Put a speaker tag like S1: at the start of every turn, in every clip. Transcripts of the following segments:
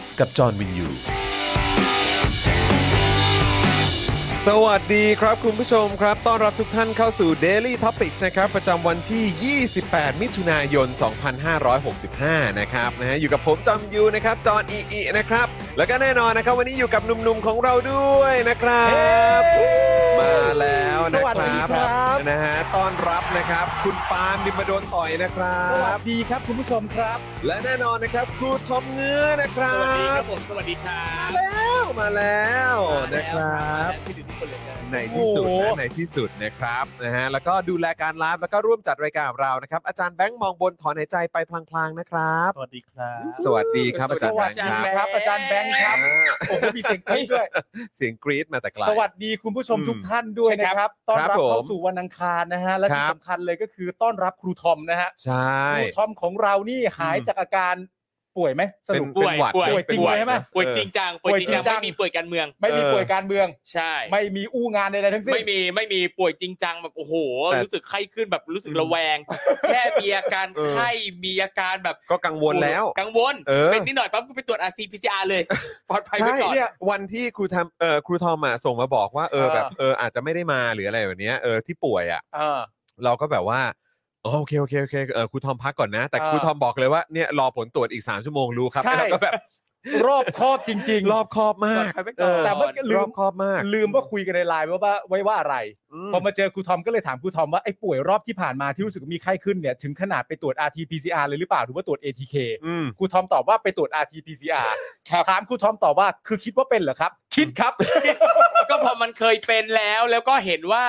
S1: กับจอห์นวินยู
S2: สวัสดีครับคุณผู้ชมครับ ต้อนรับทุกท่านเข้าสู่ Daily Topics นะครับ ประจำวันที่ 28 มิถุนายน 2565 นะครับนะฮะอยู่กับผมจอมยูนะครับ จอห์นอีอีนะครับ แล้วก็แน่นอนนะครับ วันนี้อยู่กับหนุ่มๆของเราด้วยนะครับ มาแล้วนะ
S3: สวัส
S2: ค
S3: ดี
S2: รับ
S3: ครับ
S2: นะฮะต้อนรับนะครับ คุณปาล์มดิมบดนต่อยนะครั
S3: สวั
S2: บ
S3: สดีครับคุณผู้ชมครับ
S2: และแน่นอนนะครับครูทอมเงื้อนะครับ
S4: สวัสดีครับผมสวัสดีครั
S2: มา
S4: บ
S2: แล้วมาแล้วนะครับ
S4: ที่ดื่มทุกคนเลยนะ
S2: ในที่สุด
S3: โอ้โห
S2: นะในที่สุดนะครับนะฮะแล้วก็ดูแลการไลฟ์แล้วก็ร่วมจัดรายการกับเรานะครับ อาจารย์แบงค์มองบนถอนหายใจไปพลางๆนะครับ
S4: สวัสดีครับ
S2: สวัสดีครับอา
S3: ส
S2: จารย์
S3: วั
S2: แบ
S3: ส
S2: งค์
S3: ดี
S2: ครับ
S3: ครับอาจารย์แบงค์ครับ
S2: อ่า
S3: โอ้โหมีเสียงกรี๊ดด้วย
S2: เสียงกรี๊ดมาแต่ไกล
S3: สวัสดีคุณผู้ชม
S2: อืม
S3: ทุกท่านด้วยนะครับต้อน
S2: ครั
S3: รับบ
S2: ผม
S3: เข้าสู่วันอังคารนะฮะและ
S2: ค
S3: ที่
S2: รับ
S3: สำคัญเลยก็คือต้อนรับครูทอมนะฮะ
S2: ใช่
S3: ครูทอมของเรานี่หายจากอาการป่วยไหมส
S2: เป็น
S3: รุป
S2: เป็นหวัดนะ
S4: ป่วยป่วย
S2: เป็น
S3: จริงเลยใช่ไหม
S2: นะ
S4: ป่วยจริง
S2: เอ
S4: จังป่วยจริงจังไม่มีป่วยการเมือง
S3: ไม่มี
S2: เออ
S3: ป่วยการเมือง
S4: ใช่
S3: ไม่มีอู้งานใดๆทั้งสิ้น
S4: ไม่มีไม่มีป่วยจริงจังแบบโอ้โห
S2: แต่
S4: รู้สึกไข้ขึ้นแบบรู้สึก
S2: อืม
S4: ระแวง แค่มีอาการ
S2: เออ
S4: ไข้มีอาการแบบ
S2: อก็กังวลแล้ว
S4: กังวล
S2: เออ
S4: เป็นนิดหน่อยปั๊บก็ไปตรวจ rt pcr เลยปลอดภัยไว้
S2: ใช่
S4: ก่อน
S2: เนี่ยวันที่ครูทำเออครูทอมอะส่งมาบอกว่าเออ
S4: เออ
S2: แบบเอออาจจะไม่ได้มาหรืออะไรแบบเนี้ยเออที่ป่วยอ่ะ
S3: เออ
S2: เราก็แบบว่าอ๋อโอเคโอเคโอเคเออครูทอมพักก่อนนะ แต่
S3: เออ
S2: ครูทอมบอกเลยว่าเนี่ยรอผลตรวจอีก 3 ชั่วโมงรู้ครับ
S3: ใช่
S2: แล้วก็แบบ
S3: รอบครอบจริง
S2: รอบคอบมา
S4: ปลอก ดภัยไว้
S2: เอ
S4: ก่อ
S2: อน
S3: แต่เมื่อกี้ ลืม
S2: รอบคอบมาก
S3: ๆ ลืมว่าคุยกันในไลน์ว่าว่าไว้ว่าอะไรพอมาเจอครูทอมก็เลยถามครูทอมว่าไอ้ป่วยรอบที่ผ่านมาที่รู้สึกว่ามีไข้ขึ้นเนี่ยถึงขนาดไปตรวจ rt pcr เลยหรือเปล่าหรือว่าตรวจ atk
S2: อืม
S3: ครูทอมตอบว่าไปตรวจ rt pcr ถามครูทอมตอบว่าคือคิดว่าเป็นเหรอครับ คิดครับ
S4: ก็พอมันเคยเป็นแล้วแล้วก็เห็นว่า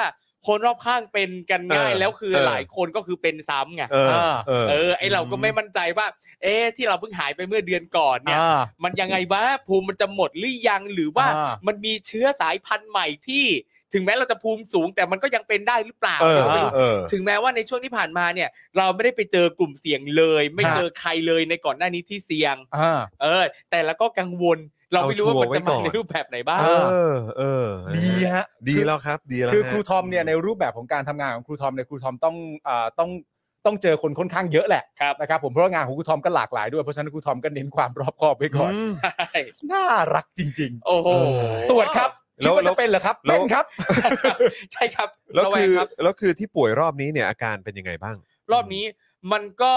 S4: คนรอบข้างเป็นกันง่ายแล้วคือหลายคนก็คือเป็นซ้ำไง
S2: เออเออ
S4: เออไอเราก็ไม่มั่นใจว่า เอ๊ะที่เราเพิ่งหายไปเมื่อเดือนก่อนเนี่ย มันยังไงวะภูมิมันจะหมดหรือยังหรือว่า
S3: อ่ามั
S4: มันมีเชื้อสายพันธุ์ใหม่ที่ถึงแม้เราจะภูมิสูง แต่มันก็ยังเป็นได้หรือเปล่า
S2: เออ
S4: เราไม่รู้
S2: เออ
S4: ถึงแม้ว่าในช่วงที่ผ่านมาเนี่ย เราไม่ได้ไปเจอกลุ่มเสี่ยงเลย ไม่
S3: ฮะ
S4: เจอใครเลยในก่อนหน้านี้ที่เสี่ยง
S3: อ่า
S4: เออ แต่เราก็กังวล เราไม่รู้ว่ามันจะ
S2: เอาชั
S4: มา
S2: ร์ไว้ก่อ
S4: ว
S2: น
S4: ในรูปแบบไหนบ้าง
S2: เอ
S3: เอ
S2: อเออ
S3: ดีฮะ
S2: ดีแล้วครับดีแล้ว
S3: คือ
S2: ฮะ
S3: ครูทอมเนี่ยในรูปแบบของการทำงานของครูทอมเนี่ยครูทอมต้องอ่าต้องต้องเจอคนค่อนข้างเยอะแหละ
S4: ครับ
S3: นะครับผมเพราะว่างานของครูทอมก็หลากหลายด้วยเพราะฉะนั้นครูทอมก็เน้นความรอบคอบไว้ก่อน
S2: อืม
S4: ใช่
S3: น่ารักจริง
S4: โอ้โห
S3: ๆ ตรวจ ครับ
S2: แล้
S3: คิด
S2: ว
S3: ว่า
S2: แล้ว
S3: จะเป็นเหรอครับเป็นครับ
S4: ใช่ครับ
S2: แล้ว
S4: ระง
S2: คือ
S4: รับ
S2: แล้วคือที่ป่วยรอบนี้เนี่ยอาการเป็นยังไงบ้าง
S4: รอบนี้มันก็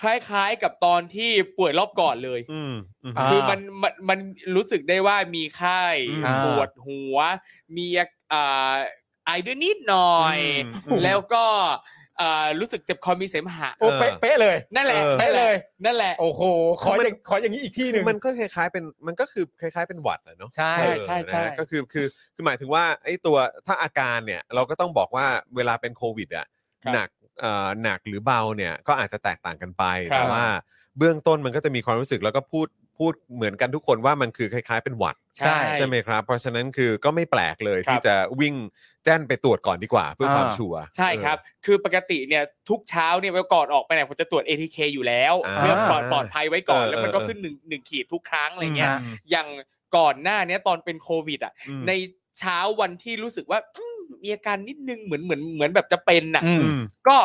S4: คล้ายๆกับตอนที่ป่วยรอบก่อนเลย
S2: อืมอืม
S3: อ่า
S4: คือมันมันมันรู้สึกได้ว่ามีไข้
S2: อืม
S4: ปวดหัว มีอ่าไอด้วยนิดหน่อย
S2: อืม
S4: แล้วก็อ่ารู้สึกเจ็บคอมีเสมหะ
S3: โอ้เป๊ะเป๊ะเลย
S4: นั่นแหละ
S2: เออ
S4: นั่นแห
S3: เล
S4: ละ
S3: ย
S4: นั่นแหละ
S3: โอ้โหขออย่างขออย่างนี้อีกที่หนึ่ง
S2: มันก็คล้ายๆเป็นมันก็คือคล้ายๆเป็นหวัดนะเนาะ
S3: ใช่
S4: ใช่ใช่ใช่
S2: เออนะก็คือคือคือหมายถึงว่าไอ้ตัวถ้าอาการเนี่ยเราก็ต้องบอกว่าเวลาเป็นโควิดอ่ะ
S4: ครับ
S2: หนักเอ่อหนักหรือเบาเนี่ยก็อาจจะแตกต่างกันไป
S4: ครับ
S2: แต่ว่าเบื้องต้นมันก็จะมีความรู้สึกแล้วก็พูดพูดเหมือนกันทุกคนว่ามันคือคล้าย ๆ เป็นหวัด
S3: ใช่
S2: ใช่ไหมครับ เพราะฉะนั้นคือก็ไม่แปลกเลย
S4: ครับ
S2: ที่จะวิ่งแจ้นไปตรวจก่อนดีกว่า เพื่อความ
S3: อ่า
S2: ชัวร์
S4: ใช่ครับ คือปกติเนี่ยทุกเช้าเนี่ยเวลาก่อนออกไปไหนผมจะตรวจ ATK อยู่แล้ว
S2: า
S4: เพื่อปลอดปลอดภัยไว้ก่อน
S2: เออ
S4: แล้วมันก็
S2: เออ
S4: ขึ้นหนึ่งหนึ่งขีดทุกครั้งอะไรเงี้ย
S3: ฮะ
S4: อย่างก่อนหน้าเนี้ยตอนเป็นโควิดอ่ะ
S2: อืม
S4: ในเช้าวันที่รู้สึกว่าอืมมีอาการนิดนึงเหมือนเหมือนเหมือนแบบจะเป็นน่ะ
S3: อืม
S2: อืม
S4: ก็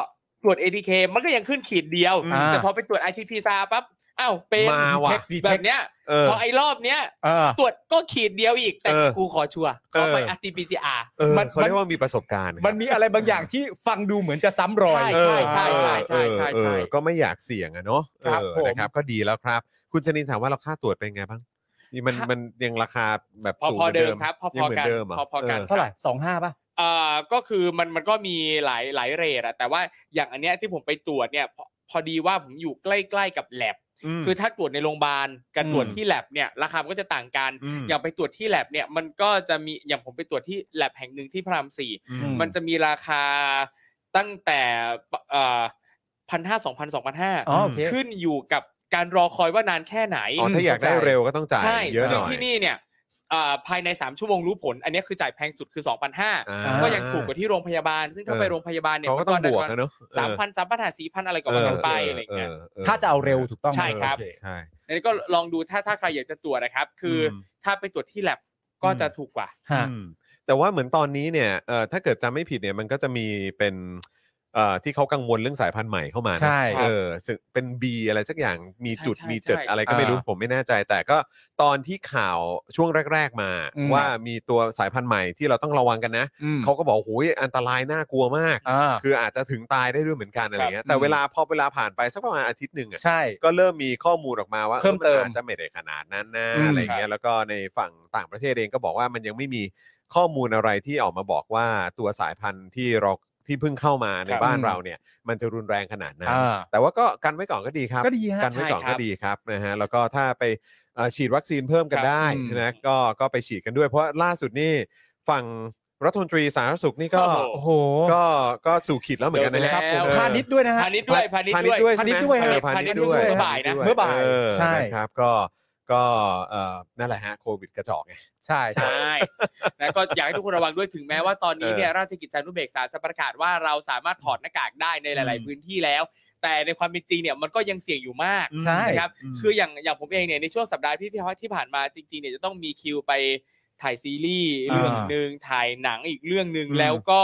S4: ตรวจ ATK มันก็ยังขึ้นขีดเดียว
S2: อ่า
S4: แต่พอไปตรวจ ITP ซาปั๊บอ้าวเป็น
S2: มาว่ะ
S3: detect detect
S4: แบบเนี้ย
S2: เออ
S4: พอไอ้รอบเนี้ย
S3: เออ
S4: ตรวจก็ขีดเดียวอีก แต่
S2: เออ
S4: กูขอชัวร์ขอไป
S2: เออ
S4: RT-PCR
S2: เออ
S3: มัน
S2: เขาเรียกว่ามีประสบการณ์ครับ
S3: มันมีอะไรบางอย่างที่ฟังดูเหมือนจะซ้ำรอย
S4: ใช่ใช่ใช่
S2: เอ
S4: ใช่
S2: อเออ
S4: ใช่
S2: ก็ไม่อยากเสี่ยงอะเนาะ
S3: ครับ
S2: เออ
S3: ผม
S2: นะครับ ก็ดีแล้วครับ คุณชนินถามว่าเราค่าตรวจเป็นไงบ้าง นี่มันมันยังราคาแบบ
S4: พอ
S2: สูง
S4: พอ
S2: หน
S4: เดิมครับ พอ
S2: ยั
S4: พอง
S2: เหมือ
S4: กัน
S2: นเดิมเหร
S4: พอพอกัน
S3: เท่าไหร่สองห้าป่ะ
S4: อ่าก็คือมันมันก็มีหลายหลายเรทอะแต่ว่าอย่างอันเนี้ยที่ผมไปตรวจเนี่ยพอพอดีว่าผมอยู่ใกล้ๆกับแลบ
S2: ม
S4: คือถ้าตรวจในโรงพยาบาลกับ
S2: อืม
S4: ตรวจที่แลบเนี่ยราคามันก็จะต่างกัน
S2: ม
S4: อย่างไปตรวจที่แลบเนี่ยมันก็จะมีอย่างผมไปตรวจที่แลบแห่งหนึ่งที่พระรามสี่
S2: อื
S3: อื
S2: ม
S4: มันจะมีราคาตั้งแต่พันห้าสองพันสองพันห้า
S3: อ๋อโอเค
S4: ขึ้นอยู่กับการรอคอยว่านานแค่ไหน
S2: อ๋อถ้าอยากได้เร็วก็ต้องจ่าย
S4: ใช่
S2: เยอะห
S4: ซึ่ง
S2: น่อย
S4: ที่นี่เนี่ยเอ่อภายใน 3 ชั่วโมงรู้ผล อันนี้คือจ่ายแพงสุดคือ 2,500
S2: อ่า
S4: ก็ยังถูกกว่าที่โรงพยาบาล ซึ่งถ้า
S2: เออ
S4: ไปโรงพยาบาลเนี่ย
S2: เขาก็ต้องบวก
S4: มั
S2: นะเนอะ
S4: สามพันสามพันหาสี่พันอะไรก็ว่ากันไปอะไรอย่างเงี้ย
S3: ถ้าจะเอาเร็วถูกต้องไหม
S4: ใช่ครับ
S3: โอเ
S2: ใช่
S4: อันนี้ก็ลองดูถ้าถ้าใครอยากจะตรวจนะครับ คืออถ้าไปตรวจที่แลบก็จะถูกกว่า
S3: ฮะ
S2: อืมแต่ว่าเหมือนตอนนี้เนี่ยเอ่อถ้าเกิดจำไม่ผิดเนี่ยมันก็จะมีเป็นเอ่อที่เขากังวลเรื่องสายพันธุ์ใหม่เข้ามานะ
S3: ใช่
S2: เออซึ่งเป็น B อะไรสักอย่างมีจุด
S4: ใช่
S2: มีเจ็ด
S4: ใช่
S2: อะไรก็ไม่รู้
S3: อ่า
S2: ผมไม่แน่ใจ แต่ก็ตอนที่ข่าวช่วงแรก ๆ มา
S3: อืม
S2: ว่ามีตัวสายพันธุ์ใหม่ที่เราต้องระวังกันนะ
S3: อืม
S2: เขาก็บอกโอ้ยอันตรายน่ากลัวมาก
S3: อ่า
S2: คืออาจจะถึงตายได้ด้วยเหมือนกันอะไรเงี้ยแต่เวลาพอเวลาผ่านไปสักประมาณอาทิตย์หนึ่งอะ
S3: ใช่
S2: ก็เริ่มมีข้อมูลออกมาว่า
S3: เพิ่มเติม
S2: อออาจจะไม่ได้ขนาดนั้นนะ
S3: อืม
S2: อะไรอย่างเงี้ยแล้วก็ในฝั่งต่างประเทศเองก็บอกว่ามันยังไม่มีข้อมูลอะไรที่ออกมาบอกว่าตัวสายพันธุ์ที่เราที่เพิ่งเข้ามาใน
S4: ครับ
S2: บ้านเราเนี่ย มันจะรุนแรงขนาดนั้น
S3: อ่า
S2: แต่ว่าก็กันไว้ก่อนก็ดีครับ
S3: ก็ดีฮะ
S2: กันไว้ก่อน
S4: ใช่ครั
S2: ก็
S4: บ
S2: ดีครับนะฮะแล้วก็ถ้าไปเอ่อฉีดวัคซีนเพิ่มกัน
S4: ครับ
S2: ได้
S3: อืม
S2: นะก็ก็ไปฉีดกันด้วย เพราะล่าสุดนี่ฝั่งรัฐมนตรีสาธารณสุขนี่ก็
S4: โอ้
S3: โอ
S4: โห
S3: ้โห
S2: ก็ก็สู่ขีดแล้วเหมือนกันนะฮะ
S3: ครับผม
S2: เออ
S3: พาณิชย์ด้วยนะฮะ
S4: พาณิชย์ด้วยพาณิช
S2: พา
S4: ย์
S2: ณิช
S4: ด้วย
S2: ย์ด้วย
S3: พาณิชย์ด้วย
S2: ใช่ไหมพาณิชย์ด้วยย
S3: พาณิชย์ด้วเมื่อ
S4: บ่ายนะ
S3: เมื่อบ่ายใช่
S2: ใช่ครับก็ก็เอ่อนั่นแหละฮะโควิดกระจอกไง
S3: ใช่
S4: ใช่แล้วก็อยากให้ทุกคนระวังด้วยถึงแม้ว่าตอนนี้เนี่ย
S2: เออ
S4: ราชกิจจานุเบกษาจะประกาศว่าเราสามารถถอดหน้ากากได้ในหลาย
S2: อืม
S4: ๆพื้นที่แล้ว แต่ในความเป็นจริงเนี่ยมันก็ยังเสี่ยงอยู่มาก
S3: ใช่
S4: นะครับ
S2: อืม
S4: คืออย่างอย่างผมเองเนี่ยในช่วงสัปดาห์ที่ที่ผ่านมาจริง ๆ เนี่ยจะต้องมีคิวไปถ่ายซีรีส์เรื่องหนึ่งถ่ายหนังอีกเรื่องหนึ่ง
S2: อืม
S4: แล้วก็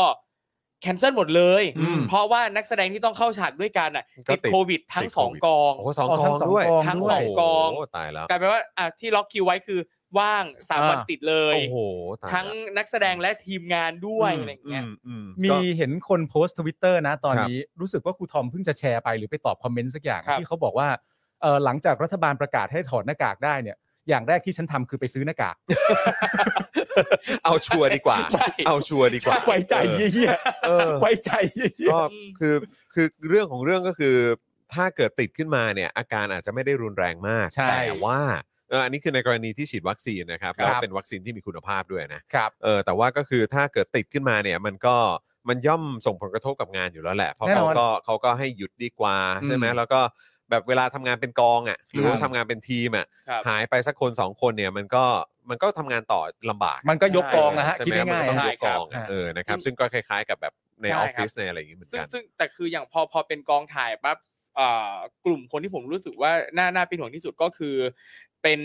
S4: แคนเซิลหมดเลย
S2: อืม
S4: เพราะว่านักแสดงที่ต้องเข้าฉากด้วยกันอ่ะ
S2: ก็
S4: ติด
S2: ติด
S4: โควิดทั้ง
S2: ติด
S4: สอง
S2: โควิด
S4: กอง
S2: โอ้โหสอง
S3: อ๋อก
S2: อ
S3: ทั้
S2: ง ง
S3: สอง
S2: ด้วย
S3: กอง
S4: ทั้งสองด้วยกอง
S2: โโหตายแล้ว
S4: กลายเป็นว่าอ่ะที่ล็อกคิวไว้คือว่างสามวันติดเลย
S2: โอ้โหตายแล้ว
S4: ทั้งนักแสดงและทีมงานด้วยอะไรอย่างเงี้ย
S2: มอืม
S3: มี
S2: ก็
S3: เห็นคนโพสต์ทวิตเตอร์นะตอน
S2: ครับ
S3: นี้รู้สึกว่าครูทอมเพิ่งจะแชร์ไปหรือไปตอบคอมเมนต์สักอย่าง
S4: ครับ
S3: ที่เขาบอกว่าเออหลังจากรัฐบาลประกาศให้ถอดหน้ากากได้เนี่ย อย่างแรกที่ฉันทำคือไปซื้อหน้ากาก
S2: เอาชัวร์ดีกว่า
S4: ใช่
S2: เอาชัวร์ดีกว่า
S3: ไว้ใจ
S2: เออ
S3: เยี่ย
S2: เออ
S3: ไว้ใจเยี่ย
S2: ก็คือคือเรื่องของเรื่องก็คือ ถ้าเกิดติดขึ้นมาเนี่ย อาการอาจจะไม่ได้รุนแรงมาก
S3: ใช่
S2: แต่ว่าเอออันนี้คือในกรณีที่ฉีดวัคซีนนะครับ
S3: ครับ
S2: แล้วเป็นวัคซีนที่มีคุณภาพด้วยนะ
S3: ครับ
S2: เออแต่ว่าก็คือถ้าเกิดติดขึ้นมาเนี่ยมันก็มันย่อมส่งผลกระทบกับงานอยู่แล้วแหละ เพราะ
S3: แน่น
S2: เขา
S3: อน
S2: ก็เขาก็ให้หยุดดีกว่าใช่ไหม
S3: อืม
S2: แล้วก็แบบเวลาทำงานเป็นกองอะ่ะหรือว่า
S3: ครับ
S2: ทำงานเป็นทีมอะ
S4: ครับ
S2: ่ะหายไปสักคนสองคนเนี่ยมันก็มันก็ทำงานต่อลำบาก
S3: มันก็ยกกองนะฮะ
S2: ใช่ไหม
S3: คิดง่าย
S2: มันก็
S3: ๆ
S2: ต้องย
S3: ฮะ
S2: กกอง
S3: ใช่ครั
S2: อะ
S3: บ
S2: เออนะครับ
S4: อืม
S2: ซึ่งก็คล้ายๆ กับแบบในอ
S4: ใช่
S2: อฟ
S4: ครับ
S2: ฟิศในอะไรอย่างงี้เหมือน
S4: ซึ่ง
S2: กัน
S4: ซึ่งแต่คืออย่างพอพอเป็นกองถ่ายปั๊บเอ่อกลุ่มคนที่ผมรู้สึกว่าน่าน่าเป็นห่วงที่สุดก็คือ เป็น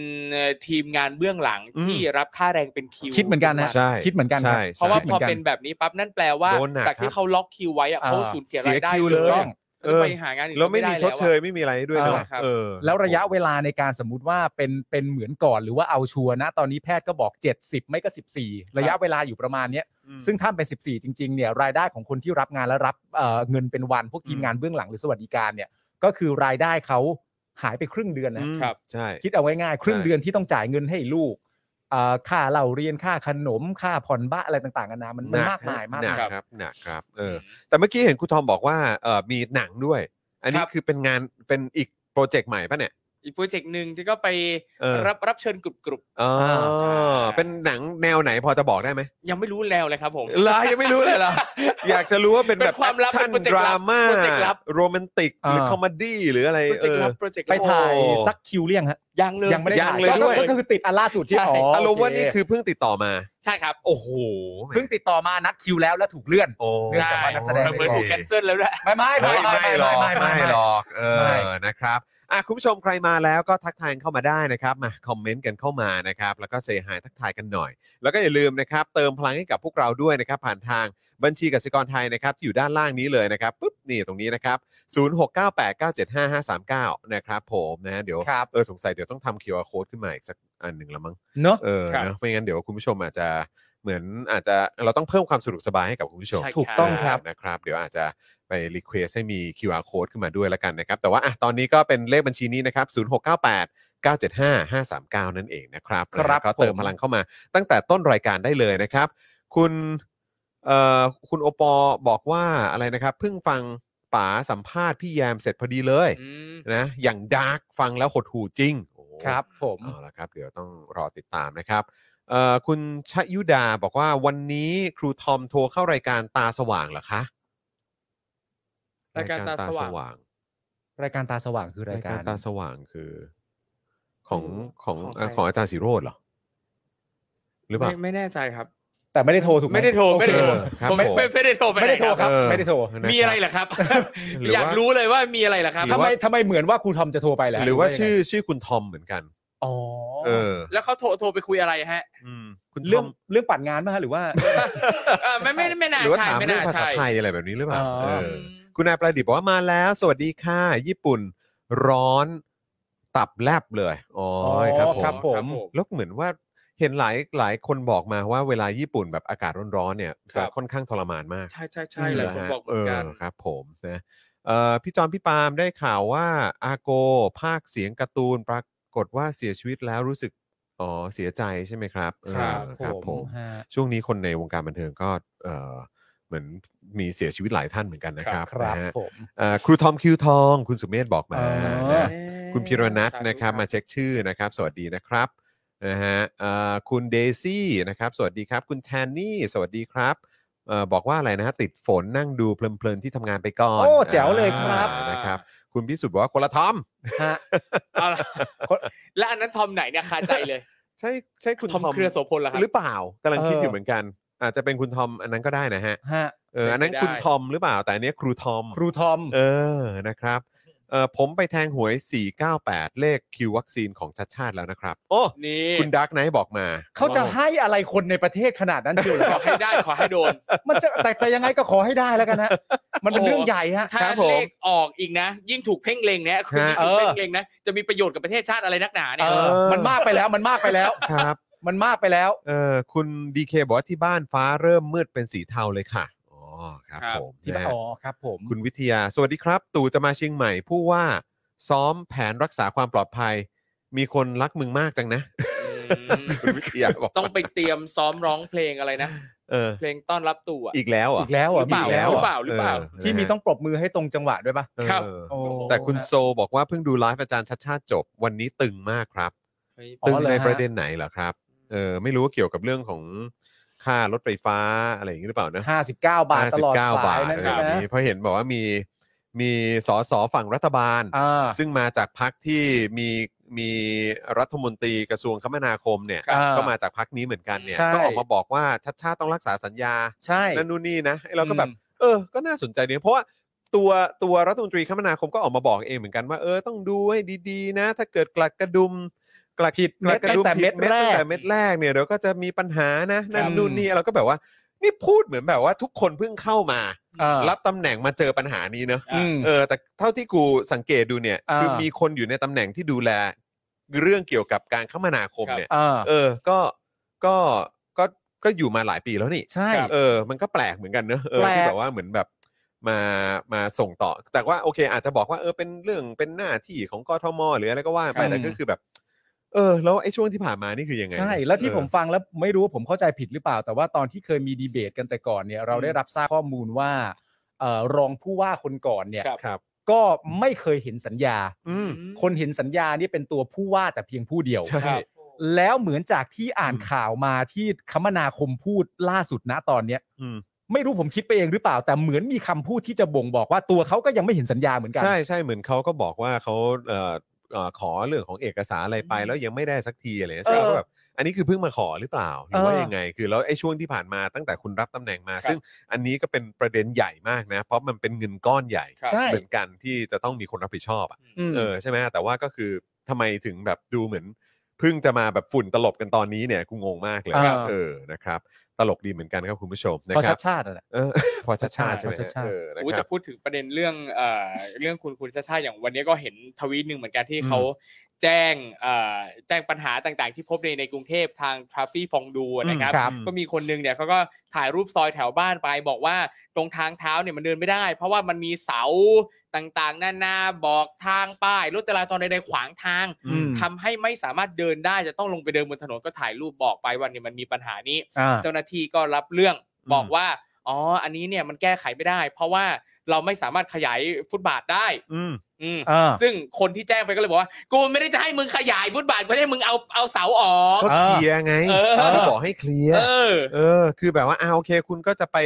S4: ทีมงานเบื้องหลัง
S2: อืม
S4: ที่รับค่าแรงเป็นคิว
S3: คิดเหมือนกันนะ
S2: ใช่
S3: คิดเหมือนกันค
S2: ใช่
S3: บ
S2: ใช่
S4: เพราะว่า
S3: คิดห
S4: พ
S3: มื
S4: อ
S3: กั
S4: เป็นแบบนี้ปั๊บนั่นแปลว่า
S2: โดนหนัก
S4: จาก
S2: ครั
S4: ที่
S2: บ
S4: เขาล็อกคิวไว้อะ
S3: อ่า
S4: เขาสูญเสียรายได้
S2: เสียคิวเลย
S4: อะ
S2: เอ
S4: เขาจะ
S2: อ
S4: ไปหางานอื่น
S2: แล้วไม่มีชดเชย
S4: ไม่ได้
S2: ไม่มีอะไรด้วย
S3: เออ
S2: เนาะ
S4: ครับ
S2: เออ
S3: แล้วระยะเวลาในการสมมติว่าเป็นเป็นเหมือนก่อนหรือว่าเอาชัวร์นะตอนนี้แพทย์ก็บอก 70 ไม่ก็ 14 ระยะเวลาอยู่ประมาณเนี้ย
S2: อืม
S3: ซึ่งถ้าเป็น 14 จริง ๆ เนี่ย รายได้ของคนที่รับงานและรับเอ่อเงินเป็นวัน พวกทีมงานเบื้องหลังหรือสวัสดิการเนี่ย ก็คือรายได้เขาหายไปครึ่งเดือนนะ
S2: อืม
S4: ครับ
S2: ใช่
S3: คิดเอาไว้ง่าย ครึ่ง
S2: ใช่
S3: เดือนที่ต้องจ่ายเงินให้ลูกเอ่อค่าเหล่าเรียน ค่าขนม ค่าผ่อนบ้านอะไรต่างๆกันานามันมันมากมายมาก
S2: หนัก
S3: มาย
S2: ครับหนักครับเอ
S4: ได้
S2: อ
S4: แล้ว
S2: แต่เมื่อกี้เห็นครูทอมบอกว่าเออมีหนังด้วย อันนี้
S4: ครับ
S2: คือเป็นงานเป็นอีกโปรเจกต์ใหม่ป่ะเนี่ย
S4: อีกโปรเจกต์หนึ่งที่ก็ไป
S2: เออ
S4: รับรับเชิญกรุบกรุบ
S2: อ๋อ
S4: อ
S2: เป็นหนังแนวไหนพอจะบอกได้ไหม
S4: ยังไม่รู้แล้วเลยครับผม
S2: ลายังไม่รู้เลยเหรอ อยากจะรู้ว่าเป็น
S4: เป็น
S2: แบบ
S4: ความลับ
S2: ชั่น
S4: เป็นโปรเจกต์
S2: ด
S4: ลั
S2: รา
S4: บ
S2: ม่า
S4: โปรเจกต์ลับ
S2: โรแมนติกหรือ
S3: เออ
S2: คอมเมดี้หรืออะไร
S4: โปรเจ
S2: เอก
S4: ต์
S2: อ
S4: ลับโปรเจกต์
S3: ไป
S4: ลับ
S3: ถ่าย
S2: โอ้
S3: สักคิวเรียงฮะ
S4: ยังเลย
S3: ยังไม่ได้
S2: ยัง
S3: ถ่า
S2: เลยด้วย
S3: ก็คือติดอันล่าสุดที่
S4: ใช่
S3: อ๋อ
S2: อารมณ์ว่านี่
S3: อ
S2: คือเพิ่งติดต่อมา
S4: ใช่ครับ
S2: โอ้โห
S3: เพิ่งติดต่อมานัดคิวแล้วและถูกเลื่อน
S2: โอ้
S3: เนื่องจากว่านักแสดง
S4: เหมือนถูกแคนเซิลแล้วแหละ
S3: ไม่ไม่
S2: ไม่ไม่หรอก
S3: ไม่
S2: ไม่
S3: ไม่
S2: หรอกเอ
S3: ไม่
S2: อนะครับอ่ะคุณผู้ชมใครมาแล้วก็ทักทายเข้ามาได้นะครับมาคอมเมนต์กันเข้ามานะครับ แล้วก็เซฮายทักทายกันหน่อย แล้วก็อย่าลืมนะครับ เติมพลังให้กับพวกเราด้วยนะครับ ผ่านทางบัญชีกสิกรไทยนะครับที่อยู่ด้านล่างนี้เลยนะครับปุ๊บนี่ตรงนี้นะครับ 0698975539 นะครับผมนะเดี๋ยว
S3: ครับ
S2: เออสงสัยเดี๋ยวต้องทำ QR code ขึ้นมาอีกสักอันหนึ่งละมั้ง
S3: เนอะ
S2: เออ
S4: ครับ
S2: เนอะไม่งั้นเดี๋ยวคุณผู้ชมอาจจะเหมือนอาจจะเราต้องเพิ่มความสะดวกสบายให้กับคุณผู้ชม
S4: ใช่ครับ
S3: ถูกต้องครับ
S2: นะครับเดี๋ยวอาจจะไปรีเควสให้มี QR code ขึ้นมาด้วยแล้วกันนะครับ แต่ว่าอ่ะตอนนี้ก็เป็นเลขบัญชีนี้นะครับ 0698 975 539 นั่นเองนะครับ
S3: ครับ
S2: นะก็เติม
S3: ผม
S2: พลังเข้ามาตั้งแต่ต้นรายการได้เลยนะครับ คุณเอ่อคุณโอปอบอกว่าอะไรนะครับ เพิ่งฟังป๋าสัมภาษณ์พี่แยมเสร็จพอดีเลย
S4: อืม
S2: นะอย่างดาร์กฟังแล้วหดหูจริงโอ้
S3: ครับผม
S2: เอาละครับเดี๋ยวต้องรอติดตามนะครับเอ่อคุณชยุดาบอกว่าวันนี้ครูทอมโทรเข้ารายการตาสว่างเหรอคะ
S4: รายการตาสว่าง
S3: รายการตาสว่างคือราร
S2: าย ย
S3: กา
S2: การรตาสว่างคือ ของของ
S4: ของใคร
S2: อ่ะของอาจารย์สีโรดเหรอ หรือเปล่า
S4: ไม่ไม่แน่ใจครับ
S3: แต่ไม่ได้โทรถูกห
S4: ไม่ได้โทรไม่ได้โทร
S2: เออครับ
S4: ผมไม่
S2: ผม
S4: ไม่ไม่ได้โทรปหน
S3: ไม่ได้โทรครับ
S2: เออ
S3: ไม่ได้โทร
S2: นคบ
S4: มีอะไรเหรอครับ
S2: หรือ
S4: อ
S2: อ
S4: ยากรู้เลยว่ามีอะไรเหรอครับ
S2: หรื
S3: ทำ
S2: อว่า
S3: ไมทำไมเหมือนว่าครูทอมจะโทรไปแล้ว
S2: หรือว่า
S3: ได้ยังไง
S2: ชื่อชื่อคุณทอมเหมือนกัน
S3: อ๋อ
S2: เออ
S4: แล้วเขาโทรโทรไปคุยอะไรฮะ
S2: อืมคุณท
S3: เรื่อ
S2: อง ม
S3: เรื่องปัดงานป่ะฮะหรือว่า
S4: เออไม่ไม่ไม่ไม่น่า
S2: หรือว่า
S4: ใช่
S2: ถาม
S4: ไม่
S2: เรื่อ
S4: น่าง
S2: ภาษา
S4: ใช่
S2: ไทยอะไรแบบนี้หรือเปล่า
S3: อ๋อ
S2: เอ
S4: อื
S2: อ
S4: ม
S2: คุณนายประดิษฐ์บอกว่ามาแล้ว สวัสดีค่ะ ญี่ปุ่นร้อนตับแลบเลยอ๋อ
S3: อ๋อ
S2: ครับผ
S3: ครับ
S2: ม
S3: ผม
S2: แล้วเหมือนว่าเห็นหลายหลายคนบอกมาว่าเวลาญี่ปุ่นแบบอากาศร้อนๆเนี่ยจะค่อนข้างทรมานมาก
S4: ใช่ใช่ใช่หลายคนบอกเหมือนกัน
S2: เออครับผมนะเอ่อพี่จอมพี่ปาล์มได้ข่าวว่าอาโกภาคเสียงการ์ตูนปรากฏว่าเสียชีวิตแล้วรู้สึกอ๋อเสียใจใช่ไหมครับเออ
S4: ครับ
S2: ครับผม
S3: ฮะ
S2: ช่วงนี้คนในวงการบันเทิงก็เอ่อเหมือนมีเสียชีวิตหลายท่านเหมือนกันนะครับ
S3: ครับ
S2: นะฮะ
S3: ผม
S2: เอ่อครูทอมคิวทองคุณสุเมธบอกมา
S3: อ๋อ
S2: นะ
S4: เอ๊ะ
S2: คุณพิรนัทนะครับ
S4: ส
S2: มา
S4: ธุ
S2: เช็คชื่อนะครับ สวัสดีนะครับนะฮะเอ่อคุณเดซี่นะครับ สวัสดีครับ คุณแทนนี่ สวัสดีครับเอ่อบอกว่าอะไรนะฮะติดฝนนั่งดูเพลินๆที่ทำงานไปก่อน
S3: โอ้แจ๋วเลยครับ
S2: อ่านะครับ คุณพิสุทธิ์บอกว่าคนละทอม
S3: ฮะ
S4: เอาล่ะและอันนั้นทอมไหนเนี่ยคาใจเลย
S2: ใช่ใช่คุณ
S4: ทอมเครือโสพลเหรอครับ
S2: หรือเปล่ากำลังคิด
S3: เออ
S2: อ
S3: อ
S2: ยู่เหมือนกัน อาจจะเป็นคุณทอมอันนั้นก็ได้นะฮะ
S3: ฮะ
S2: เอออันนั้น
S4: เป็นไปได้
S2: คุณทอมหรือเปล่าแต่อันเนี้ยครูทอม
S3: ครูทอม
S2: เออ นะครับ เออผมไปแทงหวย 498 เลขคิววัคซีนของชัดชาติแล้วนะครับ โอ้
S4: นี่
S2: คุณดักไนท์บอกมา
S3: เขาจะให้อะไรคนในประเทศขนาดนั้นเชียวเหร
S4: ขอ
S3: อ
S4: ให้ได้ขอให้โดน
S3: มันจะแต่แต่ยังไงก็ขอให้ได้แล้วกันฮะ มันเป็นเรื่องใหญ่ฮะ
S4: ถ้า
S2: ครับผม
S4: เลขออกอีกนะ ยิ่งถูกเพ่งเล็งเนี่ยคุณยิ่ง
S3: ฮะ
S4: ถูกเพ่งเล็งนะ จะมีประโยชน์กับประเทศชาติอะไรนักหนา
S3: เอ
S4: เนี่ย
S3: อมันมากไปแล้วมันมากไปแล้ว
S2: ครับ
S3: มันมากไปแล้ว
S2: เออ คุณดีเคบอกว่าที่บ้านฟ้าเริ่มมืดเป็นสีเทาเลยค่ะ อ๋อ ครับ
S4: ครับ
S2: ผม
S3: ที่
S2: นะฮะ
S3: อ๋อครับ ผม
S2: คุณวิทยา สวัสดีครับ ตู่จะมาเชียงใหม่ ผู้ว่าซ้อมแผนรักษาความปลอดภัย มีคนรักมึงมากจังนะ
S4: ม
S2: คุณวิทยาบอก
S4: ต้องไปเตรียมซ้อมร้องเพลงอะไรนะ
S2: เออ
S4: เพลงต้อนรับตู่อ่ะ
S2: อีกแล้วเหรอ่ะ
S3: อีกแล้วเหร
S4: หรื
S3: อ่ะ
S4: อเป
S3: แล้ว
S4: ล่าหรือ
S3: เหรอ
S4: เปล่าหรือเปล่า
S2: เ
S3: ที่มีต้องปรบมือให้ตรงจังหวะด้วยป่ะ
S2: เออ
S4: ครับ
S3: โอ้
S2: แต่คุณโซบอกว่าเพิ่งดูไลฟ์อาจารย์ชัดชาติจบ วันนี้ตึงมากครับ
S4: เฮ้ย
S3: อ๋
S2: ตึง
S3: อเหรอ
S2: ใน
S3: ฮะ
S2: ประเด็นไหนเหรอครับ เออไม่รู้ว่าเกี่ยวกับเรื่องของค่ารถไฟฟ้าอะไรอย่างนี้หรือเปล่านะ
S3: ห้าสิบเก้าบาทตลอด
S2: 59
S3: สาย
S2: บท
S3: นั่นใช่
S2: อะไร
S3: ไหม
S2: แบบนี้เพราะเห็นบอกว่ามีมีสสฝั่งรัฐบาล
S3: อ่า
S2: ซึ่งมาจากพักที่มีมีรัฐมนตรีกระทรวงคมนาคมเนี่ย
S3: อ่
S2: ก็มาจากพักนี้เหมือนกันเนี่ย
S3: ใช่
S2: ก็ออกมาบอกว่าชัดชาติต้องรักษาสัญญา
S3: ใช่
S2: นั่นนู่นนี่นะไอ้เราก็แบบ เออ ก็น่าสนใจเนี่ยเพราะว่าตัวตัวรัฐมนตรีคมนาคมก็ออกมาบอกเองเหมือนกันว่าเออต้องดูให้ดีๆ นะ ถ้าเกิดกลัดกระดุมกลัดผิดกลัดกระดุม
S3: ตั้งแต่เม็ด
S2: ผิ
S3: แร
S2: ตั้ง
S3: ก
S2: แต่เม็ดแรกเนี่ยเดี๋ยวก็จะมีปัญหานะนั่น
S3: ครับ
S2: นู่นนี่เราก็แบบว่า นี่พูดเหมือนแบบว่าทุกคนเพิ่งเข้ามา
S3: อ่า
S2: รับตำแหน่งมาเจอปัญหานี้เนอะ
S3: อืม
S2: เออ แต่เท่าที่กูสังเกตดูเนี่ย
S3: อ่า
S2: คือมีคนอยู่ในตำแหน่งที่ดูแลเรื่องเกี่ยวกับการคมนาคมเนี่ย
S3: อ่า
S2: เออ ก็ก็ก็ก็อยู่มาหลายปีแล้วนี่
S3: ใช่
S2: เออ มันก็แปลกเหมือนกันเนอะเออ
S3: แปลก
S2: ที่แบบว่าเหมือนแบบมามาส่งต่อ แต่ว่าโอเค อาจจะบอกว่าเออเป็นเรื่องเป็นหน้าที่ของกทมหรืออะไรก็ว่าไปแต่ก็คือแบบ เออ แล้วไอ้ช่วงที่ผ่านมานี่คือยังไง
S3: ใช่ แล้วที่
S2: เออ
S3: ผมฟังแล้วไม่รู้ว่าผมเข้าใจผิดหรือเปล่า แต่ว่าตอนที่เคยมีดีเบตกันแต่ก่อนเนี่ย เราได้รับทราบข้อมูลว่าเอ่อรองผู้ว่าคนก่อนเนี่ย
S4: ครับ
S2: ครับ
S3: ก็ไม่เคยเห็นสัญญา
S2: อืม
S3: คนเห็นสัญญานี่เป็นตัวผู้ว่าแต่เพียงผู้เดียว
S2: ใช่
S4: ครับ
S3: แล้วเหมือนจากที่อ่านข่าวมาที่คมนาคมพูดล่าสุดนะตอนเนี้ย
S2: อืม
S3: ไม่รู้ผมคิดไปเองหรือเปล่า แต่เหมือนมีคำพูดที่จะบ่งบอกว่าตัวเขาก็ยังไม่เห็นสัญญาเหมือนกัน
S2: ใช่ใช่เหมือนเขาก็บอกว่าเขาเอ่อเอ่อขอเรื่องของเอกสารอะไรไป แล้วยังไม่ได้สักทีอะไรเงี้ยซึ่งเราก็แบบอันนี้คือเพิ่งมาขอหรือเปล่าหรือว่า
S3: เออ
S2: ยังไง คือแล้วไอ้ช่วงที่ผ่านมาตั้งแต่คุณรับตำแหน่งมา
S4: ครับ
S2: ซึ่งอันนี้ก็เป็นประเด็นใหญ่มากนะ เพราะมันเป็นเงินก้อนใหญ่
S4: ครับ
S3: ใช่
S2: เหมือนกันที่จะต้องมีคนรับผิดชอบอะ
S3: ม
S2: เออใช่ไหมแต่ว่าก็คือทำไมถึงแบบดูเหมือนเพิ่งจะมาแบบฝุ่นตลบกันตอนนี้เนี่ยกูงงมากเลย
S3: อ่า
S2: เออนะครับ ตลกดีเหมือนกันครับคุณผู้ชมนะ
S3: เพราะ
S2: ค
S3: ชั
S2: รับ
S3: ดชาติอะแหละ
S2: เอ อ พอชัดชาติใช่ไหม
S3: พอชัดชาติ
S2: เออนะ
S4: อุ้ย
S2: ครั
S4: แต่
S2: บ
S4: พูดถึงประเด็นเรื่องเอ่อเรื่องคุณคุณชาชาติอย่างวันนี้ก็เห็นทวีตหนึ่งเหมือนกันที่
S2: อืม
S4: เขาแจ้งเอ่อแจ้งปัญหาต่างๆ ที่พบในในกรุงเทพทางทราฟฟี่ฟองดูนะครับ
S3: อืมครับ
S4: ก็มีคนหนึงเนี่ยเขาก็ถ่ายรูปซอยแถวบ้านไปบอกว่าตรงทางเท้าเนี่ยมันเดินไม่ได้ เพราะว่ามันมีเสา ต่างๆนานาบอกทางป้ายรถจราจรใดๆขวางทาง
S2: อืม
S4: ทำให้ไม่สามารถเดินได้จะต้องลงไปเดินบนถนนก็ถ่ายรูปบอกไปวันนี้มันมีปัญหานี้
S3: อ่า
S4: เจ้าหน้าที่ก็รับเรื่อง
S2: อืม
S4: บอกว่าอ๋ออันนี้เนี่ยมันแก้ไขไม่ได้ เพราะว่าเราไม่สามารถขยายฟุตบาทได้
S2: อืม
S4: อืม
S3: อ่า
S4: ซึ่งคนที่แจ้งไปก็เลยบอกว่ากูไม่ได้จะให้มึงขยายฟุตบาทกูจะให้มึงเอาเอาเสาออก
S2: ก็เคลียร์ไง
S4: เออ
S2: ก็บอกให้เคลียร์
S4: เออ
S2: เออ คือแบบว่าอ่าโอเค คุณก็จะไป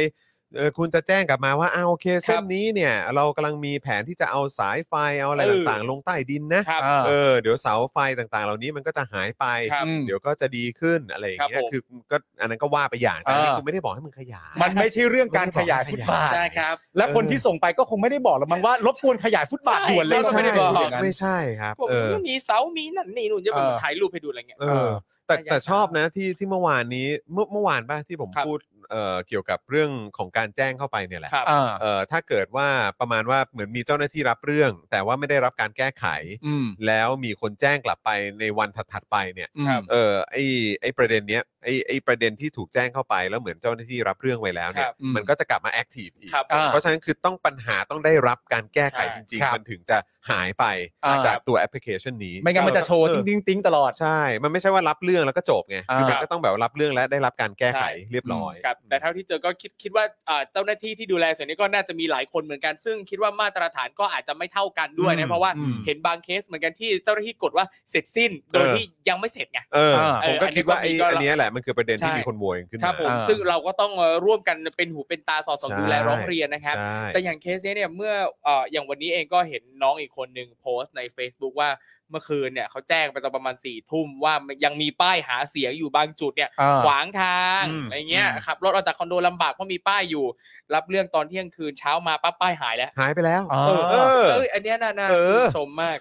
S2: เออคุณจะแจ้งกลับมาว่าอ่าโอเค เส้นนี้เนี่ย เรากำลังมีแผนที่จะเอาสายไฟเอาอะไร
S4: เออ
S2: ต่างๆ ลงใต้ดินนะ
S4: ครับ
S3: อ่า
S2: เออ เดี๋ยวเสาไฟต่างๆ เหล่านี้มันก็จะหายไป
S4: ครับ
S2: เดี๋ยวก็จะดีขึ้นอะไรอย่างเงี้ย
S4: ครับผม
S2: คือก็อันนั้นก็ว่าไปอย่าง แต่อันนี่
S3: เออ
S2: คุณไม่ได้บอกให้มึงขยาย
S3: มันไม่ใช่เรื่องการขยายฟุตบาท
S4: ใช่ครับ
S3: และคน
S2: เออ
S3: ที่ส่งไปก็คงไม่ได้บอกหรอกมั้งว่ารบกวนขยายฟุตบาท
S4: ใช่
S3: ด่วนเลยก็
S4: ก็ไม่
S3: ไม่
S4: ได้
S3: ได้
S4: บบ อ
S3: อก ก
S2: ไม่ใช่ครับ
S4: พวก
S2: เออ
S4: มีเสามีนั่นนี่นู่นจะ
S3: เออ
S4: ถ่ายรูปให้ดูอะไรเงี้ย
S2: เออ แต่
S4: ก็อยาก
S2: แต่ชอบ
S4: จะ
S2: นะที่ที่เมื่อวานนี้เมื่อเมื่อวานป่ะที่ผม
S4: ครับ
S2: พูดเอ่อเกี่ยวกับเรื่องของการแจ้งเข้าไปเนี่ยแหละ
S4: ครับ
S3: อ่า
S2: เอ่อถ้าเกิดว่าประมาณว่าเหมือนมีเจ้าหน้าที่รับเรื่อง แต่ว่าไม่ได้รับการแก้ไข
S3: อืม
S2: แล้วมีคนแจ้งกลับไปในวันถัดๆไปเนี่ย
S4: ครับ
S2: เออไอไอประเด็นเนี้ยไอไอประเด็นที่ถูกแจ้งเข้าไปแล้วเหมือนเจ้าหน้าที่รับเรื่องไว้แล้วเนี่ย
S4: ครับ
S2: มันก็จะกลับมาแอคทีฟอีก
S4: ครับ
S3: อ่า
S2: เพราะฉะนั้นคือต้องปัญหาต้องได้รับการแก้ไข
S4: ใช่
S2: จริง
S3: ครับ
S2: ๆ มันถึงจะหายไป
S3: อ่า
S2: จากตัวแอปพลิเคชันนี้
S3: ไม่งั้นมันจะโชว์
S2: เออ
S3: ติ้งติ้งติ้งตลอด
S2: ใช่ มันไม่ใช่ว่ารับเรื่องแล้วก็จบไงคือมัน
S4: อ่า
S2: ก็ต้องแบบรับเรื่องและได้รับการแก้ไข
S4: ใช่
S2: เรียบร้อย
S4: ครับแต่เท่าที่เจอก็คิดคิดว่าอ่าเจ้าหน้าที่ที่ดูแลส่วนนี้ก็น่าจะมีหลายคนเหมือนกัน ซึ่งคิดว่ามาตรฐานก็อาจจะไม่เท่ากันด้วย
S2: อื
S4: นะ
S2: ม
S4: เพราะว่า
S2: อืม
S4: เห็นบางเคสเหมือนกันที่เจ้าหน้าที่กดว่าเสร็จสิ้นโดย
S2: เออ
S4: ที่ยังไม่เสร็จไง
S2: เออ
S3: อ่า
S2: ผมก็
S4: เอออันนี้
S2: คิดว่าไอ
S4: ก็มีก็
S2: อันเนี้ยแหละมันคือประเด็นที่
S4: ใช่
S2: มีคนโวยกันขึ้น
S4: ค
S2: มา
S4: รับผม
S3: อ่า
S4: ซึ่งเราก็ต้องเอ่อร่วมกันเป็นหูเป็นตาสอดส่อง
S2: ใช่
S4: ดูแลร้องเรียนนะครับ
S2: ใช่
S4: แต่อย่างเคสเนี้ยเนี่ยเมื่อเอ่ออย่างวันนี้เองก็เห็นน้องอีกคนหนึ่งโพสต์ใน Facebook ว่าเมื่อคืนเนี่ยเขาแจ้งไปตอนประมาณ4ี่ทุ่มว่ายังมีป้ายหาเสียงอยู่บางจุดเนี่ย
S3: อ่า
S4: ขวางทาง
S2: อืม
S4: อะไรเงี้ย
S2: อืม
S4: ขับรถออกจากคอนโดลำบากเพราะมีป้ายอยู่ รับเรื่องตอนเที่ยงคืนเช้ามาปั๊บป้ายหายแล้ว
S2: หายไปแล้ว
S3: อ่า
S2: เออ
S4: เอยอันเนี้ยน่าน่า
S2: เออ
S4: ชมมาก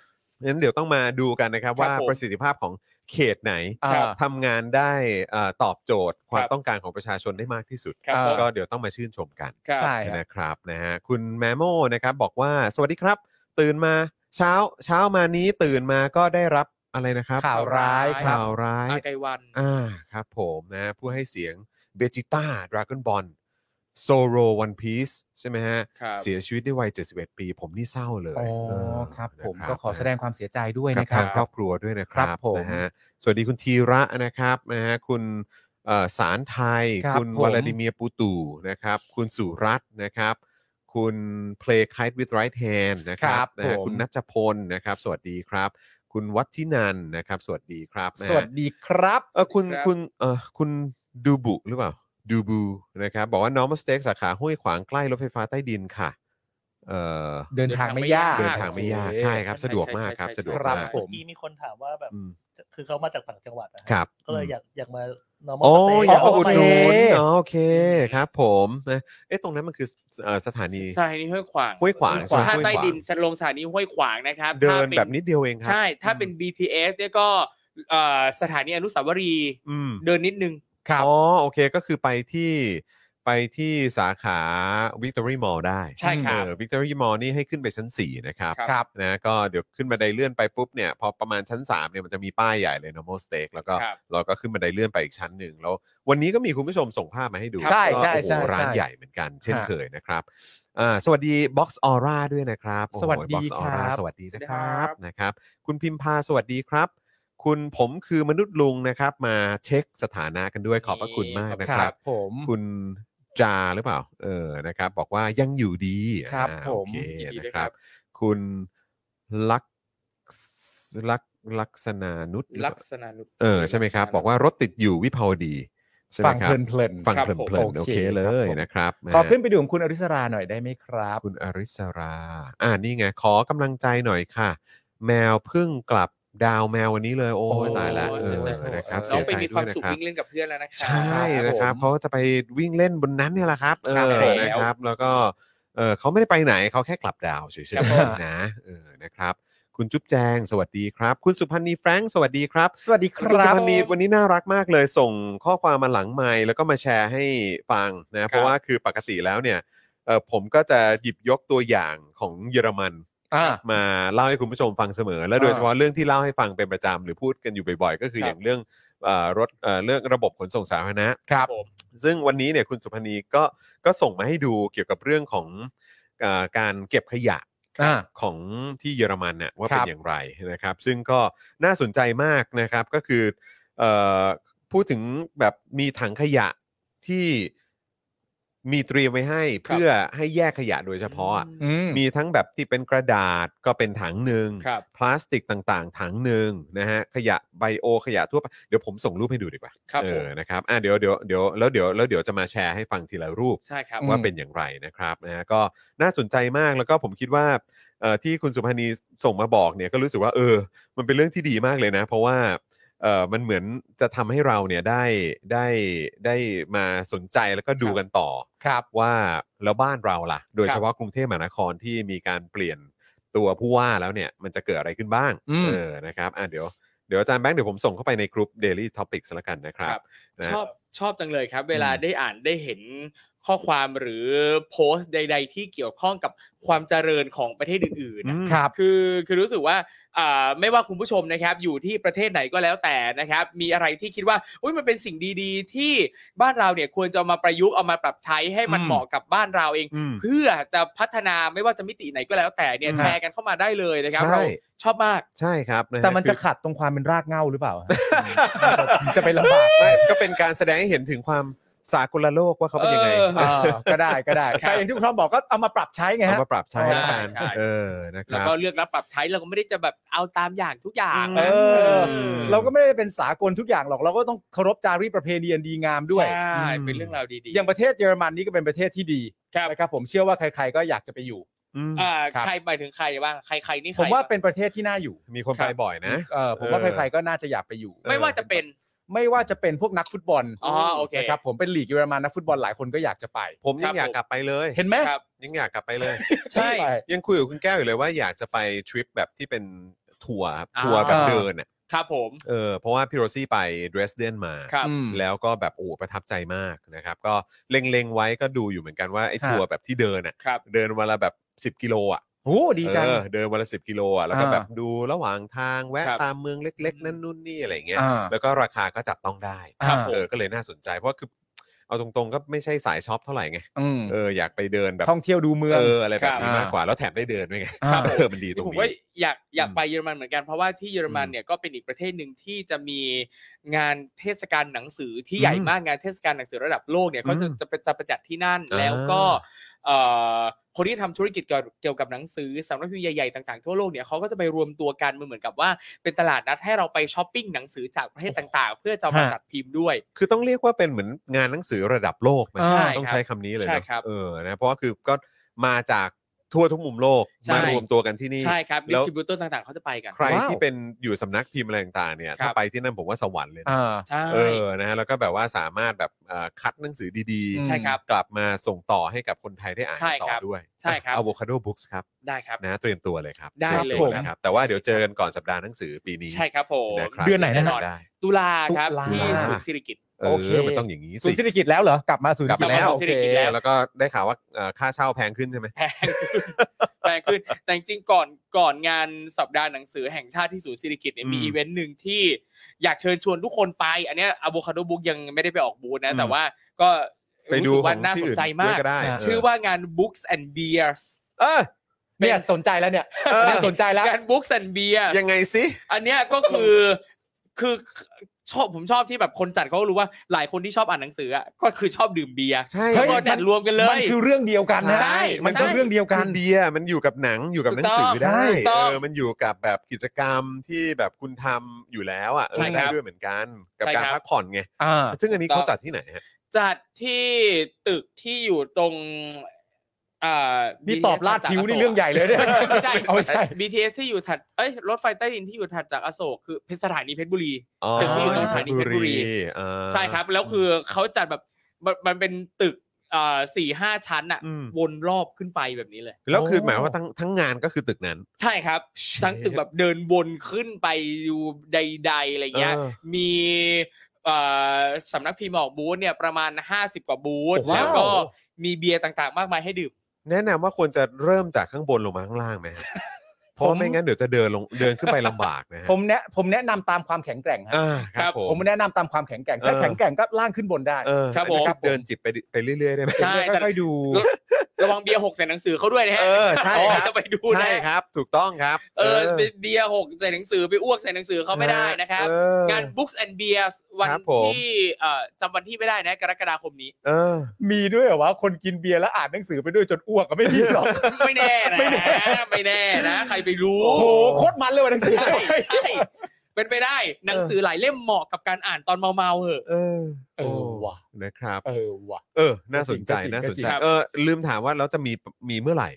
S2: งั้นเดี๋ยวต้องมาดูกันนะครับ
S4: ครับ
S2: ว่า
S4: ผม
S2: ประสิทธิภาพของเขตไหน
S3: อ่า
S2: ทำงานได้เอ่อตอบโจทย์ความ
S4: ครับ
S2: ต้องการของประชาชนได้มากที่สุด
S4: ครับ
S3: อ่า
S4: ผม
S2: ก็เดี๋ยวต้องมาชื่นชมกัน
S4: ครับ
S3: ใช่ครับ
S2: นะครับนะฮะคุณแมโมนะครับบอกว่าสวัสดีครับ ตื่นมาเช้าเช้ามานี้ตื่นมาก็ได้รับอะไรนะครับ
S3: ข่าวร้ายครับ
S2: ข่าวร้าย
S4: อาไกวัน
S2: อ่าครับผมนะผู้ให้เสียงเบจิต้าดราก้อนบอลโซโรวันพีซใช่ไหมฮะ
S4: ครับ
S2: เสียชีวิตด้วยวัย 71 ปี ผมนี่เศร้าเลย
S3: อ๋อ
S2: เออ
S3: ครับ
S2: นะ
S3: ผมก็ขอแสดงความเสียใจด้วย
S2: กับ
S3: นะครั
S2: ทา
S3: บ
S2: งครอบครัวด้วยนะครั
S3: ครับ บผม
S2: นะฮะสวัสดีคุณธีระนะครับนะฮะคุณเอ่อสารไทย
S3: ครับ
S2: คุณ
S3: ผม
S2: วลาดิเมียร์ปูตูนะครับ คุณสุรัตน์นะครับ คุณ Play Kite with Right Hand นะครับ
S3: ครับ
S2: นะฮะ
S3: ผม
S2: คุณนัชพลนะครับ สวัสดีครับ คุณวัชินันท์นะครับ สวัสดีครับนะฮะ
S3: สวัสดีครับ
S2: เออคุณ
S4: ครับ
S2: คุณเออคุณดูบุหรือเปล่าดูบูนะครับ บอกว่า normal steak สาขาห้วยขวางใกล้รถไฟฟ้าใต้ดินค่ะ เออ
S3: เดินทางไม่ยาก
S2: เดินทางไม่ยาก ใช่ครับ สะดวกมากครับ
S4: ใช่ใช่
S2: สะดวก
S3: ครับ
S2: มาก
S3: ผ
S5: เมื่อกี้มีคนถามว่าแบบ
S2: อืม
S5: คือเขามาจากต่างจังหวัดนะฮะ
S2: ครับ
S5: ก็เลยอยากอยากมา normal
S2: โอ้ย
S5: stay
S2: อยากมาอุดห
S3: โเค
S2: นุนอ๋อโอเคครับผมนะเอ๊ะตรงนั้นมันคือเอ่อสถานี
S4: สถานีห้วยขวาง
S2: ห้วยขวางใช่ไหม
S4: ถ้า
S2: ห้วย
S4: ใต้
S2: ขวาง
S4: ดินลงสถานีห้วยขวางนะครับ
S2: เดิน
S4: ถ้าป็
S2: แบบนิดเดียวเองครั
S4: ใช่ ถ้าเป็น BTS เนี่ยก็เอ่อสถานีอนุสาวรีย์
S2: อืม
S4: เดินนิดนึง
S3: ครับ
S2: อ๋อโอเคก็คือไปที่ไปที่สาขา Victory Mall ได้
S4: ใช่ครับ
S2: วิกตอรี่มอลนี่ให้ขึ้นไปชั้น 4 นะครับ
S3: ครับ
S2: นะก็เดี๋ยวขึ้นบันไดเลื่อนไปปุ๊บเนี่ยพอประมาณชั้น3เนี่ยมันจะมีป้ายใหญ่เลย normal steak แล้วก็
S4: ครับ
S2: เราก็ขึ้นบันไดเลื่อนไปอีกชั้นหนึ่งแล้ววันนี้ก็มีคุณผู้ชมส่งภาพมาให้ดู
S3: ใช่
S2: ก็
S3: ใช่
S2: โอ้โห
S3: ใช่
S2: ร้าน
S3: ใช่
S2: ใหญ่เหมือนกัน เช่น
S3: ฮะ
S2: เคยนะครับอ่าสวัสดี Box Aura ด้วยนะครับโอ้โห
S3: สวัสดี
S2: Box Aura
S3: ครับ
S2: สวัสดีนะค
S4: สวัสดี
S2: รั
S4: ครับ บ
S2: นะครับ คุณพิมพาสวัสดีครับ คุณผมคือมนุษย์ลุงนะครับ มาเช็คสถานะกันด้วยขอบพระคุณมากนะ
S3: ค
S2: ค
S3: รั
S2: รับ
S3: บผม
S2: คุณจาหรือเปล่า เออ นะครับ บอกว่ายังอยู่ดี
S3: ครับ
S2: อ่า
S3: ผม
S2: โอเค
S4: ยินดี
S2: นะ
S4: ด้วย
S2: ค
S4: ครั
S2: รับ
S4: บ
S2: คุณลักษลักลักษณานุษย์
S4: ลักษณะนุช
S2: เออ ใช่ไหมครับ บอกว่ารถติดอยู่วิภาวดีใช่ไหม
S3: ฟัง
S2: ครั
S3: เพลินเพลิน
S2: ฟัง
S4: ครับ
S2: เพลิน
S4: ผม
S2: เพลินโอ
S3: โอ
S2: เค
S3: เค
S2: เลย
S3: ครับผม
S2: นะครับนะ
S3: ขอ
S2: ฮะ
S3: ขึ้นไปดูของคุณอริสราหน่อยได้ไหมครับ
S2: คุณอริสรา อ่านี่ไง ขอกำลังใจหน่อยค่ะ แมวเพึ่งกลับดาวแมววันนี้เลย โอ้
S3: โอ้
S2: ยตายละเอ
S4: เสี
S2: อ
S4: ยใจ
S2: นะครับ
S4: น้
S2: เสี
S4: อง
S2: ย
S4: ไป
S2: ใจ
S4: มี
S2: ด้
S4: คววาย ม
S2: นะ
S4: สุข
S2: ครับ
S4: วิ่งเล่นกับเพื่อนแล้วนะครั
S2: ใช่นะครับเขาจะไปวิ่งเล่นบนนั้นเนี่ยแหละครับ เอ
S4: ครับ
S2: อ
S4: ผม
S2: นะครับ แล้วก็เออเขาไม่ได้ไปไหนเขาแค่กลับดาวเฉย
S4: ครับผม
S2: ๆนะเออนะครับ คุณจุ๊บแจงสวัสดีครับ คุณสุพันธ์นีแฟรงค์สวัสดีครับ
S3: สวัสดีค
S2: คุณสุ
S3: รับ
S2: พันธ์นีวันนี้น่ารักมากเลยส่งข้อความมาหลังไมค์แล้วก็มาแชร์ให้ฟังนะเพราะว่าคือปกติแล้วเนี่ยเออผมก็จะหยิบยกตัวอย่างของเยอรมัน
S3: อ่า
S2: มาเล่าให้คุณผู้ชมฟังเสมอ และโดย
S3: อ่า
S2: เฉพาะเรื่องที่เล่าให้ฟังเป็นประจำหรือพูดกันอยู่บ่อยๆ ก็คือ
S3: ครับ
S2: อย่างเรื่องเอ่อรถเอ่อเรื่องระบบขนส่งสาธารณะ
S3: ครับ
S2: ซึ่งวันนี้เนี่ยคุณสุพนีก็ก็ส่งมาให้ดูเกี่ยวกับเรื่องของเออการเก็บขยะ
S3: อ่า
S2: ของที่เยอรมันน่ะว่าเป็
S3: ครั
S2: น
S3: บ
S2: อย่างไรนะครับ ซึ่งก็น่าสนใจมากนะครับก็คือเอ่อพูดถึงแบบมีถังขยะที่มีเตรียมไว้ให้เพื่อให้แยกขยะโดยเฉพาะอะมีทั้งแบบที่เป็นกระดาษก็เป็นถังหนึ่ง
S4: ครับ
S2: พลาสติกต่างๆ ถังหนึ่งนะฮะขยะไบโอขยะทั่วไปเดี๋ยวผมส่งรูปให้ดูดีกว่า
S4: ครับ
S2: เอ
S4: ผม
S2: อนะครับอ่ะเดี๋ยวเดี๋ยวเดี๋ยวแล้วเดี๋ยวแล้วเดี๋ยวจะมาแชร์ให้ฟังทีละรูป
S4: ใช่ครับ
S3: อืม
S2: ว่าเป็นอย่างไรนะครับนะฮะก็น่าสนใจมากแล้วก็ผมคิดว่าเอ่อที่คุณสุพานีส่งมาบอกเนี่ยก็รู้สึกว่าเออ มันเป็นเรื่องที่ดีมากเลยนะ เพราะว่าเออมันเหมือนจะทำให้เราเนี่ยได้ได้ได้มาสนใจแล้วก็ดูกันต่อ
S3: ครับ
S2: ว่าแล้วบ้านเราล่ะ โดย
S4: ครับ
S2: เฉพาะกรุงเทพมหานครที่มีการเปลี่ยนตัวผู้ว่าแล้วเนี่ย มันจะเกิดอะไรขึ้นบ้าง
S3: อืม
S2: เออนะครับอ่ะเดี๋ยวเดี๋ยวอาจารย์แบงค์เดี๋ยวผมส่งเข้าไปในกลุ่ม Daily Topics แล้วกันนะครับ
S4: ครับ
S2: นะ
S4: ชอบชอบจังเลยครับ เวลา
S2: อืม
S4: ได้อ่านได้เห็นข้อความหรือโพสต์ใด ๆ ที่เกี่ยวข้องกับความเจริญของประเทศอื่นๆ
S2: อื
S4: นะ
S2: ม
S3: ครับ
S4: คือคือรู้สึกว่าอ่าไม่ว่าคุณผู้ชมนะครับอยู่ที่ประเทศไหนก็แล้วแต่นะครับ มีอะไรที่คิดว่าอุ้ยมันเป็นสิ่งดีๆ ที่บ้านเราเนี่ยควรจะเอามาประยุกต์เอามาปรับใช้ให้มัน
S3: อืม
S4: เหมาะกับบ้านเราเอง
S2: อืม
S4: เพื่อจะพัฒนาไม่ว่าจะมิติไหนก็แล้วแต่เนี่ย
S2: อืม
S4: แชร์กันเข้ามาได้เลยนะครับ
S2: ใช่
S4: เราชอบมาก
S2: ใช่ครับฮ
S3: แต่มันจะขัดตรงความเป็นรากเหง้าหรือเป ล่าฮะ จะไปลำบากไหม
S2: ไม่ก็เป็นการแสดงให้เห็นถึงความสากลโลกว่าเขาเป็นยังไง
S4: เออ
S3: อ่าก็ได้ก็ได้
S4: ครับ
S3: แต่อย่างที่คุณทอมบอกก็เอามาปรับใช้ไง
S2: เอา
S3: ฮะ
S2: มาปรับใช้
S3: ใช่
S2: แล้วกัน
S4: ใช่
S2: เออนะค
S4: แล้ว
S2: รับ
S4: ก็เลือกรับปรับใช้เราก็ไม่ได้จะแบบเอาตามอย่างทุกอย่าง
S3: เออ
S4: นะเออ
S3: เราก็ไม่ได้เป็นสากลทุกอย่างหรอกเราก็ต้องเคารพจารีตประเพณีอันดีงามด้วย
S4: ใช่เป็นเรื่องราวดีๆ
S3: อย่างประเทศเยอรมันนี่ก็เป็นประเทศที่ดี
S4: ครับ
S3: นะครับผมเชื่อว่าใคร ๆ ก็อยากจะไปอยู่
S2: อืม
S4: อ่า
S3: ครับ
S4: ใครหมายถึงใครบ้างใครๆนี่ใค
S3: ผ
S4: ร
S3: มว่า
S4: บ้ง
S3: เป็นประเทศที่น่าอยู่
S2: มีคนไปบ่อยนะ
S3: เออผมว่า
S2: เออ
S3: ใครๆก็น่าจะอยากไปอยู่
S4: ไม่ว่าจะเป็น
S3: ไม่ว่าจะเป็นพวกนักฟุตบอล
S4: อ๋อโอเค
S3: นะครับผมเป็นลีกเยอรมันนักฟุตบอลหลายคนก็อยากจะไป
S2: ผมยัง
S4: ครับ
S2: อยากกลับไปเลย
S3: เห็นไหม
S4: ครับ
S2: ยังอยากกลับไปเลย
S4: ใช่
S3: ไป
S2: ยังคุยกับคุณแก้วอยู่เลยว่าอยากจะไปทริปแบบที่เป็นทัวร์ครับ
S4: อ่า
S2: ทัวร์แบบเดินอ่ะ
S4: ครับผม
S2: เออเพราะว่าพี่โรซี่ไปเดรสเดนมา
S4: ครับ
S3: อืม
S2: แล้วก็แบบโอ้ประทับใจมากนะครับ ก็เล็งๆไว้ก็ดูอยู่เหมือนกันว่าไอ้
S3: ครับ
S2: ทัวร์แบบที่เดินอ่ะ
S4: ครับ
S2: เดินวันละแบบ 10 กิโลอ่ะ
S3: โอ้ดีจัง
S2: เออเดินวันละสิบกิโลอ่ะแล้วก็
S3: อ่า
S2: แบบดูระหว่างทางแวะ
S4: ครับ
S2: ตามเมืองเล็ก ๆ นั่นนู่นนี่อะไรเงี้ย
S3: อ่า
S2: แล้วก็ราคาก็จับต้องได้
S3: ครับ
S2: เออ
S4: ผม
S2: ก็เลยน่าสนใจเพราะคือเอาตรงๆก็ไม่ใช่สายช็อปเท่าไหร่ไง
S3: อืม
S2: เอออยากไปเดินแบบ
S3: ท่องเที่ยวดูเมือง
S2: เอออะไรแบบนี้
S3: ครับ
S2: มากกว่าแล้วแถมได้เดินด้วยไง
S3: ครับ
S2: เออมันดีตรง
S4: ผม
S2: นี้
S4: ก็อยากอยาก
S2: อืม
S4: ไปเยอรมันเหมือนกันเพราะว่าที่เยอรมัน
S2: อืม
S4: เนี่ยก็เป็นอีกประเทศหนึ่งที่จะมีงานเทศกาลหนังสือที่ใหญ่
S2: อืม
S4: มากงานเทศกาลหนังสือระดับโลกเนี่ยเขาจะ
S2: อืม
S4: จะไปจะประจัดที่นั่น
S2: อ่า
S4: แล้วก็เอ่อคนที่ทำธุรกิจเกี่ยวเกี่ยวกับหนังสือสำนักพิมพ์ใหญ่ๆต่างๆทั่วโลกเนี่ยเขาก็จะไปรวมตัวกันมันเหมือนกับว่าเป็นตลาดนัดให้เราไปช้อปปิ้งหนังสือจากประเทศต่างๆ เพื่อจะเอามา
S3: ฮะ
S4: จัดพิมพ์ด้วย
S2: คือต้องเรียกว่าเป็นเหมือนงานหนังสือระดับโลกไหม
S4: ใช่
S2: ต้อง
S4: ครับ
S2: ใช้คำนี้เลย
S4: ใช่
S2: เนอะ
S4: ครับ
S2: เออนะเพราะว่าคือก็มาจากทั่วทุกมุมโลก
S4: ใช่
S2: มารวมตัวกันที่นี่
S4: ใช่ครับดิ
S2: แล้ว
S4: สติบิวเตอร์ต่างๆเขาจะไปกัน
S2: ใคร
S3: ว้าว
S2: ที่เป็นอยู่สำนักพิมพ์อะไรต่างๆเนี่ย
S4: ค
S2: ถ้า
S4: รับ
S2: ไปที่นั่นผมว่าสวรรค์เลยนะ
S3: อ่า
S4: ใช่
S2: เออ นะฮะ แล้วก็แบบว่าสามารถแบบเอ่อคัดหนังสือดี
S3: อืม
S4: ใช่ครับ
S2: กลับมาส่งต่อให้กับคนไทยได้อ่าน
S4: ใช่
S2: ต่
S4: ครั
S2: อบ ด้วย
S4: ใช่ครับ
S2: อะโวคาโดบุ๊กส์ครับ
S4: ได้ครับ
S2: นะ เตรียมตัวเลยครับ
S4: ได้เลย
S2: ตรีมตัวนะครับ แต่ว่าเดี๋ยวเจอกันก่อนสัปดาห์หนังสือปีนี้
S4: ใช่ครับผม
S2: นะครับ
S3: เดือนไหนนะ
S2: จกัด้
S4: ตุลาครับ
S3: ตุลา
S4: ที่ศูนย์สิริกิต
S2: เอ
S3: โอเค
S2: อ มันต้องอย่างนี้
S3: ศู
S2: สิ
S3: นย์เศรษฐกิจแล้วเหรอกลับมาศูนย์
S2: กลับมาแล้ว
S3: โอ
S4: ศูนย์เศรษ
S3: เค
S4: ฐกิจแล้ว
S2: แล้วก็ได้ข่าวว่าเอ่อค่าเช่าแพงขึ้นใช่ไหม
S4: แพงขึ้น แพงขึ้นแต่จริงๆก่อนก่อนงานสัปดาห์หนังสือแห่งชาติที่ศูนย์สิริกิตเนี่ยมี
S2: อืม
S4: อีเวนต์หนึ่งที่อยากเชิญชวนทุกคนไป อันเนี้ยอ v โ c คาโดบุ๊กยังไม่ได้ไปออกบูธ
S2: อื
S4: นะ
S2: ม
S4: แต่ว่าก็
S2: ไปดู
S4: รู้สึก
S2: ข
S4: ว่า
S2: อง
S4: น่า
S2: ที่
S4: สน
S2: อื่น
S4: ใจมา
S2: ด้วย
S4: ก
S2: ก็ได้เ
S4: ชื่อว่างาน Books and Beers
S2: เออ
S3: เนี่ยสนใจแล้วเนี่ย
S2: เออ
S3: เนี่ยสนใจแล้ว
S4: งาน Books and Beers
S2: ยังไงสิ
S4: อันเนี้ยก็คือ คือชอบผมชอบที่แบบคนจัดเขาก็รู้ว่าหลายคนที่ชอบอ่านหนังสืออะก็คือชอบดื่มเบียร์
S2: ใช่
S3: เฮ้
S4: เขา
S3: ย
S4: ก็จัดรวมกันเล
S3: มัน
S4: ย
S3: คือเรื่องเดียวกันนะ
S4: ใช่
S3: มันคือ
S4: ใช่
S3: เรื่องเดียวกัน
S2: คือเบียร์มันอยู่กับหนังอยู่กับหนังสือ
S4: ถูกต้อง
S2: ได้
S4: ถูกต้อง
S2: เออมันอยู่กับแบบกิจกรรมที่แบบคุณทำอยู่แล้วอ่ะเออ
S4: ใช่ครับ
S2: ได้ด้วยเหมือนกันกับ
S4: ใช่
S2: การ
S4: ครับ
S2: พักผ่อนไง
S3: อ่า
S2: ซึ่งอันนี้
S4: ถูก
S2: เขา
S4: ต้อง
S2: จัดที่ไหนฮะ
S4: จัดที่ตึกที่อยู่ตรงอ่า
S3: นี่
S4: BTS
S3: ตอบลาด
S4: จก
S3: ผิวนี่
S4: โศก
S3: เรื่องใหญ่เลยเนี่ย
S4: ไม่ใช่
S3: เอาไม่ใช่
S4: BTS ที่อยู่ถัดเอ้ยรถไฟใต้ดินที่อยู่ถัดจากอโศกคือเพชรสถานีเพชรบุรี
S2: อ๋อ
S4: ตึกที่อยู่ตรงสถานีเพชรบุรี
S2: อ่า
S4: ใช่ครับ แล้วคือเขาจัดแบบมันมันเป็นตึกอ่าสี่ห้าชั้นอะ
S2: อืม
S4: วนรอบขึ้นไปแบบนี้เลย
S2: แล้วคือ
S3: โอ้
S2: หมายว่าทั้งทั้งงานก็คือตึกนั้น
S4: ใช่ครับ
S2: Shit
S4: ทั้งตึกแบบเดินวนขึ้นไปดูใด ๆ อะไรเงี้ย
S2: เออ
S4: มีเอ่อสำนักพิมพ์ออกบูธเนี่ยประมาณ 50 กว่าบูธ
S2: โอ้โห
S4: แล้วก็มีเบียร์ต่างๆ มากมายให้ดื่ม
S2: แนะนำว่าควรจะเริ่มจากข้างบนลงมาข้างล่างไหมฮะ เพราะ
S3: ผม
S2: ไม่งั้นเดี๋ยวจะเดินลงเดินขึ้นไปลำบากนะฮะ
S3: ผมแนะผมแนะนำตามความแข็งแกร่งฮะ
S2: อ่าครับผ
S3: ผม มแนะนำตามความแข็งแกร่งถ้า
S2: เออ
S3: แข็งแกร่งก็ล่างขึ้นบนได้
S2: เออ
S4: ครับผม
S2: อันนี้เดินจิบไปดิไปเรื่อยๆได้ไหม
S4: ใช่แต่
S3: ค่อยๆดู
S4: ระวังเบียร์หกใส่หนังสือเขาด้วยนะฮะ
S2: เออใช่ครับ
S4: จะไปดู
S2: ใช่
S4: นะ
S2: ครับ ถูกต้องครับ
S4: เออเบียร์หกใส่หนังสือไปอ้วกใส่หนังสือเขาไม่ได้นะครับ
S2: เออ
S4: งาน Books and Beers วัน
S2: ครับผม
S4: ที่เอ่อจำวันที่ไม่ได้นะกรกฎาคมนี้
S2: เออ
S3: มีด้วยเหรอวะคนกินเบียร์แล้วอ่านหนังสือไปด้วยจนอ้วกก็ไม่มีหรอก
S4: ไม่แน่นะ
S3: ไม่แน่
S4: ไม่แน่นะ ใครไปรู้
S3: โอ้โหโคตรมันเลยว่ะหนังสือ
S4: ใช่ใช่เป็นไปได้หนังสือหลายเล่มเหมาะกับการอ่านตอนเมาๆเหอะ
S2: เออ
S3: เออว่ะ
S2: นะครับ
S3: เออว่ะ
S2: เออ น่าสนใจ
S3: ก็จริง
S2: น่าสน
S3: ก็จริ
S2: ใจ
S3: ง
S2: เออลืมถามว่าแล้วจะมีมีเมื่อไหร่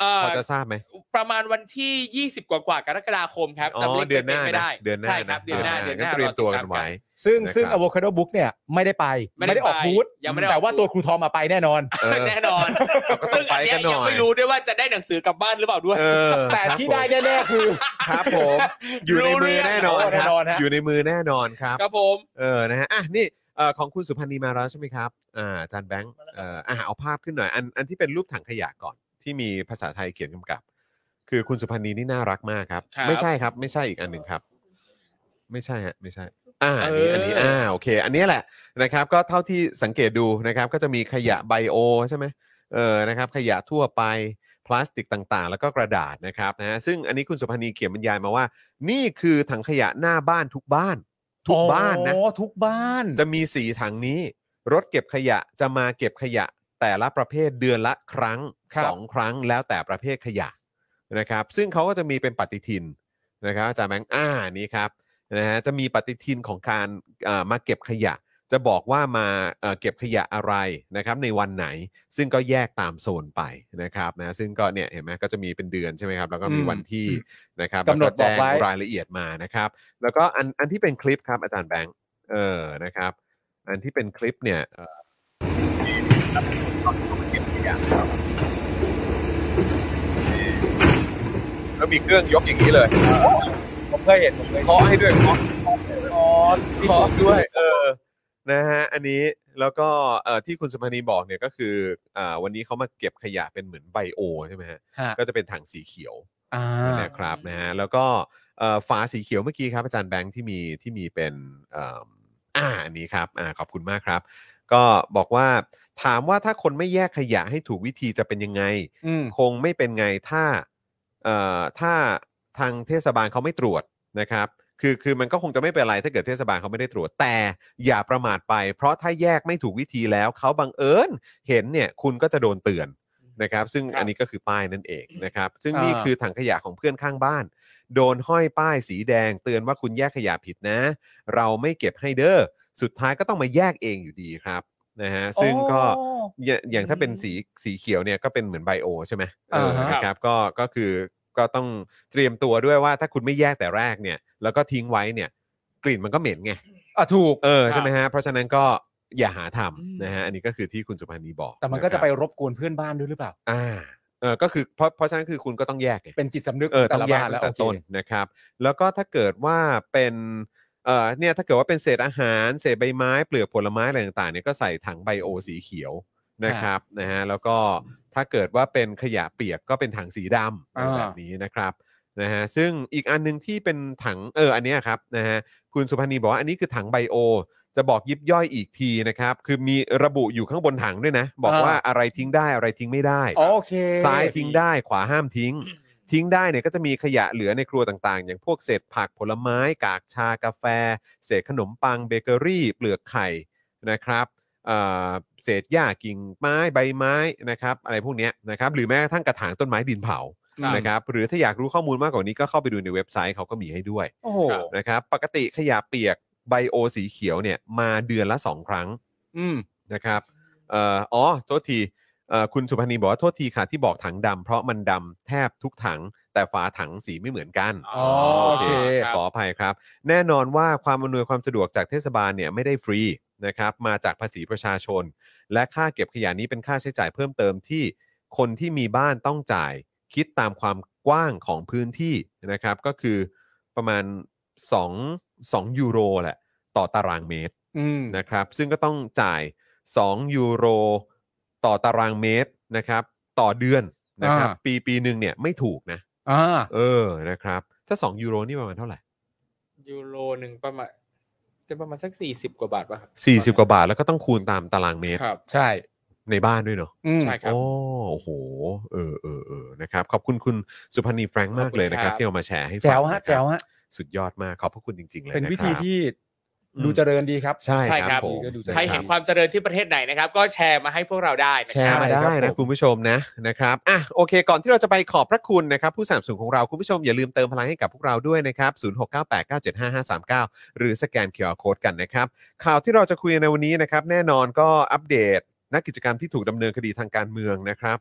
S4: เอ่อ
S2: พอจะทราบไหม
S4: ประมาณวันที่ 20 กว่ากว่ากรกฎาคมครับ
S2: อ๋อ
S4: จำลข
S2: เดือนหน้า
S4: ไม่
S2: นะ
S4: ได้
S2: เดือนหน้า
S4: ใช่ครับ
S2: นะ
S4: เดือนหน้า
S2: อ่า
S4: เดือนหน้า
S2: งั้นเตรียมตัวกัน
S4: อติดตาม
S2: ไว้
S3: ซึ่งซึ่ง
S2: นะครับ
S3: avocado book เนี่ยไม่ได้ไป
S4: ไม่ได้
S3: ออก
S4: ไป
S3: บูธ
S4: ยังไม่ได้ออก
S3: แต่ว่า
S4: บูธ
S3: ตัวครูทอมมาไปแน่นอน
S2: เออ
S4: แน่นอน
S2: ก็ต้อ
S4: ซึ่
S2: ง
S4: ง
S2: ไป
S4: อันเนี้
S2: กั
S4: ย
S2: นหน่
S4: ยัง
S2: อย
S4: ไม่รู้ด้วยว่าจะได้หนังสือกลับบ้านหรือเปล่าด้วย
S2: เออ
S3: แต่
S2: ครับ
S3: ที่
S2: ผม
S3: ได้แน่ๆคือ
S2: ครับผมอยู่ในมือแน่นอน
S3: รู้เรื่อง
S2: ครั
S3: แน่
S2: บ
S3: นอนฮะ
S2: อยู่ในมือแน่นอนครับ
S4: ครับผม
S2: เออ นะฮะ อ่ะ นี่เอ่อของคุณสุพันธ์นีมาแล้วใช่ไหมครับ อ่าอาจารย์แบงค์ เอ่ออ่ะเอาภาพขึ้นหน่อย อัน อันที่เป็นรูปถังขยะก่อน ที่มีภาษาไทยเขียนกำกับ คือคุณสุพันธ์นีนี่น่ารักมากครับ
S4: ครับ
S2: ไม่ใช่ครับ ไม่ใช่อีกอันหนึ่งครับ ไม่ใช่ฮะ ไม่ใช่ อ่า อันนี้ อันนี้ อ่า โอเค อันนี้แหละ นะครับ ก็เท่าที่สังเกตดูนะครับ ก็จะมีขยะไบโอใช่ไหม เออ นะครับ ขยะทั่วไป พลาสติกต่างๆ แล้วก็กระดาษนะครับ นะฮะ ซึ่งอันนี้คุณสุพันธ์นีเขียนบรรยายมาว่า นี่คือถังขยะหน้าบ้านทุกบ้าน ทุกบ้านนะ
S3: อ๋อทุกบ้าน
S2: จะมีสีถังนี้ รถเก็บขยะจะมาเก็บขยะ แต่ละประเภทเดือนละครั้ง
S3: ครับ
S2: สองครั้งแล้วแต่ประเภทขยะนะครับ ซึ่งเขาก็จะมีเป็นปฏิทินนะครับอาจารย์แบงค์อ่านี่ครับนะฮะจะมีปฏิทินของการเอ่อมาเก็บขยะ จะบอกว่ามาเอ่อเก็บขยะอะไรนะครับในวันไหน ซึ่งก็แยกตามโซนไปนะครับนะซึ่งก็เนี่ยเห็นไหมก็จะมีเป็นเดือนใช่ไหมครับแล้วก็มีวันที่นะครับ
S3: กำหนด
S2: แล้
S3: บอก
S2: แจ้ง
S3: ไว้
S2: รายละเอียดมานะครับ แล้วก็อันอันที่เป็นคลิปครับอาจารย์แบงค์เออนะครับ อันที่เป็นคลิปเนี่ยเอ่อแล้วมีเครื่องยกอย่างนี้เลย
S3: ผมเคยเห็นผมเคย
S2: เคาะให้ด้วยเคาะ
S3: อ๋อ
S2: เคาะด้วย เออนะฮะอันนี้แล้วก็เอ่อที่คุณสุพนีบอกเนี่ยก็คืออ่าวันนี้เขามาเก็บขยะเป็นเหมือนไบโอใช่ไหมฮะ
S3: ฮะ
S2: ก็จะเป็นถังสีเขียว
S3: อ่า
S2: นะครับนะฮะแล้วก็เอ่อฝาสีเขียวเมื่อกี้ครับอาจารย์แบงค์ที่มีที่มีเป็นเอิ่มอ่าอันนี้ครับอ่าขอบคุณมากครับ ก็บอกว่าถามว่าถ้าคนไม่แยกขยะให้ถูกวิธีจะเป็นยังไง
S3: อืม
S2: คงไม่เป็นไงถ้าเอ่อถ้าทางเทศบาลเขาไม่ตรวจนะครับคือคือมันก็คงจะไม่เป็นไรถ้าเกิดเทศบาลเขาไม่ได้ตรวจ แต่อย่าประมาทไป เพราะถ้าแยกไม่ถูกวิธีแล้วเขาบังเอิญเห็นเนี่ยคุณก็จะโดนเตือนนะครับ ซึ่ง
S4: ครับ
S2: อันนี้ก็คือป้ายนั่นเองนะครับ ซึ่ง
S3: อ่านี่
S2: นี่คือถังขยะของเพื่อนข้างบ้าน โดนห้อยป้ายสีแดง เตือนว่าคุณแยกขยะผิดนะ เราไม่เก็บให้เด้อสุดท้ายก็ต้องมาแยกเองอยู่ดีครับนะฮะซึ่งก็
S3: อ๋อ
S2: อย่าอย่างถ้าเป็น
S3: อืม
S2: สีสีเขียวเนี่ยก็เป็นเหมือนไบโอใช่ไหมเออ
S3: อ่าฮะ
S2: นะครับก็ก็คือก็ต้องเตรียมตัวด้วยว่าถ้าคุณไม่แยกแต่แรกเนี่ย แล้วก็ทิ้งไว้เนี่ย กลิ่นมันก็เหม็นไง
S3: อ่ะถูก
S2: เออ
S4: ครับ
S2: ใช่ไหมฮะเพราะฉะนั้นก็อย่าหาท
S4: อืม
S2: ำนะฮะอันนี้ก็คือที่คุณสุพันธ์นีบอก
S3: แต่มันก็จะไป
S2: ครับ
S3: รบกวนเพื่อนบ้านด้วยหรือเปล่า
S2: อ่าเออก็คือเพราะเพราะฉะนั้นคือคุณก็ต้องแยกไง
S3: เป็นจิตสำนึก
S2: เออ
S3: แต่
S2: ต้อง
S3: ละ
S2: แยก
S3: บ้านแล้
S2: ตั้
S3: ว
S2: งแต่
S3: โอเค
S2: ต้นนะครับ แล้วก็ถ้าเกิดว่าเป็นเอ่อเนี่ยถ้าเกิดว่าเป็นเศษอาหาร เศษใบไม้เปลือกผลไม้อะไรต่างๆเนี่ยก็ใส่ถังไบโอสีเขียวนะครับนะฮะแล้วก็ถ้าเกิดว่าเป็นขยะเปียกก็เป็นถังสีดำอะไร
S3: อ่า
S2: แบบนี้นะครับนะฮะซึ่งอีกอันหนึงที่เป็นถังเอออันเนี้ยครับนะฮะคุณสุพนีบอกว่าอันนี้คือถังไบโอ จะบอกยิบย่อยอีกทีนะครับคือมีระบุอยู่ข้างบนถังด้วยนะ บอกว่าอะไรทิ้งได้อะไรทิ้งไม่ได้
S3: อ๋อโอเค
S2: ซ้ายทิ้งได้ขวาห้ามทิ้ง ทิ้งได้เนี่ยก็จะมีขยะเหลือในครัวต่างๆ อย่างพวกเศษผักผลไม้ กากชากาแฟ เศษขนมปังเบเกอรี่ เปลือกไข่นะครับเอ่อเศษหญ้ากิ่งไม้ใบไม้นะครับอะไรพวกเนี้ยนะครับหรือแม้กระทั่งกระถางต้นไม้ดินเผา
S4: ครับ
S2: นะครับหรือถ้าอยากรู้ข้อมูลมากกว่านี้ก็เข้าไปดูในเว็บไซต์เขาก็มีให้ด้วย
S3: โอ้โห
S2: นะครับปกติขยะเปียกไบโอสีเขียวเนี่ยมาเดือนละสองครั้ง
S3: อืม
S2: นะครับเอ่ออ๋อ โทษทีเอ่อคุณสุพนีบอกว่าโทษทีค่ะที่บอกถังดำเพราะมันดำแทบทุกถัง แต่ฝาถังสีไม่เหมือนกัน
S3: อ๋อโอเค
S4: ครับ
S2: ขออภัยครับ แน่นอนว่าความอำนวยความสะดวกจากเทศบาลเนี่ยไม่ได้ฟรีนะครับ มาจากภาษีประชาชน และค่าเก็บขยะนี้เป็นค่าใช้จ่ายเพิ่มเติมที่คนที่มีบ้านต้องจ่าย คิดตามความกว้างของพื้นที่นะครับ ก็คือประมาณ 2 2ยูโรแหละต่อตารางเมตร
S3: อืม
S2: นะครับซึ่งก็ต้องจ่าย 2 ยูโร ต่อตารางเมตรนะครับ ต่อเดือนนะครับ
S3: อ่า
S2: ปีปีหนึ่งเนี่ยไม่ถูกนะ
S3: อ่า
S2: เออนะครับ ถ้า 2 ยูโรนี่ประมาณเท่าไหร่
S4: ยูโรหนึ่งประมาณจะประมาณสักสี่สิบกว่าบาทป่ะครับ
S2: 40 กว่าบาทแล้วก็ต้องคูณตามตารางเมตร
S4: ครับ
S3: ใช่
S2: ในบ้านด้วยเนาะ
S3: อืม
S4: ใช่ครับ
S2: โอ้โอ้โหเออเออเออนะครับ ขอบคุณคุณสุพันธ์นีแฟรงค์มากเลยนะครับ
S4: ขอบคุณครับ
S2: ที่เอามาแชร์ให้ฟัง
S3: แจ๋ว
S2: นะครั
S3: ฮะ
S2: บ
S3: แจ๋วฮะ
S2: สุดยอดมากขอบพระคุณจริง ๆ เลย
S3: เป็น
S2: นะครับ
S3: วิธีที่ดูเจริญดีครับ
S2: ใช่
S4: ใช่
S2: ค
S4: ครั
S2: รับบ ผม
S3: ดูจริง
S4: ใครเห็นความเจริญที่ประเทศไหนนะครับ ก็แชร์มาให้พวกเราได้นะ
S2: แช
S4: ค
S2: ร์
S4: บ
S2: มา
S3: ใช่
S2: ได้
S3: ครั
S2: นะ
S3: บผม
S2: คุณผู้ชมนะนะครับอ่ะโอเค ก่อนที่เราจะไปขอบพระคุณนะครับผู้สนับสนุนของเราคุณผู้ชมอย่าลืมเติมพลังให้กับพวกเราด้วยนะครับ0698975539 หรือสแกน QR Code กันนะครับ ข่าวที่เราจะคุยในวันนี้นะครับ แน่นอนก็อัปเดตนักกิจกรรมที่ถูกดำเนินคดีทางการเมืองนะครับ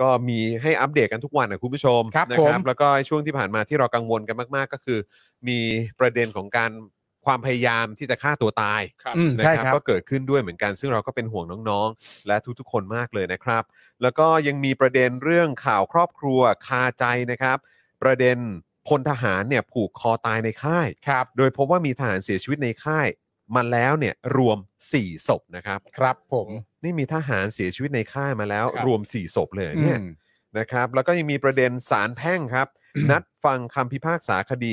S2: ก็มีให้อัปเดตกันทุกวันนะคุณผู้ชม
S3: ครับ
S2: นะ
S3: ผม
S2: แล้วก็ช่วงที่ผ่านมาที่เรากังวลกันมาก ๆ ก็คือ มีประเด็นของการความพยายามที่จะฆ่าตัวตาย
S3: อืม
S2: นะ
S3: ใช่
S2: ค
S3: ค
S2: รับ
S3: รั
S2: บ ก็เกิดขึ้นด้วยเหมือนกัน ซึ่งเราก็เป็นห่วงน้องๆ และทุกๆคนมากเลยนะครับ แล้วก็ยังมีประเด็นเรื่องข่าวครอบครัวคาใจนะครับ ประเด็นพลทหารเนี่ยผูกคอตายในค่าย
S3: ครับ
S2: โดยพบว่ามีทหารเสียชีวิตในค่ายมาแล้วเนี่ยรวม 4 ศพนะครับ
S3: ครับผม
S2: นี่มีทหารเสียชีวิตในค่ายมาแล้ว
S4: ครับ
S2: รวม 4 ศพเลยเหรอเนี่ย นะครับแล้วก็ยังมีประเด็นสารแพ่งครับ นัดฟังคำพิพากษาคดี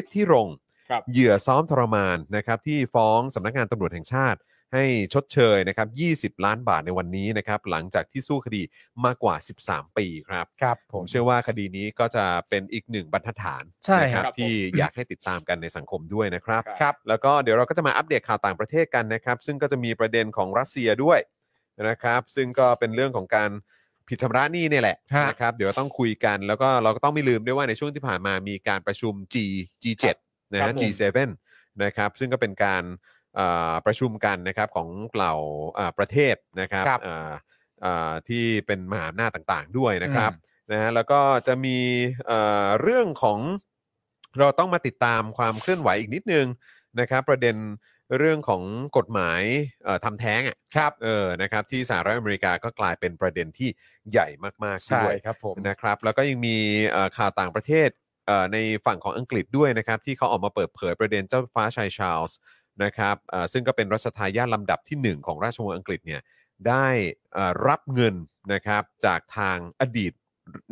S2: ฤทธิรงค์
S4: ครับ
S2: เหยื่อซ้อมทรมานนะครับที่ฟ้องสำนักงานตำรวจแห่งชาติ ให้ชดเชยนะครับ 20 ล้านบาทในวันนี้นะครับหลังจากที่สู้คดีมากกว่า 13 ปีครับ
S3: ครับผ
S2: ผม มเชื่อว่าคดีนี้ก็จะเป็นอีกหนึ่งบรรทัดฐาน
S3: ใช่
S2: นะครับ ที่อยากให้ติดตามกันในสังคมด้วยนะครับ
S3: ครับ
S2: แล้วก็เดี๋ยวเราก็จะมาอัปเดตข่าวต่างประเทศกันนะครับ ซึ่งก็จะมีประเด็นของรัสเซียด้วยนะครับ ซึ่งก็เป็นเรื่องของการผิดชำระหนี้เนี่ยแหละ
S3: ฮะ
S2: นะครับ เดี๋ยวต้องคุยกันแล้วก็เราก็ต้องไม่ลืมด้วยว่าในช่วงที่ผ่านมามีการประชุม G G7 นะ
S4: ครั
S2: ฮะ
S4: บผม
S2: G7 นะครับซึ่งก็เป็นการเอ่อประชุมกันนะครับของเหล่าเอ่อประเทศนะครับ
S3: ครับ
S2: เอ่อเอ่อที่เป็นมหาอำนาจต่างๆด้วยนะครับ นะฮะแล้วก็จะมีเอ่อเรื่องของเราต้องมาติดตามความเคลื่อนไหวอีกนิดนึงนะครับประเด็นเรื่องของกฎหมายเอ่อทำแท้งอ่ะ
S3: ครับ
S2: เออนะครับที่สหรัฐอเมริกาก็กลายเป็นประเด็นที่ใหญ่มากๆ
S3: ใช่
S2: ด้วย
S3: ครับผม
S2: นะครับแล้วก็ยังมีเอ่อข่าวต่างประเทศเอ่อในฝั่งของอังกฤษด้วยนะครับที่เขาออกมาเปิดเผยประเด็นเจ้าฟ้าชายชาร์ลส์นะครับเอ่อซึ่งก็เป็นรัชทายาทลำดับทีหนึ่งของราชวงศ์อังกฤษเนี่ย ได้เอ่อรับเงินนะครับจากทางอดีต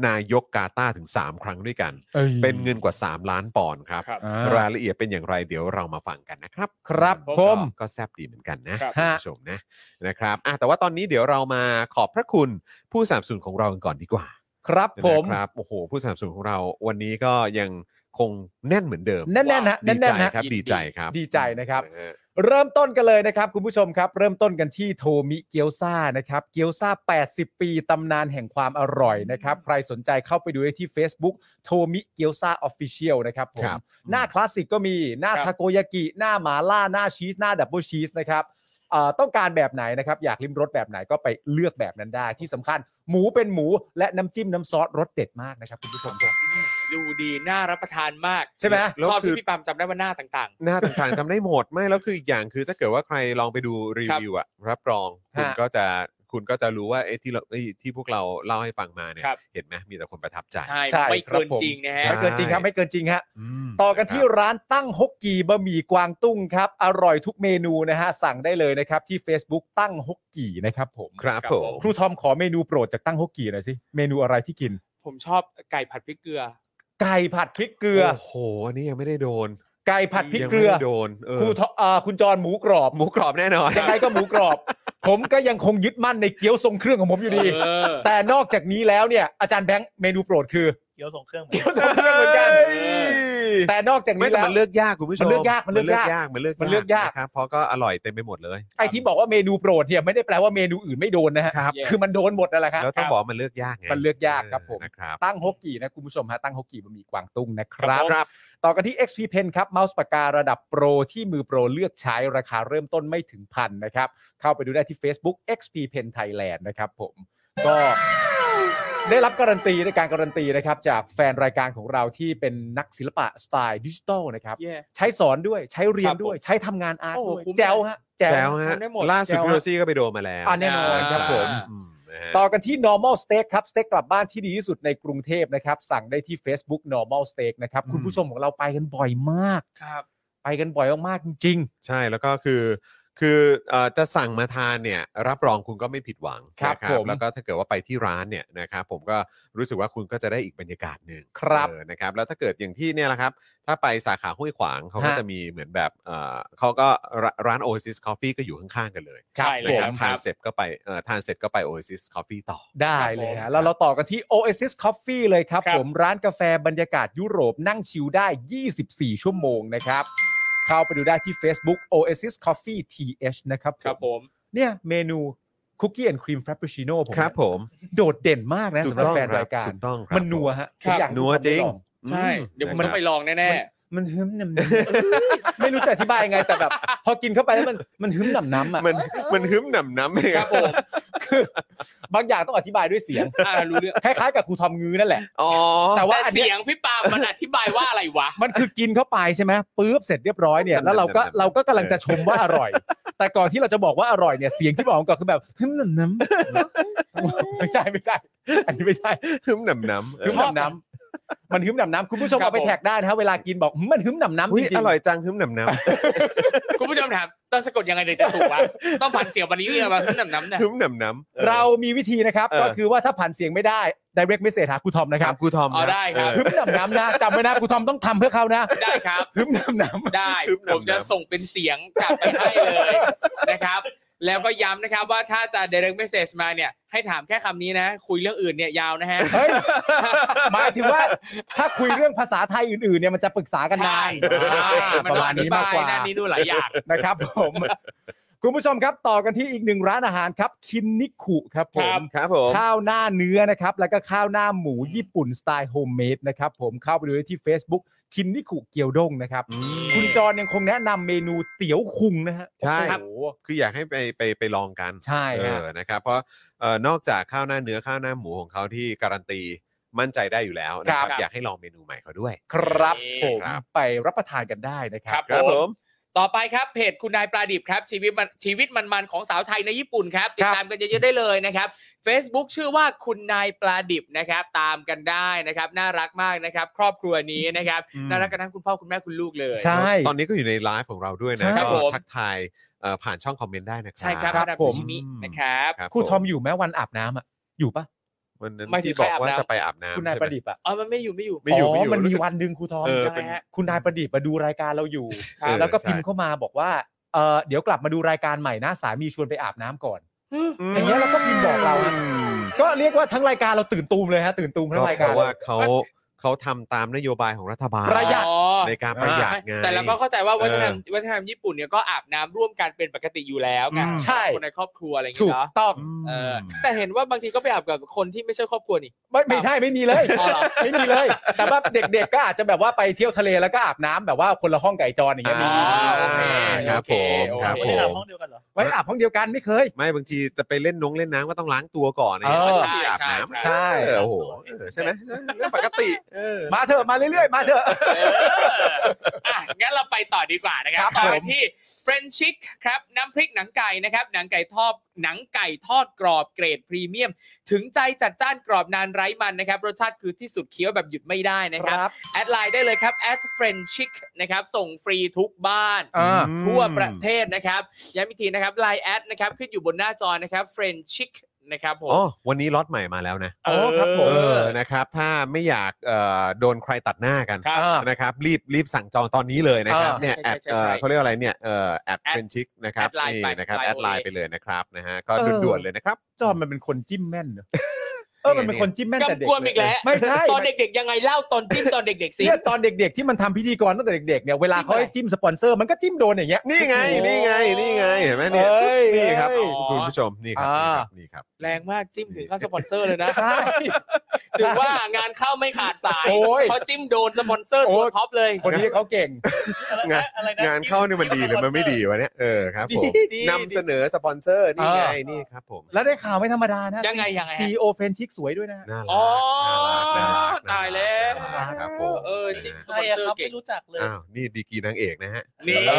S2: นายกกาตาร์ถึง 3 ครั้งด้วยกัน
S3: อ้ย
S2: เป็นเงินกว่า 3 ล้านปอนด์ครับ
S4: ครับ
S3: อ่
S2: รายละเอียดเป็นอย่างไรเดี๋ยวเรามาฟังกันนะครับ
S3: ครับผม
S2: ก็ก็แซบดีเหมือนกันนะครับ คุณผู้ชมนะนะครับอ่ะแต่ว่าตอนนี้เดี๋ยวเรามาขอบพระคุณผู้สนับสนุนของเรากันก่อนดีกว่า
S3: ครับผม
S2: นะครับโอ้โหผู้สนับสนุนของเราวันนี้ก็ยังคงแน่นเหมือนเดิม
S3: แน่นๆฮะ
S2: ดี
S3: แน่
S2: ใจ
S3: นๆฮะ
S2: ครับดีใจครับ
S3: ดีใจนะครับ
S2: เออ
S3: เริ่มต้นกันเลยนะครับ คุณผู้ชมครับ เริ่มต้นกันที่โทมิเกียวซานะครับ เกียวซา80 ปีตำนานแห่งความอร่อยนะครับ ใครสนใจเข้าไปดูได้ที่ Facebook โทมิเกียวซาออฟฟิเชียลนะครับผ
S2: ค
S3: ม
S2: รับ
S3: หน้าคลาสสิกก็มีหน้า
S4: ครับ
S3: ทาโกยากิ หน้าหมาล่า หน้าชีส หน้าดับเบิลชีสนะครับเอ่อต้องการแบบไหนนะครับ อยากลิ้มรสแบบไหนก็ไปเลือกแบบนั้นได้ ที่สำคัญหมูเป็นหมูและน้ำจิ้มน้ำซอสรสเด็ดมากนะครับคุณผู้ชมครับ
S4: ดูดีน่ารับประทานมาก
S3: ใช่ไหม
S4: ชอบที่พี่ปาล์มจำได้ว่าหน้าต่าง
S2: หน้าต่างๆจำได้หมดไม่แล้วคืออีกอย่างคือถ้าเกิดว่าใครลองไปดูรีวิวอะรับรองคุณ
S3: ฮะ
S2: ก็จะคุณก็จะรู้ว่าเอ้ที่เราเอ้ยที่พวกเราเล่าให้ฟังมาเนี่ย
S4: ครับ
S2: เห็นไหมมีแต่คนประทับใจ
S4: ๆ ใช่
S3: ใช่
S4: ไม่
S3: ครับ
S4: เกิน
S3: ผม
S4: จริงนะ
S2: ใช่
S4: ฮะ
S3: ไม่เกินจริงครับไม่เกินจริงฮะ
S2: ม
S3: ต่อกันที่
S2: ะครับ
S3: ร้านตั้งฮกกีบะหมี่กวางตุ้งครับ อร่อยทุกเมนูนะฮะ สั่งได้เลยนะครับ ที่ Facebook ตั้งฮกกีนะครับผม
S2: ครับ
S4: ครับ
S2: ผ
S4: ผม ม
S3: ครูทอมขอเมนูโปรดจากตั้งฮกกีหน่อยสิ เมนูอะไรที่กิน
S4: ผมชอบไก่ผัดพริกเกลือ
S3: ไก่ผัดพริกเกลือ
S2: โอ้โหอันนี้ยังไม่ได้โดน
S3: ไก่ผัดพริก
S2: ยัง
S3: เกลื
S2: ไม่
S3: อ
S2: ได้โดนเออ
S3: ครูทอมอ่าคุณจรหมูกรอบ
S2: หมูกรอบแน่นอน
S3: ยังไงก็หมูกรอบ ผมก็ยังคงยึดมั่นในเกี๊ยวทรงเครื่องของผมอยู่ดี
S4: เออ
S3: แต่นอกจากนี้แล้วเนี่ยอาจารย์แบงค์เมนูโปรดคือ
S5: เกี๊ยวทรงเครื่องเหมือน
S3: เกี๊ยวทรงเครื่องเหมือนกัน
S2: เฮ้ย
S3: แต่นอกจาก
S2: ไม่
S3: นี้
S2: แต่
S3: แล้ว
S2: มันเลือกยากคุณผู้ชม
S3: มันเลือกยากมันเลือกยาก
S2: มันเลือกยาก
S3: มันเลือกยาก
S2: นะครับเพราะก็อร่อยเต็มไปหมดเลย
S3: ไอที่บอกว่าเมนูโปรดเนี่ยไม่ได้แปลว่าเมนูอื่นไม่โดนนะฮะ
S2: ครับ
S4: เย้
S3: คือมันโดนหมดนั่นแหละครับ
S2: แล้วต้องบอกว่ามันเลือกยากไง
S3: มันเลือกยากครับผม
S2: นะครับ
S3: ตั้งฮกกี่นะคุณผู้ชมฮะตั้งฮกกี่บะหมี่กวางตุ้งนะครับ
S2: ครับ
S3: ต่อกันที่ XP Pen ครับเมาส์ปากการะดับโปร ที่มือโปรเลือกใช้ราคาเริ่มต้นไม่ถึงพันนะครับ เข้าไปดูได้ที่ Facebook XP Pen Thailand นะครับผมก็ได้รับการันตีในการการันตีนะครับ จากแฟนรายการของเราที่เป็นนักศิลปะสไตล์ดิจิทัลนะครับ
S4: เย่
S3: ใช้สอนด้วยใช้เรียนด้วย ใช้ทำงานอาร์ต
S4: โอ้โห
S3: ด้วย
S4: คุ้ม
S3: แจ๋วฮะแจ๋
S2: แจ๋ว
S3: ว
S2: ฮะ
S4: ทำได้หมด
S2: ล่าสุด
S3: แจ๋ว
S2: พี่
S3: ฮะ
S2: โรซี่ก็ไปโดนมาแล้ว
S3: อ่าแน่นอนครับผม
S2: อืมนะฮะ
S3: ต่อกันที่ normal steak ครับ สเต็กกลับบ้านที่ดีที่สุดในกรุงเทพนะครับ สั่งได้ที่ Facebook normal steak นะครับ คุณผู้ชมของเราไปกันบ่อยมาก
S4: ครับ
S3: ไปกันบ่อยมากๆจริง
S2: ใช่แล้วก็คือ คือเอ่อจะสั่งมาทานเนี่ยรับรองคุณก็ไม่ผิดหวัง
S3: ครับ
S2: นะ
S3: ผม
S2: แล้วก็ถ้าเกิดว่าไปที่ร้านเนี่ยนะครับผมก็รู้สึกว่าคุณก็จะได้อีกบรรยากาศหนึ่ง
S3: ครับ
S2: เออนะครับแล้วถ้าเกิดอย่างที่เนี่ยแหละครับ ถ้าไปสาขาห้วยขวางเขาก็
S3: ฮะ
S2: จะมีเหมือนแบบเอ่อเขาก็ร้าร้าน Oasis Coffee ก็อยู่ข้างๆกันเลย
S4: ใช่เลย
S2: นะค
S4: ครั
S2: รั
S4: บบ
S2: ทานเสร็จก็ไปเอ่อทานเสร็จก็ไป Oasis Coffee ต่อ
S3: ได้เลย
S2: ครั
S3: ฮะ
S2: บ
S3: แล้วเราต่อกันที่ Oasis Coffee เลยครับ
S4: ครับ
S3: ผมร้านกาแฟบรรยากาศยุโรปนั่งชิลได้ 24 ชั่วโมงนะครับ เข้าไปดูได้ที่ Facebook Oasis Coffee TH นะครับ
S4: ครับผม
S3: เนี่ยเมนูคุกกี้แอนด์ครีมฟร p ป u ชิโน่ผม
S2: ครับ
S3: เนี่ย
S2: ผม
S3: โดดเด่นมากนะ
S2: ถูก
S3: สำหรับ
S2: ต้อง
S3: แฟน
S2: ครั
S3: รา
S2: บ
S3: ยการ
S2: ถูกต้องครับ
S3: มันนัวฮะ
S4: ครับ
S3: อยากให้
S2: นัวจริง
S3: คุณผู้ชมได้ลอ
S4: ใช่
S2: อื
S4: เดี๋ยวผมต้องไปลอง
S3: มั
S4: แน่
S3: นมันหึมหนำๆไม่รู้จะอธิบายยังไงแต่แบบ พอกินเข้าไปแล้วมันมันหึมหนำน้ำอ่ะ
S2: มันมันหึมหนำน้ำเลย
S4: ๆค
S2: ค
S4: รั
S2: รั
S4: บบ ผม
S3: คือบางอย่างต้องอธิบายด้วยเสียง
S4: อ่ารู้เรื่อง
S3: คล้ายๆกับครูทอมงื้อนั่นแหละ
S2: อ๋อ
S3: แต่ว่า
S4: แต่
S3: อันเนี้
S4: เสี
S3: ย
S4: ยงพี่ปาล์มมันอธิบายว่าอะไรวะ
S3: มันคือกินเข้าไปใช่ไหมปุ๊บเสร็จเรียบร้อยเนี่ยแล้วเราก็
S2: จำๆจำๆ
S3: เราก็กำลังจะชมว่าอร่อย แต่ก่อนที่เราจะบอกว่าอร่อยเนี่ยเสียงที่บอกก็คือแบบหึมหนำน้ ำไม่ใช่ไม่ใช่ อันนี้ไม่ใช่
S2: หึมหนำน้ำ
S3: หึมหนำน้ำมันหึมหนำน้ำคุณผู้ชมเอาไป
S4: ครับผม
S3: แท็กได้นะฮะเวลากินบอกมันหึมหนำน้ำจ
S2: อุ๊ย
S3: ริงๆ
S2: อร่อยจังฮึมหนำน้
S4: คุณผู้ชมถามต้องสะกดยังไงเดี๋ยวจะถูกวะต้องผ่านเสียงวันนี้เรียกมาขึ้นนำน้ำเนี่ย
S2: ำฮึมหนำน้ำ
S3: เรามีวิธีนะครับ
S2: เออ
S3: ก็คือว่าถ้าผ่านเสียงไม่ได้ direct message หาครูทอมนะค
S2: ถา
S3: รับ
S2: มครูทอม
S4: เอาได้ครับ
S2: เอ
S3: หึ
S2: อ
S3: มหนำน้ำนะจำไว้นะครูทอมต้องทำเพื่อเขานะ
S4: ได้ครับ
S3: หึมหนำน้ำ
S4: ได้
S2: ทึบหนำ
S4: ผมจะ
S2: น้ำ
S4: ส่งเป็นเสียงกลับไปให้เลยนะครับ แล้วก็ย้ำนะครับว่าถ้าจะ direct message มาเนี่ย ให้ถามแค่คำนี้นะ คุยเรื่องอื่นเนี่ยยาวนะฮะ
S3: เฮ้ยหมายถึงว่าถ้าคุยเรื่องภาษาไทยอื่นๆเนี่ยมันจะปรึกษากันนาน
S4: ใช่
S3: อ่า
S4: มั
S3: ป
S4: น
S3: ระ
S4: ต้อง
S3: มาณ
S4: อธิ
S3: นี้
S4: บ
S3: มาก
S4: ย
S3: กว่า
S4: นั่นนี่นู่นหลายอย่าง
S3: นะครับผมคุณผู้ชมครับต่อกันที่อีกหนึ่งร้านอาหารครับคินนิคุครับผ
S4: ครั
S3: ม
S4: บ
S2: ครับผม
S3: ข้าวหน้าเนื้อนะครับ แล้วก็ข้าวหน้าหมูญี่ปุ่นสไตล์โฮมเมดนะครับผมเข้าไปดูได้ที่ Facebook คินนิคุเกียวด้งนะครับ คุณจรยังคงแนะนำเมนูเตี๋ยวคุงนะฮะ
S2: ใช่
S3: โอ้โห
S2: คืออยากให้ไปไปไปลองกัน
S3: ใช่
S2: เอ
S3: ฮะ
S2: อนะครับเพราะเอ่อนอกจากข้าวหน้าเนื้อข้าวหน้าหมูของเขาที่การันตีมั่นใจได้อยู่แล้วนะค
S3: ครั
S2: รับ
S3: บ
S2: อยากให้ลองเมนูใหม่เขาด้วย
S3: ครับ
S4: นี่
S3: ผม
S2: ครับ
S3: ไปรับประทานกันได้นะครั
S4: ครับ บ
S2: ครับผม
S4: ต่อไปครับเพจคุณนายปลาดิบครับ ชีวิตมันชีวิตมันๆของสาวไทยในญี่ปุ่นครับติ
S3: ค
S4: ด
S3: รับ
S4: ตามกันเยอะๆได้เลยนะครับ Facebook ชื่อว่าคุณนายปลาดิบนะครับ ตามกันได้นะครับ น่ารักมากนะครับ ครอบครัวนี้นะครับ
S2: อืม
S4: น่ารักกันทั้งคุณพ่อคุณแม่คุณลูกเลย
S3: ใช่
S2: ตอนนี้ก็อยู่ในไลฟ์ของเราด้วยนะ
S3: ใช่
S4: ครับ
S2: ก็
S4: ผม
S2: ทักทายเอ่อผ่านช่องคอมเมนต์ได้นะครั
S4: ใช่ครับ
S3: ครั
S4: มา
S3: บ
S4: ดาม
S3: ผ
S4: ซู
S3: ม
S4: ชิมินะครับ
S2: รับ
S3: ครูทอมอยู่ไหมวันอาบน้ำอ่ะอยู่ปะ
S2: วันนั้น
S3: หมายถึง
S2: ที่บอกว่า
S3: ใครอาบน้ำ
S2: จะไปอาบน้ำ
S3: คุณนายประดิษฐ์อ่ะ
S4: อ๋อมันไม่อยู่ไม่อยู่
S2: ใช่ไหมไม่อยู่ไม่อยู่
S3: มันมี
S2: รู้สึก
S3: วันหนึ่งครูทอม
S2: เออ
S3: ใช่ไหม
S4: เป็น
S3: ฮะคุณนายประดิษฐ์มาดูรายการเราอยู่
S2: ครับ
S3: แล้วก็พิมพ์เข้ามาบอกว่าเออเดี๋ยวกลับมาดูรายการใหม่นะสามีชวนไปอาบน้ำก่อน
S2: ม
S3: อย่างเงี้ยแล้วก็พิมพ์บอกเรานะ ก็เรียกว่าทั้งรายการเราตื่นตูมเลยฮะตื่นตูมทั้
S2: ก็
S3: งราย
S2: เพ
S3: การ
S2: ราะว่าเขาเขาทำตามนโยบายของรัฐบาล
S3: ประหยัด
S4: อ๋อ
S2: ในการประหยัดไง
S4: แต่เราก็เข้าใจว่าวัฒนธรรม
S2: เออ
S4: วัฒนธรรมญี่ปุ่นเนี่ยก็อาบน้ำร่วมกันเป็นปกติอยู่แล้วไง
S3: อืมใช่
S4: คนในครอบครัวอะไรอย่าง
S3: ถูก
S4: เงี้ยเนาะ
S3: ต้อง
S4: เออแต่เห็นว่าบางทีก็ไปอาบกับคนที่ไม่ใช่ครอบครัว นี่
S3: ไม่ไม่ใช่ไม่มีเลย
S4: อ๋อเหรอ
S3: ไม่มีเลย แต่ว่าเด็กๆก็อาจจะแบบว่าไปเที่ยวทะเลแล้วก็อาบน้ำแบบว่าคนละห้องไก่จอนอย่างเงี้ยมี
S4: อ๋อโอเค
S2: ครับผม
S4: โอเค
S2: ครับ
S5: ไม่
S2: ผ
S5: ได้อาบ
S2: ม
S5: ห้องเดียวกันเหรอ
S3: ไว้อาบห้องเดียวกันไม่เคย
S2: ไม่บางทีจะไปเล่นนงเล่นน้ำก็ต้องล้างตัวก่อนอะไรอย่างเงี้ย
S3: เออ
S2: ไม่ใช่อาบน้ำ
S3: ใช่
S2: เออโอ้โหเออใช่ไหมเรื่องปกติเออ
S3: มาเถอะมาเรื่อยๆมาเถอะ
S4: เอออ่ะงั้นเราไปต่อดีกว่านะค
S3: ครั
S4: รับบ ต่อกั
S3: ผ
S4: น
S3: ม
S4: ที่เฟรนชิกครับน้ำพริกหนังไก่นะครับหนังไก่ทอดหนังไก่ทอดกรอบเกรดพรีเมียม ถึงใจจัดจ้านกรอบนานไร้มันนะครับรสชาติคือที่สุดเคี้ยวแบบหยุดไม่ได้นะครับ แอดไลน์ได้เลยครับ at friendchick นะครับ ส่งฟรีทุกบ้าน
S3: อ่า
S4: ทั่วประเทศนะครับ ย้ำอีกทีนะครับ Line แอดนะครับ ขึ้นอยู่บนหน้าจอนะครับ friendchick นะครับผม
S2: อ๋อวันนี้ล็อตใหม่มาแล้วนะ
S3: อ๋อครับผม
S2: เออนะครับ ถ้าไม่อยากเอ่อโดนใครตัดหน้ากัน
S4: ครับ
S3: อ่า
S2: นะครับ รีบรีบสั่งจองตอนนี้เลยนะครับ
S3: เออ
S2: เนี่ย
S4: ใช่
S2: แอด
S4: ใช่ใช่ใช่
S2: เขาเรียกอะไรเนี่ยเอ่อแอด
S4: แอด
S2: เฟรนชิกนะครับ
S4: แอดไลน์
S2: นี่
S4: ไป
S2: นะครับ
S4: ไลน์
S2: แอดไลน์
S4: โอเอ
S2: ไปเลยนะครับนะฮะก็
S3: เออ
S2: ด่วนๆเลยนะครับ
S3: จอมมันเป็นคนจิ้มแม่นเนอะเออมันเป็นคนจิ้มแม่นแต่เด็ก
S4: กำกวมอีกแล้ว
S3: ไม่ใช่
S4: ตอนเด็กๆ ยังไงเล่าตอนจิ้มตอนเด็กๆสิ
S3: เนี่ยตอนเด็ก ๆ ที่มันทำพิธีกรตั้งแต่เด็กๆเนี่ยเวลาเขาให้จิ้มสปอนเซอร์มันก็จิ้มโดนอย่างเงี้ย
S2: นี่ไงนี่ไงนี่ไงเห็นไหมเนี่ย
S3: เอ้ย
S2: นี่ครับ
S3: เอ้ย
S2: คุณผู้ชมนี่ครับ
S3: อ่า
S2: นี่ครับ
S4: แรงมากจิ้มถึงเข้าสปอนเซอร์เลยนะ
S3: ใช่
S4: ถือว่างานเข้าไม่ขาดสาย
S3: โอ้ย
S4: เพราะจิ้มโดนสปอนเซอร์
S3: โอ้
S4: ตัวย ท็อปเลย
S3: คนนี้เขาเก่ง
S5: อะไร
S2: งา
S5: นะ
S2: น
S5: อะไรนะ
S2: งานเข้านี่มันดีหรือมันไม่ดีวะเนี่ยเออครับผม
S4: ดี
S2: นำเสนอสปอนเซอร์นี่ไง
S3: เออ
S2: นี่ครับผม
S3: แล้วได้ข่าวไม่ธรรมดานะ
S4: ยังไงยังไง
S3: ซี
S4: ฮะ
S3: โอเฟรนชิกสวยด้วยนะ
S2: น่ารัก
S4: อ๋อ
S2: น่ารักน่ารัก
S4: ตายแล้ว
S2: น่ารักครับผม
S4: เออจิ้มส
S5: ใคร
S4: ป
S5: อะ
S4: อนเซ
S5: ค
S4: อ
S5: รับ
S4: ร์เก่
S5: ไม่
S4: ง
S5: รู้จักเลย
S2: อ้าวนี่ดีกรีนางเอกนะฮะ
S4: นี่
S2: เอ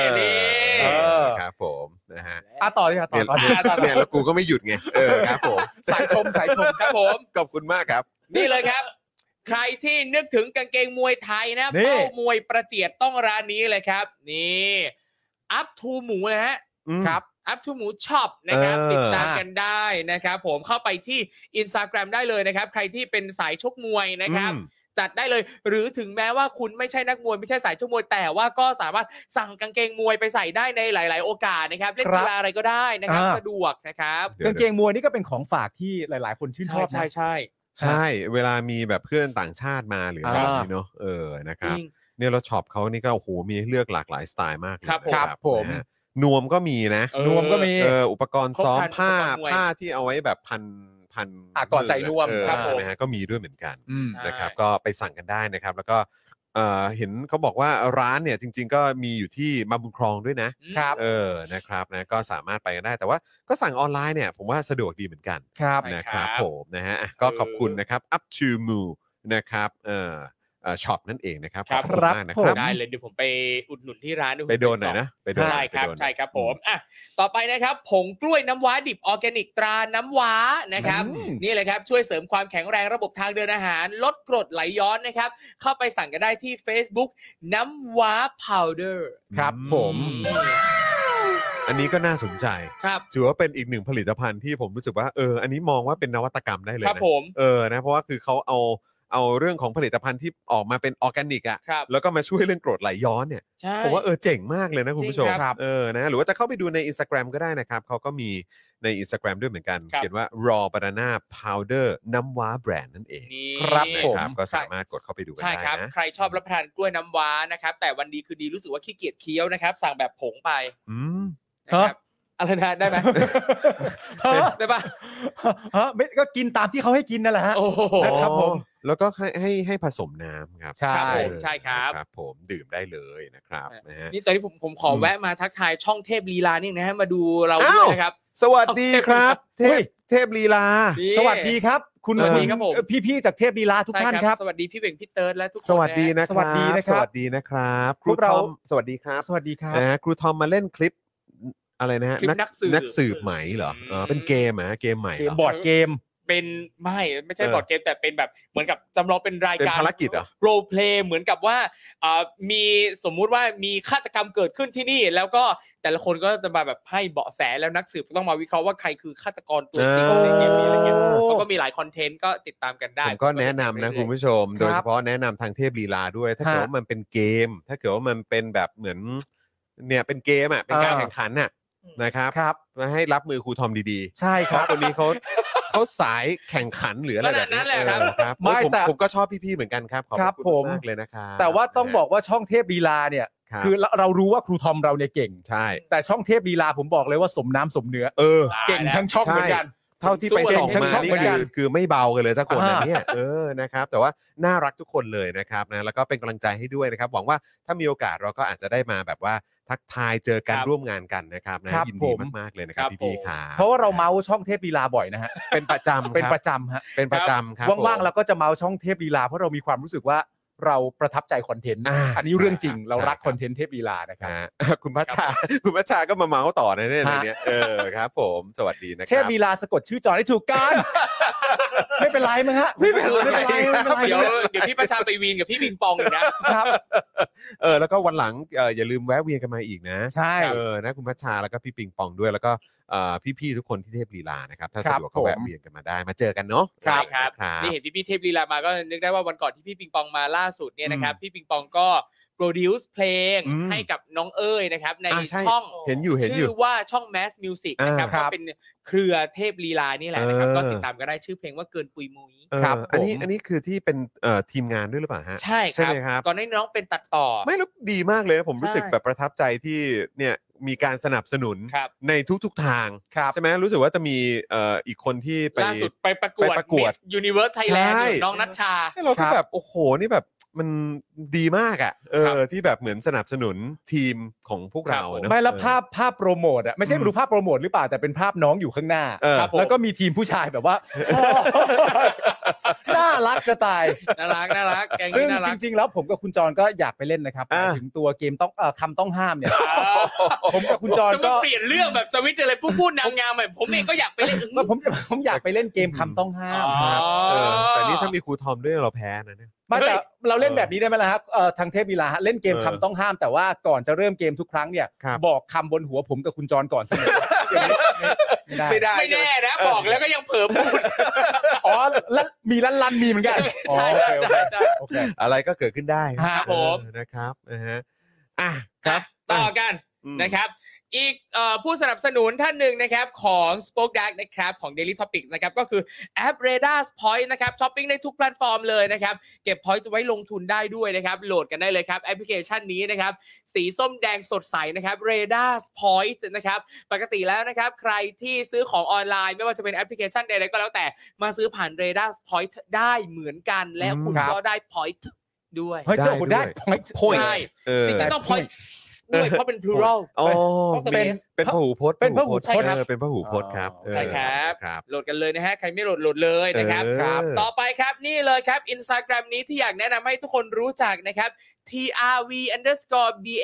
S2: อ
S4: นี่
S2: เออ
S3: เออ
S2: ครับผมนะฮะ
S3: อ่ะต่อเลยค่ะต่อ
S2: เนี่ย
S3: ต่อ
S2: เนี่ยเนี่ยแล้วกูก็ไม่หยุดไงเออครับผม
S3: สายชมสายชม
S4: ครับผม
S2: ขอบคุณมากครับ
S4: นี่เลยครับ ใครที่นึกถึงกางเกงมวยไทยนะ
S3: นี่
S4: เป้ามวยประเจียดต้องร้านนี้เลยครับ นี่ อัพทูหมูนะฮะ
S2: อืม
S4: ครับอัพทูหมูช็อปนะครับ
S2: เออ
S4: ติดตามกันได้นะครับ ผมเข้าไปที่ Instagram ได้เลยนะครับ ใครที่เป็นสายชกมวยนะครับ
S2: อืม
S4: จัดได้เลย หรือถึงแม้ว่าคุณไม่ใช่นักมวยไม่ใช่สายชกมวยแต่ว่าก็สามารถสั่งกางเกงมวยไปใส่ได้ในหลาย ๆ โอกาสนะครับ เล่น
S3: ครับ
S4: กีฬาอะไรก็ได้นะครับ
S3: อ่า
S4: สะดวกนะครับ
S2: เดี๋ยว
S3: กางเกงมวยนี่ก็เป็นของฝากที่หลาย ๆ คนชื่นชอบนะ
S4: ใช่ใช่
S2: ใช่เวลามีแบบเพื่อนต่างชาติมาหรืออะไร
S3: อ่า
S2: แบบนี้เนาะเออนะค
S4: จ
S2: รับ
S4: ริง
S2: เนี่ยเราช็อปเขานี่ก็โอ้โหมีให้เลือกหลากหลายสไตล์มากเลย
S4: ครับผม
S2: นะครับ
S3: ผม
S2: นะฮะนวมก็มีนะ
S4: เออ
S3: นวมก็มี
S2: เอออุปกรณ์ซ้อม
S4: ครบครัน
S2: ผ้า
S4: อุปกรณ์มวย
S2: ผ้าที่เอาไว้แบบพันพัน
S3: อ่ะก่อนใส่นวม
S2: เออ
S3: ครับผม
S2: ใช่ไหมฮะก็มีด้วยเหมือนกัน
S3: อืม
S4: ใช่
S2: นะครับก็ไปสั่งกันได้นะครับ แล้วก็เอ่อเห็นเขาบอกว่าร้านเนี่ยจริง ๆ ก็มีอยู่ที่มาบุญครองด้วยนะครับ เออนะครับนะก็สามารถไปกันได้แต่ว่าก็สั่งออนไลน์เนี่ยผมว่าสะดวกดีเหมือนกัน
S3: ครับ
S4: ใช่
S2: นะค
S4: ครั
S2: รับบ ผมนะฮะอ่ะก็
S4: เออ
S2: ขอบคุณนะครับ up to moo นะครับเอ่อเอ่อช็อปนั่นเองนะครับ
S4: ครับ
S2: ขอณมากนะค
S3: ครั
S2: รับบ
S4: ได้เลยเดี๋ยวผมไปอุดหนุนที่ร้านด้วย
S2: ไปโดนหน่อยนะไปโดนห
S4: ใช่
S2: น่อย
S4: ครับ
S2: ไปโดนหน่อย
S4: ใช่ครับผมอ่ะต่อไปนะครับผงกล้วยน้ำว้าดิบออร์แกนิกตราน้ำว้านะครับ
S3: อืม
S4: นี่เลยครับ ช่วยเสริมความแข็งแรงระบบทางเดินอาหาร ลดกรดไหลย้อนนะครับ เข้าไปสั่งกันได้ที่ Facebook น้ำว้าพาวเดอร์
S3: ครับผม
S2: อันนี้ก็น่าสนใจ
S4: ครับ
S2: ถือว่าเป็นอีกหนึ่งผลิตภัณฑ์ที่ผมรู้สึกว่าเอออันนี้มองว่าเป็นนวัตกรรมได้เลย
S4: ครับ
S2: นะ
S4: ผม
S2: เออ นะ เพราะว่าคือเขาเอา เอาเรื่องของผลิตภัณฑ์ที่ออกมาเป็นออร์แกนิกอะ
S4: ครับ
S2: แล้วก็มาช่วยเรื่องกรดไหลย้อนเนี่ย
S4: ใช่
S2: ผมว่าเออเจ๋งมากเลยนะคุณผู้ชม
S4: จริงครับ
S2: เออ นะ หรือว่าจะเข้าไปดูใน Instagram ก็ได้นะครับ เขาก็มีใน Instagram ด้วยเหมือนกัน
S4: ครับ
S2: เขียนว่า raw banana powder น้ำว้าแบรนด์นั่นเอง
S4: นี่
S3: ครับผม
S2: นะครับก็สามารถกดเข้าไปดูกัน
S4: ใช่
S2: ได้
S4: ครับ
S2: นะ
S4: ใครชอบรับประทานกล้วยน้ำว้านะครับ แต่วันดีคือดีรู้สึกว่าขี้เกียจเคี้ยวนะครับ สั่งแบบผงไป
S2: อืม
S4: นะครับอะไรนะได้ ไหม ได้ปะ
S3: ฮะไม่ก็กินตามที่เขาให้กินนั่นแหละฮะ
S4: โอ้โห
S3: นะครับผม
S2: อ๋อแล้วก็ให้ให้ให้ผสมน้ำครับ
S3: ใช่ครับผม
S2: เออ
S4: ใช่ครับ
S2: นะครับ ผมดื่มได้เลยนะครับนะฮะ
S4: นี่ตอนนี้ผมผมขอแวะมาทักทายช่องเทพลีลานี่นะฮะมาดูเรา
S2: อ้าว
S4: ด้วยนะครับ
S2: สวัสดีครับ เท
S3: เฮ้
S2: พ
S3: ย
S2: เทพลีลา
S4: นี่
S3: สวัสดีครับ คุณ
S4: สวัสดี
S3: ณ
S4: ครับผม
S3: พี่ๆจากเทพลีลาทุก
S4: ใช่
S3: ท่านครับ
S4: สวัสดีพี่เบ่งพี่เติร์ดและทุกคน
S2: สวัสดี
S4: นะ
S2: นะค
S3: สวั
S2: รับ
S3: สดีนะครั
S2: ส
S3: บ
S2: วัสดีนะครับครู
S3: พวกเรา
S2: ทอมสวัสดีครับ
S3: สวัสดีครับ
S2: นะฮะครูทอมมาเล่นคลิปอะไรนะฮะ
S4: คลิปนักสืบ
S2: นักสืบไหมเหรอ
S4: อืม
S2: เออเป็นเกมเหรอเกมใหม่
S3: เก
S2: เหร
S3: ม
S2: อ
S3: บอร์ดเกม
S4: เป็นไม่ไม่ใช่
S2: เออ
S4: บอร์ดเกมแต่เป็นแบบเหมือนกับจำลองเป็นราย
S2: เป็น
S4: การ
S2: ภารกิจเหรอ
S4: โรลเพลย์เหมือนกับว่าอ่ามีสมมุติว่ามีฆาตกรรมเกิดขึ้นที่นี่ แล้วก็แต่ละคนก็จะมาแบบให้เบาะแสแล้วนักสืบต้องมาวิเคราะห์ว่าใครคือฆาตกรตัวจริง
S2: เออ
S4: ในเกมนี้อะไรเงี้ยเขาก็มีหลายคอนเทนต์ก็ติดตามกันได้
S2: ผมก็แนะนำนะคุณผู้ชม โดยเฉพาะแนะนำทางเทพลีลาด้วย ถ้าเกิด
S3: ฮะ
S2: ว่ามันเป็นเกม ถ้าเกิดว่ามันเป็นแบบเหมือนเนี่ยเป็นเกมอ่ะเป็นการ
S3: อ่า
S2: แข่งขันน่ะนะครับ
S3: ครับ
S2: มาให้รับมือครูทอมดีๆ
S3: ใช่ค
S2: เพ
S3: รับ
S2: ราะคนนี้เขาเขาสายแข่งขันหรืออะไรแบบ
S4: ขนาดนั้นแหละครับ
S2: เออครับ
S3: ไม่
S2: ผม
S3: แต่
S2: ผมก็ชอบพี่ๆเหมือนกันครับขอบ
S3: ครับ
S2: คุณ
S3: ผม
S2: มากเลยนะครับ
S3: แต่ว่าต้องบอกว่าช่องเทพลีลาเนี่ย
S2: ครับ
S3: คือเราเรารู้ว่าครูทอมเราเนี่ยเก่ง
S2: ใช่
S3: แต่ช่องเทพลีลาผมบอกเลยว่าสมน้ำสมเนื้อ
S2: เออ
S3: เก่งทั้งช่อง
S2: ใช่
S3: เหมือนกัน
S2: เท่าที่ไป
S4: สู้
S2: ส่อง
S4: เก่ง
S2: มา
S4: ทั้ง
S2: นี่
S4: สอง
S2: คื
S4: ค
S2: อน คือไม่เบากันเลยสักคนนะ
S3: อ่า
S2: เนี่ยเออนะครับ แต่ว่าน่ารักทุกคนเลยนะครับนะแล้วก็เป็นกำลังใจให้ด้วยนะครับ หวังว่าถ้ามีโอกาสเราก็อาจจะได้มาแบบว่าทักทายเจอกัน
S4: ครับ
S2: ร่วมงานกันนะครับนะครับ ยินดี
S3: ผม
S2: มากๆเลยนะครับ
S4: ครับ
S2: พี่
S4: ผม
S2: ๆครับ
S3: เพราะว่าเราเมาส์ช่องเทพลีลาบ่อยนะฮะ
S2: เป็นประจำ
S3: เป็น
S2: คบ
S3: ประจำฮะ
S2: เป็นประจำครับ
S3: ว่าง
S2: ผม
S3: ๆเราก็จะเมาส์ช่องเทพลีลาเพราะเรามีความรู้สึกว่าเราประทับใจคอนเทนต์
S2: อ่า
S3: อันนี้เรื่องจริง
S2: ใช่ครับ
S3: เรารักคอนเทนต์เทพลีลานะครับ
S2: ฮะคุณพัชชา คุณพัชชาก็มาเมาส์ต่อในะเนี่ยใน
S3: ฮะ
S2: เนี้ยเออครับ ผม สวัสดีนะค
S3: เท
S2: รั
S3: พลีลาสะกดชื่อจอให้ถูกกัน ไม่เป็นไรมั้งฮะ
S2: ไม่เป็นไร
S3: ไม่เป็นไรไม่เป็นไร
S4: เดี๋ยวเดี๋ยวพี่ประชาไปวีนกับพี่บิงปองอีกนะ
S3: ครับ
S2: เออแล้วก็วันหลังเอออย่าลืมแวะเวียนกันมาอีกนะ
S3: ใช่
S2: เออนะคุณพัชชาแล้วก็พี่ปิงปองด้วยแล้วก็เอ่อพี่ๆทุกคนที่เทพลีลานะครับถ้า
S3: ค
S2: สะ
S3: รับ
S2: ดวกก็
S3: ผม
S2: แวะเวียนกันมาได้มาเจอกันเนาะ
S4: ครับ
S2: นะครับ ครับ
S4: นี่เห็นพี่พี่เทพลีลามาก็นึกได้ว่าวันก่อนที่พี่ปิงปองมาล่าสุดเนี่ยนะครับ พี่ปิงปองก็โปรดิวซ์เพลง
S2: อืม
S4: ให้กับน้องเอ้ยนะครับ ใน
S2: อ่ะใช่
S4: ช่อง
S2: เห็นอยู่เห็นอ
S4: ชื่
S2: ยู่
S4: อว่าช่อง Mass Music นะครับ
S2: อ่าครั
S4: ก็
S2: บ
S4: เป็นเครือเทพลีลานี่แหละนะครับ
S2: เออ
S4: ก็ติดตามก็ได้ชื่อเพลงว่าเกินปุยมุย
S2: เออ
S3: ครับ
S2: อันนี้
S3: ผม
S2: อันนี้คือที่เป็นเอ่อทีมงานด้วยหรือเปล่าฮะ
S4: ใช่
S2: ใช่ไหมครับ
S4: ก่อนหน้านี้น้องเป็นตัดต่อ
S2: ไม่รู้ดีมากเลยนะผมรู้สึก
S4: ใช่
S2: แบบประทับใจที่เนี่ยมีการสนับสนุน
S4: ครับ
S2: ในทุกๆทาง
S3: ครับ
S2: ใช่ไหมรู้สึกว่าจะมีเอ่ออีกคนที่ไป
S4: ล่าสุดไปประกวด
S2: ไปประกวด
S4: Miss Universe Thailand
S2: ใช่
S4: น้องนัชชา
S2: ให้เรา
S3: ค
S2: ก็
S3: รับ
S2: แบบโอ้โหนี่แบบมันดีมากอ่ะเอ
S4: ครับ
S2: อที่แบบเหมือนสนับสนุนทีมของพวก
S4: ครับ
S2: เราเนอะ
S3: ไม่แล้ว
S2: เออ
S3: ภาพ ภาพโปรโมทอะไม่ใช่
S2: อืม
S3: ไม่รู้ภาพโปรโมทหรือเปล่าแต่เป็นภาพน้องอยู่ข้างหน้า
S2: เออ
S4: ครับผม
S3: แล้วก็มีทีมผู้ชายแบบว่า น่ารักจะตาย
S4: น่ารักน่ารักแกง
S3: ซึ่
S4: นี้
S3: ง
S4: น่ารั
S3: จ
S4: ก
S3: ริง ๆ แล้วผมกับคุณจรก็อยากไปเล่นนะครับ
S2: อ่า
S3: หมายถึงตัวเกมต้องเอ่อคำต้องห้ามเนี่ย ผมกับคุณจร
S4: จะมา
S3: ก็
S4: เปลี่ยนเรื่องแบบสวิตช์อะไรผู้พูดนางงามแบบผมเองก็อยากไปเล่นอึ้ง
S3: ผมผมอยากไปเล่นเกมคำต้องห้าม
S4: อ๋อ
S3: ครับ
S2: เออแต่นี่ถ้ามีครูทอมด้วยเราแพ้นะเนี่ย
S3: ไม่แต่
S4: เฮ้ย
S3: เราเล่นแบบนี้ได้ไหมล่ะครับเอ่อทางเทพวีลาฮะเล่นเกม
S2: เออ
S3: คำต้องห้ามแต่ว่าก่อนจะเริ่มเกมทุกครั้งเนี่ย
S2: ครับ
S3: บอกคำบนหัวผมกับคุณจรก่อนเสมอ
S2: ไม่ได้
S4: ไม่
S2: ใช่ไหม
S4: แน่นะบอกแล้วก็ยังเผลอพูด
S3: อ๋อแล้วมีลันลันๆมีเหมือนกันอ๋อ
S4: ใช่
S3: โอเคโอเค
S4: ใช่ใช่
S3: โอเค
S2: อะไรก็เกิดขึ้นได้นะครับ
S4: ผม
S2: เออนะครับนะฮะอ่ะครับ
S4: ต่อกันนะครับ อีกเอ่อผู้สนับสนุนท่านหนึ่งนะครับของ Spoke Dark นะครับของ Daily Topics นะครับก็คือแอป r a d a r Point นะครับช้อปปิ้งได้ทุกแพลตฟอร์มเลยนะครับ เก็บ Point ไว้ลงทุนได้ด้วยนะครับ โหลดกันได้เลยครับ แอปพลิเคชันนี้นะครับ สีส้มแดงสดใสนะครับ r a d a r Point นะครับ ปกติแล้วนะครับ ใครที่ซื้อของออนไลน์ ไม่ว่าจะเป็นแอปพลิเคชันใดๆก็แล้วแต่มาซื้อผ่าน r a d a r Point ได้เหมือนกัน และคุณ
S3: ครับ
S4: ก็ได้ Point ด้วย
S3: เฮ้ยเจ้าคุณได้ point
S2: โพย
S4: ใช่ จริงๆต้อง point ด้วยเพราะเป็น plural
S2: อ๋อ
S4: ต้อง
S2: เป็นเป็
S4: เป็น
S2: นพหูพจน์
S3: เป็นพหูพจน์
S2: เออ
S3: ใช่ครับ
S2: เป็นพหูพจน์ครับ
S3: อ๋อ
S2: เออ
S4: ใช่ครับ
S2: ครับ
S4: โหลดกันเลยนะฮะ ใครไม่โหลดโหลดเลยนะครับ
S2: เออ
S4: ครับ ต่อไปครับนี่เลยครับ Instagram นี้ที่อยากแนะนำให้ทุกคนรู้จักนะครับ trv underscore bac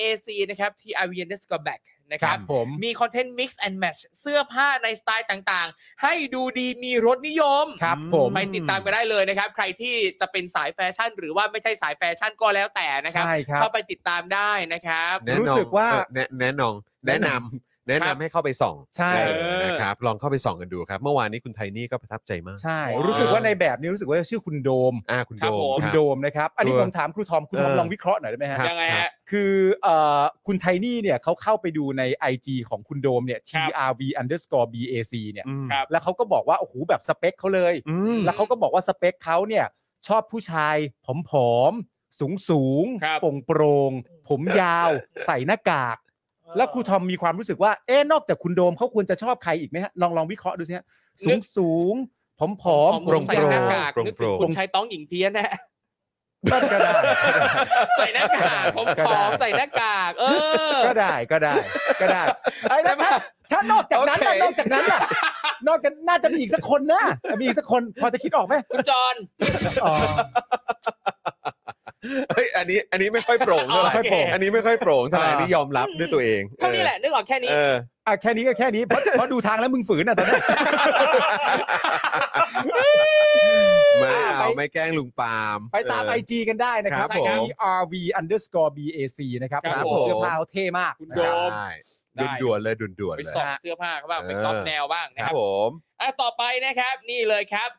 S4: นะครับ trv underscore back นะ
S3: ค
S4: ค
S3: รั
S4: รั
S3: บบ ผม
S4: มีคอนเทนต์ mix and match เสื้อผ้าในสไตล์ต่างๆ ให้ดูดีมีรสนิยม
S3: ครับผม
S4: ไปติดตามกันได้เลยนะครับ ใครที่จะเป็นสายแฟชั่น หรือว่าไม่ใช่สายแฟชั่นก็แล้วแต่นะครับ
S3: ใช่ครับ
S4: เข้าไปติดตามได้นะครับ
S2: แนะนำ
S3: รู้สึกว่า
S2: เออแนะแนะนองแนะนำแนะนำให้เข้าไปส่อง
S3: ใช่
S2: เออนะครับ ลองเข้าไปส่องกันดูครับ เมื่อวานนี้คุณไทนี่ก็ประทับใจมาก
S3: ใช่
S4: ว้าว
S3: รู้สึกว่าในแบบนี้รู้สึกว่าชื่อคุณโดม
S2: อ่าคุณ
S4: ครั
S2: โด
S4: บ
S2: ม
S4: ผม
S3: คุณ
S2: รับ
S3: โดมนะครับ อันนี้
S2: เออ
S3: ผมถามครูทอมครูทอม
S2: เออ
S3: ลองวิเคราะห์หน่อยได้ไหมฮะ
S2: ครับ
S4: ยังไงฮะ
S3: คือเอ่อคุณไทนี่เนี่ยเขาเข้าไปดูใน IG ของคุณโดมเนี่ย
S4: ครับ
S3: trv underscore bac เนี่ย
S2: อืม
S4: ครับ
S3: แล้วเขาก็บอกว่า โอ้โห แบบสเปคเขาเลย
S2: อืม
S3: แล้วเขาก็บอกว่าสเปคเขาเนี่ย ชอบผู้ชายผอมๆ สูงสูงๆ
S4: ครับ
S3: โปร่งโปร่งๆผมยาว ใส่หน้ากาก แล้วครูทอมมีความรู้สึกว่า เอ๊ะ นอกจากคุณโดมเขาควรจะชอบใครอีกไหมฮะ ลองลองวิเคราะห์ดูสิฮะ สูงสูงๆผอมผอม
S2: โปร่งๆ
S4: ใส่หน้ากากนึกถึงคุณชายต้องหญิงเพี้ยนนะ
S3: ก็ได้
S4: ใส่หน้ากากผม
S3: ก็
S4: ผ
S3: ได้
S4: อมใส่หน้ากาก เออ
S3: ก็ได้ก็ได้ก็ได้ไอ้
S4: แต่
S3: นั่น
S4: ว่า
S3: ถ้านอกจากนั้นล่ะ
S2: โอเค
S3: นอกจากนั้นล่ะนอกจากน่าจะมีอีกสักคนนะมีอีกสักคนพอจะคิดออกไหม
S4: คุณจอน
S3: อ๋อ
S2: เฮ้ยอันนี้อันนี้ไม่ค่อยโปร่งเท่าไหร่
S3: ค่อยโปร่ง
S2: อันนี้ไม่ค่อยโปร่งเท่าไหร่
S3: อ่า
S2: อันนี้ยอมรับด้วยตัวเอง
S4: เท่านี้แหละ นึกออกแค่นี้
S2: เออ
S3: อ่ะแค่นี้ก็แค่นี้เพราะเพราะดูทางแล้วมึงฝืนอ่ะตอนนี้
S2: ไม่
S3: อ่า
S2: เอา
S3: ไป
S2: ไม่แกล้งลุงปาล์ม
S3: ไปตาม
S2: เอ
S3: ไอ
S2: อ
S3: จีกันได้นะครับ
S2: ครับผม
S3: trv underscore bac นะครับ
S4: ครับ
S3: โอ้
S4: ผม
S3: โหเสื้อผ้าเขาเท่มาก
S4: คุณ
S3: นะ
S4: โด
S3: ครับ
S2: ได้
S4: ได้
S2: ด่วนๆเลยด่วนๆ
S4: ไป
S2: เลย
S4: สอบเสื้อผ้าเขาบ้าง ไปกอป
S2: เออ
S4: แนวบ้าง
S2: ค
S4: นะ
S2: รับ
S4: ครับ
S2: ผม
S4: อ่ะต่อไปนะครับนี่เลยครับ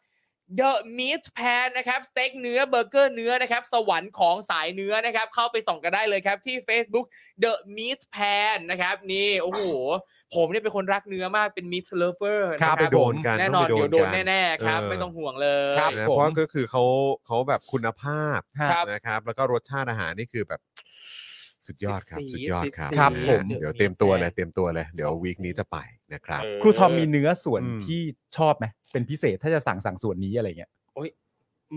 S4: The Meat Pan นะครับสเต็กเนื้อเบอร์เกอร์เนื้อนะครับสวรรค์ของสายเนื้อนะครับ เข้าไปส่องกันได้เลยครับที่ Facebook The Meat Pan นะครับ นี่โอ้โห ผมเนี่ยเป็นคนรักเนื้อมากเป็น meat lover นะค
S3: ครั
S4: รั
S3: บบ ไป
S2: ไปโดนกัน
S4: แน่นอน
S2: ต้งไป
S4: เดี๋ยวโดน
S2: กั
S4: แน่ๆครับ
S2: เออ
S4: ไม่ต้องห่วงเลย
S3: ครับ
S2: นะ
S3: ผม
S2: เพราะก็คือเขาเขาแบบคุณภาพ
S4: ครับ
S2: นะครับ แล้วก็รสชาติอาหารนี่คือแบบ สุดยอดครับ
S4: สิบ
S2: สุ
S4: สี่
S2: ดยอดครับ
S4: สิบสี่
S3: ครับผม
S2: เดี๋ยวเตรียมตัวเลย
S4: เดี๋ยว
S2: เตรียมตัวเลยเดี๋ยววีคนี้จะไปนะครับ
S3: ครูทอมมีเนื้อส่วน
S2: อืม
S3: ที่ชอบไหมเป็นพิเศษถ้าจะสั่งสั่งส่วนนี้อะไรเงี้ย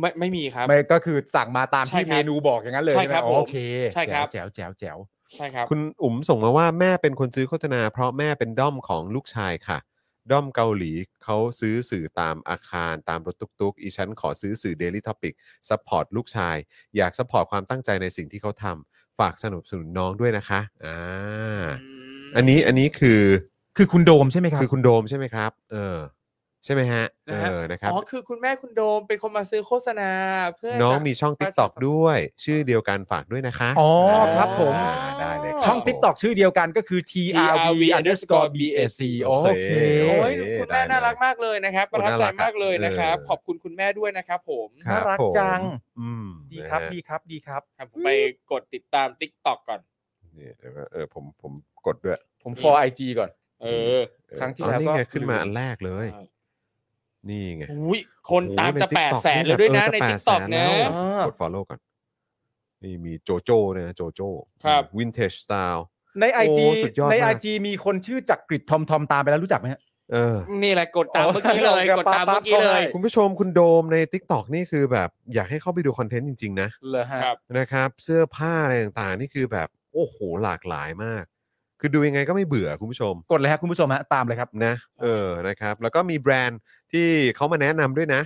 S4: ไม่ไม่มีครับ
S3: ไม่ก็คือสั่งมาตาม
S4: ใช่
S3: ที่
S4: ครับ
S3: เมนูบอกอย่างนั้นเลย
S4: ใช่
S3: ใช่ไหม
S4: ครับ
S3: อ๋อ
S4: ผม
S3: โอเค
S4: ใช่ครับ
S3: แจ๋วแจ๋วแจ๋ว
S4: ใช่ครับ
S2: คุณอุ๋มส่งมาว่าแม่เป็นคนซื้อโฆษณา เพราะแม่เป็นด้อมของลูกชายค่ะ ด้อมเกาหลีเขาซื้อสื่อตามอาคารตามรถตุกๆ อีฉันขอซื้อสื่อ Daily Topic ซัพพอร์ตลูกชาย อยากซัพพอร์ตความตั้งใจในสิ่งที่เขาทำฝากสนับสนุนน้องด้วยนะคะอ่าอันนี้อันนี้คือ
S3: ๆ คือคุณโดมใช่ไหมครับ
S2: คือคุณโดมใช่ไหมครับ เออ ใช่ไหมฮะเอ
S4: นะฮะ
S2: อนะครับ
S4: อ๋อคือคุณแม่คุณโดมเป็นคนมาซื้อโฆษณาเพื่อ
S2: น้อง
S4: จะ
S2: มีช่อง TikTok ด้วย ชื่อเดียวกันฝากด้วยนะคะ
S3: อ๋อครับผม
S2: อ่าได้เลยครับ
S3: ช่อง
S2: ผม
S3: TikTok ชื่อเดียวกันก็คือ trv underscore bac โอเค
S2: โอ้
S4: โอ้ยคุณ
S2: ได้เลย
S4: แม่น่ารักมากเลยนะครับประทับ
S2: น่า
S4: ใจ
S2: รักอะ
S4: มากเลยนะครับ
S2: เออ
S4: ขอบคุณคุณแม่ด้วยนะครับผม
S2: คบ
S3: น่ารัก
S2: ผม
S3: จัง
S2: อืม
S3: ดีครับ
S2: นะฮะ
S3: ดีครับ ดีครับ
S4: ครับผมไปกดติดตาม t ิ k t o k ก่อน
S2: นี่เดี๋ยวก็เออผมผมกดด้วย
S3: ผม for IG ก่อน
S4: เออ
S2: เออ
S3: ครั้งที่
S2: อ๋อ
S3: แล้ว
S2: นี่
S3: ก็
S2: ไงขึ้นมาอันแรกเลย
S4: ใช่
S2: นี่ไง
S4: อุ้ยคนตาม
S2: โอ้โห
S4: จะ
S2: ใ
S4: แปด
S2: TikTok
S4: แสนเลยด้วยนะ
S2: เออ
S4: ใน
S2: จแป
S4: t ิ
S2: ด
S4: k t o
S2: แส
S4: k
S2: น
S4: นะ
S2: แล้ว
S3: อ่าก
S2: ด follow ก่อน นี่มีโจโจ้เนยนะโจโจ้
S4: ครับ
S2: วินเทจสไตล์
S3: ใน IG
S2: โอ้สุดยอด
S3: ใน
S2: มาก
S3: IG มีคนชื่อจักกริดทอมทอมตามไปแล้วรู้จักไหมฮะ
S2: เออ
S4: นี่แหละกดตาม
S3: โอ้
S4: เมื่อกี้เลย
S3: โอเค
S4: กดตาม
S3: ปั๊บ
S4: เมื่อกี้
S3: เข้า
S4: เล
S3: ให้
S4: ย
S2: คุณผู้ชมคุณโดมใน TikTok นี่คือแบบ อยากให้เข้าไปดูคอนเทนต์จริง ๆ นะ
S3: เหรอฮะ
S4: ครับ
S2: นะครับ เสื้อผ้าอะไรต่างๆ นี่คือแบบ โอ้โห หลากหลายมาก คือดูยังไงก็ไม่เบื่อคุณผู้ชม
S3: กดเลยฮะคุณผู้ชมฮะ ตามเลยครับ
S2: นะเออนะครับ แล้วก็มีแบรนด์ที่เขามาแนะนำด้วยนะ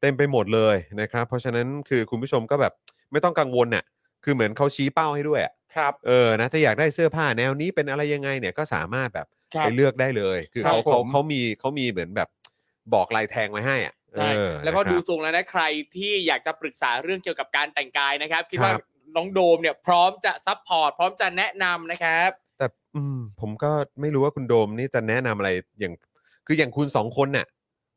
S2: เต็มไปหมดเลยนะครับ เพราะฉะนั้นคือคุณผู้ชมก็แบบไม่ต้องกังวลน่ะคือเหมือนเขาชี้เป้าให้ด้วยอะ
S3: ครับ
S2: เออนะถ้าอยากได้เสื้อผ้าแนวนี้เป็นอะไรยังไงเนี่ยก็สามารถแบบ
S4: ครับ
S2: ไปเลือกได้เลย คือ
S3: ครับ
S2: เขาเขา
S3: ผม
S2: เขามีเขามีเหมือนแบบบอกลายแทงไว้ให้อะเอ
S4: ใช่
S2: เออ
S4: แล้วก็
S2: นะครับ
S4: ดูทรงแล้วนะใครที่อยากจะปรึกษาเรื่องเกี่ยวกับการแต่งกายนะครับ คิดว่า
S2: ครับ
S4: น้องโดมเนี่ยพร้อมจะซัพพอร์ตพร้อมจะแนะนำนะครับ
S2: แต่อืมผมก็ไม่รู้ว่าคุณโดมนี่จะแนะนำอะไรอย่าง คืออย่างคุณสองคนน่ะ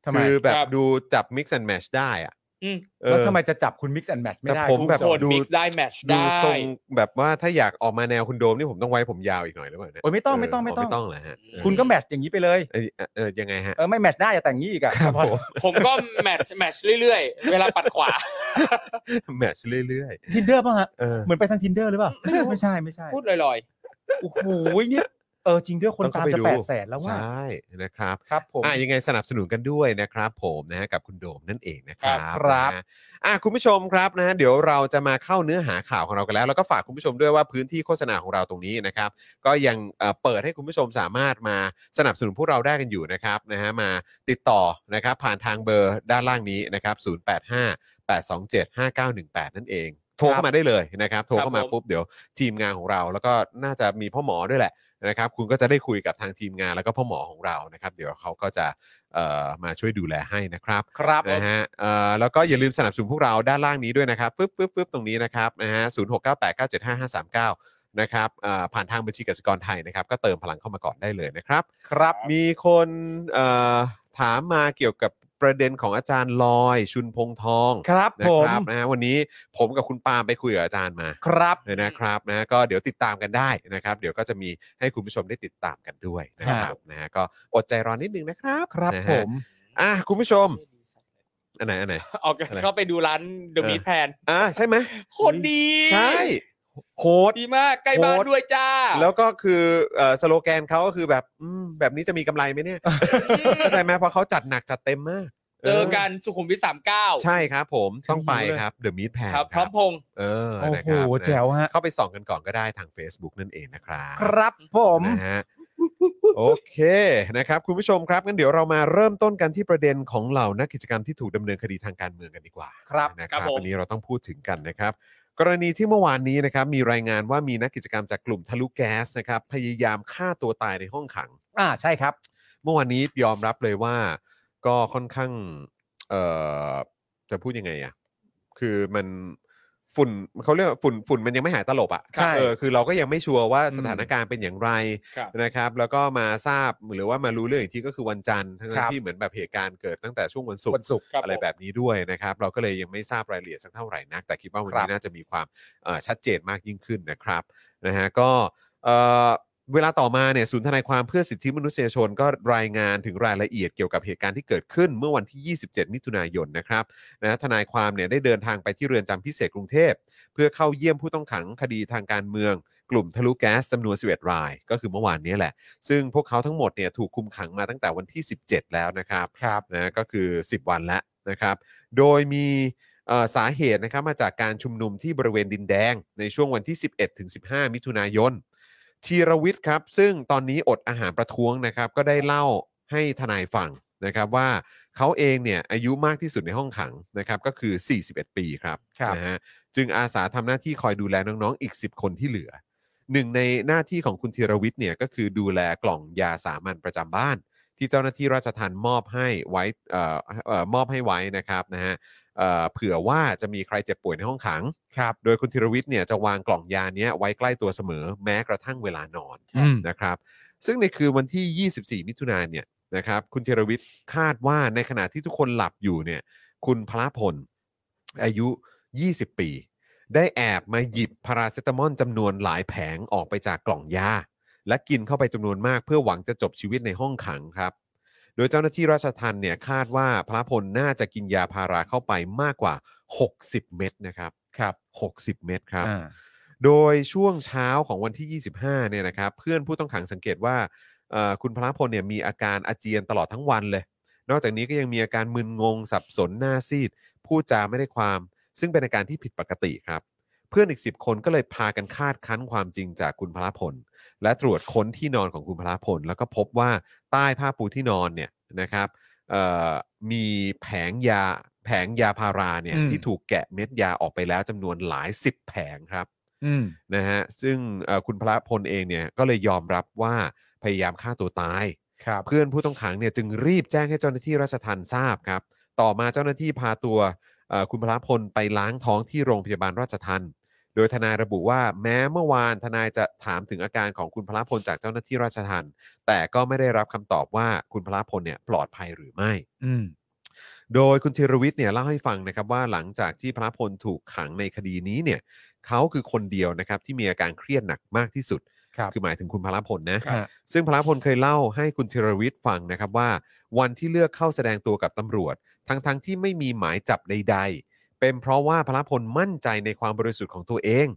S3: ทำไม
S2: คือแบบ
S4: ครับ
S2: ดูจับ mix and match ได้อะ
S4: อืม
S2: เออ
S3: แล้วทำไมจะจับคุณ mix and match ไม่ได้
S2: แต่ผมแบบ
S4: โทษ
S2: ดู
S4: มิกซ์ได้แมทช
S2: ดู
S4: ได้
S2: ทรงแบบว่าถ้าอยากออกมาแนวคุณโดมนี่ผมต้องไว้ผมยาวอีกหน่อยหรือเปล่าเนี่ย
S3: โอ้ยไม่ต้องไม่ต้องไม่ต้อง
S2: ไม่ต้องเหรอฮะเออ
S3: คุณก็แมทช์อย่างนี้ไปเลย
S2: เออเออยังไงฮะ
S3: เออไม่แมทช์ได้อย่าแต่งงี้อีกอะ
S2: ครับผม
S4: ผมก็แมทชแมทชเรื่อยๆ เวลาปัดขวา
S2: แมทช์เรื่อย
S3: ทินเดอร์ป่ะฮะ
S2: ๆเออ
S3: เหมือนไปทางทินเดอร์หรือเปล่า ไม่ใช่ไม่ใช่
S4: พูดลอย
S3: โอ้โหเนี่ยเออจริงด้วยคน
S2: ต้อง
S3: ตา
S2: เข้าม ไป
S3: จะ
S2: ดู
S3: แปดแสนแล้วว่า
S2: ใช่นะครับ
S3: ครับผม
S2: อ่ะยังไงสนับสนุนกันด้วยนะครับผมนะฮะกับคุณโดมนั่นเองนะครับ
S3: ครับ
S2: นะฮะอ่ะคุณผู้ชมครับนะฮะเดี๋ยวเราจะมาเข้าเนื้อหาข่าวของเรากันแล้ว แล้วก็ฝากคุณผู้ชมด้วยว่าพื้นที่โฆษณาของเราตรงนี้นะครับ ก็ยังเอ่อเปิดให้คุณผู้ชมสามารถมาสนับสนุนพวกเราได้กันอยู่นะครับนะฮะมาติดต่อนะครับผ่านทางเบอร์ด้านล่างนี้นะครับ 085 827 5918 นั่นเอง โทรเข้ามาได้เลยนะครับ โทรเข้ามาปุ๊บเดี๋ยวทีมงานของเรา แล้วก็น่าจะมีพ่อหมอด้วยแหละนะครับ คุณก็จะได้คุยกับทางทีมงานแล้วก็พ่อหมอของเรานะครับ เดี๋ยวเขาก็จะเอ่อมาช่วยดูแลให้นะครับ
S3: ครับ
S2: นะฮะเอ่อแล้วก็อย่าลืมสนับสนุนพวกเราด้านล่างนี้ด้วยนะครับปึ๊บปึ๊บปึ๊บตรงนี้นะครับนะฮะศูนย์หกเก้าแปดเก้าเจ็ดห้าห้าสามเก้านะครับเอ่อผ่านทางบัญชีกสิกรไทยนะครับ ก็เติมพลังเข้ามาก่อนได้เลยนะครับ
S3: ครับ
S2: มีคนเอ่อถามมาเกี่ยวกับประเด็นของอาจารย์ลอย ชุนพงษ์ทอง
S3: ครับ
S2: นะ
S3: ผ
S2: ค
S3: ม
S2: รับนะฮะวันนี้ผมกับคุณปาล์มไปคุยกับอาจารย์มา
S3: ครับ
S2: นะครับนะฮะก็เดี๋ยวติดตามกันได้นะครับ เดี๋ยวก็จะมีให้คุณผู้ชมได้ติดตามกันด้วยนะครับนะฮะก็อดใจรอนิดนึงนะครับ
S3: ครับ
S2: นะ
S3: ผ
S2: ฮะ
S3: ม
S2: อ่ะคุณผู้ชมอันไหนอันไหน
S4: ๆ ออกเข้าไปดูร้านเดอะ
S2: เออ
S4: มีแพน
S2: อ่าใช่ไหม
S4: โคตรดี
S2: ใช่
S3: โคตร
S4: ดีมากใกล้บ้าน
S2: โคตร
S4: ด้วยจ้า
S2: แล้วก็คือเอ่อสโลแกนเขาก็คือแบบอืมแบบนี้จะมีกำไรไหมเนี่ยเข้าใจไหมเพราะเขาจัดหนักจัดเต็มมาก
S4: เจอกันสุขุมวิทสามเก้า
S2: ใช่ครับผมต้องไป
S3: ถึงอยู่เลย
S2: ครับเดอะมิตแพน
S4: ครับ พร้อมพงษ์
S2: เออ
S3: โอ้
S2: นะ
S3: โห
S2: ครับ
S3: แจ๋วฮะ
S2: เข้าไปส่องกันก่อนก็ได้ทาง Facebook นั่นเองนะครับ
S3: ครับผม
S2: นะฮะโอเคนะครับ คุณผู้ชมครับงั้นเดี๋ยวเรามาเริ่มต้นกันที่ประเด็นของเหล่านักกิจกรรมที่ถูกดำเนินคดีทางการเมืองกันดีกว่า
S3: ครับ
S2: นะค
S4: ค
S2: รั
S4: รั
S2: บบ
S4: ผม
S2: วันนี้เราต้องพูดถึงกันนะครับ กรณีที่เมื่อวานนี้นะครับมีรายงานว่ามีนักกิจกรรมจากกลุ่มทะลุแก๊สนะครับพยายามฆ่าตัวตายในห้องขัง
S3: อ่าใช่ครับ
S2: เมื่อวานนี้ยอมรับเลยว่าก็ค่อนข้างเอ่อจะพูดยังไงอะคือมันฝุ่นเขาเรียกว่าฝุ่นฝุ่นมันยังไม่หายตลบอะ
S3: ใช่
S2: เออคือเราก็ยังไม่ชัวร์ว่า
S3: อืม
S2: สถานการณ์เป็นอย่างไร
S4: ครับ
S2: นะครับ แล้วก็มาทราบหรือว่ามารู้เรื่องอีกทีก็คือวันจันทร์ทั้ง
S3: ครับ
S2: ที่เหมือนแบบเหตุการณ์เกิดตั้งแต่ช่วงวันศุกร์
S3: วันศุกร์
S4: ครับ
S2: อะไร
S4: ผม
S2: แบบนี้ด้วยนะครับ เราก็เลยยังไม่ทราบรายละเอียดสักเท่าไหร่นัก แต่คิดว่าวัน
S3: ครั
S2: นี้
S3: บ
S2: น่าจะมีความเอ่อชัดเจนมากยิ่งขึ้นนะครับนะฮะก็เอ่อเวลาต่อมาเนี่ยศูนย์ทนายความเพื่อสิทธิมนุษยชนก็รายงานถึงรายละเอียดเกี่ยวกับเหตุการณ์ที่เกิดขึ้นเมื่อวันที่ 27 มิถุนายนนะครับนะทนายความเนี่ยได้เดินทางไปที่เรือนจำพิเศษกรุงเทพ เพื่อเข้าเยี่ยมผู้ต้องขังคดีทางการเมือง กลุ่มทะลุแก๊สจำนวน 11 ราย ก็คือเมื่อวานนี้แหละ ซึ่งพวกเขาทั้งหมดเนี่ยถูกคุมขังมาตั้งแต่วันที่ 17 แล้วนะครับ
S3: ครับ
S2: นะก็คือ 10 วันแล้วนะครับ โดยมีเอ่อสาเหตุนะครับมาจากการชุมนุมที่บริเวณดินแดง ในช่วงวันที่ 11ถึง15 มิถุนายนธีรวิทย์ครับ ซึ่งตอนนี้อดอาหารประท้วงนะครับ ก็ได้เล่าให้ทนายฟังนะครับว่าเขาเองเนี่ยอายุมากที่สุดในห้องขังนะครับก็คือ 41 ปีครับ
S3: ครับ
S2: นะฮะจึงอาสาทำหน้าที่คอยดูแลน้องๆ อีก 10 คนที่เหลือ หนึ่งในหน้าที่ของคุณธีรวิทย์เนี่ยก็คือดูแลกล่องยาสามัญประจำบ้าน ที่เจ้าหน้าที่ราชทัณฑ์มอบให้ไว้เอ่อเอ่อมอบให้ไว้นะครับนะฮะเอ่อเผื่อว่าจะมีใครเจ็บป่วยในห้องขัง
S3: ครับ
S2: โดยคุณธีรวิทย์เนี่ยจะวางกล่องยาเนี้ยไว้ใกล้ตัวเสมอแม้กระทั่งเวลานอน
S3: อืม
S2: นะครับ ซึ่งในคืนวันที่ 24 มิถุนายนเนี่ยนะครับคุณธีรวิทย์คาดว่าในขณะที่ทุกคนหลับอยู่เนี่ยคุณพลพลอายุ 20 ปี ได้แอบมาหยิบพาราเซตามอลจำนวนหลายแผงออกไปจากกล่องยา และกินเข้าไปจำนวนมากเพื่อหวังจะจบชีวิตในห้องขังครับ โดยเจ้าหน้าที่ราชทัณฑ์เนี่ยคาดว่าพระพลน่าจะกินยาพาราเข้าไปมากกว่า 60 เม็ดนะครับ
S3: ครับ
S2: 60 เมตรครับ
S3: อ่า
S2: โดยช่วงเช้าของวันที่ 25 เนี่ยนะครับ เพื่อนผู้ต้องขังสังเกตว่าเอ่อคุณพระพลเนี่ยมีอาการอาเจียนตลอดทั้งวันเลย นอกจากนี้ก็ยังมีอาการมึนงง สับสนหน้าซีด พูดจาไม่ได้ความ ซึ่งเป็นอาการที่ผิดปกติครับ เพื่อนอีก 10 คนก็เลยพากันคาดคั้นความจริงจากคุณพระพล และตรวจค้นที่นอนของคุณพระพล แล้วก็พบว่าใต้ผ้าปูที่นอนเนี่ยนะครับเอ่อมีแผงยาแผงยาพาราเนี่ยที่ถูกแกะเม็ดยาออกไปแล้วจำนวนหลาย 10 แผงครับ
S3: อืม
S2: นะฮะซึ่งเอ่อคุณพระพลเองเนี่ยก็เลยยอมรับว่าพยายามฆ่าตัวตาย
S3: ครับ
S2: เพื่อนผู้ต้องขังเนี่ยจึงรีบแจ้งให้เจ้าหน้าที่ราชทัณฑ์ทราบครับ ต่อมาเจ้าหน้าที่พาตัวเอ่อคุณพระพลไปล้างท้องที่โรงพยาบาลราชทัน โดยทนายระบุว่าแม้เมื่อวานทนายจะถามถึงอาการของคุณพระพลจากเจ้าหน้าที่ราชทัน แต่ก็ไม่ได้รับคำตอบว่าคุณพระพลเนี่ยปลอดภัยหรือไม่
S3: อืม
S2: โดยคุณธีรวิทย์เนี่ยเล่าให้ฟังนะครับว่าหลังจากที่พระพลถูกขังในคดีนี้เนี่ยเขาคือคนเดียวนะครับที่มีอาการเครียดหนักมากที่สุด
S3: ครับ
S2: อหมายถึงคุณพระพลนะครับ ซึ่งพระพลเคยเล่าให้คุณธีรวิทย์ฟังนะครับว่า วันที่เลือกเข้าแสดงตัวกับตำรวจ ทั้งๆทที่ไม่มีหมายจับใด ๆ เป็นเพราะว่าพระพลมั่นใจในความบริสุทธิ์ของตัวเอง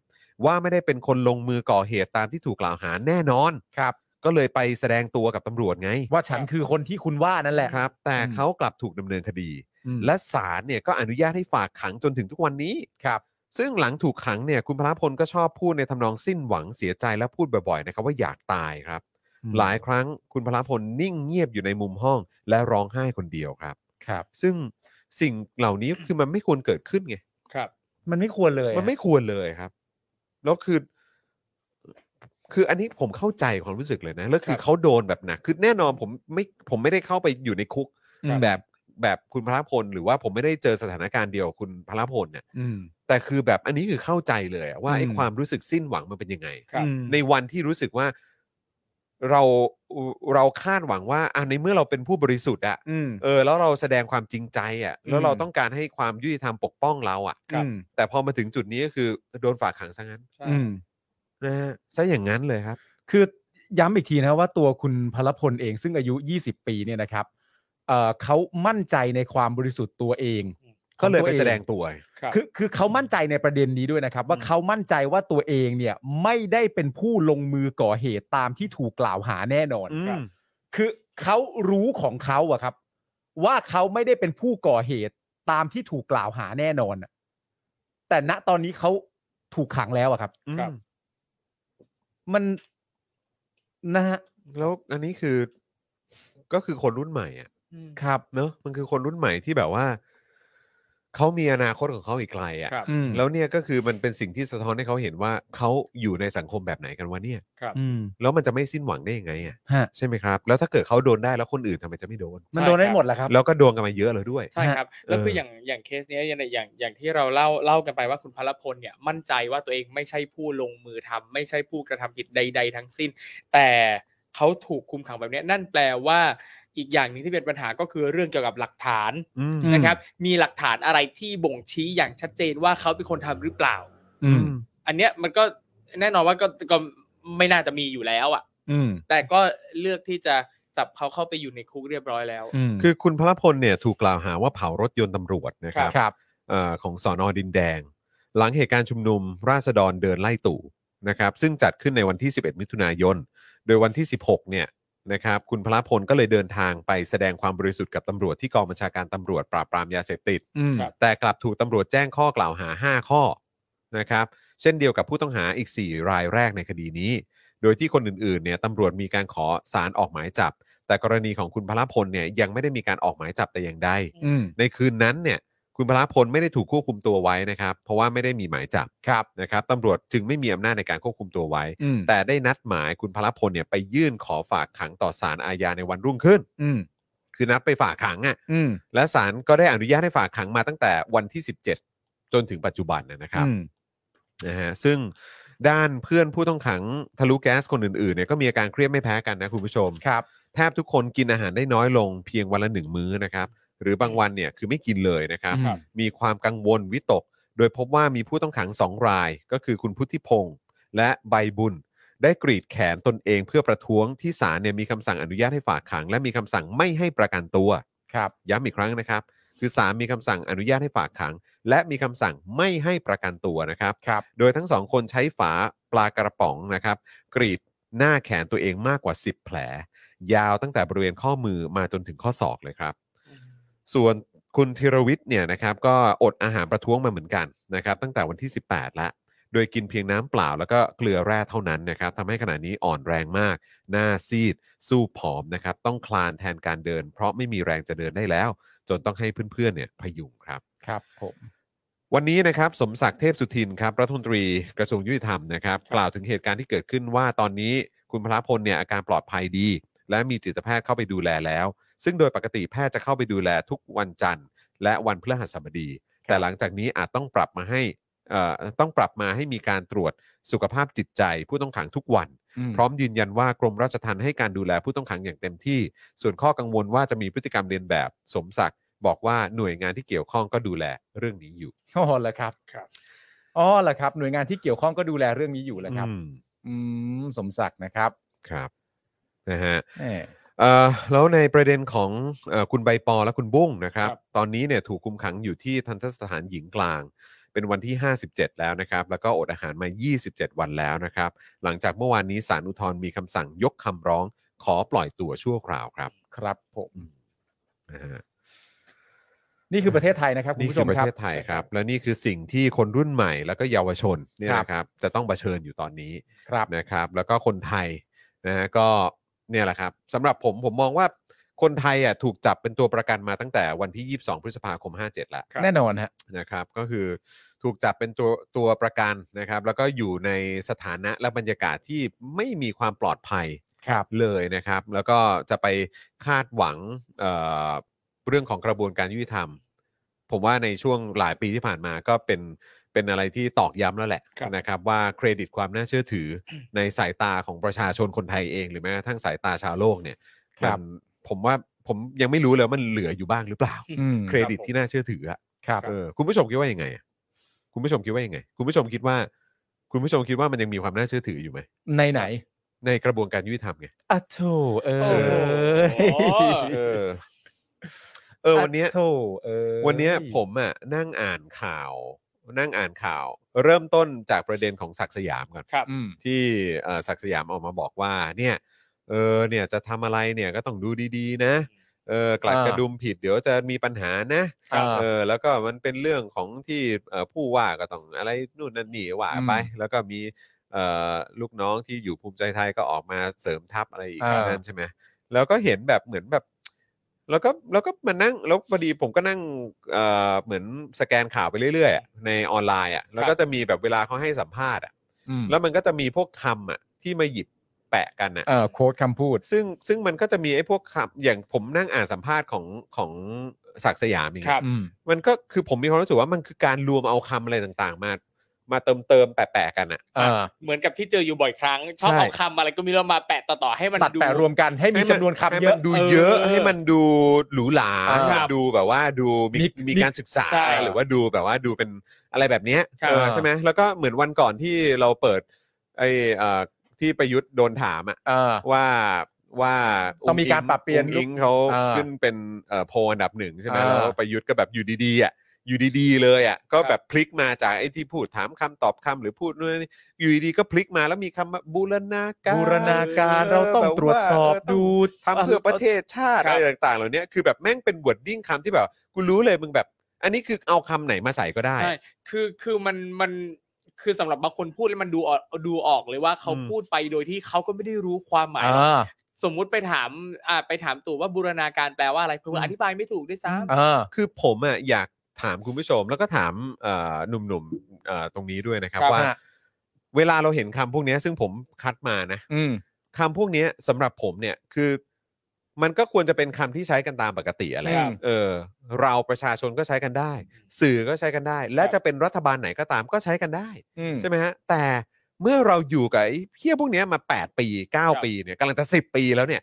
S2: ว่าไม่ได้เป็นคนลงมือก่อเหตุตามที่ถูกกล่าวหาแน่นอน
S3: ครับ
S2: ก็เลยไปแสดงตัวกับตำรวจไง
S3: ว่าฉันคือคนที่คุณว่านั่นแหละ
S2: ครับ แต่
S3: อืม
S2: เขากลับถูกดำเนินคดี
S3: อืม
S2: และศาลเนี่ยก็อนุญาตให้ฝากขังจนถึงทุกวันนี้
S3: ครับ
S2: ซึ่งหลังถูกขังเนี่ยคุณพระพลก็ชอบพูดในทำนองสิ้นหวังเสียใจและพูดบ่อยๆนะครับว่าอยากตายครับ หลายครั้งคุณพระพลนิ่งเงียบอยู่ในมุมห้อง และร้องไห้คนเดียวครับ
S3: ครับ
S2: ซึ่งสิ่งเหล่านี้คือมันไม่ควรเกิดขึ้นไง
S4: ครับ
S3: มันไม่ควรเลย
S2: มันไม่ควรเลยครับ แล้วคือ คืออันนี้ผมเข้าใจความรู้สึกเลยนะแล้วคือเขาโดนแบบหนักคือแน่นอนผมไม่ผมไม่ได้เข้าไปอยู่ในคุก
S3: อืม
S2: แบบแบบคุณพระพลหรือว่าผมไม่ได้เจอสถานการณ์เดียวกับคุณพระพลเนี่ย
S3: อืม
S2: แต่คือแบบอันนี้คือเข้าใจเลยอะว่าไอ้
S3: อืม
S2: ความรู้สึกสิ้นหวังมันเป็นยังไง
S4: ครับ
S3: อืม
S2: ในวันที่รู้สึกว่าเราเราคาดหวังว่าอ่ะในเมื่อเราเป็นผู้บริสุทธิ์อะ
S3: อืม
S2: เออแล้วเราแสดงความจริงใจอะแล้วเรา
S3: อืม
S2: ต้องการให้ความยุติธรรมปกป้องเราอะ
S4: ครับ
S3: อืม
S2: แต่พอมาถึงจุดนี้ก็คือโดนฝากขังซะงั้น
S4: ใช่
S3: อืม
S2: นะฮะซะอย่างนั้นเลยครับ
S3: คือย้ำอีกทีนะว่าตัวคุณพลพลเองซึ่งอายุ 20 ปีเนี่ยนะครับเอ่อเขามั่นใจในความบริสุทธิ์ตัวเอง
S2: ก็เลย
S3: ขอ
S2: ไป
S3: ตัวอ
S2: แสดงตัว
S4: ครับ
S3: คือคือเขามั่นใจในประเด็นนี้ด้วยนะครับ ว่าเขามั่นใจว่าตัวเองเนี่ยไม่ได้เป็นผู้ลงมือก่อเหตุตามที่ถูกกล่าวหาแน่นอน
S2: อืม
S3: ครับคือเขารู้ของเขาอะครับ ว่าเขาไม่ได้เป็นผู้ก่อเหตุตามที่ถูกกล่าวหาแน่นอนอะแต่ณตอนนี้เขาถูกขังแล้วอะครับ
S2: อืม
S4: ครับ
S3: มันนะฮะ
S2: แล้วอันนี้คือก็คือคนรุ่นใหม่อะ
S3: ครับ
S2: เนอะมันคือคนรุ่นใหม่ที่แบบว่าเขามีอนาคตของเขาอีกไกล
S4: ครั
S2: อะ่ะ
S4: บ
S3: อืม
S2: แล้วเนี่ยก็คือมันเป็นสิ่งที่สะท้อนให้เขาเห็นว่าเขาอยู่ในสังคมแบบไหนกันวะเนี่ย
S4: ครับ
S3: อืม
S2: แล้วมันจะไม่สิ้นหวังได้ยังไงอะ่ะ
S3: ฮะ
S2: ใช่ไหมครับ แล้วถ้าเกิดเขาโดนได้แล้วคนอื่นทำไมจะไม่โดน
S3: มันโดนได้
S4: ใช่ครับ
S3: หมดแหละครับ
S2: แล้วก็โดนกันมาเยอะเลยด้วย
S4: ใช่ครับ แล้วคือ
S2: เอออ
S4: อย่างอย่างเคสเนี้ยอย่างอย่างอย่างที่เราเล่าเล่ากันไปว่าคุณพลพลเนี่ยมั่นใจว่าตัวเองไม่ใช่ผู้ลงมือทำไม่ใช่ผู้กระทำผิดใด ๆ ทั้งสิ้น แต่เขาถูกคุมขังแบบเนี้ยนั่นแปลว่า อีกอย่างหนึ่งที่เป็นปัญหาก็คือเรื่องเกี่ยวกับหลักฐาน
S2: อืม
S3: ม
S4: นะครับ มีหลักฐานอะไรที่บ่งชี้อย่างชัดเจนว่าเขาเป็นคนทำหรือเปล่า
S3: อืม
S4: อันเนี้ยมันก็แน่นอนว่าก็ก็ไม่น่าจะมีอยู่แล้วอ่ะ
S3: อืม
S4: แต่ก็เลือกที่จะจับเขาเข้าไปอยู่ในคุกเรียบร้อยแล้ว
S3: อืม
S2: คือคุณพระพลเนี่ยถูกกล่าวหาว่าเผารถยนต์ตำรวจนะครับ
S3: ครับ
S2: เอ่อของสอนอดินแดง หลังเหตุการณ์ชุมนุม ราษฎรเดินไล่ตู่นะครับ ซึ่งจัดขึ้นในวันที่ 11 มิถุนายน โดยวันที่ 16 เนี่ยนะครับ คุณพระพลก็เลยเดินทางไปแสดงความบริสุทธิ์กับตำรวจที่กองบัญชาการตำรวจปราบปรามยาเสพติด
S3: อืม
S4: ครับ
S2: แต่กลับถูกตำรวจแจ้งข้อกล่าวหา 5 ข้อนะครับ เช่นเดียวกับผู้ต้องหาอีก 4 รายแรกในคดีนี้ โดยที่คนอื่นๆเนี่ยตำรวจมีการขอสารออกหมายจับ แต่กรณีของคุณพระพลเนี่ยยังไม่ได้มีการออกหมายจับแต่อย่างใด
S3: อืม
S2: ในคืนนั้นเนี่ยคุณพระพลไม่ได้ถูกควบคุมตัวไว้นะครับ เพราะว่าไม่ได้มีหมายจับ
S3: ครับ
S2: นะครับตำรวจจึงไม่มีอำนาจในการควบคุมตัวไว้
S3: อืม
S2: แต่ได้นัดหมายคุณพระพลเนี่ยไปยื่นขอฝากขังต่อศาลอาญาในวันรุ่งขึ้น
S3: อืม
S2: คือนัดไปฝากขังอ่ะ
S3: อืม
S2: และศาลก็ได้อนุญาตให้ฝากขังมาตั้งแต่วันที่ 17 จนถึงปัจจุบันนะครับ
S3: อืม
S2: นะฮะซึ่งด้านเพื่อนผู้ต้องขังทะลุแก๊สคนอื่นๆเนี่ยก็มีอาการเครียดไม่แพ้กันนะคุณผู้ชม
S3: ครับ
S2: แทบทุกคนกินอาหารได้น้อยลงเพียงวันละหนึ่งมื้อนะครับ หรือบางวันเนี่ยคือไม่กินเลยนะครับ
S3: ครับ
S2: มีความกังวลวิตก โดยพบว่ามีผู้ต้องขังสองราย ก็คือคุณพุทธิพงศ์และใบบุญ ได้กรีดแขนตนเองเพื่อประท้วงที่ศาลเนี่ยมีคำสั่งอนุญาตให้ฝากขัง และมีคำสั่งไม่ให้ประกันตัว
S3: ครับ
S2: ย้ำอีกครั้งนะครับ คือศาลมีคำสั่งอนุญาตให้ฝากขัง และมีคำสั่งไม่ให้ประกันตัวนะครับ
S3: ครับ
S2: โดยทั้งสองคนใช้ฝาปลากระป๋องนะครับ กรีดหน้าแขนตัวเองมากกว่า 10 แผล ยาวตั้งแต่บริเวณข้อมือมาจนถึงข้อศอกเลยครับ ส่วนคุณธีรวิทย์เนี่ยนะครับก็อดอาหารประท้วงมาเหมือนกันนะครับ ตั้งแต่วันที่ 18 ละ โดยกินเพียงน้ำเปล่าแล้วก็เกลือแร่เท่านั้นนะครับทำให้ขณะนี้อ่อนแรงมาก หน้าซีด สู้ผอมนะครับ ต้องคลานแทนการเดิน เพราะไม่มีแรงจะเดินได้แล้ว จนต้องให้เพื่อนๆเนี่ยพยุงครับ
S3: ครับผม
S2: วันนี้นะครับสมศักดิ์เทพสุทินครับรัฐมนตรีกระทรวงยุติธรรมนะครับ กล่าวถึงเหตุการณ์ที่เกิดขึ้นว่าตอนนี้คุณพระพลเนี่ยอาการปลอดภัยดี และมีจิตแพทย์เข้าไปดูแลแล้ว ซึ่งโดยปกติแพทย์จะเข้าไปดูแลทุกวันจันทร์ และวันพฤหัสบดี แต่หลังจากนี้อาจต้องปรับมาให้เอ่อต้องปรับมาให้มีการตรวจสุขภาพจิตใจ ผู้ต้องขังทุกวัน พร้อมยืนยันว่ากรมราชทัณฑ์ให้การดูแลผู้ต้องขังอย่างเต็มที่ ส่วนข้อกังวลว่าจะมีพฤติกรรมเลียนแบบ สมศักดิ์บอกว่าหน่วยงานที่เกี่ยวข้องก็ดูแลเรื่องนี้อยู่
S3: อ๋อเหรอครับ
S4: ครับ
S3: อ๋อเหรอครับ หน่วยงานที่เกี่ยวข้องก็ดูแลเรื่องนี้อยู่แหละครับ
S2: อืม
S3: อืมสมศักดิ์นะครับ
S2: ครับนะฮะ
S3: แหม่
S2: เอ่อแล้วในประเด็นของเออคุณใบปอและคุณบุ้งนะครับ
S4: ครับ
S2: ตอนนี้เนี่ยถูกคุมขังอยู่ที่ทันทสถานหญิงกลาง เป็นวันที่ 57 แล้วนะครับ แล้วก็อดอาหารมา 27 วันแล้วนะครับ หลังจากเมื่อวานนี้ศาลอุทธรณ์มีคำสั่งยกคำร้องขอปล่อยตัวชั่วคราวครับ
S3: ครับผม
S2: นะฮะ
S3: นี่คือประเทศไทยนะครับคุณ
S2: นี่
S3: ผู้
S2: คื
S3: ช
S2: อ
S3: ม
S2: ประ
S3: ครับ
S2: เทศไทยครับ และนี่คือสิ่งที่คนรุ่นใหม่แล้วก็เยาวชนเนี่ย
S3: ครับ
S2: นะครับจะต้องเผชิญอยู่ตอนนี้
S3: ครับ
S2: นะครับแล้วก็คนไทยนะฮะก็เนี่ยแหละครับสำหรับผมผมมองว่าคนไทยอ่ะถูกจับเป็นตัวประกันมาตั้งแต่วันที่ 22 พฤษภาคม 57 แล้ว
S3: แน่นอนฮะ
S2: นะครับก็คือถูกจับเป็นตัวตัวประกันนะครับ แล้วก็อยู่ในสถานะและบรรยากาศที่ไม่มีความปลอดภัย
S3: ครับ
S2: เลยนะครับ แล้วก็จะไปคาดหวังเอ่อเรื่องของกระบวนการยุติธรรม ผมว่าในช่วงหลายปีที่ผ่านมาก็เป็นเป็นอะไรที่ตอกย้ำแล้วแหละ
S4: ครับ
S2: นะครับ ว่าเครดิตความน่าเชื่อถือ ในสายตาของประชาชนคนไทยเองหรือแม้กระทั่งสายตาชาวโลกเนี่ย
S3: ครับ
S2: มันผมว่าผมยังไม่รู้เลยว่ามันเหลืออยู่บ้างหรือเปล่า
S3: อืม
S2: เครดิตที่น่าเชื่อถืออะ
S3: ครับ
S2: เออคุณผู้ชมคิดว่ายังไงอะคุณผู้ชมคิดว่ายังไง คุณผู้ชมคิดว่า คุณผู้ชมคิดว่ามันยังมีความน่าเชื่อถืออยู่ไหม
S3: ในไหน
S2: ในกระบวนการยุติธรรมไง
S3: อ่ะโถเออ
S4: โอ้โห
S2: เออ เออ วันเนี้ย
S3: ะโถเออ
S2: วันเนี้ยผมอ่ะนั่งอ่านข่าว นั่งอ่านข่าว เริ่มต้นจากประเด็นของศักดิ์สยามก่อน
S4: ครับ
S3: อืม
S2: ที่เอ่อศักดิ์สยามออกมาบอกว่าเนี่ยเออเนี่ยจะทำอะไรเนี่ยก็ต้องดูดีๆ นะเออกลัด
S3: อ่าก
S2: ระดุมผิดเดี๋ยวจะมีปัญหานะ
S3: อ่า
S2: เออแล้วก็มันเป็นเรื่องของที่เอ่อผู้ว่าก็ต้องอะไรนู่นนั่นนี่ว่าไป
S3: อืม
S2: แล้วก็มีเอ่อลูกน้องที่อยู่ภูมิใจไทยก็ออกมาเสริมทัพอะไรอีก
S3: อ่า
S2: นั่นใช่ไหมแล้วก็เห็นแบบเหมือนแบบ แล้วก็แล้วก็มานั่งแล้วพอดีผมก็นั่งเอ่อเหมือนสแกนข่าวไปเรื่อยๆอะในออนไลน์อ่ะแล้วก็จะมีแบบเวลาเขาให้สัมภาษณ์อ่ะ
S3: อืม
S2: แล้วมันก็จะมีพวกคำอ่ะที่มาหยิบแปะกันอ่ะ
S3: เออโค้ดคำพูด
S2: ซึ่งซึ่งมันก็จะมีไอ้พวกคำอย่างผมนั่งอ่านสัมภาษณ์ของของศักดิ์สยามอย่าง
S4: ค
S2: เงี้
S4: รั
S2: ย
S4: บ
S3: อืม
S2: มันก็คือผมมีความรู้สึกว่ามันคือการรวมเอาคำอะไรต่างๆ มา มาเติมเติมๆแปะๆกันอ่ะ
S3: เออ
S4: เหมือนกับที่เจออยู่บ่อยครั้ง ชอบ
S2: ใช่
S4: เอาคำอะไรก็ไมีเรามาแปะต่อๆให้มัน
S3: ตัด
S4: ดู
S3: แปะรวมกันให้มีจำนวนคำ
S2: ให้
S3: เย
S2: มั
S3: อะ
S2: นดูเยอะ
S4: เออ
S2: ให้มันดูหรูหรา
S3: เออ
S2: ให้มันดูแบบว่าดูมี
S3: มี
S2: มีการศึกษา
S4: ใช่
S2: หรือว่าดูแบบว่าดูเป็นอะไรแบบเนี้ย
S4: ครับ
S2: เออใช่ไหมแล้วก็เหมือนวันก่อนที่เราเปิดไอเอ่อที่ประยุทธ์โดนถามอ่ะ
S3: เออ
S2: ว่าว่า
S3: ต้องมีการปรับเปลี่ยน
S2: องอิงเขา
S3: อ่า
S2: ขึ้นเป็นเอ่อโพลอันดับหนึ่งใช่ไหม
S3: อ่า
S2: แล้วประยุทธ์ก็แบบอยู่ดีๆอ่ะอยู่ดีๆเลยอ่ะก็แบบพลิกมาจากไอ้ที่พูดถามคำตอบคำหรือพูดนู่นนี่อยู่ดีๆก็พลิกมาแล้วมีคำว่าบูรณาการ
S3: บูรณาการเราต้องตรวจสอบ
S2: เต้ง
S3: ดู
S2: ทำเพื่อประเทศชาติ
S4: ครั
S2: อะ
S4: บ
S2: ไรต่างๆ เหล่านี้คือแบบแม่งเป็นบวดดิ้งคำที่แบบกูรู้เลยมึงแบบ อันนี้คือเอาคำไหนมาใส่ก็ได้
S4: ใช่ คือ คือ มัน มัน คือสำหรับบางคนพูดแล้วมันดูออกดูออกเลยว่าเขา
S2: อืม
S4: พูดไปโดยที่เขาก็ไม่ได้รู้ความหมาย
S3: อ่า
S4: สมมุติไปถาม อ่า ไปถามตู่ว่าบูรณาการแปลว่าอะไรเพื่ออธิบายไม่ถูกด้วยซ้ำ
S3: เออ
S2: คือผมอ่ะอยากถามคุณผู้ชมแล้วก็ถามเอ่อหนุ่มๆเอ่อตรงนี้ด้วยนะครับ
S4: ครับ
S2: ว่า
S3: ฮะ
S2: เวลาเราเห็นคำพวกเนี้ยซึ่งผมคัดมานะ
S3: อืม
S2: คำพวกเนี้ยสำหรับผมเนี่ยคือ มันก็ควรจะเป็นคำที่ใช้กันตามปกติอะไร
S4: ครับ
S2: เออ เราประชาชนก็ใช้กันได้ สื่อก็ใช้กันได้ และจะเป็นรัฐบาลไหนก็ตามก็ใช้กันได้
S3: อืม
S2: ใช่ไหมฮะแต่เมื่อเราอยู่กับไอ้เพี้ยพวกเนี้ยมา 8 ปี
S4: ครับ
S2: 9 ปีเนี่ยกำลังจะ 10 ปีแล้วเนี่ย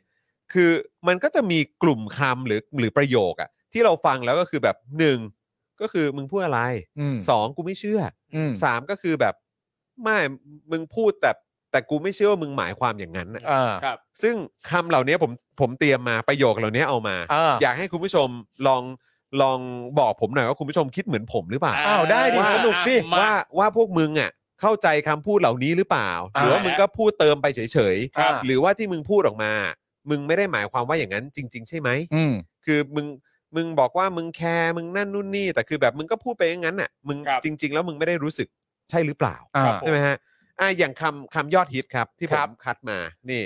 S2: คือมันก็จะมีกลุ่มคำหรือหรือประโยคอะที่เราฟังแล้วก็คือแบบหนึ่งก็คือมึงพูดอะไร
S3: อืม
S2: สองกูไม่เชื่อ
S3: อืม
S2: สามก็คือแบบไม่มึงพูดแต่แต่กูไม่เชื่อว่ามึงหมายความอย่างนั้นน่ะ
S3: อ่า
S4: ครับ
S2: ซึ่งคำเหล่านี้ผมผมเตรียมมาประโยคเหล่านี้เอามา
S3: อ่า
S2: อยากให้คุณผู้ชมลองลองบอกผมหน่อยว่าคุณผู้ชมคิดเหมือนผมหรือเปล่า
S3: อ้าวได้ดิ
S2: ว่า
S3: สนุกสิ
S4: มาก
S2: ว่าว่าพวกมึงอ่ะเข้าใจคำพูดเหล่านี้หรือเปล่าห
S3: อ่า
S2: รือว่ามึงก็พูดเติมไปเฉย
S3: ครับ
S2: ๆ หรือว่าที่มึงพูดออกมา มึงไม่ได้หมายความว่าอย่างนั้นจริง ๆ ใช่ไหม
S3: อืม
S2: คือมึงมึงบอกว่ามึงแคร์มึงนั่นนู่นนี่ แต่คือแบบมึงก็พูดไปอย่างนั้นน่ะมึง
S4: ครับ
S2: จริง ๆ แล้วมึงไม่ได้รู้สึกใช่หรือเปล่า
S3: อ่า
S2: ใช่ไหมฮะอ่ะอย่างคำคำยอดฮิตครับ ที่ผ
S3: ครั
S2: ม
S3: บ
S2: คัดมานี่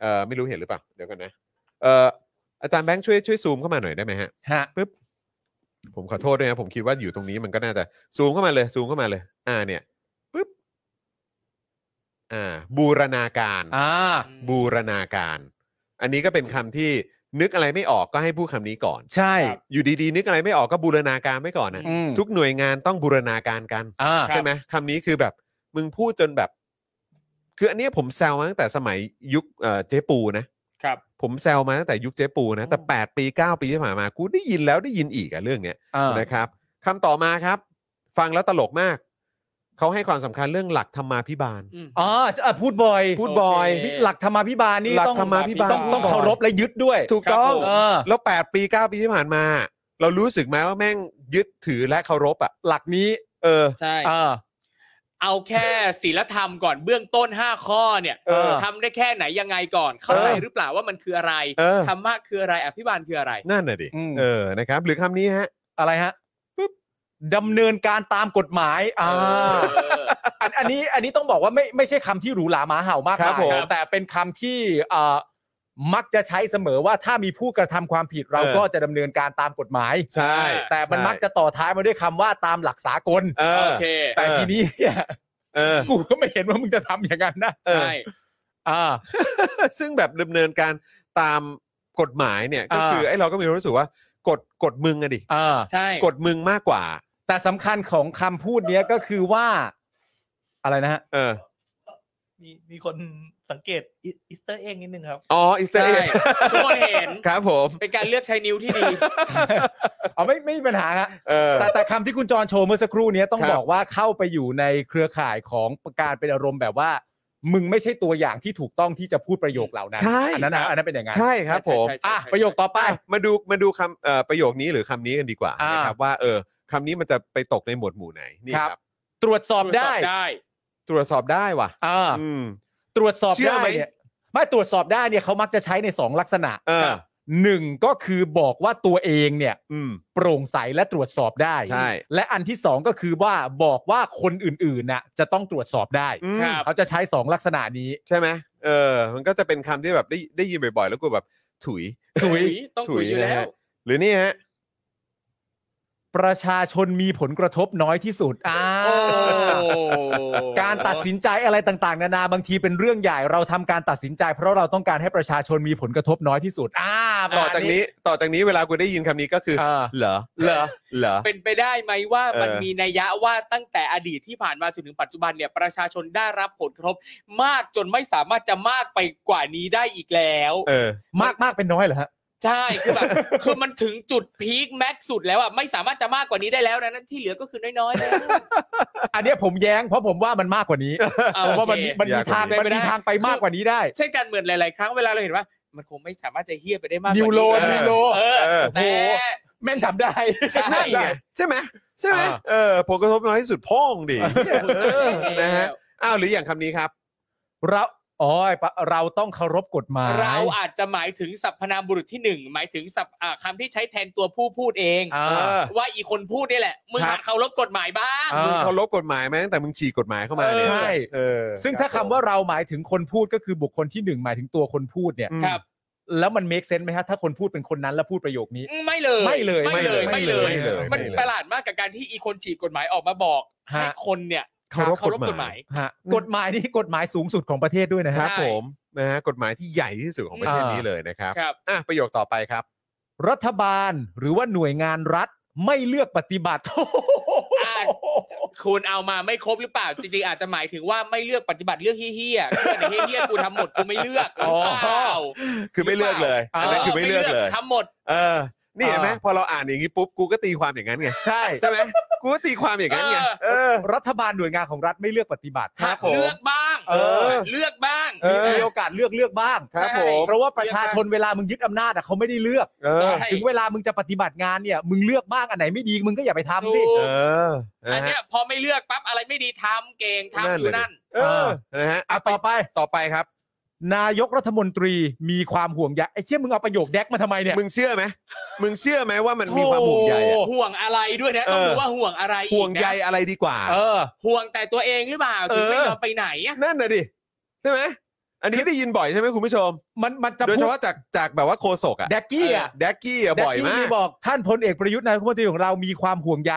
S2: เอ่อไม่รู้เห็นหรือเปล่าเดี๋ยวกันนะเอ่ออาจารย์แบงค์ช่วยช่วยซูมเข้ามาหน่อยได้ไหมฮะ
S3: ฮะ
S2: ปึ๊บผมขอโทษด้วยนะผมคิดว่าอยู่ตรงนี้มันก็น่าจะซูมเข้ามาเลยซูมเข้ามาเลย อ่าเนี่ยปึ๊บอ่าบูรณาการ
S3: อ่า
S2: บูรณาการ อันนี้ก็เป็นคำที่ นึกอะไรไม่ออกก็ให้พูดคำนี้ก่อน
S3: ใช่
S2: อยู่ดีๆ นึกอะไรไม่ออกก็บูรณาการไว้ก่อนนะ
S3: อืม
S2: ทุกหน่วยงานต้องบูรณาการกัน
S3: อ่า
S2: ใช่ไหมคำนี้คือแบบมึงพูดจนแบบ คืออันเนี้ยผมแซวมาตั้งแต่สมัยยุคเอ่อเจ๊ปูนะ
S4: ครับ
S2: ผมแซวมาตั้งแต่ยุคเจ๊ปูนะ แต่
S5: อืม
S2: 8 ปี 9 ปีที่ผ่านมากูได้ยินแล้วได้ยินอีกอะเรื่องเนี้ยนะครับคำต่อมาครับ ฟังแล้วตลกมาก เขาให้ความสำคัญเรื่องหลักธรรมาภิบาล
S4: อืม
S3: อ๋ออ่ะพูดบ่อย
S2: พูดบ่อย
S4: โอเค
S3: หลักธรรมาภิบาลนี่
S2: หลัก
S3: ต้อง
S2: ธรรมาภิบาล
S3: ต้องต้องเคารพและยึดด้วย
S2: ถูกต้อง
S4: ครับผม
S3: เออ
S2: แล้ว 8 ปี 9 ปีที่ผ่านมา เรารู้สึกไหมว่าแม่งยึดถือและเคารพอ่ะ
S3: หลักนี้
S2: เออ
S4: ใช่
S3: เออ
S4: เอาแค่ศีลธรรมก่อนเบื้องต้น 5 ข้อเนี่ย
S3: เออ
S4: ทำได้แค่ไหนยังไงก่อน เข้าใจหรือเปล่าว่ามันคืออะไร
S2: เออ
S4: ธรรมะคืออะไรอภิบาลคืออะไร
S2: นั่นน่ะดิ
S3: อืม
S2: เออนะครับ หรือคำนี้ฮะ
S3: อะไรฮะปึ๊บดำเนินการตามกฎหมายอ่าอันอันนี้อันนี้ต้องบอกว่าไม่ไม่ใช่คำที่หรูหราหมาเห่ามาก
S2: ครั
S3: มา
S2: บ
S3: ย
S2: ผม
S3: นะแต่เป็นคำที่เอ่อมักจะใช้เสมอว่าถ้ามีผู้กระทำความผิดเรา
S2: เออ
S3: ก็จะดำเนินการตามกฎหมาย
S2: ใช่
S3: แต่มันมักจะต่อท้ายมาด้วยคำว่าตามหลักสากล
S2: เออ
S4: โอเค
S3: แต่
S2: เออ
S3: ทีนี้ เนี่ย
S2: เออ
S3: กูก็ไม่เห็นว่ามึงจะทำอย่างนั้นนะ
S2: เออ
S4: ใช่
S3: อ่า
S2: ซึ่งแบบดำเนินการตามกฎหมายเนี่ยก็
S3: อ่า
S2: คือไอ้เราก็มีความรู้สึกว่ากฎกฎมึงอะดิ
S3: อ่า
S4: ใช่
S2: กฎมึงมากกว่า
S3: แต่สำคัญของคำพูดเนี้ยก็คือว่า อะไรนะฮะ
S2: เออ
S5: มีมีคนสังเกตอิสเตอร์เอ็กนิดนึงครับ
S2: อ๋ออิสเตอ
S4: ใช่
S2: ร์เอ็
S4: ทุกคนเห็น
S2: ครับผม
S4: เป็นการเลือกใช้นิ้วที่ดี
S3: เอาไม่ไม่มีปัญหาฮะ
S2: เออ
S3: แต่แต่คำที่คุณจรโชว์เมื่อสักครู่เนี้ยต้อง
S2: ครับ
S3: บอกว่าเข้าไปอยู่ในเครือข่ายของการเป็นอารมณ์แบบว่า มึงไม่ใช่ตัวอย่างที่ถูกต้องที่จะพูดประโยคเหล่านั้น
S2: ใช่
S3: อันั้นนะอันนั้นเป็นอย่างนั้น
S2: ใช่ครับผม
S4: ใช่ใช่ใช่
S3: อ่ะประโยคต่อไป
S2: อ่ะมาดูมาดูคำเอ่อประโยคนี้หรือคำนี้กันดีกว่า
S3: อ่าน
S2: นะครับว่าเออคำนี้มันจะไปตกในหมวดหมู่ไหนนี่
S3: ครับ
S2: ครับ
S3: ตรวจสอบได้
S4: ตรวจสอบได้
S2: ตรวจสอบได้ว่ะ
S3: อ่า
S2: อืม
S3: ตรวจสอบ
S2: เชื่อ
S3: ได้
S2: ไหม
S3: เนี่ยไม่ตรวจสอบได้เนี่ยเขามักจะใช้ในสองลักษณะ
S2: เออ
S3: หนึ่งก็คือบอกว่าตัวเองเนี่ย
S2: อืม
S3: โปร่งใสและตรวจสอบได้
S2: ใช่
S3: และอันที่สองก็คือว่าบอกว่าคนอื่นๆน่ะจะต้องตรวจสอบได้
S2: อืม
S4: ครับ
S3: เขาจะใช้สองลักษณะนี้
S2: ใช่ไหมเออ มันก็จะเป็นคำที่แบบได้ได้ยินบ่อยๆ แล้วกูแบบถุย
S4: ถุยต้องถุยอยู่แล้
S2: นะ
S4: ว
S2: ฮะหรือนี่ฮะ
S3: ประชาชนมีผลกระทบน้อยที่สุดอ่า
S4: โอ้
S3: การตัดสินใจอะไรต่างๆ นานาบางทีเป็นเรื่องใหญ่เราทำการตัดสินใจ เพราะเราต้องการให้ประชาชนมีผลกระทบน้อยที่สุดอ่าประมณ
S2: ต่อจากนี้ต่อจากนี้เวลากูได้ยินคำนี้ก็คือ
S3: เออ
S2: เหรอ
S3: เหรอ
S2: เหรอ
S4: เป็นไปได้ไหมว่ามัน
S2: เออ
S4: มีนัยยะว่าตั้งแต่อดีตที่ผ่านมาจนถึงปัจจุบันเนี่ยประชาชนได้รับผลกระทบ มากจนไม่สามารถจะมากไปกว่านี้ได้อีกแล้ว
S2: เออ
S3: มากมากเป็นน้อยเหรอฮะ
S4: ใช่คือแบบคือมันถึงจุดพีคแม็กซ์สุดแล้วอ่ะไม่สามารถจะมากกว่านี้ได้แล้วนะนั่นที่เหลือก็คือน้อยๆแล้ว
S3: อันเนี้ยผมแย้งเพราะผมว่ามันมากกว่านี้
S4: เอา
S3: ผมว่ามัน
S4: โอเค
S3: มีมันมีทาง
S4: เป็น
S3: มัน
S4: ไปได้
S3: มีทางไปมากกว่านี้ได้
S4: เช่นกันเหมือนหลายๆ ครั้งเวลาเราเห็นว่า มันคงไม่สามารถจะเฮี้ยไปได้มากกว่า
S3: นิวโล
S4: นี้
S3: นิวโล
S4: เออ
S2: เออ
S4: แต่
S3: แม่งทำได้
S4: ใช่
S2: นั่นไงใช่ไหมใช่ไหม
S3: อ่า
S2: เออผลกระทบน้อยที่สุดพ่องดิ
S4: เอ
S2: เออ
S4: อ
S2: นะฮะอ้าวหรืออย่างคำนี้ครับ
S3: เราอ๋อปะเราต้องเคารพกฎหมาย
S4: เราอาจจะหมายถึงสรรพนามบุรุษที่หนึ่งหมายถึงศัพท์อ่าคำที่ใช้แทนตัวผู้พูดเอง
S3: อ่า
S2: เออ
S4: ว่าอีคนพูดนี่แหละมึง
S3: ครับ
S4: หัดเคารพกฎหมายบ้าง
S3: อ่
S2: มึงเคารพกฎหมายไหมตั้งแต่มึงฉีกกฎหมายเข้ามาเนี่ย
S3: ใช่
S2: เออ
S3: ซึ่งถ้าคำว่าเราหมายถึงคนพูดก็คือบุคคลที่หนึ่งหมายถึงตัวคนพูดเนี่ย
S2: อืม
S4: ครับ
S3: แล้วมัน make sense ไหมฮะถ้าคนพูดเป็นคนนั้นแล้วพูดประโยคนี้
S4: ไม่เลย
S3: ไม่เลย
S4: ไม่เลย
S3: ไม่
S4: ไม่
S3: เล
S4: เลย ย
S3: ไม่เลย
S4: มัน
S2: ไม่เลย
S4: ประหลาดมากกับการที่อีคนฉีกกฎหมายออกมาบอก
S3: ฮะ
S4: ให้คนเนี่ย
S2: เคารพกฎหมาย
S3: ฮะกฎหมายนี่กฎหมายสูงสุดของประเทศด้วยนะ
S2: ค
S3: ฮะ
S2: รับผมนะฮะกฎหมายที่ใหญ่ที่สุดของประเทศ
S3: อ่านี้
S2: นี้เลยนะครับ
S4: ครับ
S2: อ่ะประโยคต่อไปครับ
S3: รัฐบาลหรือว่าหน่วยงานรัฐไม่เลือกปฏิบัติ
S4: อ่า คุณเอามาไม่ครบหรือเปล่า จริงๆอาจจะหมายถึงว่าไม่เลือกปฏิบัติเลือกเฮี้ยๆเพื่อนไอ้เฮี้ยๆกูทำหมดกูไม่เลือกหรือเปล่า
S2: คือไม่เลือกเลยอันนั้นคือไม่เลือกเลย
S4: ทำหมด
S2: เออ นี่เห็นไหมพอเราอ่านอย่างนี้ปุ๊บกูก็ตีความอย่างนั้นไง
S3: ใช่
S2: ใช่ไหมกูก็ตีความอย่างนั้นไงเออ
S3: รัฐบาลหน่วยงานของรัฐไม่เลือกปฏิบัติ
S2: ครับผม
S4: เลือกบ้าง
S3: เออ
S4: เลือกบ้าง
S2: เอ
S3: มี
S2: อ
S3: มีโอกาสเลือกเลือกบ้าง
S2: ครับ
S4: ใช่
S2: ผม
S3: เพราะว่าประชาชนเวลามึงยึดอำนาจอะเขาไม่ได้เลือก
S2: เออ
S4: ใช่
S3: ถึงเวลามึงจะปฏิบัติงานเนี่ย มึงเลือกบ้างอันไหนไม่ดีมึงก็อย่าไปทำสิ
S4: ถู
S2: เอก อ
S4: อัน
S2: นะ
S4: เนี้
S2: ฮะ
S4: ยพอไม่เลือกปั๊บอะไรไม่ดีทำเก่ง
S2: นั่น
S4: ทำอยู่
S2: เลย
S4: นั่น
S2: เออนะฮะ
S3: อ่ะ
S2: อ่ะ
S3: ต่อไป
S2: ต่อไปครับ
S3: นายกรัฐมนตรีมีความห่วงใยไอ้เชี่ยมึงเอาประโยคแดกมาทำไมเนี่ย
S2: มึงเชื่อไหม มึงเชื่อไหมว่ามันมีความห่วงใยอะ
S4: ห่วงอะไรด้วยนะ
S2: เออ
S4: ต้องรู้ว่าห่วงอะไรอีกนะ
S2: ห่วงใยอะไรดีกว่า
S3: เออ
S4: ห่วงแต่ตัวเองหรือเปล่าถึงไม่
S2: เออ
S4: ยอมไปไหนอะ
S2: นั่นน่ะดิ ใช่ไหม อันนี้ได้ยินบ่อยใช่ไหมคุณผู้ชม
S3: มันมันจะ
S2: โดยเฉ
S3: พูด
S2: พาะจากจากแบบว่าโคศกอะ
S3: แดกกี้อ่ะ
S2: แดกกี้อะ
S3: แดก
S2: บ่อย
S3: กี้
S2: มา
S3: มี
S2: ก
S3: บอกท่านพลเอกประยุทธ์นายกรัฐมนตรีของเรามีความห่วงใย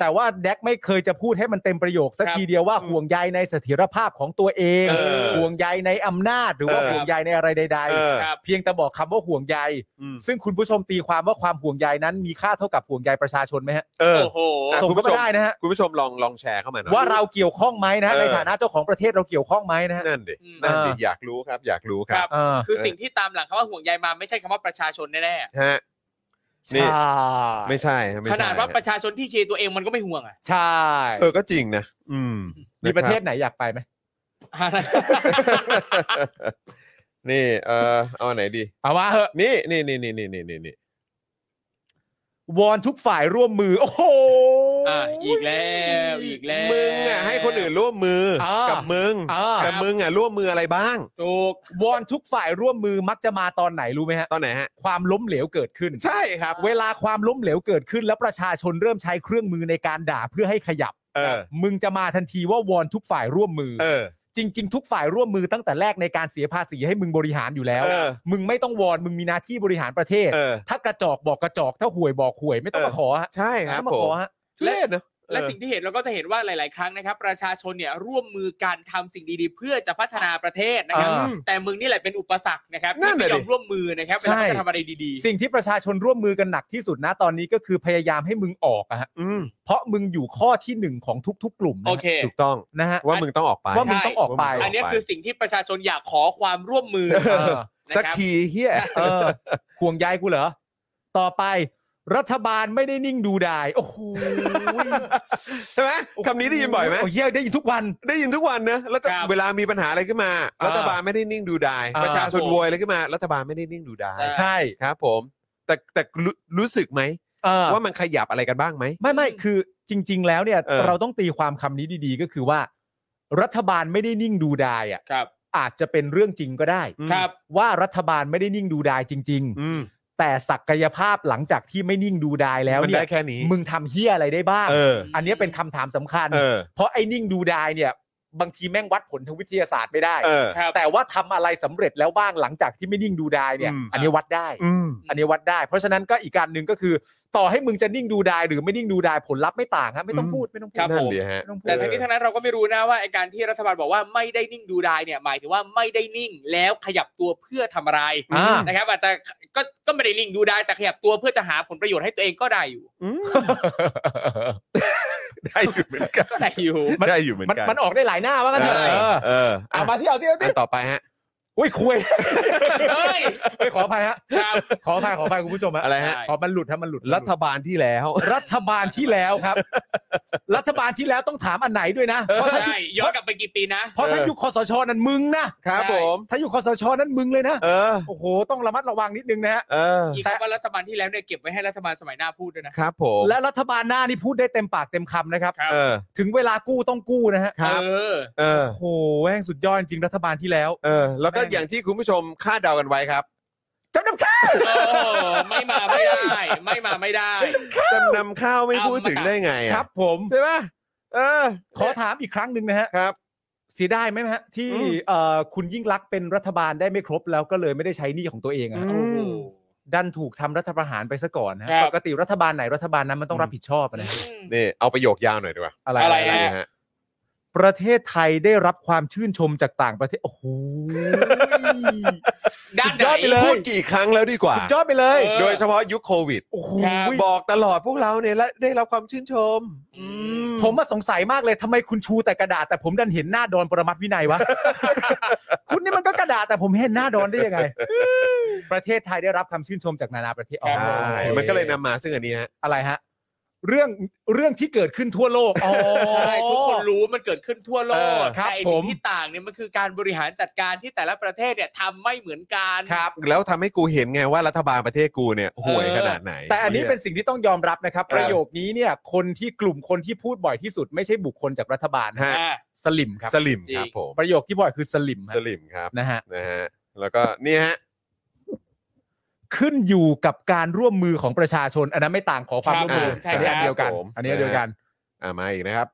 S3: แต่ว่าแดกไม่เคยจะพูดให้มันเต็มประโยคสัก
S4: ครับ
S3: ทีเดียวว่าห่วงใยในเสถียรภาพของตัวเอง
S2: เออ
S3: ห่วงใยในอำนาจหรือว่า
S2: เออ
S3: ห่วงใยในอะไรใด
S2: เออ
S4: ครับ
S3: ๆ เพียงแต่บอกคำว่าห่วงใย
S2: อืม
S3: ซึ่งคุณผู้ชมตีความว่าความห่วงใยนั้นมีค่าเท่ากับห่วงใยประชาชนไหมฮะ
S2: เออ
S4: โอ้โห
S2: อ่ะ
S3: ส่ง
S2: คุณผู้
S3: ก็
S2: ชม
S3: ไม่ได้นะฮะ
S2: คุณผู้ชมลองลองแชร์เข้ามาหน่อย
S3: ว่าเราเกี่ยวข้องไหมนะฮะ
S2: เออ
S3: ในฐานะเจ้าของประเทศเราเกี่ยวข้องไหมนะฮะ
S2: นั่นดิ
S4: อืม
S2: นั่นดิอยากรู้ครับ อยากรู้ครับ
S3: เออ
S4: คือสิ่งที่ตามหลังคำว่าห่วงใยมาไม่ใช่คำว่าประชาชนแน่
S2: ฮะนี่
S3: ใช่
S2: ไม่ใช่ฮะไม่
S4: ๆ
S2: ใช่
S4: ขนาดว่าประชาชนที่เชียร์ตัวเองมันก็ไม่ห่วงอ่ะ
S3: ใช่
S2: เออก็จริงนะ อืม
S3: มีประเทศ
S2: นคบ
S3: ไหนอยากไปไหม
S4: อะไร
S2: นี่เออเอาอันไหนดี
S3: เอามาเหอะ
S2: นี่นี่นี่นี่นี่นี่นี่นี่
S3: วอนทุกฝ่ายร่วมมือ โอ้โห
S4: อ่ะอีกแล้วอีกแล้ว
S2: มึงอ่ะให้คนอื่นร่วมมืออา
S3: กั
S2: กับมึง
S3: อ่า
S2: แต่มึงอ่ะร่วมมืออะไรบ้าง
S4: ถูก
S3: วอนทุกฝ่ายร่วมมือมักจะมาตอนไหนรู้ไหมฮะ
S2: ตอนไหนฮะ
S3: ความล้มเหลวเกิดขึ้น
S2: ใช่ครับ
S3: เวลาความล้มเหลวเกิดขึ้น แล้วประชาชนเริ่มใช้เครื่องมือในการด่าเพื่อให้ขยับ
S2: เออ
S3: มึงจะมาทันทีว่าวอนทุกฝ่ายร่วมมือ
S2: เออ
S3: จริง ๆ ทุกฝ่ายร่วมมือตั้งแต่แรกในการเสียภาษีให้มึงบริหารอยู่แล้ว
S2: เออ
S3: มึงไม่ต้องวอนมึงมีหน้าที่บริหารประเทศ
S2: เออ
S3: ถ้ากระจอกบอกกระจอกถ้าห่วยบอกห่วยไม่ต้อง
S2: เออ
S3: มาขอฮะ
S2: ใช่ค
S3: ไม่
S2: รั
S3: ต้
S2: บ
S3: องมา
S2: ผ
S3: ข
S2: ม
S3: อฮะ
S2: และเนอะ
S4: และ
S2: เออ
S4: สิ่งที่เห็นเราก็จะเห็นว่าหลาย ๆ ครั้งนะครับ ประชาชนเนี่ยร่วมมือการทำสิ่งดี ๆ เพื่อจะพัฒนาประเทศนะครับ
S3: อ่า
S4: แต่มึงนี่แหละเป็นอุปสรรคนะครับ
S2: นั่น
S4: ที่ไม่
S2: น่ะดิ
S4: ยอมร่วมมือนะครับเว
S3: ใช่
S4: ลาเขาจะทำอะไรดี
S3: สิ่งที่ประชาชนร่วมมือกันหนักที่สุดนะตอนนี้ก็คือพยายามให้มึงออกอะฮะ
S2: อืม
S3: เพราะมึงอยู่ข้อที่หนึ่งของทุก ๆ กลุ่ม
S4: ๆ
S3: นะ
S4: โอ
S3: ฮะ
S4: เค
S2: ถูกต้อง
S3: นะฮะ
S2: ว่ามึงต้องออกไป
S3: ว่ามึง
S4: ใช่
S3: ต้องออกไป
S2: ว่ามึงต้
S4: อัน
S2: งก
S4: เนี้ยคือสิ่งที่ประชาชนอยากขอความร่วมมือ
S3: เออ
S4: นะ
S2: สัก
S4: ครับ
S2: ทีเฮีย
S3: เออห่วงใยกูเหรอ ต่อไป รัฐบาลไม่ได้นิ่งดูดาย โอ้โห
S2: ใช่ไหมคำนี้ได้ยินบ่อยไหม
S3: โอ้เหี้ยได้ยินทุกวัน
S2: ได้ยินทุกวันนะแล้วแต่
S4: ครับ
S2: เวลามีปัญหาอะไรขึ้นมา รัฐบาลไม่ได้นิ่งดูดาย
S3: อ่า
S2: ประชาชนโวยอะไรขึ้นมา รัฐบาลไม่ได้นิ่งดูดาย
S4: ใช่
S3: ใช่
S2: ครับผมแต่แต่รู้รู้สึกไหม
S3: เออ
S2: ว่ามันขยับอะไรกันบ้างไหม
S3: ไม่ไม่คือจริง ๆ แล้วเนี่ย
S2: เออ
S3: เราต้องตีความคำนี้ดีๆ ก็คือว่า รัฐบาลไม่ได้นิ่งดูดายอ่ะ
S4: ครับ
S3: อาจจะเป็นเรื่องจริงก็ได้
S4: ครับ
S3: ว่ารัฐบาลไม่ได้นิ่งดูดายจริง
S2: อืม
S3: ๆ แต่ศักยภาพหลังจากที่ไม่นิ่งดูดายแล้ว
S2: มัน
S3: เนี่
S2: ได้
S3: ย
S2: แค่นี้
S3: มึงทำเฮี้ยอะไรได้บ้าง
S2: เออ
S3: นเนี้ยเป็นคำถามสำคัญ
S2: เออ
S3: เพราะไอ้นิ่งดูดายเนี่ย บางทีแม่งวัดผลทางวิทยาศาสตร์ไม่ได้
S2: เออ
S4: ครับ
S3: แต่ว่าทำอะไรสำเร็จแล้วบ้างหลังจากที่ไม่นิ่งดูดายเนี่ย
S2: อืม
S3: อันนี้วัดได้
S2: อืม
S3: อันนี้วัดได้ เพราะฉะนั้นก็อีกการหนึ่งก็คือ ต่อให้มึงจะนิ่งดูดายหรือไม่นิ่งดูดายผลลัพธ์ไม่ต่างฮะไม่ต้อง
S2: อืม
S3: พูดไม่ต้องพู
S4: ครั
S3: ด
S4: บ
S2: นั่
S4: ผ
S2: น
S4: ม
S2: ดีฮะ
S3: ไม่ต้องพูด
S4: แต่ทั้งนี้ทั้งนั้นเราก็ไม่รู้นะว่าไอการที่รัฐบาลบอกว่าไม่ได้นิ่งดูดายเนี่ยหมายถึงว่าไม่ได้นิ่งแล้วขยับตัวเพื่อทำอะไร
S3: อ่า
S4: นะครับอาจจะก็ก็ไม่ได้นิ่งดูดายแต่ขยับตัวเพื่อจะหาผลประโยชน์ให้ตัวเองก็ได้อยู่
S2: ได้อยู่เหมือนกัน
S4: ก็ได้อยู่
S2: ได้อยู่เหมือน
S3: มัน
S2: กัน
S3: มันออกได้หลายหน้าว่ากันเถอะ
S2: เอ
S3: เอ
S2: อ
S3: อ
S2: เออ
S3: เอามาที่เอาที่เอา
S2: อั
S3: ที่
S2: นต่อไปฮะ
S3: อุ้ยคุย
S4: เฮ้ย
S3: เฮ้ยขออภัยฮะ
S4: ครับ
S3: ขออภัยขออภัยคุณผู้ชมฮะ
S2: อะไรฮะ
S4: ได้
S3: ขอมันหลุดฮะมันหลุด
S2: รัฐบาลที่แล้ว
S3: รัฐบาลที่แล้วครับ รัฐบาลที่แล้วต้องถามอันไหนด้วยนะเพราะถ้า
S4: ใช่ย้อนกลับไปกี่ปีนะ
S3: เพราะถ้า
S2: เออ
S3: ยุคคอสชนั้นมึงนะ
S2: ครับ
S4: ใช่
S2: ผม
S3: ถ้าอยู่คอสชนั้นมึงเลยนะ
S2: เออ
S3: โอ้โห ต้องระมัดระวังนิดนึงนะฮะ
S2: เออ
S4: อีกคำว่ารัฐบาลที่แล้วเนี่ยเก็บไว้ให้รัฐบาลสมัยหน้าพูดด้วยนะครับ
S2: ผม
S3: และรัฐบาลหน้านี่พูดได้เต็มปากเต็มคำนะครับ
S2: เออ
S3: ถึงเวลากู้ต้องกู้นะฮะ
S2: ครับ
S4: เออ
S2: เออ
S3: โอ้โหแม่งสุดยอดจริงรัฐบาลที่แล้ว
S2: เออ แล้วก็อย่างที่คุณผู้ชมคาดเดากันไว้ครับ
S3: จำนำข้าว
S4: โอ้โหไม่มาไม่ได้ ไม่มาไม่ได้
S2: จำนำข้าวไม่พูดถึงได้ไงอะ
S3: ครับผม
S2: ใช่ป่ะเออ
S3: ขอถามอีกครั้งหนึ่งนะฮะ
S2: ครับ
S3: เสียดายไหมฮะ ที่
S2: อืม
S3: เอ่อคุณยิ่งรักษณ์เป็นรัฐบาลได้ไม่ครบแล้วก็เลยไม่ได้ใช้หนี้ของตัวเองอะฮะ
S4: โอ้โห
S3: ดันถูกทำรัฐประหารไปซะก่อนนะฮะ
S4: ครับ
S3: ปกติรัฐบาลไหนรัฐบาลนั้นมันต้องรับผิดชอบอะนะฮะ
S2: นี่เอาประโยคยาวหน่อยดีกว่า
S3: อะไร
S4: อะไร
S2: อะไรฮะ
S3: ประเทศไทยได้รับความชื่นชมจากต่างประเทศโอ้โห
S4: ด้านไหน
S3: สุดยอดไปเลย
S2: พูดกี่ครั้งแล้วดีกว่า
S3: สุดยอดไปเลย
S4: เออ
S2: โดยเฉพาะยุคโควิด
S3: โอ้โห
S4: ครับ
S2: บอกตลอดพวกเราเนี่ยและได้รับความชื่นชม
S4: อืม
S3: ผมมาสงสัยมากเลยทำไมคุณชูแต่กระดาษแต่ผมดันเห็นหน้าดอนปรมัตถ์วินัยวะ คุณนี่มันก็กระดาษแต่ผมเห็นหน้าดอนได้ยังไง ประเทศไทยได้รับคำชื่นชมจากนานาประเทศอ๋อ
S2: ใช่
S3: โอค
S2: มันก็เลยนำมาซึ่งอันนี้ฮะ
S3: อะไรฮะ เรื่องเรื่องที่เกิดขึ้นทั่วโลกอ๋อ
S4: ใช่ทุกคนรู้มันเกิดขึ้นทั่วโล
S2: เอก อ
S3: ครับ
S4: แต่ไอ้
S3: ผ
S4: สิ่
S3: ม
S4: งที่ต่างเนี่ยมันคือการบริหารจัดการที่แต่ละประเทศเนี่ยทำไม่เหมือนกัน
S3: ครับ
S2: แล้วทำให้กูเห็นไงว่ารัฐบาลประเทศกูเนี่ยห่วยขนาดไหน
S3: แต่อันนี้เป็นสิ่งที่ต้องยอมรับนะครับ
S2: เออ
S3: ประโยคนี้เนี่ยคนที่กลุ่มคนที่พูดบ่อยที่สุด ไม่ใช่บุคคลจากรัฐบาลฮะ
S2: ฮะ
S4: อ่า
S3: สลิมครับ
S2: สลิมครับผม
S3: ประโยคที่บ่อยคือสลิมฮะ
S2: สลิมครับ
S3: นะฮะ
S2: นะฮะ แล้วก็นี่ฮะ
S3: ขึ้นอยู่กับการร่วมมือของประชาชน อันนั้นไม่ต่างขอความร่วมมือ
S2: ครับ
S3: อันนี้อันเดียวกัน
S2: ผม
S3: อันนี้อันเดียวกัน
S2: อ่ามาอีกนะครับ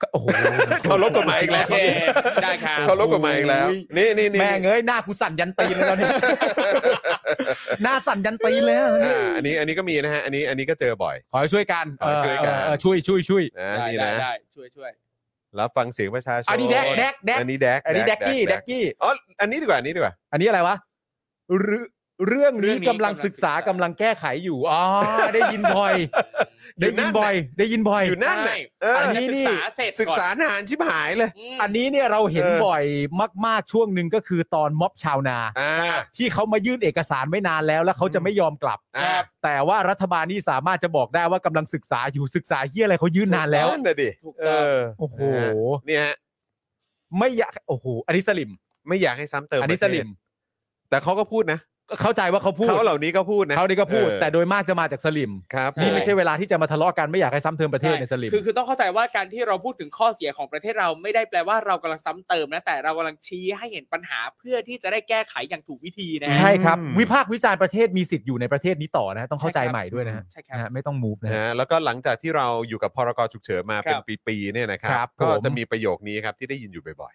S3: ก็โอ้โห
S2: เคารพกฎหมายอีกแล้ว
S4: โอเคได้ครับ
S2: เคารพกฎหมายอีกแล้ว
S3: โอ้ย
S2: นี่นี่นี่
S3: แม่งเอ้ยหน้ากูสั่นยันตีนเลยตอนนี้ หน้าสั่นยันตีนเลยอะตอนนี้
S2: อ่าอันนี้อันนี้ก็มีนะฮะ อันนี้อันนี้ก็เจอบ่อย
S3: ขอให้ช่วยกัน
S2: ขอให้ช่วยกัน
S3: เออช่วยช่วยช่วย
S2: นะ
S4: ได้
S2: นี่
S4: ได้
S2: นะ
S4: ได้ช่วยช่วย
S2: รับฟังเสียงประชาชน
S3: อันนี้แดกแดกแดก
S2: อันนี้แดก
S3: อันนี้แดกกี้แดกกี้
S2: อ๋ออันนี้ดีกว่าอันนี้ดีกว่า
S3: อันนี้อะไรวะเรื่องเรื่องนี้กำลังศึกษากำลังแก้ไขอยู่อ๋อได้ยินบ่อย
S2: อยู่
S3: ได้
S2: นั่
S3: ยิน
S2: น
S3: บ่อย ได้ยินบ่อย
S2: อยู่นั่นน่ะ
S4: ใช่
S2: เออ
S3: อันนี้
S4: ศึกษาเสร็จ
S2: ศึกษานานชิบหายเลย
S3: อั
S4: อั
S3: น
S4: น
S3: นี้เนี่ยเราเห็น
S2: เออ
S3: บ่อยมากๆช่วงหนึ่งก็คือตอนม็อบชาวนา
S2: อ่า
S3: ที่เขามายื่นเอกสารไม่นานแล้ว แล้วเขาจะไม่ยอมกลับ
S2: อ่า
S4: ครับ
S3: แต่ว่ารัฐบาลนี่สามารถจะบอกได้ว่ากำลังศึกษาอยู่ศึกษาเฮียอะไรเขายื่นนานแล้ว
S2: นั่นน่ะดิ
S4: ถูก
S2: เออ
S4: ต้อง
S3: โอ้โห
S2: นะฮะเนี่ยฮะ
S3: ไม่อยากโอ้โหอันนี้สลิม
S2: ไม่อยากให้ซ้ำเติม
S3: อันนี้
S2: ป
S3: ส
S2: ระเทศ
S3: ลิม
S2: แต่เขาก็พูดนะ
S3: เข้าใจว่าเขาพูด
S2: เขาเหล่านี้ก็พูดนะ
S3: เขานี่ก็พูด
S2: เออ
S3: แต่โดยมากจะมาจากสลิม
S2: ครับ
S3: นี่
S2: ผ
S3: ไม่ใช่เวลาที่จะมาทะเลาะกันไม่อยากให้ซ้ำเติมประเทศในสลิม
S4: คือคือต้องเข้าใจว่าการที่เราพูดถึงข้อเสียของประเทศเราไม่ได้แปลว่าเรากำลังซ้ำเติมนะแต่เรากำลังชี้ให้เห็นปัญหาเพื่อที่จะได้แก้ไขอย่างถูกวิธีนะ
S3: ใช่ครับ
S2: อืม
S3: วิพากษ์วิจารณ์ประเทศมีสิทธิ์อยู่ในประเทศนี้ต่อนะฮะต้องเข้าใจ
S4: ใช่ครับ
S3: ใหม่ด้วยนะฮะ
S4: ใช่ครับ
S3: นะฮะไม่ต้องมูฟนะ
S2: นะ
S3: ฮะ
S2: ฮะแล้วก็หลังจากที่เราอยู่กับพรกฉุกเฉินมา
S4: ครั
S2: เป็น
S4: บ
S2: ปีๆเนี่ยนะครับ
S3: ครับ
S2: ก็
S3: ผม
S2: จะมีประโยคนี้ครับที่ได้ยินอยู่บ่อย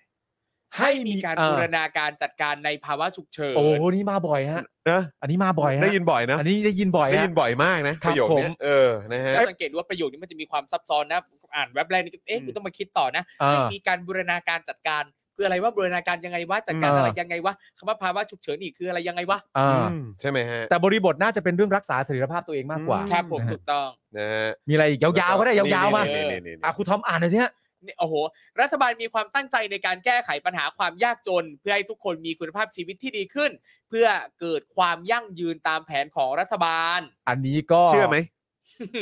S4: ให้มีการ
S3: เอ่อ
S4: บูรณาการจัดการในภาวะฉุกเฉิน
S3: โอ้โหนี่มาบ่อยฮะ
S2: ๆนะ
S3: อันนี้มาบ่อยฮะ
S2: ได้ยินบ่อยนะ
S3: อันนี้ได้ยินบ่อย
S2: ได้
S3: ฮะ
S2: ยินบ่อยมากนะ
S3: ครั
S2: ป
S3: บ
S2: ระโยคเนี้ย
S3: ผม
S2: เออนะฮะ
S4: ก็สังเกตว่าประโยคนี้มันจะมีความซับซ้อนนะอ่านแว็บแรกนี่ก็เอ๊ะกูต้องมาคิดต่อนะ
S3: เอ
S4: ให้
S3: อ
S4: มีการบูรณาการจัดการคืออะไรว่าบูรณาการยังไงวะจัดการอะไร
S3: เออ
S4: ยังไงวะคำว่าภาวะฉุกเฉินอีกคืออะไรยังไงวะ
S3: เอออ
S2: ใช่ไหมฮะ
S3: แต่บริบทน่าจะเป็นเรื่องรักษาเสรีภาพตัวเองมากกว่า
S4: ครับผม
S3: นะฮะ
S4: ถูกต้อง
S2: นะฮะ
S3: มีอะไรอีกยาวๆก็ได้ยาวๆมา
S2: นี่นี่นี่นี่
S3: อ่ะครูทอมอ่านหน่อยสิฮะ
S4: เนี่ยโอ้โห รัฐบาลมีความตั้งใจในการแก้ไขปัญหาความยากจน เพื่อให้ทุกคนมีคุณภาพชีวิตที่ดีขึ้น เพื่อเกิดความยั่งยืนตามแผนของรัฐ บาล
S3: อันนี้ก็
S2: เชื่อไหม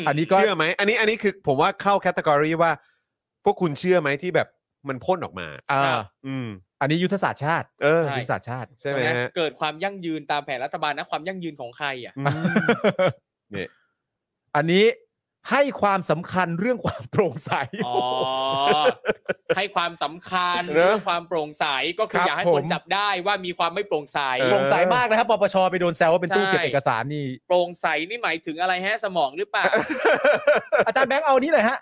S3: อันนี้ก็
S2: เชื่อไหมอันนี้อันนี้คือผมว่าเข้าแคตตากรีว่า พวกคุณเชื่อไหมที่แบบมันพ่นออกมา
S3: อ่า
S4: ครับ
S2: อืม
S3: อันนี้ยุทธศาสตร์ชาติ
S2: เออ
S4: ใช่
S3: ยุทธศาสตร์ชาติ
S2: ใช่ไหมฮะ
S4: เกิดความยั่งยืนตามแผนรัฐบาลนะความยั่งยืนของใครอ่ะ
S2: อืม เนี่ย
S3: อันนี้ให้ความสำคัญเรื่องความโปร่งใส
S4: อ๋อให้ความสำคัญ
S2: เนอะ
S4: เรื่องความโปร่งใสก็คื
S3: ค
S4: อ
S3: รับ
S4: อยากให้คน
S3: ผม
S4: จับได้ว่ามีความไม่โปร่งใส
S2: เออ
S3: โปร่งใสมากนะครับปปชไปโดนแซวว่าเป็นตู้
S4: ใช่
S3: เก็บเอกสารนี่
S4: โปร่งใสนี่หมายถึงอะไรฮะสมองหรือเปล่า
S3: อาจารย์แบงค์เอานี้เลยฮะ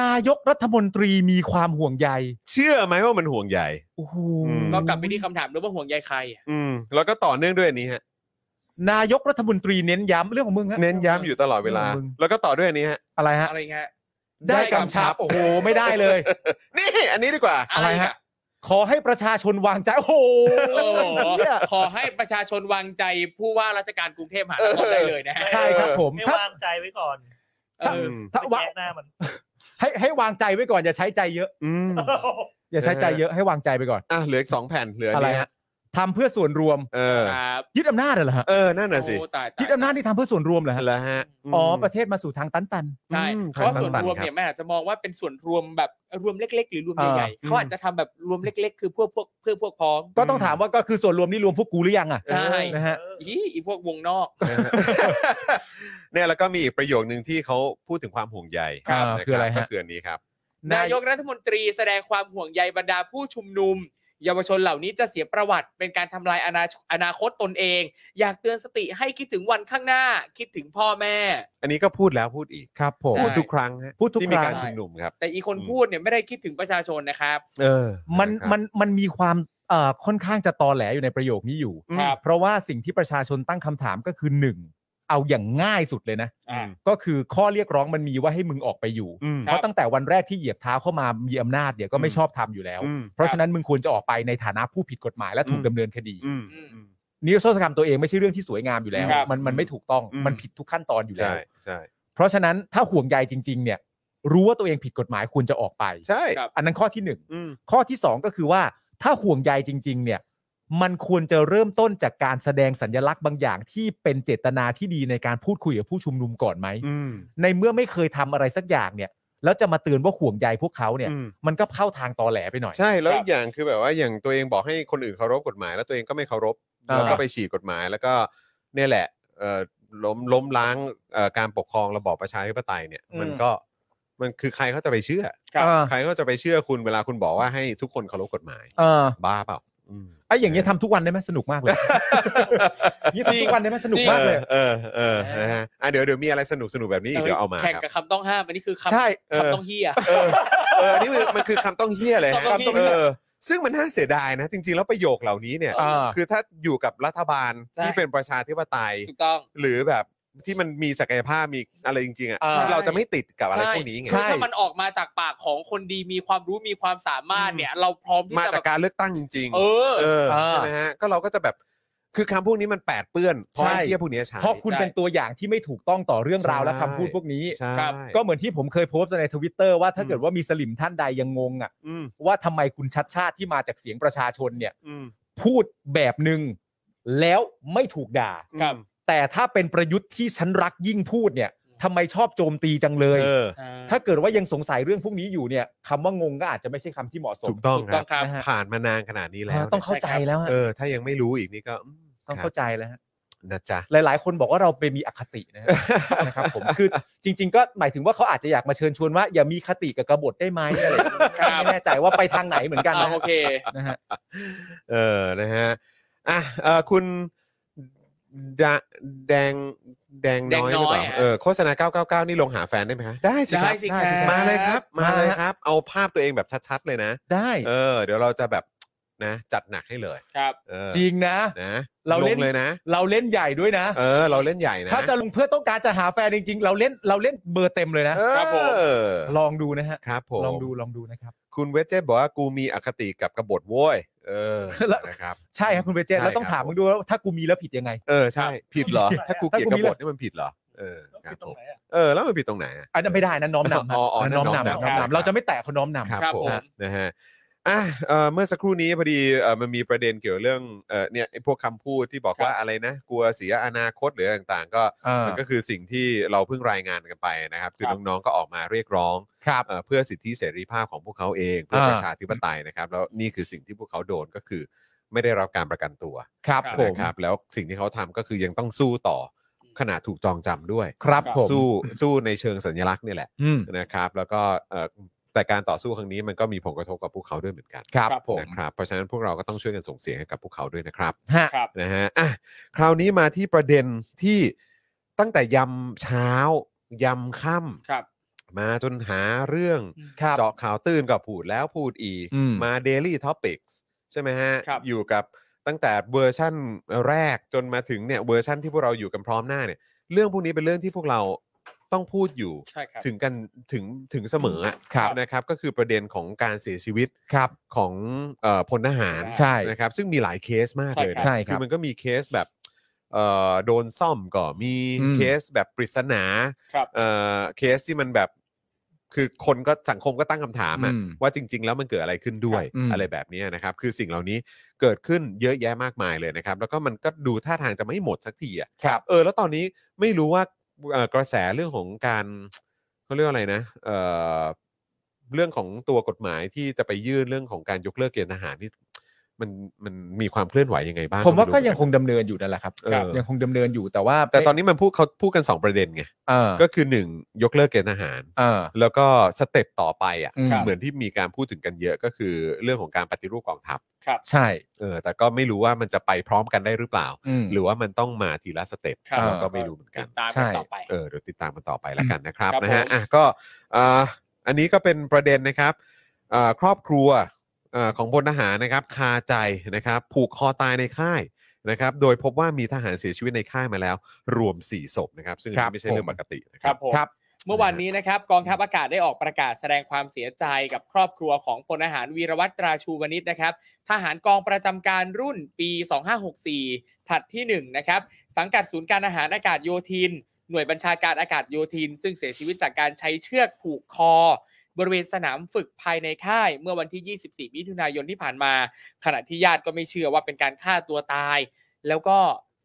S3: นายกรัฐมนตรีมีความห่วงใย
S2: เชื่อไหมว่ามันห่วงใย
S3: โอ้โห
S2: อืม
S4: ก็กลับไปที่คำถามด้วยว่าห่วงใยใครอะ
S2: อืมแล้วก็ต่อเนื่องด้วยอันนี้ฮะ
S3: นายกรัฐมนตรีเน้นย้ำเรื่องของมึงฮะ
S2: เน้นย้ำอยู่ตลอดเวลา
S3: มึง
S2: แล้วก็ต่อด้วยอันนี้ฮะ
S3: อะไรฮะ
S4: อะไรฮะ
S3: ได้
S4: ได้กำ
S3: กำ
S4: ชั
S3: ชั
S4: บ
S3: บ โอ้โห ไม่ได้เลย
S2: นี่อันนี้ดีกว่า
S3: อะไรฮะ
S4: ก
S3: ขอให้ประชาชนวางใจ โอ้โห
S4: โอ้โห
S3: เหี้ย
S4: ขอให้ประชาชนวางใจผู้ว่าราชการกรุงเทพมหานครได้เลยนะฮะ
S3: ใช่ครับผม
S5: ไม่
S3: ถ้าว
S5: างใจไว้ก่อน
S4: เออ
S3: ถ้า
S5: ไป
S3: วะ
S5: แยกหน้ามัน
S3: ให้ให้วางใจไว้ก่อนอย่าใช้ใจเยอะ
S2: อืม
S3: อย่าใช้ใจเยอะให้วางใจไปก่อน
S2: อ่ะเหลืออีกสองแผ่นเหลืออั
S3: อะ
S2: น
S3: ไร
S2: นี้
S3: ฮะ
S2: ฮะ
S3: ทำเพื่อส่วนรวม
S2: เออ
S4: ครับ
S3: ยึดอำนาจเหรอฮะ
S2: เออ นั่นน่ะสิ
S4: โอ้ตายตาย
S3: ยึดอำนาจที่ทำเพื่อส่วนรวมเหรอฮะ
S2: แล้วฮะม
S3: อ๋อประเทศมาสู่ทางตันตัน
S4: ใช่
S2: อืม
S4: เพราะส่วนร
S2: ค
S4: วม
S2: บ
S4: เนี่ยแม่อาจจะมองว่าเป็นส่วนรวมแบบรวมเล็ก ๆ หรือรวม
S3: เออ
S4: ใหญ่ๆเขาอาจจะทำแบบรวมเล็ก ๆ คือพวกพวกเพื่อพวกพ้อง
S3: ๆก็ต้องถามว่าก็คือส่วนรวมนี่รวมพวกกูหรือยังอ่ะ
S4: ใช่
S3: นะฮะ
S4: อีอีพวกวงนอก
S2: นะ ฮะเนี่ยแล้วก็มีอีกประโยคนึงที่เขาพูดถึงความห่วงใย
S3: ครับ
S2: น
S3: คืออะไรฮะ
S2: ก็คืออันนี้ครับ
S4: นายกรัฐมนตรีแสดงความห่วงใยบรรดาผู้ชุมนุม เยาวชนเหล่านี้จะเสียประวัติ เป็นการทำลายอนาอนาคตตนเอง อยากเตือนสติให้คิดถึงวันข้างหน้า คิดถึงพ่อแม่
S2: อันนี้ก็พูดแล้วพูดอีก
S3: ครับผม
S4: ใช่
S2: พูดทุกครั้งฮะ
S3: พูดทุก
S2: ที่มี
S3: ครั้ง
S2: การชุมนุมครับ
S4: แต่อีคน
S2: อืม
S4: พูดเนี่ยไม่ได้คิดถึงประชาชนนะครับ
S2: เออ
S3: มัน
S2: นะครับ
S3: มันมันมีความเอ่อค่อนข้างจะตอแหลอยู่ในประโยคนี้อยู่
S4: ครับ
S3: เพราะว่าสิ่งที่ประชาชนตั้งคำถามก็คือหนึ่งเอาอย่างง่ายสุดเลยนะ
S2: อืม
S3: ก็คือข้อเรียกร้องมันมีว่าให้มึงออกไปอยู่
S2: อืม
S3: เพราะตั้งแต่วันแรกที่เหยียบเท้าเข้ามามีอำนาจเดี๋ยวก็ไม่
S2: อืม
S3: ชอบทำอยู่แล้ว
S2: อืม
S3: เพราะฉะนั้นมึงควรจะออกไปในฐานะผู้ผิดกฎหมายและถู
S2: อื
S3: ก
S2: ม
S3: ดำเนินคดี
S2: อืม
S3: นิรโทษกรรมตัวเองไม่ใช่เรื่องที่สวยงามอยู่แล้ว
S4: ครับ
S3: มันมันไม่ถูกต้อง
S2: อืม
S3: มันผิดทุกขั้นตอนอยู่แล้
S2: ใช่
S3: ว
S2: ใช่
S3: เพราะฉะนั้นถ้าห่วงใยจริง ๆ เนี่ย รู้ว่าตัวเองผิดกฎหมายควรจะออกไป
S2: ใช่
S4: ครับ
S3: อันนั้นข้อที่หนึ่ง
S2: อืม
S3: ข้อที่ 2 ก็คือว่าถ้าห่วงใยจริง ๆ เนี่ย มันควรจะเริ่มต้นจากการแสดงสัญลักษณ์บางอย่างที่เป็นเจตนาที่ดีในการพูดคุยกับผู้ชุมนุมก่อนไหม
S2: อืม
S3: ในเมื่อไม่เคยทำอะไรสักอย่างเนี่ย แล้วจะมาเตือนว่าห่วงใยพวกเขาเนี่ย
S2: อืม
S3: มันก็เข้าทางตอแหลไปหน่อย
S2: ใช่แล้วอีกอย่างคือแบบว่าอย่างตัวเองบอกให้คนอื่นเคารพกฎหมาย แล้วตัวเองก็ไม่เคารพ
S3: อ่า
S2: แล้วก็ไปฉีกกฎหมาย แล้วก็เนี่ยแหละเอ่อล้มล้มล้างเอ่อการปกครองระบอบประชาธิปไตยเนี่ย มันก็มันคือใครเขาจะไปเชื่อ
S3: เออ
S2: ใครก็จะไปเชื่อคุณเวลาคุณบอกว่าให้ทุกคนเคารพกฎหมาย
S3: เออ
S2: บ้าเปล่าอืม
S3: ไอ้อย่างเงี้ยทำทุกวันได้ไหมสนุก มากเลย อย่างเงี้ยทำทุกวันได้ไหมสนุกมากเลย
S2: เออเออเออนะฮะอ่ะเดี๋ยวเดี๋ยวมีอะไรสนุกสนุกแบบนี้อีกเดี๋ยวเอามา
S4: แข่ง
S2: ครับ
S4: กับคำต้องห้ามอันนี้คือคำ
S3: ใช่
S2: เออ
S4: คำต้องเฮีย
S2: เออเออนี่มันมันคือคำต้องเฮี้ยเลยฮะ
S4: คำต้องเหี้ย
S2: เออซึ่งมันน่าเสียดายนะ จริง ๆ แล้วประโยคเหล่านี้เนี่ย
S3: อ่า
S2: คือถ้าอยู่กับรัฐบาลที่เป็นประชาธิปไตย
S4: ถูกต้อง
S2: หรือแบบที่มันมีศักยภาพมีอะไรจริงๆอ่ะ
S3: อ่า
S2: เราจะไม่ติดกับอะไรพวกนี้ไง
S3: ใช่
S4: ถ้ามันออกมาจากปากของคนดีมีความรู้มีความสามารถเนี่ย เราพร้อมที่
S2: มา
S4: จะ
S2: จาก
S4: แบบ
S2: การเลือกตั้งจริง ๆ
S4: เออ
S2: เออ
S3: เออ
S2: ใช่ไหมฮะก็เราก็จะแบบคือคำพวกนี้มันแปดเปื้อนเพราะ
S3: ใช่
S2: ไอ้เหี้ยพวกเนี้ยใช้
S3: เพราะคุณ
S4: ใช่
S3: เป็นตัวอย่างที่ไม่ถูกต้องต่อเรื่องราวและ
S2: ใช่
S3: คำพูดพวกนี้
S2: ใช่
S4: ครับ
S3: ก็เหมือนที่ผมเคยโพสต์ในทวิตเตอร์ว่าถ้าเกิดว่ามีสลิมท่านใดยังงงอ่ะ
S2: อืม
S3: ว่าทำไมคุณชัดชาติที่มาจากเสียงประชาชนเนี่ย
S2: อืม
S3: พูดแบบหนึ่งแล้วไม่ถูกด่า
S2: อืม
S4: ครับ
S3: แต่ถ้าเป็นประยุทธ์ที่ฉันรักยิ่งพูดเนี่ยทำไมชอบโจมตีจังเลย
S2: เออ
S3: ถ้าเกิดว่ายังสงสัยเรื่องพวกนี้อยู่เนี่ยคำว่างงก็อาจจะไม่ใช่คำที่เหมาะสม
S2: ถูกต้อง
S4: ถูก
S2: ค
S4: ต้
S2: รั
S4: อบ งครับ
S3: นะฮะ
S2: ผ่านมานานขนาดนี้แล้ว
S3: อ่าต้องเข้าใจแล้วฮะ
S2: เออถ้ายังไม่รู้อีกนี่ก็ม
S3: ต้องเข้าใจแล้วฮะ
S2: ครับนะจ๊ะ
S3: หลาย ๆ คนบอกว่าเราไปมีอคตินะฮะ นะครับ ผมคือจริง ๆ ก็หมายถึงว่าเขาอาจจะอยากมาเชิญชวนว่าอย่ามีคติกับกบฏได้ไหมอะไรอย่างเงี้ย
S4: ครับ
S3: ไม่แน่ใจว่าไปทางไหนเหมือนกัน
S4: อ่า
S3: นะ
S4: โอ
S3: ฮะ
S4: เค
S3: นะฮะ
S2: เออ นะฮะ อ่ะเออคุณดะแดง แดงน้อยห
S4: แดงน้อย
S2: รือเปล่า
S4: อะ
S2: เออ โฆษณา 999 นี่ลงหาแฟนได้ไหมคะได้สิครับ
S4: ได้สิครับ
S2: มาเลยครับ มา
S3: มา
S2: เลย
S3: ฮะ
S2: ครับ เอาภาพตัวเองแบบชัดๆ เลยนะ
S3: ได้
S2: เออ เดี๋ยวเราจะแบบนะ จัดหนักให้เลย
S4: ครับ
S2: เออ
S3: จริงนะ
S2: นะ
S3: เรา
S2: ล
S3: เล่
S2: ง
S3: น
S2: เลยนะ
S3: เราเล่นใหญ่ด้วยนะ
S2: เออ เราเล่นใหญ่นะ
S3: ถ้าจะลงเพื่อต้องการจะหาแฟนจริง ๆ เราเล่นเราเล่นเบอร์เต็มเลยนะ
S2: เออ
S4: ครับผม
S3: ลองดูนะฮะ
S2: ครับผม
S3: ลองดูลองดูนะครับ
S2: คุณเวจเจตบอกว่ากูมีอคติกับกบฏโว้ย เออ
S3: แล้ว
S2: นะครับ
S3: ใช่ครับคุณเบเจน
S2: ใช่
S3: แล้วต้อง
S2: ครับ
S3: ถามมึงดูว่าถ้ากูมีแล้วผิดยังไง
S2: เออ ใช่ ผิดเหรอ ถ้ากูเกลียด
S3: ถ้ากู
S2: ก
S3: มี
S2: บ
S3: แล้
S2: ฏ
S3: ว
S2: นี่มันผิดเหรอ เออ
S5: แล้ว
S2: ครับ
S5: ผิดต
S2: ผ
S5: รง
S2: ม
S5: ไหนอ่ะ
S2: เออแล้วมันผิดตรงไหนอะ
S3: อันนั้นไม่ได้นะน้อมนำฮะ
S2: อ๋ออ๋อนั่น
S3: น้อม
S2: น้อมนำค
S3: นำน้อม
S2: รับ
S3: นำเราจะไม่แตะคนน้อมนำ
S2: ครับ
S4: ครับ
S2: ผ
S4: ผม ม
S2: นะฮะอ่ะเอ่อเมื่อสักครู่นี้พอดีเอ่อมันมีประเด็นเกี่ยวเรื่องเอ่อเนี่ยไอ้พวกคำพูดที่บอกว่าอะไรนะ กลัวเสียอนาคตหรืออะไรต่างๆ ก็
S3: อ่ามั
S2: มันก็คือสิ่งที่เราเพิ่งรายงานกันไปนะครับ คือน้องๆก็ออกมาเรียกร้อง
S3: ครับ
S2: เอ่อเพื่อสิทธิเสรีภาพของพวกเขาเองเพื่ออา ประชาธิปไตยนะครับ แล้วนี่คือสิ่งที่พวกเขาโดนก็คือไม่ได้รับการประกันตัว
S3: ครับ
S4: ครับ
S3: ผม
S2: นะครับแล้วสิ่งที่เขาทำก็คือยังต้องสู้ต่อขนาดถูกจองจำด้วย
S3: ครับผม
S2: สู้สู้ในเชิงสัญลักษณ์เนี่ยแหละ
S3: อืม
S2: นะครับแล้วก็เอ่อแต่การต่อสู้ครั้งนี้มันก็มีผลกระทบกับพวกเขาด้วยเหมือนกัน
S3: ครับ
S4: ครับ
S3: ผ
S4: ผม ม
S2: นะครับเพราะฉะนั้นพวกเราก็ต้องช่วยกันส่งเสียงให้กับพวกเขาด้วยนะครับ
S3: ฮะ
S4: ครับ
S2: นะฮะอ่ะคราวนี้มาที่ประเด็นที่ตั้งแต่ยำเช้ายำค่
S4: ครับ
S2: ำมาจนหาเรื่อง
S3: ครับ
S2: เจาะข่าวตื่นกับพูดแล้วพูดอีก
S3: อืม
S2: มา Daily Topics ใช่ไหมฮะ
S4: ครับ
S2: อยู่กับตั้งแต่เวอร์ชั่นแรกจนมาถึงเนี่ยเวอร์ชั่นที่พวกเราอยู่กันพร้อมหน้าเนี่ยเรื่องพวกนี้เป็นเรื่องที่พวกเราต้องพูดอยู่
S4: ใช่ครับ
S2: ถึงกันถึงถึงเสมออะ
S3: ครับ
S2: นะครับก็คือประเด็นของการเสียชีวิต
S3: ครับ
S2: ของเอ่อพลทหาร
S3: ใช่
S2: นะครับซึ่งมีหลายเคสมากเลยนะ
S3: ใช่ครับ
S2: อมันก็มีเคสแบบเอ่อโดนซ่อมก็มี
S3: อืม
S2: เคสแบบปริศนา
S4: ครับ
S2: เอ่อเคสที่มันแบบคือคนก็สังคมก็ตั้งคำถามอะ
S3: อืม
S2: ว่าจริง ๆ แล้วมันเกิดอะไรขึ้นด้วย
S3: ครับอืม
S2: อะไรแบบนี้นะครับ คือสิ่งเหล่านี้เกิดขึ้นเยอะแยะมากมายเลยนะครับ แล้วก็มันก็ดูท่าทางจะไม่หมดสักทีอะ
S3: ครับ
S2: เออแล้วตอนนี้ไม่รู้ว่าเอ่อกระแสเรื่องของการเขาเรียกว่าอะไรนะเออเรื่องของตัวกฎหมายที่จะไปยื่นเรื่องของการยกเลิกเกณฑ์ทหารนี่มันมันมีความเคลื่อนไหวยังไงบ้าง
S3: ผมว่าก็ยัง
S2: ไรู้
S3: คงดำเนินอยู่นั่นแหละครับ
S2: ครับ
S3: ยังคงดำเนินอยู่แต่ว่า
S2: แต่ตอนนี้มันพูดเขาพูดกัน 2 ประเด็นไง
S3: เออ
S2: ก็คือ 1 ยกเลิกเกณฑ์ทหาร
S3: เออ
S2: แล้วก็สเต็ปต่อไปอ่ะ
S3: อืม
S2: เหมือนที่มีการพูดถึงกันเยอะก็คือเรื่องของการปฏิรูปกองทัพ
S3: ใช่
S2: เออแต่ก็ไม่รู้ว่ามันจะไปพร้อมกันได้หรือเปล่า
S3: อืม
S2: หรือว่ามันต้องมาทีละสเต็ป
S4: ครับ
S2: เราก็ไม่รู้เหมือนกัน
S4: ติดตาม
S3: ใช่
S4: กันต่อไป
S2: เออเดี๋ยวติดตามกันต่อไปแล้วกันนะครับ
S4: ครับ
S2: นะฮะ
S4: ผม
S2: อ่ะก็เอ่ออันนี้ก็เป็นประเด็นนะครับเอ่อครอบครัวเอ่อของพลทหารนะครับคาใจนะครับผูกคอตายในค่ายนะครับ โดยพบว่ามีทหารเสียชีวิตในค่ายมาแล้ว รวม 4 ศพนะครับ ซึ่งอัน
S3: ครั
S2: นี้
S3: บ
S2: ไม่ใช่เรื่อง
S3: ผม
S2: ปกตินะ
S4: ค
S2: ครั
S4: รั
S2: บบ
S4: ผม
S3: ครับ
S4: เมื่อวานนี้นะครับกองทัพอากาศได้ออกประกาศแสดงความเสียใจกับครอบครัวของพลทหารวีรวัตรตราชูวนิชนะครับ ทหารกองประจำการรุ่นปี 2564 ถัดที่ 1 นะครับ สังกัดศูนย์การอาหารอากาศโยธิน หน่วยบัญชาการอากาศโยธิน ซึ่งเสียชีวิตจากการใช้เชือกผูกคอ บริเวณสนามฝึกภายในค่าย เมื่อวันที่ 24 มิถุนายนที่ผ่านมา ขณะที่ญาติก็ไม่เชื่อว่าเป็นการฆ่าตัวตาย แล้วก็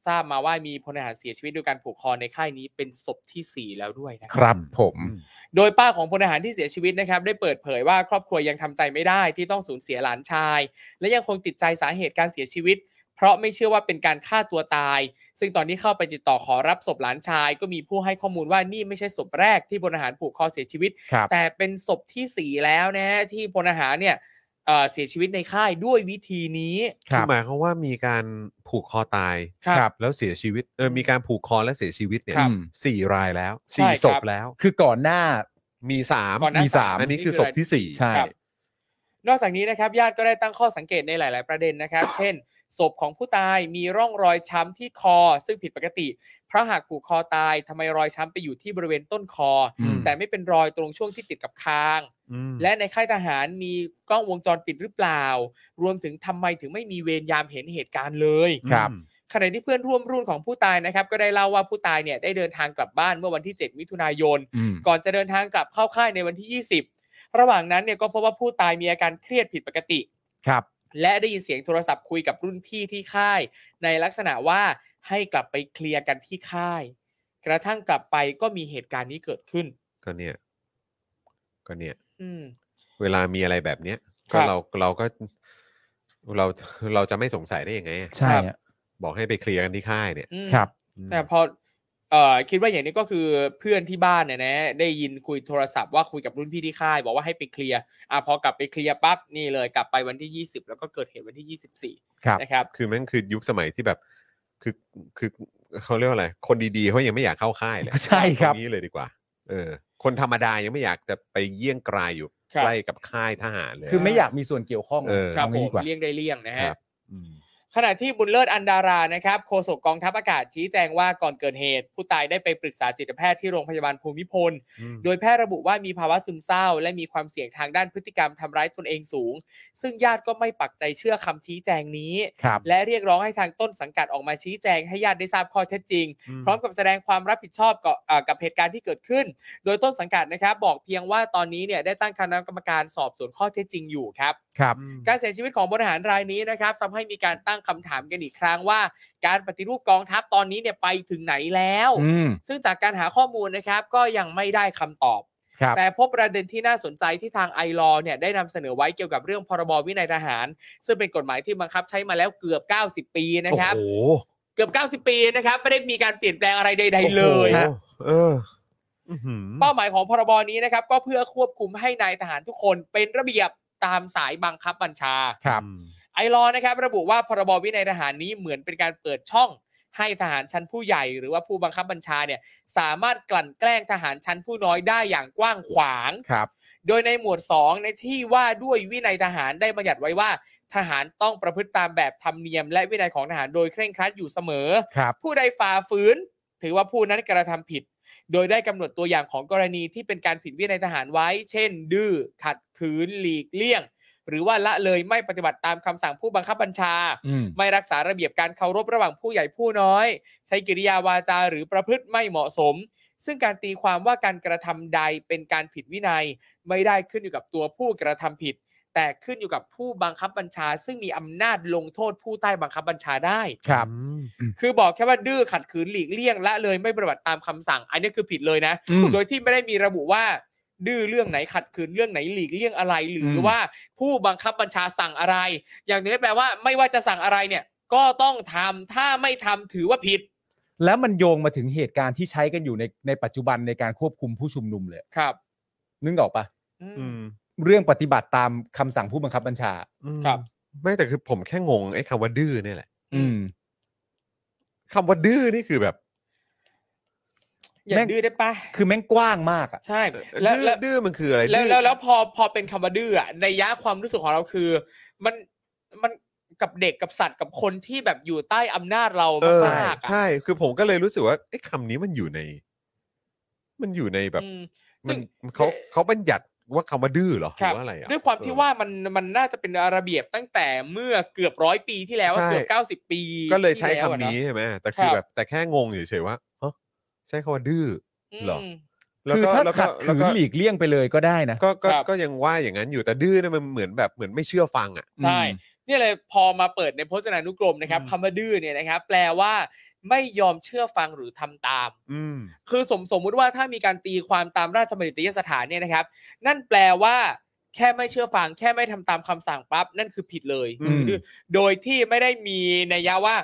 S4: ทราบมาว่ามีพลทหารเสียชีวิตโดยการผูกคอในค่ายนี้เป็นศพทีสี่ 4 แล้วด้วยนะค
S3: ครับ รับผม
S4: โดยป้าของพลทหารที่เสียชีวิตนะครับ ได้เปิดเผยว่าครอบครัวยังทำใจไม่ได้ที่ต้องสูญเสียหลานชาย และยังคงติดใจสาเหตุการเสียชีวิต เพราะไม่เชื่อว่าเป็นการฆ่าตัวตาย ซึ่งตอนนี้เข้าไปติดต่อขอรับศพหลานชาย ก็มีผู้ให้ข้อมูลว่านี่ไม่ใช่ศพแรกที่พลทหารผูกคอเสียชีวิต
S3: ครับ
S4: แต่เป็นศพที่สี่แล้วนะฮะที่พลทหารเนี่ย เอ่อเสียชีวิตในค่ายด้วยวิธีนี้
S3: ครับ
S2: อหมายความว่ามีการผูกคอตาย
S4: ครับ
S2: ครับแล้วเสียชีวิตเออมีการผูกคอและเสียชีวิตเนี่ย
S3: ครับ
S2: สี่รายแล้ว
S4: ใช่
S2: สี่
S4: ครับ
S2: ศพแล้ว
S3: คือก่อนหน้า
S2: มีสาม
S4: ก่อนหน้ามีสาม
S2: อันนี้คือ
S4: นี่
S2: ศ
S4: คือ
S2: พ
S4: อะไร
S2: ที่สี่
S3: ใช่
S4: ครับ นอกจากนี้นะครับญาติก็ได้ตั้งข้อสังเกตในหลาย ๆ ประเด็นนะครับ เช่น ศพของผู้ตายมีร่องรอยช้ำที่คอ ซึ่งผิดปกติ เพราะหากผูกคอตายทำไมรอยช้ำไปอยู่ที่บริเวณต้นคออ
S3: ม
S4: แต่ไม่เป็นรอยตรงช่วงที่ติดกับคาง
S2: อืม
S4: และในค่ายทหารมีกล้องวงจรปิดหรือเปล่า รวมถึงทำไมถึงไม่มีเวรยามเห็นเหตุการณ์เลย
S3: ครับ
S4: ขณะที่เพื่อนร่วมรุ่นของผู้ตายนะครับ ก็ได้เล่าว่าผู้ตายเนี่ยได้เดินทางกลับบ้านเมื่อวันที่ 7 มิถุนายน
S3: อืม
S4: ก่อนจะเดินทางกลับเข้าค่ายในวันที่ 20 ระหว่างนั้นเนี่ยก็พบว่าผู้ตายมีอาการเครียดผิดปกติ
S3: ครับ
S4: และได้ยินเสียงโทรศัพท์คุยกับรุ่นพี่ที่ค่าย ในลักษณะว่าให้กลับไปเคลียร์กันที่ค่าย กระทั่งกลับไปก็มีเหตุการณ์นี้เกิดขึ้น
S2: ก็เนี่ยก็เนี่ย
S4: อืม
S2: เวลามีอะไรแบบเนี้ย
S4: ครั
S2: ก็
S4: บ
S2: เราเราก็เราเราจะไม่สงสัยได้ยังไงอะ
S3: ใช่
S4: ครับ
S3: อะ
S2: บอกให้ไปเคลียร์กันที่ค่ายเนี่ย
S4: อืม
S3: ครับ
S2: อืม
S4: แต่พอเอ่อคิดว่าอย่างนี้ก็คือเพื่อนที่บ้านเนี่ยนะ ได้ยินคุยโทรศัพท์ว่าคุยกับรุ่นพี่ที่ค่าย บอกว่าให้ไปเคลียร์อ่ะพอกลับไปเคลียร์ปั๊บนี่เลยกลับไปวันที่ 20 แล้วก็เกิดเหตุวันที่
S3: ครับ
S4: 24 นะครับ
S2: คือแม่งคือยุคสมัยที่แบบคือคือเขาเรียกว่าอะไร คนดีๆเขายังไม่อยากเข้า ค่ายเลย
S3: ใช่ครับ
S2: เอางี้เลยดีกว่า เออ คนธรรมดายังไม่อยากจะไปเยี่ยงกรายอยู่
S4: ครับ
S2: ใกล้กับค่ายทหารเลย
S3: คือไม่อยากมีส่วนเกี่ยวข้อง
S2: เออ
S4: ครับ
S3: เา
S4: ผ
S3: งี้
S4: ม
S3: ดีกว่า
S4: เลี่ยงได้เลี่ยงนะ
S2: ค
S4: ฮะ
S2: รับอืม
S4: ขณะที่บุญเลิศอันดารานะครับโฆษกกองทัพอากาศชี้แจงว่าก่อนเกิดเหตุ ผู้ตายได้ไปปรึกษาจิตแพทย์ที่โรงพยาบาลภูมิพล
S2: อืม
S4: โดยแพทย์ระบุว่ามีภาวะซึมเศร้า และมีความเสี่ยงทางด้านพฤติกรรมทำร้ายตนเองสูง ซึ่งญาติก็ไม่ปักใจเชื่อคำชี้แจงนี้
S3: ครับ
S4: และเรียกร้องให้ทางต้นสังกัดออกมาชี้แจงให้ญาติได้ทราบข้อเท็จจริง
S2: อืม
S4: พร้อมกับแสดงความรับผิดชอบกับเอ่อกับเหตุการณ์ที่เกิดขึ้น โดยต้นสังกัดนะครับบอกเพียงว่าตอนนี้เนี่ยได้ตั้งคณะกรรมการสอบสวนข้อเท็จจริงอยู่ครับ
S3: ครับ
S4: การเสียชีวิตของพลทหารรายนี้นะครับทำให้มีการตั้งคำถามกันอีกครั้งว่า การปฏิรูปกองทัพตอนนี้เนี่ยไปถึงไหนแล้ว
S3: อืม
S4: ซึ่งจากการหาข้อมูลนะครับก็ยังไม่ได้คำตอบ
S3: ครับ
S4: แต่พบประเด็นที่น่าสนใจที่ทางไอรอเนี่ยได้นำเสนอไว้เกี่ยวกับเรื่องพรบวินัยทหาร ซึ่งเป็นกฎหมายที่บังคับใช้มาแล้วเกือบ 90 ปีนะครับ
S3: โอ้โห
S4: เกือบ 90 ปีนะครับไม่ได้มีการเปลี่ยนแปลงอะไรใด ๆ เลย
S2: โอ้โหเอออื้อหือ
S4: เป้าหมายของพรบนี้นะครับก็เพื่อควบคุมให้นายทหารทุกคนเป็นระเบียบตามสายบังคับบัญชา
S3: ครับ
S2: อืม
S4: ไอรอว์นะครับระบุว่าพรบวินัยทหารนี้เหมือนเป็นการเปิดช่อง ให้ทหารชั้นผู้ใหญ่หรือว่าผู้บังคับบัญชาเนี่ยสามารถกลั่นแกล้งทหารชั้นผู้น้อยได้อย่างกว้างขวาง
S3: ครับ
S4: โดยในหมวด 2 ในที่ว่าด้วยวินัยทหารได้บัญญัติไว้ว่า ทหารต้องประพฤติตามแบบธรรมเนียม และวินัยของทหารโดยเคร่งครัดอยู่เสมอ
S3: ครับ
S4: ผู้ใดฝ่าฝืน ถือว่าผู้นั้นกระทำผิด โดยได้กำหนดตัวอย่างของกรณีที่เป็นการผิดวินัยทหารไว้ เช่น ดื้อ ขัดขืน หลีกเลี่ยง หรือว่าละเลยไม่ปฏิบัติตามคำสั่งผู้บังคับบัญชา
S3: อืม
S4: ไม่รักษาระเบียบการเคารพระหว่างผู้ใหญ่ผู้น้อย ใช้กิริยาวาจาหรือประพฤติไม่เหมาะสม ซึ่งการตีความว่าการกระทำใดเป็นการผิดวินัย ไม่ได้ขึ้นอยู่กับตัวผู้กระทำผิด แต่ขึ้นอยู่กับผู้บังคับบัญชา ซึ่งมีอำนาจลงโทษผู้ใต้บังคับบัญชาได้
S3: ครับ
S2: อืม
S4: คือบอกแค่ว่าดื้อขัดขืนหลีกเลี่ยงละเลยไม่ปฏิบัติตามคำสั่ง อันนี้คือผิดเลยนะ
S3: อืม
S4: โดยที่ไม่ได้มีระบุว่า ดื้อเรื่องไหนขัดขืนเรื่องไหนหลีกเลี่ยงอะไร หรืออ
S3: ม
S4: ว่าผู้บังคับบัญชาสั่งอะไร อย่างนี้แปลว่าไม่ว่าจะสั่งอะไรเนี่ยก็ต้องทำถ้าไม่ทำถือว่าผิด
S3: แล้วมันโยงมาถึงเหตุการณ์ที่ใช้กันอยู่ในในปัจจุบันในการควบคุมผู้ชุมนุมเลย
S4: ครับ
S3: นึกออกปะ
S4: อืม
S2: อืม
S3: เรื่องปฏิบัติตามคำสั่งผู้บังคับบัญชา
S2: อืม
S4: ครับ
S2: ไม่แต่คือผมแค่งงไอ้คำว่าดื้อเนี่ยแหละ
S3: อืม
S2: คำว่าดื้อนี่คือแบบ
S4: อย่า
S3: แม่ง
S4: ดื้อได้ปะ
S3: คือแม่งกว้างมากอ่ะ
S4: ใช่ แล้ว
S2: ดื้อ
S4: แล้ว
S2: ดื้อมันคืออะไร
S4: แล้ว
S2: ดื้อ
S4: แล้วแล้วพอพอเป็นคำว่าดื้ออะในยะความรู้สึกของเราคือ มันมันกับเด็กกับสัตว์กับคนที่แบบอยู่ใต้อำนาจเรา
S2: เออ
S4: มากๆอะ
S2: ใช่ คือผมก็เลยรู้สึกว่าไอ้คำนี้มันอยู่ใน มันอยู่ในแบบ
S4: อืม
S2: มัน
S4: ซึ่ง
S2: เขา
S4: เอ่อ
S2: เขาบัญญัติว่าคำว่าดื้อเหรอห
S4: ค
S2: รื
S4: รับ
S2: อว่าอะไรอ่ะ
S4: ด้วยความที่ว่ามันมันน่าจะเป็นระเบียบตั้งแต่เมื่อเกือบร้อยปีที่แล้วอะ
S2: ใช่
S4: เกือบเก้าสิบ90 ปี
S2: ก็เลยใช้
S4: ที่แว
S2: คำ
S4: อะ
S2: นี้
S4: เอะ
S2: ใช่ไหมแต่คือ
S4: ครับ
S2: แบบแต่แค่งงเฉยๆว่าฮะใช้คำว่าดื้อ เหรอ
S4: ม
S2: แล้ว
S3: คือ
S2: ก็
S3: ถ้า
S2: แล้วก็
S3: ขัด
S2: แล้ว
S3: ขืน
S2: ก็
S3: หลีกเลี่ยงไปเลยก็ได้นะ
S2: ก็ก็
S4: ครับ
S2: ก็ยังว่าอย่างนั้นอยู่แต่ดื้อเนี่ยมันเหมือนแบบเหมือนไม่เชื่อฟังอ่ะ
S4: ใช่
S3: อืม
S4: เนี่ยเลยพอมาเปิดในพจนานุกรมนะครับ
S2: อืม
S4: คำว่าดื้อเนี่ยนะครับ แปลว่าไม่ยอมเชื่อฟังหรือทำตาม
S2: อืม
S4: คือสมสมมุติว่าถ้ามีการตีความตามราชบัณฑิตยสถานเนี่ยนะครับ นั่นแปลว่าแค่ไม่เชื่อฟัง แค่ไม่ทำตามคำสั่งปั๊บนั่นคือผิดเลย
S3: อืม
S4: ดื้อโดยที่ไม่ได้มีนัยยะว่า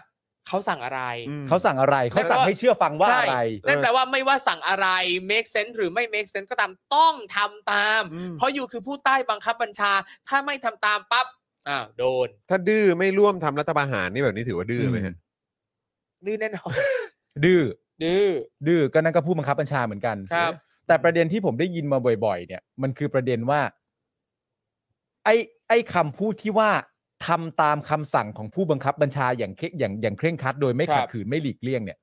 S4: เขาสั่งอะไร
S2: อืม
S3: เขาสั่งอะไรเขาสั่งให้เชื่อฟังว่า
S4: ใช่
S3: อะไร
S4: นั่นแปลว่าไม่ว่าสั่งอะไร make sense หรือไม่ make sense ก็ตามต้องทำตาม
S2: อืม
S4: เพราะอยู่คือผู้ใต้บังคับบัญชา ถ้าไม่ทำตามปั๊บอ้าวโดน
S2: ถ้าดื้อไม่ร่วมทำรัฐประหารนี่แบบนี้ถือว่าดื้อไหมฮะ
S4: ดื้อแน่นอน
S3: ดื้อ
S4: ดื้อ
S3: ดื้อก็นั่นก็ผู้บังคับบัญชาเหมือนกัน
S4: ครับ
S3: แต่ประเด็นที่ผมได้ยินมาบ่อย ๆ เนี่ย มันคือประเด็นว่า ไอ้ไอ้คำพูดที่ว่าทำตามคำสั่งของผู้บังคับบัญชาอย่างเคร่งอย่างอย่างเคร่งครัด โดยไม่
S4: ครับ
S3: ขัดขืนไม่หลีกเลี่ยงเนี่ย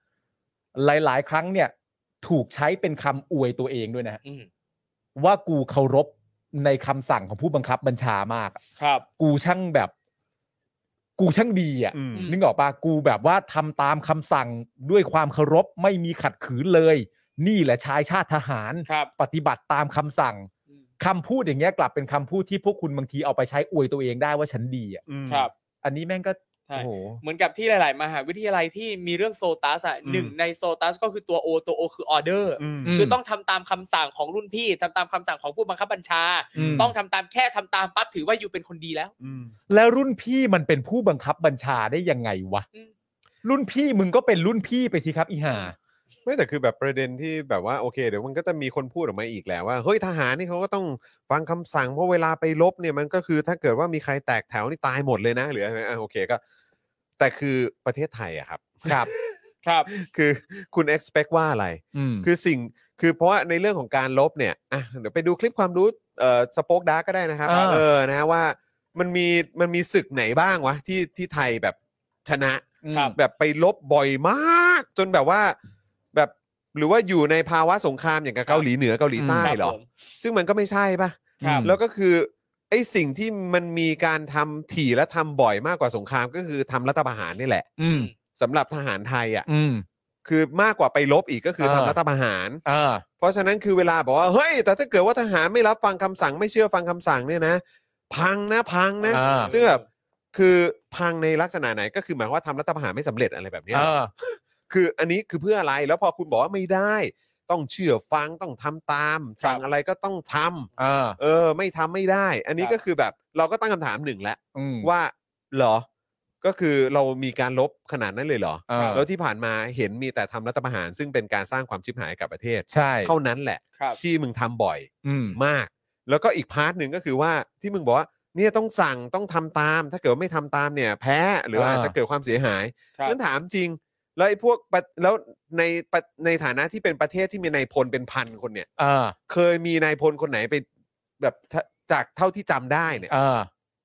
S3: หลายๆ ครั้งเนี่ย ถูกใช้เป็นคำอวยตัวเองด้วยนะฮะ
S4: อืม
S3: ว่ากูเคารพในคำสั่งของผู้บังคับบัญชามากอะ
S4: ครับ
S3: กูช่างแบบ กูช่างดีอ่ะ
S2: อืม
S4: ม
S3: นึกออกปะกูแบบว่าทำตามคำสั่งด้วยความเคารพไม่มีขัดขืนเลย นี่แหละชายชาติทหาร
S4: ครับ
S3: ปฏิบัติตามคำสั่งคำพูดอย่างเงี้ยกลับเป็นคำพูดที่พวกคุณบางทีเอาไปใช้อวยตัวเองได้ว่าฉันดีอ่ะ
S2: อืม
S4: ครับ
S3: อันนี้แม่งก็
S4: ใช่
S3: โอ้โห
S4: เหมือนกับที่หลาย ๆ มหาวิทยาลัยที่มีเรื่องโซตัสอ่ะ
S2: อืม
S4: หนึ่งในโซตัสก็คือตัวโอตัวโอคือออเดอร์
S2: อืม
S4: คือต้องทำตามคำสั่งของรุ่นพี่ทำตามคำสั่งของผู้บังคับบัญชา
S3: อืม
S4: ต้องทำตามแค่ทำตามปั๊บถือว่าอยู่เป็นคนดีแล้ว
S2: อืม
S3: แล้วรุ่นพี่มันเป็นผู้บังคับบัญชาได้ยังไงวะ
S4: อืม
S3: รุ่นพี่มึงก็เป็นรุ่นพี่ไปสิครับอีห่า
S2: ไม่แต่คือแบบประเด็นที่แบบว่าโอเคเดี๋ยวมันก็จะมีคนพูดออกมาอีกแหละว่าเฮ้ยทหารนี่เขาก็ต้องฟังคำสั่งเพราะเวลาไปลบเนี่ยมันก็คือถ้าเกิดว่ามีใครแตกแถวนี่ตายหมดเลยนะหรืออะไรอ่ะโอเคก็ แต่คือประเทศไทยอะครับ
S3: ครับ
S4: ครับ
S2: คือคุณ expect ว่าอะไร
S3: อืม
S2: คือสิ่งคือเพราะว่าในเรื่องของการลบเนี่ยอ่ะเดี๋ยวไปดูคลิปความรู้เอ่อสป็อกดาร์ก็ได้นะครับ
S3: อ่า
S2: เออนะฮะว่ามันมีมันมีศึกไหนบ้างวะที่ที่ไทยแบบชนะ
S4: ครับ
S2: แบบไปลบบ่อยมาก จนแบบว่าแบบหรือว่าอยู่ในภาวะสงครามอย่างกับเกาหลีเหนือเกาหลีใต้
S4: ครับ
S2: เหรอ
S4: ผม
S2: ซึ่งมันก็ไม่ใช่ป่ะ
S4: ครับ
S2: แล้วก็คือไอ้สิ่งที่มันมีการทำถี่และทำบ่อยมากกว่าสงครามก็คือทำรัฐประหารนี่แหละ
S3: อืม
S2: สำหรับทหารไทยอ่ะ
S3: อืม
S2: คือมากกว่าไปลบอีกก็คือ
S3: เออ
S2: ทำรัฐประหาร
S3: อ่า
S2: เพราะฉะนั้นคือเวลาบอกว่าเฮ้ย แต่ถ้าเกิดว่าทหารไม่รับฟังคำสั่งไม่เชื่อฟังคำสั่งเนี่ยนะ พังนะพังนะ
S3: อ่า
S2: ซึ่งแบบคือพังในลักษณะไหนก็คือหมายความว่าทำรัฐประหารไม่สำเร็จอะไรแบบเนี้ย
S3: อ่า
S2: คืออันนี้คือเพื่ออะไรแล้วพอคุณบอกว่าไม่ได้ ต้องเชื่อฟังต้องทำตาม สั่งอะไรก็ต้องทำ
S3: อ่า
S2: เออ ไม่ทำไม่ได้ อันนี้
S4: ครับ
S2: ก็คือแบบเราก็ตั้งคำถามหนึ่งแล้ว
S3: อืม
S2: ว่าเหรอ ก็คือเรามีการลบขนาดนั้นเลยเหรอ
S3: อ่า
S2: แล้วที่ผ่านมาเห็นมีแต่ทำรัฐประหาร ซึ่งเป็นการสร้างความชิบหายให้กับประเทศ
S3: ใช่
S2: เท่านั้นแหละ
S4: ครับ
S2: ที่มึงทำบ่อย
S3: อืม
S2: มาก แล้วก็อีกพาร์ทหนึ่งก็คือว่าที่มึงบอกว่าเนี่ยต้องสั่งต้องทำตาม ถ้าเกิดว่าไม่ทำตามเนี่ย แพ้หรือว่า
S3: อ่า
S2: อาจจะเกิดความเสียหาย
S4: ครับ
S2: นั่นถามจริง แล้วไอ้พวกประแล้วในประในฐานะที่เป็นประเทศที่มีนายพลเป็นพันคนเนี่ย
S3: อ่า
S2: เคยมีนายพลคนไหนไปแบบถ้าจากเท่าที่จำได้เนี่ย
S3: อ่า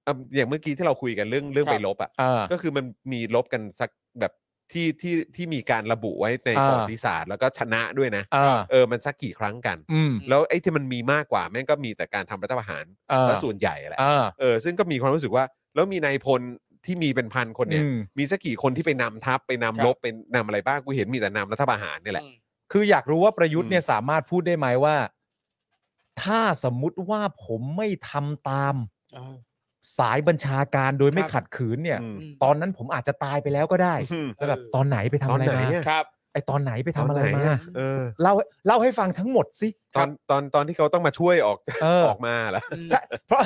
S2: เอิ่มอย่างเมื่อกี้ที่เราคุยกันเรื่องเรื่อง
S4: ครับ
S2: ไปลบอ่ะ
S3: อ่า
S2: ก็คือมันมีลบกันสักแบบที่ที่ที่มีการระบุไว้ใน
S3: อ่า
S2: ประวัติศาสตร์แล้วก็ชนะด้วยนะ
S3: อ่า
S2: เออมันสักกี่ครั้งกัน
S3: อืม
S2: แล้วไอ้ที่มันมีมากกว่าแม่งก็มีแต่การทำรัฐประหาร
S3: อ่า
S2: ซะส่วนใหญ่แหละ
S3: อ่า
S2: เออซึ่งก็มีความรู้สึกว่า แล้วมีนายพลที่มีเป็นพันคนเนี่ย
S3: อืม
S2: มีสักกี่คนที่ไปนำทัพไปนำ
S4: ครับ
S2: ลบไปนำอะไรบ้างกูเห็นมีแต่นำรัฐประหารเนี่ยแหละ
S4: อืม
S3: คืออยากรู้ว่าประยุท
S2: อื
S3: ธ์
S2: ม
S3: เนี่ยสามารถพูดได้ไหมว่า ถ้าสมมุติว่าผมไม่ทำตามสายบัญชาการโดยไม่
S4: ครับ
S3: ขัดขืนเนี่ย
S2: อืม
S3: ตอนนั้นผมอาจจะตายไปแล้วก็ ได้
S2: อืม
S3: แล้วแบบตอนไหนไปทำ
S2: ตอน
S3: อะไร
S2: ไหน
S3: มา
S2: อะ
S4: ครับ
S3: ไอตอนไหนไปทำอะไร
S2: ตนหน
S3: มา
S2: เออ
S3: เล่าเล่าให้ฟังทั้งหมดสิ
S2: ตอนตอนตอนที่เขาต้องมาช่วยออก
S3: เออ
S2: ออกมาเหรอ
S3: ใช่เพราะ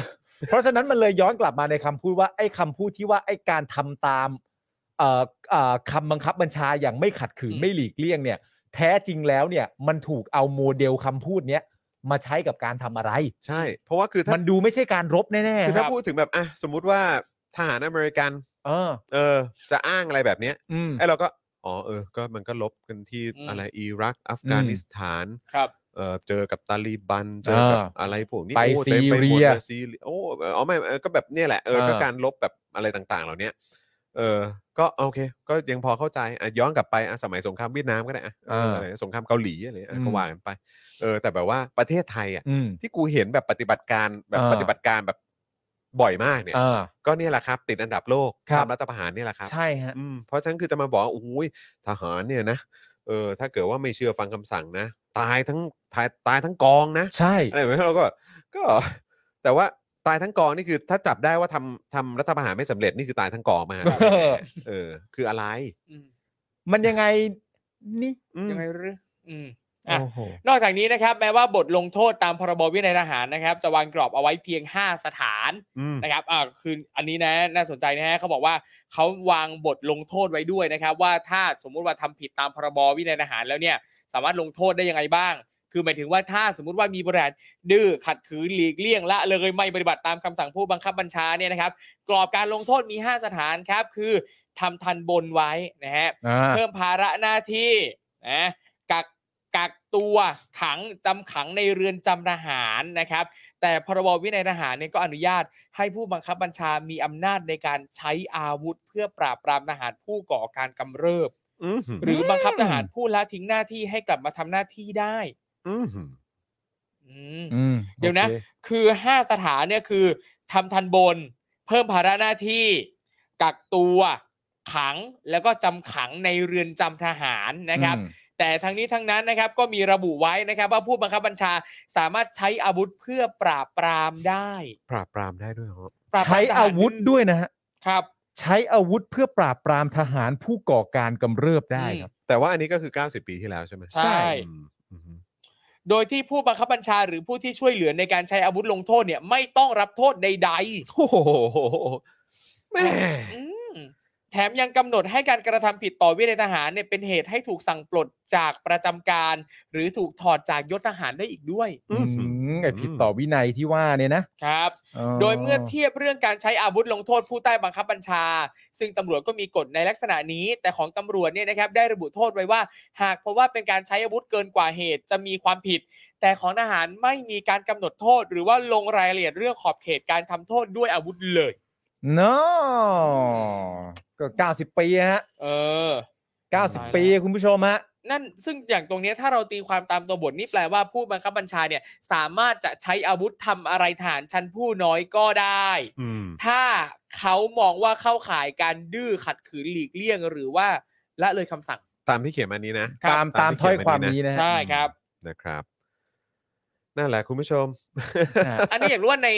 S3: เพราะฉะนั้นมันเลยย้อนกลับมาในคำพูดว่าไอ้คำพูดที่ว่าไอ้การทำตามเอ่อเอ่อคำบังคับบัญชาอย่างไม่ขัดขืน
S4: อืม
S3: ไม่หลีกเลี่ยงเนี่ย แท้จริงแล้วเนี่ยมันถูกเอาโมเดลคำพูดเนี้ยมาใช้กับการทำอะไร
S2: ใช่ เพราะว่าคือถ้า
S3: มันดูไม่ใช่การรบแน่
S2: คือ
S3: ๆค
S2: ถ้า
S3: รับ
S2: พูดถึงแบบอ่ะสมมุติว่าทหารอเมริกัน
S3: เออ
S2: เออ จะอ้างอะไรแบบเนี้ย
S3: อืม
S2: ไอ้เราก็อ๋อเออ ก็มันก็ลบกันที่
S4: อืม
S2: อะไรอิรักอัฟกานิสถาน
S4: ครับ
S2: เออเจอกับตาลีบันเจอกับ
S3: อ่า
S2: อะไรพวกนี้
S3: ไป
S2: โอ้ต็มหมด
S3: ซีเรีย
S2: ลซีเรียโอ้เอออ๋อไม่เออก็แบบเนี่ยแหละเออก็
S3: อ่า
S2: การลบแบบอะไรต่างๆ เหล่าเนี้ยเออ ก็โอเค ก็ยังพอเข้าใจอ่ะย้อนกลับไปอ่ะสมัยสงครามเวียดนามก็ได้อ่ะ
S3: เออ
S2: อะไรนะสงครามเกาหลีอะไรนะอ่ะ
S3: อืม
S2: ก็ว่ากันไป เออ แต่แบบว่าประเทศไทยอ่ะ
S3: อืม
S2: ที่กูเห็นแบบปฏิบัติการแบบ
S3: อ่า
S2: ปฏิบัติการแบบบ่อยมากเนี่ย
S3: เออ
S2: ก็เนี่ยแหละครับ ติดอันดับโลก
S3: ครับ
S2: ตามรัฐประหารเนี่ยแหละครับ
S3: ใช่ฮะ
S2: อืมเพราะฉะนั้นคือจะมาบอกว่าโอ้ยทหารเนี่ยนะเออถ้าเกิดว่าไม่เชื่อฟังคำสั่งนะ ตายทั้งตายตายทั้งกองนะ
S3: ใช่
S2: อะไรแบบนี้เราก็แบบก็ แต่ว่าตายทั้งกองนี่คือถ้าจับได้ว่าทำทำรัฐประหารไม่สำเร็จนี่คือตายทั้งกองมาฮะ
S3: เออ
S2: เออ คืออะไร
S4: อืม
S3: มันยังไงนี่
S2: อืม
S4: ยังไงหรืออืม อ่ะ
S3: โอ้โห
S4: นอกจากนี้นะครับแม้ว่าบทลงโทษตามพรบวินัยทหารนะครับ จะวางกรอบเอาไว้เพียง 5 สถาน
S2: อืม
S4: นะครับอ่าคืออันนี้นะน่าสนใจนะฮะเขาบอกว่าเขาวางบทลงโทษไว้ด้วยนะครับ ว่าถ้าสมมุติว่าทำผิดตามพรบวินัยทหารแล้วเนี่ยสามารถลงโทษได้ยังไงบ้าง คือหมายถึงว่าถ้าสมมุติว่ามีบริหารดื้อขัดขืนหลีกเลี่ยงละเลยไม่ปฏิบัติตามคำสั่งผู้บังคับบัญชาเนี่ยนะครับ กรอบการลงโทษมี 5 สถานครับ คือทำทันบนไว้นะฮะ
S3: อ่า
S4: เพิ่มภาระหน้าที่นะกักกักตัวขังจำขังในเรือนจำทหารนะครับ แต่พรบวินัยทหารเนี่ยก็อนุญาตให้ผู้บังคับบัญชามีอำนาจในการใช้อาวุธ เพื่อปราบปรามทหารผู้ก่อการกำเริบ
S2: อืม
S4: หรือบังคับทหารผู้ละทิ้งหน้าที่ให้กลับมาทำหน้าที่ได้
S2: อืม
S4: อืม
S3: อืม
S4: เดี๋ยวนะ
S3: โอค
S4: คือ 5 สถานเนี่ยคือทำทันบน เพิ่มภาระหน้าที่ กักตัวขังแล้วก็จำขังในเรือนจำทหารนะครับ
S3: อืม
S4: แต่ทั้งนี้ทั้งนั้นนะครับก็มีระบุไว้นะครับ ว่าผู้บังคับบัญชาสามารถใช้อาวุธเพื่อปราบปรามได้
S2: ปราบปรามได้ด้วยเหรอ
S4: ปราบปราม
S3: ใช้อาวุธด้วยนะฮะ
S4: ครับ
S3: ใช้อาวุธเพื่อปราบปรามทหารผู้ก่อการกำเริบได้ครับ
S2: แต่ว่าอันนี้ก็คือ 90 ปีที่แล้วใช่ไหม
S4: ใช่
S2: อืมอืม
S4: โดยที่ผู้บังคับบัญชาหรือผู้ที่ช่วยเหลือในการใช้อาวุธลงโทษเนี่ยไม่ต้องรับโทษใด
S2: โอ้โหแม่
S4: ๆอืมแถมยังกำหนดให้การกระทำผิดต่อวินัยทหารเนี่ยเป็นเหตุให้ถูกสั่งปลดจากประจำการ หรือถูกถอดจากยศทหารได้อีกด้วย
S3: อืมไอผิดต่อวินัยที่ว่าเนี่ยนะครับ
S4: โดยเมื่อเทียบเรื่องการใช้อาวุธลงโทษผู้ใต้บังคับบัญชา ซึ่งตำรวจก็มีกฎในลักษณะนี้ แต่ของตำรวจเนี่ยนะครับได้ระบุโทษไว้ว่า หากพบว่าเป็นการใช้อาวุธเกินกว่าเหตุจะมีความผิด แต่ของทหารไม่มีการกำหนดโทษ หรือว่าลงรายละเอียดเรื่องขอบเขตการทำโทษด้วยอาวุธเลย
S3: เนาะก็เก้าสิบปีฮะ
S4: เออ
S3: เก้าสิบปีคุณผู้ชมฮะ
S4: นั่นซึ่งอย่างตรงเนี้ยถ้าเราตีความตามตัวบทนี่แปลว่าผู้บังคับบัญชาเนี่ยสามารถจะใช้อาวุธทำอะไรฐานชั้นผู้น้อยก็ได้
S2: อืม
S4: ถ้าเขามองว่าเข้าข่ายการดื้อขัดขืนหลีกเลี่ยงหรือว่าละเลยคำสั่ง
S2: ตามที่เขียนมานี้นะครับ
S3: ตามตามถ้อยความนี้นะฮะ
S4: ใช่ครับ
S2: นะครับ นั่นแหละคุณผู้ชม
S4: อันนี้อยากรู้ว่าใน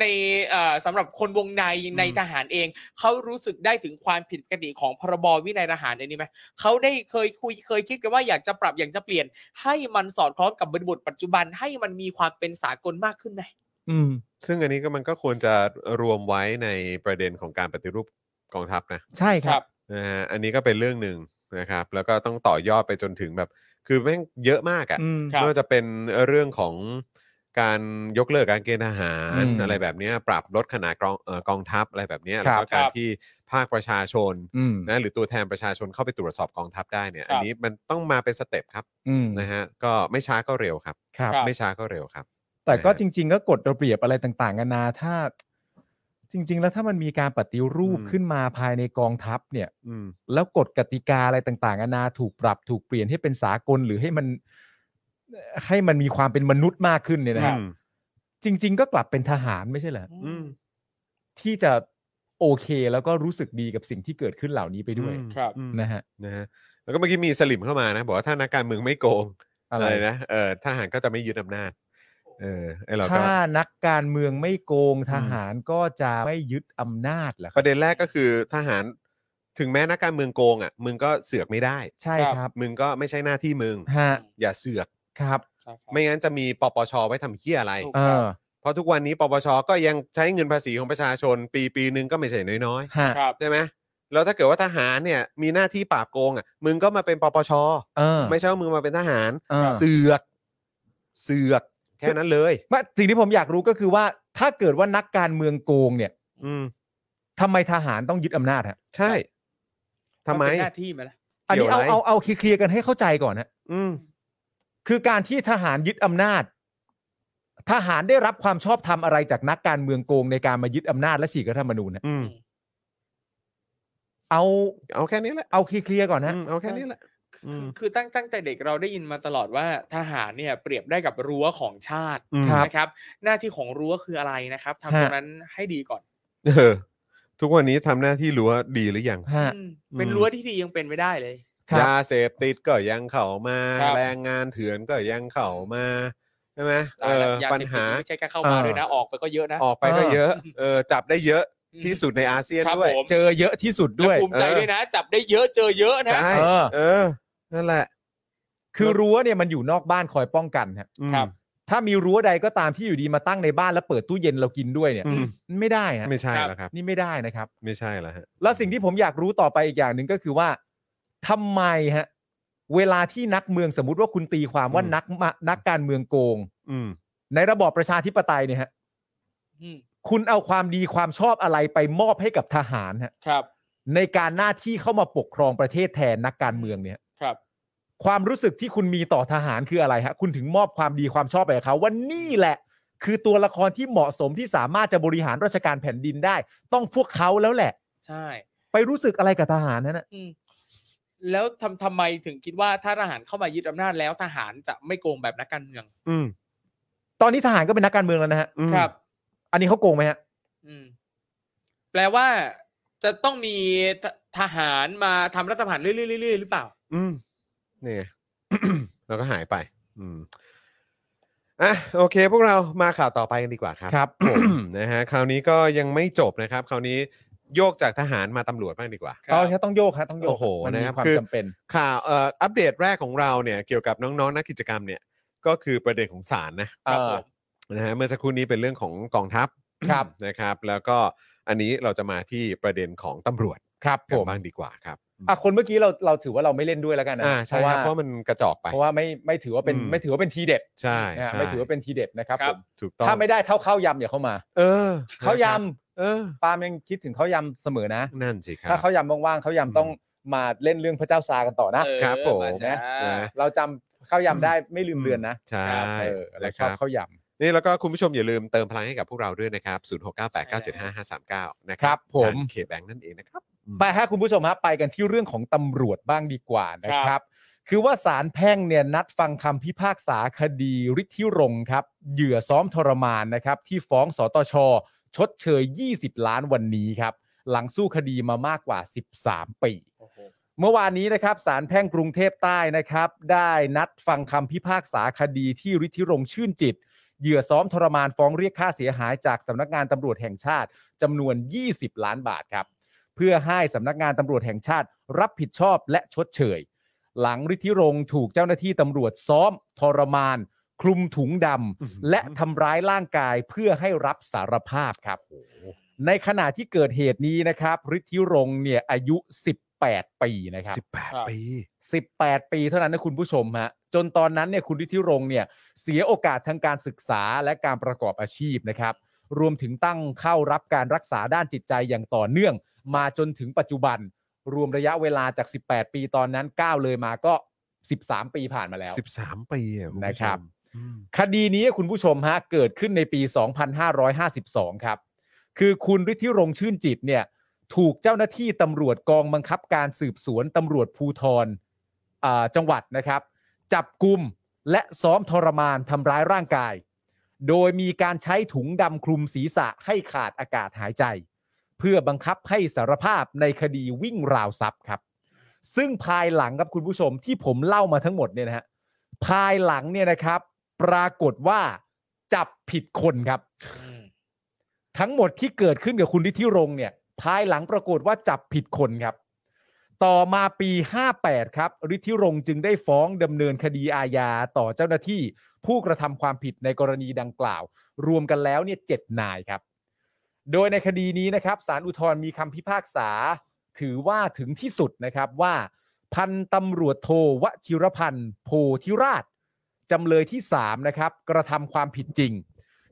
S4: ในเอ่อสำหรับคนวงในใน
S2: อืม
S4: ทหารเอง เขารู้สึกได้ถึงความผิดปกติของพรบวินัยทหารอันนี้ไหมเขาได้เคยคุยเคยคิดกันว่าอยากจะปรับอยากจะเปลี่ยน ให้มันสอดคล้องกับบริบทปัจจุบันให้มันมีความเป็นสากลมากขึ้นไหม
S3: อืม
S2: ซึ่งอันนี้ก็มันก็ควรจะรวมไว้ในประเด็นของการปฏิรูปกองทัพนะ
S3: ใช่ครับ
S2: นะฮะอันนี้ก็เป็นเรื่องหนึ่งนะครับ แล้วก็ต้องต่อยอดไปจนถึงแบบ คือแม่งเยอะมากอะ่ะ
S3: อืม
S2: ไม่ว่าจะเป็นเรื่องของการยกเลิกการเกณฑ์ทหาร
S3: อืม
S2: อะไรแบบเนี้ยปรับลดขนาดกองเอ่อกองทัพอะไรแบบเนี้ย
S3: ค
S2: แล้
S3: รั
S2: ว
S3: บ
S2: ก็การที่ภาคประชาชน
S3: อืม
S2: นะหรือตัวแทนประชาชนเข้าไปตรวจสอบกองทัพได้เนี่ย อันนี้มันต้องมาเป็นสเต็ปครับ
S3: อืม
S2: นะฮะก็ไม่ช้าก็เร็วครับ
S3: ครับ
S2: ไม่ช้าก็เร็วครับ
S3: แต่ก็
S2: นะฮะ
S3: จริง ๆ ก็กฎระเบียบอะไรต่างๆกันานาถ้า จริง ๆ แล้วถ้ามันมีการปฏิรูป
S2: อืม
S3: ขึ้นมาภายในกองทัพเนี่ย
S2: อืม
S3: แล้วกฎกติกาอะไรต่างๆนานาถูกปรับถูกเปลี่ยนให้เป็นสากลหรือให้มันเอ่อให้มันมีความเป็นมนุษย์มากขึ้นเนี่ยนะฮะ
S2: อืม
S3: จริง ๆ ก็กลับเป็นทหารไม่ใช่เหรอ
S2: อืม
S3: ที่จะโอเคแล้วก็รู้สึกดีกับสิ่งที่เกิดขึ้นเหล่านี้ไปด้วย
S2: อืม
S4: ครับ
S2: อืม
S3: นะฮะ
S2: นะฮะแล้วก็เมื่อกี้มีสลิมเข้ามานะบอกว่าถ้านักการเมืองไม่โกง
S3: อะไร
S2: ไรนะเออทหารก็จะไม่ยึดอำนาจเออไอเราก็
S3: ถ้านักการเมืองไม่โกงทหารก็จะไม่ยึดอำนาจเหรอค
S2: ป
S3: รับ
S2: ระเด็นแรกก็คือทหารถึงแม้นักการเมืองโกงอ่ะมึงก็เสือกไม่ได้
S3: ใช่ครับ
S2: มึงก็ไม่ใช่หน้าที่มึง
S3: ฮะ
S2: อย่าเสือก
S3: ครับ
S4: ใช่ครับ
S2: ไม่งั้นจะมีปปชไว้ทำเหี้ยอะไร
S4: ถูก
S3: เออ
S2: เพราะทุกวันนี้ปปชก็ยังใช้เงินภาษีของประชาชน ปีปีหนึงก็ไม่ใช่น้อย
S3: ฮะ
S4: ครับ
S2: ๆใช่ไหมแล้วถ้าเกิดว่าทหารเนี่ยมีหน้าที่ปราบโกงอ่ะมึงก็มาเป็นปปช
S3: เออ
S2: ไม่ใช่ว่ามึงมาเป็นทหาร
S3: อ่า
S2: เสือก เสือก แค่นั้นเลย
S3: ไม่สิ่งที่ผมอยากรู้ก็คือว่า ถ้าเกิดว่านักการเมืองโกงเนี่ย
S2: อืม
S3: ทำไมทหารต้องยึดอำนาจฮะ
S2: ใช่ทำไม
S4: นเป็นหน้าที่ไหมล่ะ
S3: อัน
S2: เกี่
S3: นี้
S2: ยว
S3: เอา
S2: อะไร
S3: เอาเอาเคลียร์ๆกันให้เข้าใจก่อนนะ
S2: อืม
S3: คือการที่ทหารยึดอำนาจ ทหารได้รับความชอบธรรมอะไรจากนักการเมืองโกงในการมายึดอำนาจและฉีกรัฐธรรมนูญนะ
S2: อืม
S3: เอา
S2: เอาแค่นี้แหละ
S3: เอาเคลียร์ๆก่อนนะ
S2: อืมเอาแค่นี้แหละ อืม
S4: คือตั้งตั้งแต่เด็กเราได้ยินมาตลอดว่าทหารเนี่ยเปรียบได้กับรั้วของชาติ
S2: อืม
S4: นะครับ หน้าที่ของรั้วคืออะไรนะครับทำตรงนั้นให้ดีก่อน
S2: เออ ทุกวันนี้ทำหน้าที่รั้วดีหรือยัง
S3: ฮะ
S4: อืมเป็น
S2: อืม
S4: รั้วที่ดียังเป็นไม่ได้เลย
S3: ครับ
S2: ยาเสพติดก็ยังเข้ามา
S4: ครับ
S2: แรงงานเถื่อนก็ยังเข้ามาใช่ไหมเอ
S4: ตาย
S2: อย
S4: ละา
S2: ปัญ
S4: เสพติด
S2: หา
S4: นี่ไม่ใช่แค่เข้ามา
S3: เออ
S4: ด้วยนะ ออกไปก็เยอะนะ
S2: ออกไปก็เยอะ
S4: อืม
S2: เออ จับได้เยอะที่สุดในอาเซียน
S4: ครับ
S2: ด้วย
S4: ผม
S3: เจอเยอะที่สุดด้วย
S4: ภูมิใจด้วยนะ จับได้เยอะเจอเยอะนะ
S2: ใช่
S3: เออ
S2: เออ นั่นแหละ
S3: คือรั้วเนี่ยมันอยู่นอกบ้านคอยป้องกันฮะ
S2: อืม
S4: ครับ
S3: ถ้ามีรั้วใดก็ตามที่อยู่ดีมาตั้งในบ้านแล้วเปิดตู้เย็นเรากินด้วยเนี่ย
S2: อืม
S3: ไม่ได้ฮะ
S2: ไม่ใช่แล้วครับ
S3: นี่ไม่ได้นะครับ
S2: ไม่ใช่แล้วฮะ
S3: แล้วสิ่งที่ผมอยากรู้ต่อไปอีกอย่างหนึ่งก็คือว่าทำไมฮะ เวลาที่นักเมืองสมมติว่าคุณตีความว่า
S2: อืม
S3: นักมานักการเมืองโกง
S2: อืม
S3: ในระบอบประชาธิปไตยเนี่ยฮะ
S4: อืม
S3: คุณเอาความดีความชอบอะไรไปมอบให้กับทหารฮะ
S4: ครับ
S3: ในการหน้าที่เข้ามาปกครองประเทศแทนนักการเมืองเนี่ย
S4: ครับ
S3: ความรู้สึกที่คุณมีต่อทหารคืออะไรฮะ คุณถึงมอบความดีความชอบไปกับเขาว่านี่แหละ คือตัวละครที่เหมาะสมที่สามารถจะบริหารราชการแผ่นดินได้ ต้องพวกเขาแล้วแหละ
S4: ใช่
S3: ไปรู้สึกอะไรกับทหารนั่นนะ
S4: อืมแล้วทำทำไมถึงคิดว่าถ้าทหารเข้ามายึดอำนาจแล้วทหารจะไม่โกงแบบนักการเมือง
S2: อืม
S3: ตอนนี้ทหารก็เป็นนักการเมืองแล้วนะฮะ
S2: อืม
S4: ครับ
S3: อันนี้เขาโกงไหมฮะ
S4: อืมแปลว่าจะต้องมีททหารมาทำรัฐประหารเรื่อยๆๆๆหรือเปล่า
S2: อืมนี่ไง แล้วก็หายไป อืมอ่ะโอเค พวกเรามาข่าวต่อไปกันดีกว่าครับ
S3: ครับ
S2: นะฮะคราวนี้ก็ยังไม่จบนะครับ คราวนี้โยกจากทหารมาตำรวจบ้างดีกว่า
S4: ครับ
S3: ตอนนี้ต้องโยกฮะต้องโยก
S2: โอ้โห
S3: มัน
S2: นะ
S3: มี
S2: ครับ
S3: ความ
S2: คือ
S3: จำเป็น
S2: ข่าวเอ่ออัปเดตแรกของเราเนี่ยเกี่ยวกับน้องๆนักกิจกรรมเนี่ยก็คือประเด็นของศาลนะ
S3: เออ
S2: นะฮะเมื่อสักครู่นี้เป็นเรื่องของกองทัพ
S3: ครับ
S2: นะครับ แล้วก็อันนี้เราจะมาที่ประเด็นของตำรวจ
S3: ครับ
S2: กั
S3: ผ
S2: น
S3: ม
S2: บ้างดีกว่าครับ
S3: อ่ะคนเมื่อกี้เราเราถือว่าเราไม่เล่นด้วยแล้วกันนะ
S2: อ่าใช่ครับเพราะมันกระจอกไป
S3: เพราะว่าไม่ไม่ถือว่าเป็น
S2: อืม
S3: ไม่ถือว่าเป็นทีเด็ด
S2: ใช่
S3: นะฮะ
S2: ใช่
S3: ไม่ถือว่าเป็นทีเด็ดนะครับ
S4: ครั
S3: ผ
S4: บ
S3: ม
S2: ถูกต้อง
S3: ถ้าไม่ได้เท่าข้าวยำอย่าเข้ามา
S2: เออ
S3: ข้าว
S2: นะครับ
S3: ยำ
S2: เออ
S3: ปาล์มยังคิดถึงข้าวยำเสมอนะ
S2: นั่นสิครั
S3: ถ้า
S2: บ
S3: ข้าวยำว่างๆข้าวยำต้องมาเล่นเรื่องพระเจ้าซากันต่อนะ
S4: เออ
S2: ครับผม
S4: าจ้า
S2: นะ
S3: เราจำข้าวยำได้ไม่ลืมเลือนนะ
S2: ใช่
S3: เออเรา
S2: นะค
S3: ชอ
S2: รั
S3: บบ ข้าวย
S2: นี่แล้วก็คุณผู้ชมอย่าลืมเติมพลังให้กับพวกเราด้วยนะครับ 0698975539 นะค
S3: ครั
S2: รับบ
S3: ผม
S2: เคแบงนั่นเองนะครับ
S3: ำไปฮะคุณผู้ชมฮะไปกันที่เรื่องของตำรวจบ้างดีกว่านะครับ คือว่าสารแพ่งเนี่ยนัดฟังคำพิพากษาคดีฤทธิรงค์ครับเหยื่อซ้อมทรมานนะครับ ที่ฟ้องสตช ชดเชย 20 ล้านวันนี้ครับ หลังสู้คดีมามากกว่า 13 ปี
S4: โอ้โห
S3: เมื่อวานนี้นะครับศาลแพ่งกรุงเทพใต้นะครับ ได้นัดฟังคำพิพากษาคดีที่ฤทธิรงค์ชื่นจิต เหยื่อซ้อมทรมานฟ้องเรียกค่าเสียหายจากสำนักงานตำรวจแห่งชาติจำนวน 20 ล้านบาทครับ เพื่อให้สำนักงานตำรวจแห่งชาติรับผิดชอบและชดเชย หลังฤทธิรงค์ถูกเจ้าหน้าที่ตำรวจซ้อม ทรมาน คลุมถุงด
S2: อื้อหือ
S3: ำและทำร้ายร่างกายเพื่อให้รับสารภาพครับ ในขณะที่เกิดเหตุนี้นะครับฤทธิรงค์เนี่ยอายุ 18 ปีนะครับ
S2: สิบแปด
S4: ครับ
S2: ปี
S3: 18 ปีเท่านั้นนะคุณผู้ชมฮะจนตอนนั้นเนี่ยคุณฤทธิรงค์เนี่ยเสียโอกาสทางการศึกษาและการประกอบอาชีพนะครับ รวมถึงตั้งเข้ารับการรักษาด้านจิตใจอย่างต่อเนื่อง มาจนถึงปัจจุบัน รวมระยะเวลาจาก 18 ปีตอนนั้น 9 เลยมาก็ 13 ปีผ่านมาแล้ว
S2: 13 ปีอ่ะณผู้ชม
S3: นะครับ
S2: อืม
S3: คดีนี้คุณผู้ชมฮะเกิดขึ้นในปี 2552 ครับ คือคุณฤทธิรงค์ชื่นจิตเนี่ยถูกเจ้าหน้าที่ตำรวจกองบังคับการสืบสวนตำรวจภูธรอ่าจังหวัดนะครับ จับกลุ่มและซ้อมทรมานทำร้ายร่างกาย โดยมีการใช้ถุงดำคลุมศีรษะให้ขาดอากาศหายใจ เพื่อบังคับให้สารภาพในคดีวิ่งราวทรัพย์ครับ ซึ่งภายหลังครับคุณผู้ชมที่ผมเล่ามาทั้งหมดเนี่ยนะฮะภายหลังเนี่ยนะครับ ปรากฏว่าจับผิดคนครับ
S4: อืม
S3: ทั้งหมดที่เกิดขึ้นกับคุณฤทธิรงค์เนี่ย ภายหลังปรากฏว่าจับผิดคนครับ ต่อมาปี 58 ครับฤทธิรงค์จึงได้ฟ้องดำเนินคดีอาญาต่อเจ้าหน้าที่ ผู้กระทำความผิดในกรณีดังกล่าว รวมกันแล้วเนี่ยเจ็ดนายครับ โดยในคดีนี้นะครับสารอุทธรณ์มีคำพิพากษา ถือว่าถึงที่สุดนะครับว่า พันตำรวจโทวชิรพันธ์โพธิราชจำเลยที่3นะครับกระทำความผิดจริง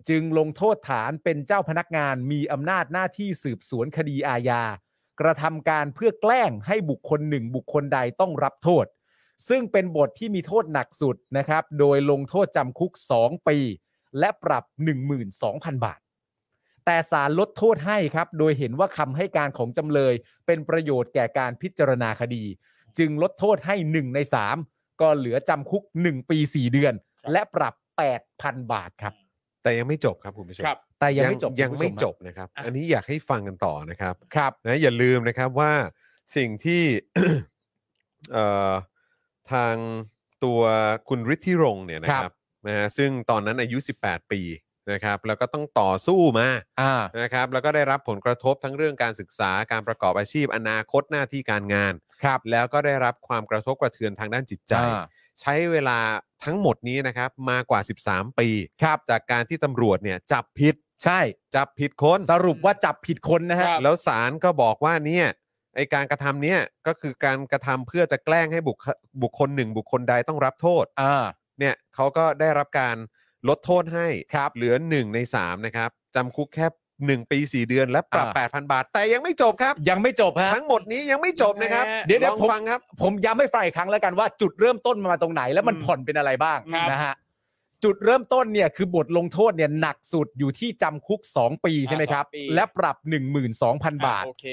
S3: จึงลงโทษฐานเป็นเจ้าพนักงานมีอำนาจหน้าที่สืบสวนคดีอาญา กระทำการเพื่อแกล้งให้บุคคลหนึ่งบุคคลใดต้องรับโทษ ซึ่งเป็นบทที่มีโทษหนักสุดนะครับ โดยลงโทษจำคุก 2 ปี และปรับ 12,000 บาท แต่ศาลลดโทษให้ครับ โดยเห็นว่าคำให้การของจำเลย เป็นประโยชน์แก่การพิจารณาคดี จึงลดโทษให้ 1 ใน 3 ก็เหลือจำคุก 1 ปี 4 เดือน และปรับ 8,000 บาทครับ
S2: แต่ยังไม่จบครับคุณผู้ชม
S4: ครับ
S3: แต่ยังไม่จบ
S2: ยัง
S3: คุณผู้ช
S2: ไม่
S3: ฮะ
S2: จบนะครับ
S4: อ่ะ
S2: อันนี้อยากให้ฟังกันต่อนะครับ
S3: ครับ
S2: นะอย่าลืมนะครับว่าสิ่งที่ เอ่อทางตัวคุณฤทธิรงค์เนี่ยนะค
S3: ครั
S2: รับบ นะฮะซึ่งตอนนั้นอายุ 18 ปีนะครับ แล้วก็ต้องต่อสู้มา
S3: อ่า
S2: นะครับแล้วก็ได้รับผลกระทบทั้งเรื่องการศึกษาการประกอบอาชีพอนาคตหน้าที่การงาน
S3: ครับ
S2: แล้วก็ได้รับความกระทบกระเทือนทางด้านจิตใจ ใช้เวลาทั้งหมดนี้นะครับมากว่า 13 ปี
S3: ครับ
S2: จากการที่ตำรวจเนี่ยจับผิด
S3: ใช่
S2: จับผิดคน
S3: สรุปว่าจับผิดคนนะฮะ
S4: ครับ
S2: แล้วศาลก็บอกว่าเนี่ยไอการกระทำเนี่ยก็คือการกระทำเพื่อจะแกล้งให้บุคบุคคลหนึ่งบุคคลใดต้องรับโทษ
S3: อ่า
S2: เนี่ยเขาก็ได้รับการลดโทษให้
S3: ครับ
S2: เหลือ 1 ใน 3 นะครับจำคุกแค่ 1 ปี 4 เดือนและปรับ
S3: อ่า
S2: 8,000 บาท แต่ยังไม่จบครับ
S3: ยังไม่จบฮะ
S2: ทั้งหมดนี้ยังไม่จบนะครับ
S3: เดี๋ยวเดี๋ย
S2: ล
S3: ว
S2: อง
S3: ผม
S2: ฟังครับ
S3: ผมย้ำให้ฟังอีกครั้งแล้วกันว่าจุดเริ่มต้นมันมาตรงไหนแล้วมัน
S5: อืม
S3: ผ่อนเป็นอะไรบ้าง
S4: ครับ
S3: นะฮะจุดเริ่มต้นเนี่ยคือบทลงโทษเนี่ยหนักสุดอยู่ที่จำคุก 2 ปีใช่ไหมครับ
S4: สองปี
S3: และปรับ 12,000 บาท
S4: โอเค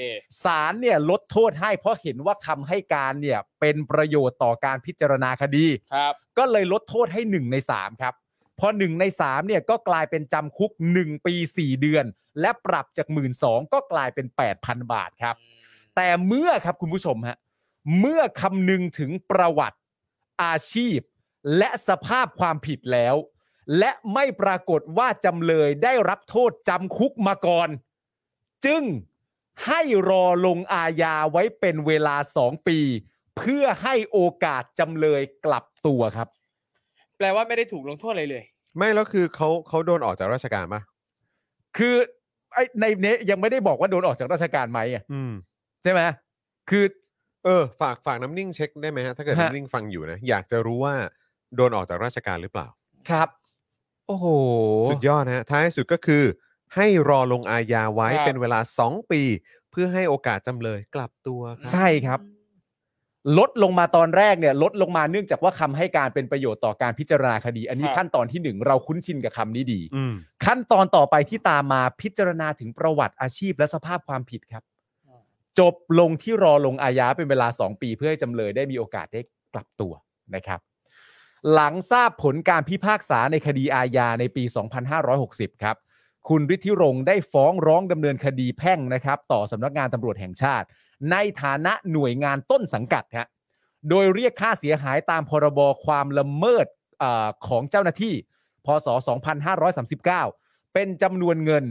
S3: ศาลเนี่ยลดโทษให้เพราะเห็นว่าคำให้การเนี่ยเป็นประโยชน์ต่อการพิจารณาคดี
S4: ครับ
S3: ก็เลยลดโทษให้ 1 ใน 3 ครับ พอ 1 ใน 3 เนี่ยก็กลายเป็นจำคุก 1 ปี 4 เดือน และปรับจาก 1 2ื่นก็กลายเป็น 8,000 บาทครับ แต่เมื่อครับคุณผู้ชมฮะเมื่อคำนึงถึงประวัติอาชีพ และสภาพความผิดแล้ว และไม่ปรากฏว่าจำเลยได้รับโทษจำคุกมาก่อน จึงให้รอลงอาญาไว้เป็นเวลา 2 ปี เพื่อให้โอกาสจำเลยกลับตัวครับ
S4: แปลว่าไม่ได้ถูกลงโทษอะไรเลย
S2: ไม่แล้วคือเขาเขาโดนออกจากราชการปะ
S3: คือไอ้ในเนี้ยยังไม่ได้บอกว่าโดนออกจากราชการไหมอะ
S2: อืม
S3: ใช่ไหมคือ
S2: เออ ฝากฝากน้ำนิ่งเช็คได้ไหมฮะ ถ้าเกิด
S3: ฮะ
S2: น้ำนิ่งฟังอยู่นะ อยากจะรู้ว่าโดนออกจากราชการหรือเปล่า
S3: ครับ โอ้โห
S2: สุดยอดนะฮะ ท้ายสุดก็คือ ให้รอลงอาญาไว้
S4: ครับ
S2: เป็นเวลา 2 ปี เพื่อให้โอกาสจำเลยกลับตัวครับ
S3: ใช่ครับ ลดลงมาตอนแรกเนี่ย ลดลงมาเนื่องจากว่าคำให้การเป็นประโยชน์ต่อการพิจารณาคดี อันนี้
S4: ครับ
S3: ขั้นตอนที่หนึ่งเราคุ้นชินกับคำนี้ดี
S2: อืม
S3: ขั้นตอนต่อไปที่ตามมาพิจารณาถึงประวัติอาชีพและสภาพความผิดครับ จบลงที่รอลงอาญาเป็นเวลา 2 ปีเพื่อให้จำเลยได้มีโอกาสได้กลับตัวนะครับ หลังทราบผลการพิพากษาในคดีอาญาในปี 2560 ครับ คุณฤทธิรงค์ได้ฟ้องร้องดำเนินคดีแพ่งนะครับ ต่อสำนักงานตำรวจแห่งชาติ ในฐานะหน่วยงานต้นสังกัดฮะโดยเรียกค่าเสียหายตามพรบความละเมิดเออของเจ้าหน้าที่ พศ 2539 เป็นจำนวนเงิน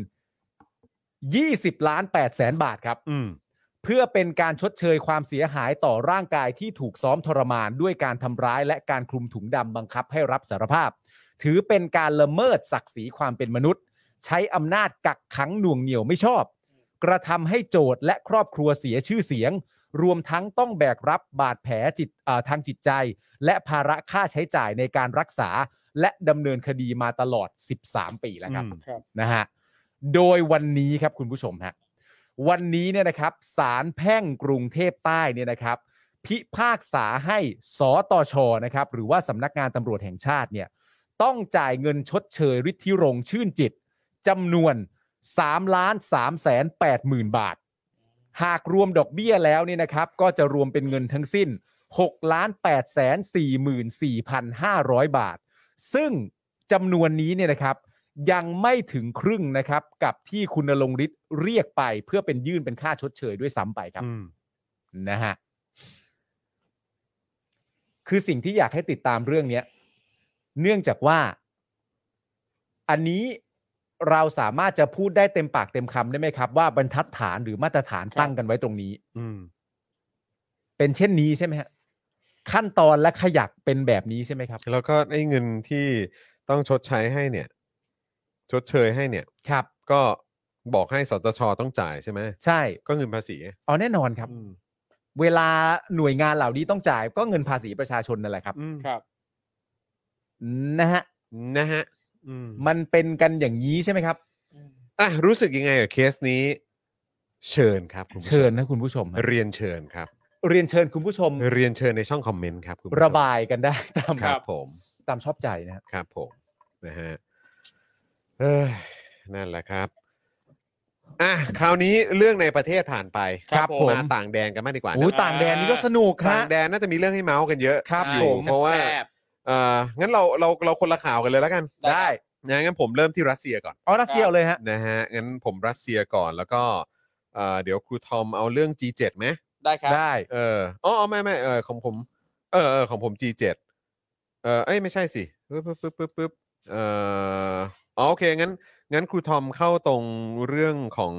S3: 20ล้าน8แสนบาทครับ
S2: อืม
S3: เพื่อเป็นการชดเชยความเสียหายต่อร่างกายที่ถูกซ้อมทรมานด้วยการทำร้ายและการคลุมถุงดำบังคับให้รับสารภาพ ถือเป็นการละเมิดศักดิ์ศรีความเป็นมนุษย์ ใช้อำนาจกักขังหน่วงเหนี่ยวไม่ชอบ กระทำให้โจทย์และครอบครัวเสียชื่อเสียง รวมทั้งต้องแบกรับบาดแผลจิตเอ่อทางจิตใจ และภาระค่าใช้จ่ายในการรักษา และดำเนินคดีมาตลอด 13 ปีแล้วครับ
S2: อืม
S3: นะฮะ โดยวันนี้ครับคุณผู้ชมฮะ วันนี้เนี่ยนะครับศาลแพ่งกรุงเทพใต้เนี่ยนะครับ พิพากษาให้สตชนะครับ หรือว่าสำนักงานตำรวจแห่งชาติเนี่ยต้องจ่ายเงินชดเชยฤทธิรงค์ชื่นจิตจำนวน3ล้าน3แสน8หมื่นบาท หากรวมดอกเบี้ยแล้วเนี่ยนะครับ ก็จะรวมเป็นเงินทั้งสิ้น6ล้าน8แสน4หมื่น4,500 บาท ซึ่งจำนวนนี้เนี่ยนะครับ ยังไม่ถึงครึ่งนะครับ กับที่คุณณรงค์ฤทธิ์เรียกไป เพื่อเป็นยื่นเป็นค่าชดเชยด้วยซ้ำไปครับ
S2: อืม
S3: นะฮะคือสิ่งที่อยากให้ติดตามเรื่องเนี้ยเนื่องจากว่า อันนี้เราสามารถจะพูดได้เต็มปากเต็มคำได้ไหมครับ ว่าบรรทัดฐานหรือมาตรฐานตั้งกันไว้ตรงนี้
S2: อืม
S3: เป็นเช่นนี้ใช่ไหมฮะขั้นตอนและขยักเป็นแบบนี้ใช่ไหมครับ
S2: แล้วก็ไอ้เงินที่ต้องชดใช้ให้เนี่ย ชดเชยให้เนี่ย
S3: ครับ
S2: ก็บอกให้สตชต้องจ่ายใช่ไหม
S3: ใช่
S2: ก็เงินภาษีไง
S3: อ๋อแน่นอนครับ
S2: อืม
S3: เวลาหน่วยงานเหล่านี้ต้องจ่ายก็เงินภาษีประชาชนนั่นแหละครับ
S2: อืม
S4: ครับ
S3: นะฮะ
S2: นะฮะอืม
S3: มันเป็นกันอย่างนี้ใช่ไหมครับ
S2: อ่ะรู้สึกยังไงกับเคสนี้ เชิญครับคุณผู้ม
S3: เชิญนะคุณผู้ชมฮะ
S2: เรียนเชิญครับ
S3: เรียนเชิญคุณผู้ชม
S2: เรียนเชิญในช่องคอมเมนต์ครับคุณผู้ชม
S3: ระบายกันได้ ตาม
S2: ครับผม
S3: ตามชอบใจนะครับ
S2: ครับผมนะฮะเอ้ยนั่นแหละครับอ่ะคราวนี้เรื่องในประเทศผ่านไป
S3: ครับผม
S2: มาต่างแดนกันมากดีกว่านะ
S3: โอ้ยต่างแดนนี่ก็สนุกฮะ
S2: ต่างแดนน่าจะมีเรื่องให้เมาส์กันเยอะ
S3: ครับ
S2: อ
S3: ผ
S2: ยู่
S3: ม
S2: เพราะว่า
S4: แซ่บ
S2: เอ่องั้นเราเราเราคนละข่าวกันเลยแล้วกัน
S4: ได้
S2: นะงั้นผมเริ่มที่รัสเซียก่อน
S3: ออรัสเซียเอาเลยฮะ
S2: นะฮะงั้นผมรัสเซียก่อนแล้วก็เอ่อเดี๋ยวครูทอมเอาเรื่อง G7 ไหม
S4: ได้ครับ
S3: ได้
S2: เอออ๋ออ๋อไม่ไม่เออของผมเออเออของผม G7 เออเอ้ยไม่ใช่สิปึ๊บปึ๊บปึ๊บปึ๊บปึ๊บเอ่ออ๋อโอเคงั้นงั้นครูทอมเข้าตรงเรื่องของ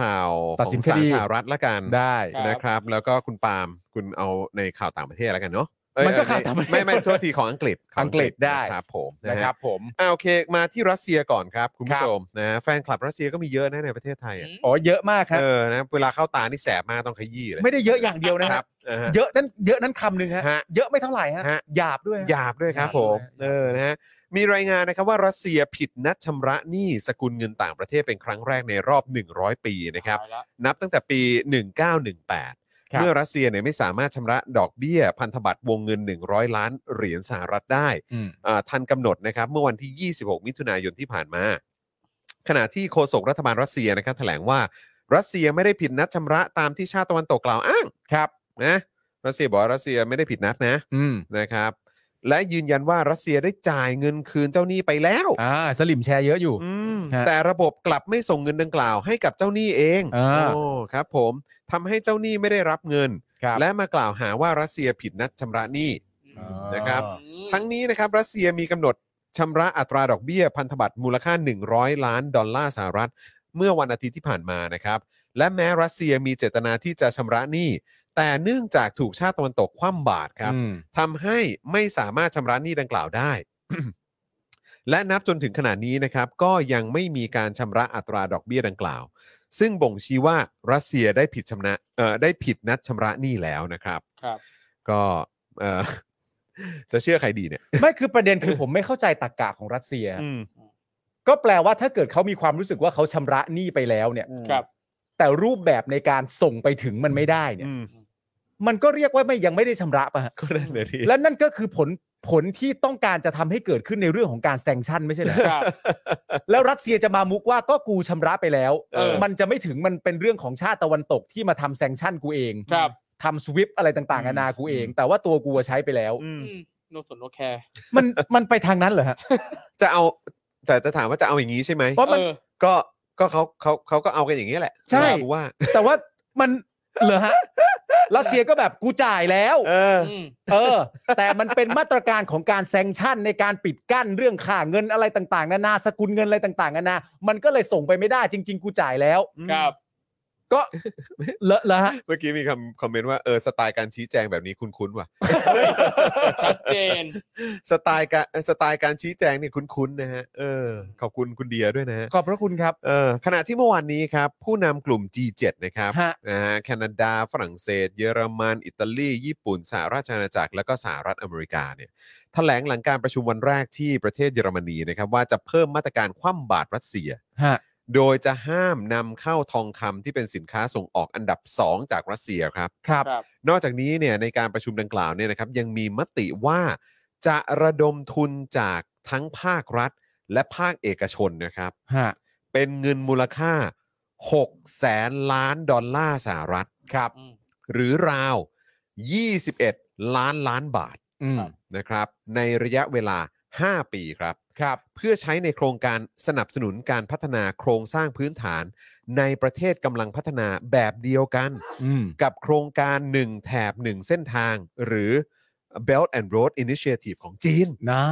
S2: ข่าว
S3: ตัดสิน
S2: ของศาล
S3: คดี
S2: สหรัฐละกัน
S3: ได้
S2: นะครับ แล้วก็คุณปาล์มคุณเอาในข่าวต่างประเทศแล้วกันเนาะเอ้ย
S3: มันก็
S2: เอ
S3: ข่าวต่างประเทศ
S2: ไม่ไม่โทษทีของอังกฤษข
S3: อังกฤษได้
S2: ครับผมนะ
S3: นะ
S2: ฮะ
S3: ครับผม
S2: อ่าโอเคมาที่รัสเซียก่อนครับ คุณ
S3: ค
S2: ผู้
S3: รับ
S2: ชมนะแฟนคลับรัสเซียก็มีเยอะนะในประเทศไทยอะ
S4: อืม
S3: อ๋อเยอะมากครับ
S2: เออนะเวลาเข้าตานี่แสบมากต้องขยี้เลย
S3: ไม่ได้เยอะอย่างเดียวนะ
S2: ค
S3: ค
S2: รั
S3: รั
S2: บบ อ่าฮะ
S3: เยอะนั้นเยอะนั้นคำหนึ่งฮะ
S2: ฮะ
S3: เยอะไม่เท่าไหร่ฮะ
S2: ฮะ
S3: หยาบด้วยฮะ
S2: หยาบด้วยครับผมเออนะฮะมีรายงานนะครับว่ารัสเซียผิดนัดชำระหนี้สกุลเงินต่างประเทศเป็นครั้งแรกในรอบ 100 ปีนะครับ นับตั้งแต่ปี 1918
S3: ครับ
S2: เมื่อรัสเซียเนี่ยไม่สามารถชำระดอกเบี้ย พันธบัตรวงเงิน 100 ล้านเหรียญสหรัฐได้
S3: อืม
S2: อ่าทันกำหนดนะครับเมื่อวันที่ 26 มิถุนายนที่ผ่านมา ขณะที่โฆษกรัฐบาลรัสเซียนะครับแถลงว่ารัสเซียไม่ได้ผิดนัดชำระตามที่ชาติตะวันตกกล่าวอ้าง
S3: ครับ
S2: นะรัสเซียบอกว่ารัสเซียไม่ได้ผิดนัดนะ
S3: อืม
S2: นะครับ และยืนยันว่ารัสเซียได้จ่ายเงินคืนเจ้าหนี้ไปแล้ว
S3: อ่าสลิมแชร์เยอะอยู่
S2: อืม
S3: ฮะ
S2: แต่ระบบกลับไม่ส่งเงินดังกล่าวให้กับเจ้าหนี้เอง
S3: อ่า
S2: โอ้ครับ ผมทำให้เจ้าหนี้ไม่ได้รับเงิน
S3: ครับ
S2: และมากล่าวหาว่ารัสเซียผิดนัดชำระหนี้
S3: อ๋อ
S2: นะครับ
S4: อืม
S2: ทั้งนี้นะครับรัสเซียมีกำหนดชำระอัตราดอกเบี้ยพันธบัตรมูลค่า 100 ล้านดอลลาร์สหรัฐ เมื่อวันอาทิตย์ที่ผ่านมานะครับ และแม้รัสเซียมีเจตนาที่จะชำระหนี้ แต่เนื่องจากถูกชาติตะวันตกคว่ำบาตรครับ
S3: อืม
S2: ทำให้ไม่สามารถชำระหนี้ดังกล่าวได้ และนับจนถึงขณะนี้นะครับ ก็ยังไม่มีการชำระอัตราดอกเบี้ยดังกล่าว ซึ่งบ่งชี้ว่ารัสเซียได้ผิดชำนะเอ่อได้ผิดนัดชำระหนี้แล้วนะครับ
S4: ครับ
S2: ก็เอ่อ จะเชื่อใครดีเนี่ย
S3: ไม่คือประเด็นคือผมไม่เข้าใจตรกกะของรัสเซีย
S2: อืม
S3: ก็แปลว่าถ้าเกิดเขามีความรู้สึกว่าเขาชำระหนี้ไปแล้วเนี่ย
S4: ครับ
S3: แต่รูปแบบในการส่งไปถึงมันไม่ได้เนี่ย
S2: อืม
S3: มันก็เรียกว่าไม่ยังไม่ได้ชำระป่ะฮะ
S2: ก็นั่นเลยที่
S3: และนั่นก็คือผลผลที่ต้องการจะทำให้เกิดขึ้นในเรื่องของการแซงชั่นไม่ใช่เหรอ
S4: ครับ
S3: แล้วรัสเซียจะมามุกว่าก็กูชำระไปแล้ว
S4: เออ
S3: มันจะไม่ถึงมันเป็นเรื่องของชาติตะวันตกที่มาทำแซงชั่นกูเอง
S4: ครับ
S3: ทำสวิปอะไรต่างๆนานากูเอง แต่ว่าตัวกูอะใช้ไปแล้ว
S2: อืม
S4: อืมโนสนโนแคร์
S3: มันมันไปทางนั้นเหรอฮะ
S2: จะเอาแต่จะถามว่าจะเอาอย่างนี้ใช่ไหม
S3: เพราะมัน
S2: ก็ก็เขาเขาเขาก็เอากันอย่างนี้แหละ
S3: ใช่
S2: ผมว่า
S3: แต่ว่ามันเหรอฮะรัสเซียก็แบบกูจ่ายแล้ว
S2: เออ
S3: เออ แต่มันเป็นมาตรการของการแซงชั่นในการปิดกั้นเรื่องค่าเงินอะไรต่างๆ นานาสกุลเงินอะไรต่างๆนานามันก็เลยส่งไปไม่ได้จริง ๆ กูจ่ายแล้ว
S4: ครับ
S3: ก็เลอะเลอะฮะ
S2: เมื่อกี้มีคำคอมเมนต์ว่าเออสไตล์การชี้แจงแบบนี้คุ้นๆว่ะ
S4: ชัดเจน
S2: สไตล์การสไตล์การชี้แจงเนี่ยคุ้นๆนะฮะเออขอบคุณคุณเดียด้วยนะฮะ
S3: ขอบพระคุณครับ
S2: เออขณะที่เมื่อวานนี้ครับ ผู้นำกลุ่ม G7 นะครับ
S3: ฮะ
S2: นะฮะแคนาดา ฝรั่งเศส เยอรมัน อิตาลี ญี่ปุ่นสหราชอาณาจักรและก็สหรัฐอเมริกาเนี่ย แถลงหลังการประชุมวันแรกที่ประเทศเยอรมนีนะครับว่าจะเพิ่มมาตรการคว่ำบาตรรัสเซีย
S3: ฮะ
S2: โดยจะห้ามนำเข้าทองคำที่เป็นสินค้าส่งออกอันดับ 2 จากรัสเซียครับ
S3: ครับ
S4: ครับ
S2: นอกจากนี้เนี่ยในการประชุมดังกล่าวเนี่ยนะครับยังมีมติว่าจะระดมทุนจากทั้งภาครัฐ และภาคเอกชนนะครับ
S3: ฮะ
S2: เป็นเงินมูลค่า 6 แสนล้านดอลลาร์สหรัฐ
S3: ครับ
S4: อืม
S2: หรือราว 21 ล้านล้านบาท
S3: อืม
S2: นะครับ ในระยะเวลา 5 ปีครับ
S3: ครับ
S2: เพื่อใช้ในโครงการสนับสนุนการพัฒนาโครงสร้างพื้นฐาน ในประเทศกำลังพัฒนาแบบเดียวกัน
S3: อืม
S2: กับโครงการ 1 แถบ 1 เส้นทาง หรือ Belt and Road Initiative ของจีน
S3: นะ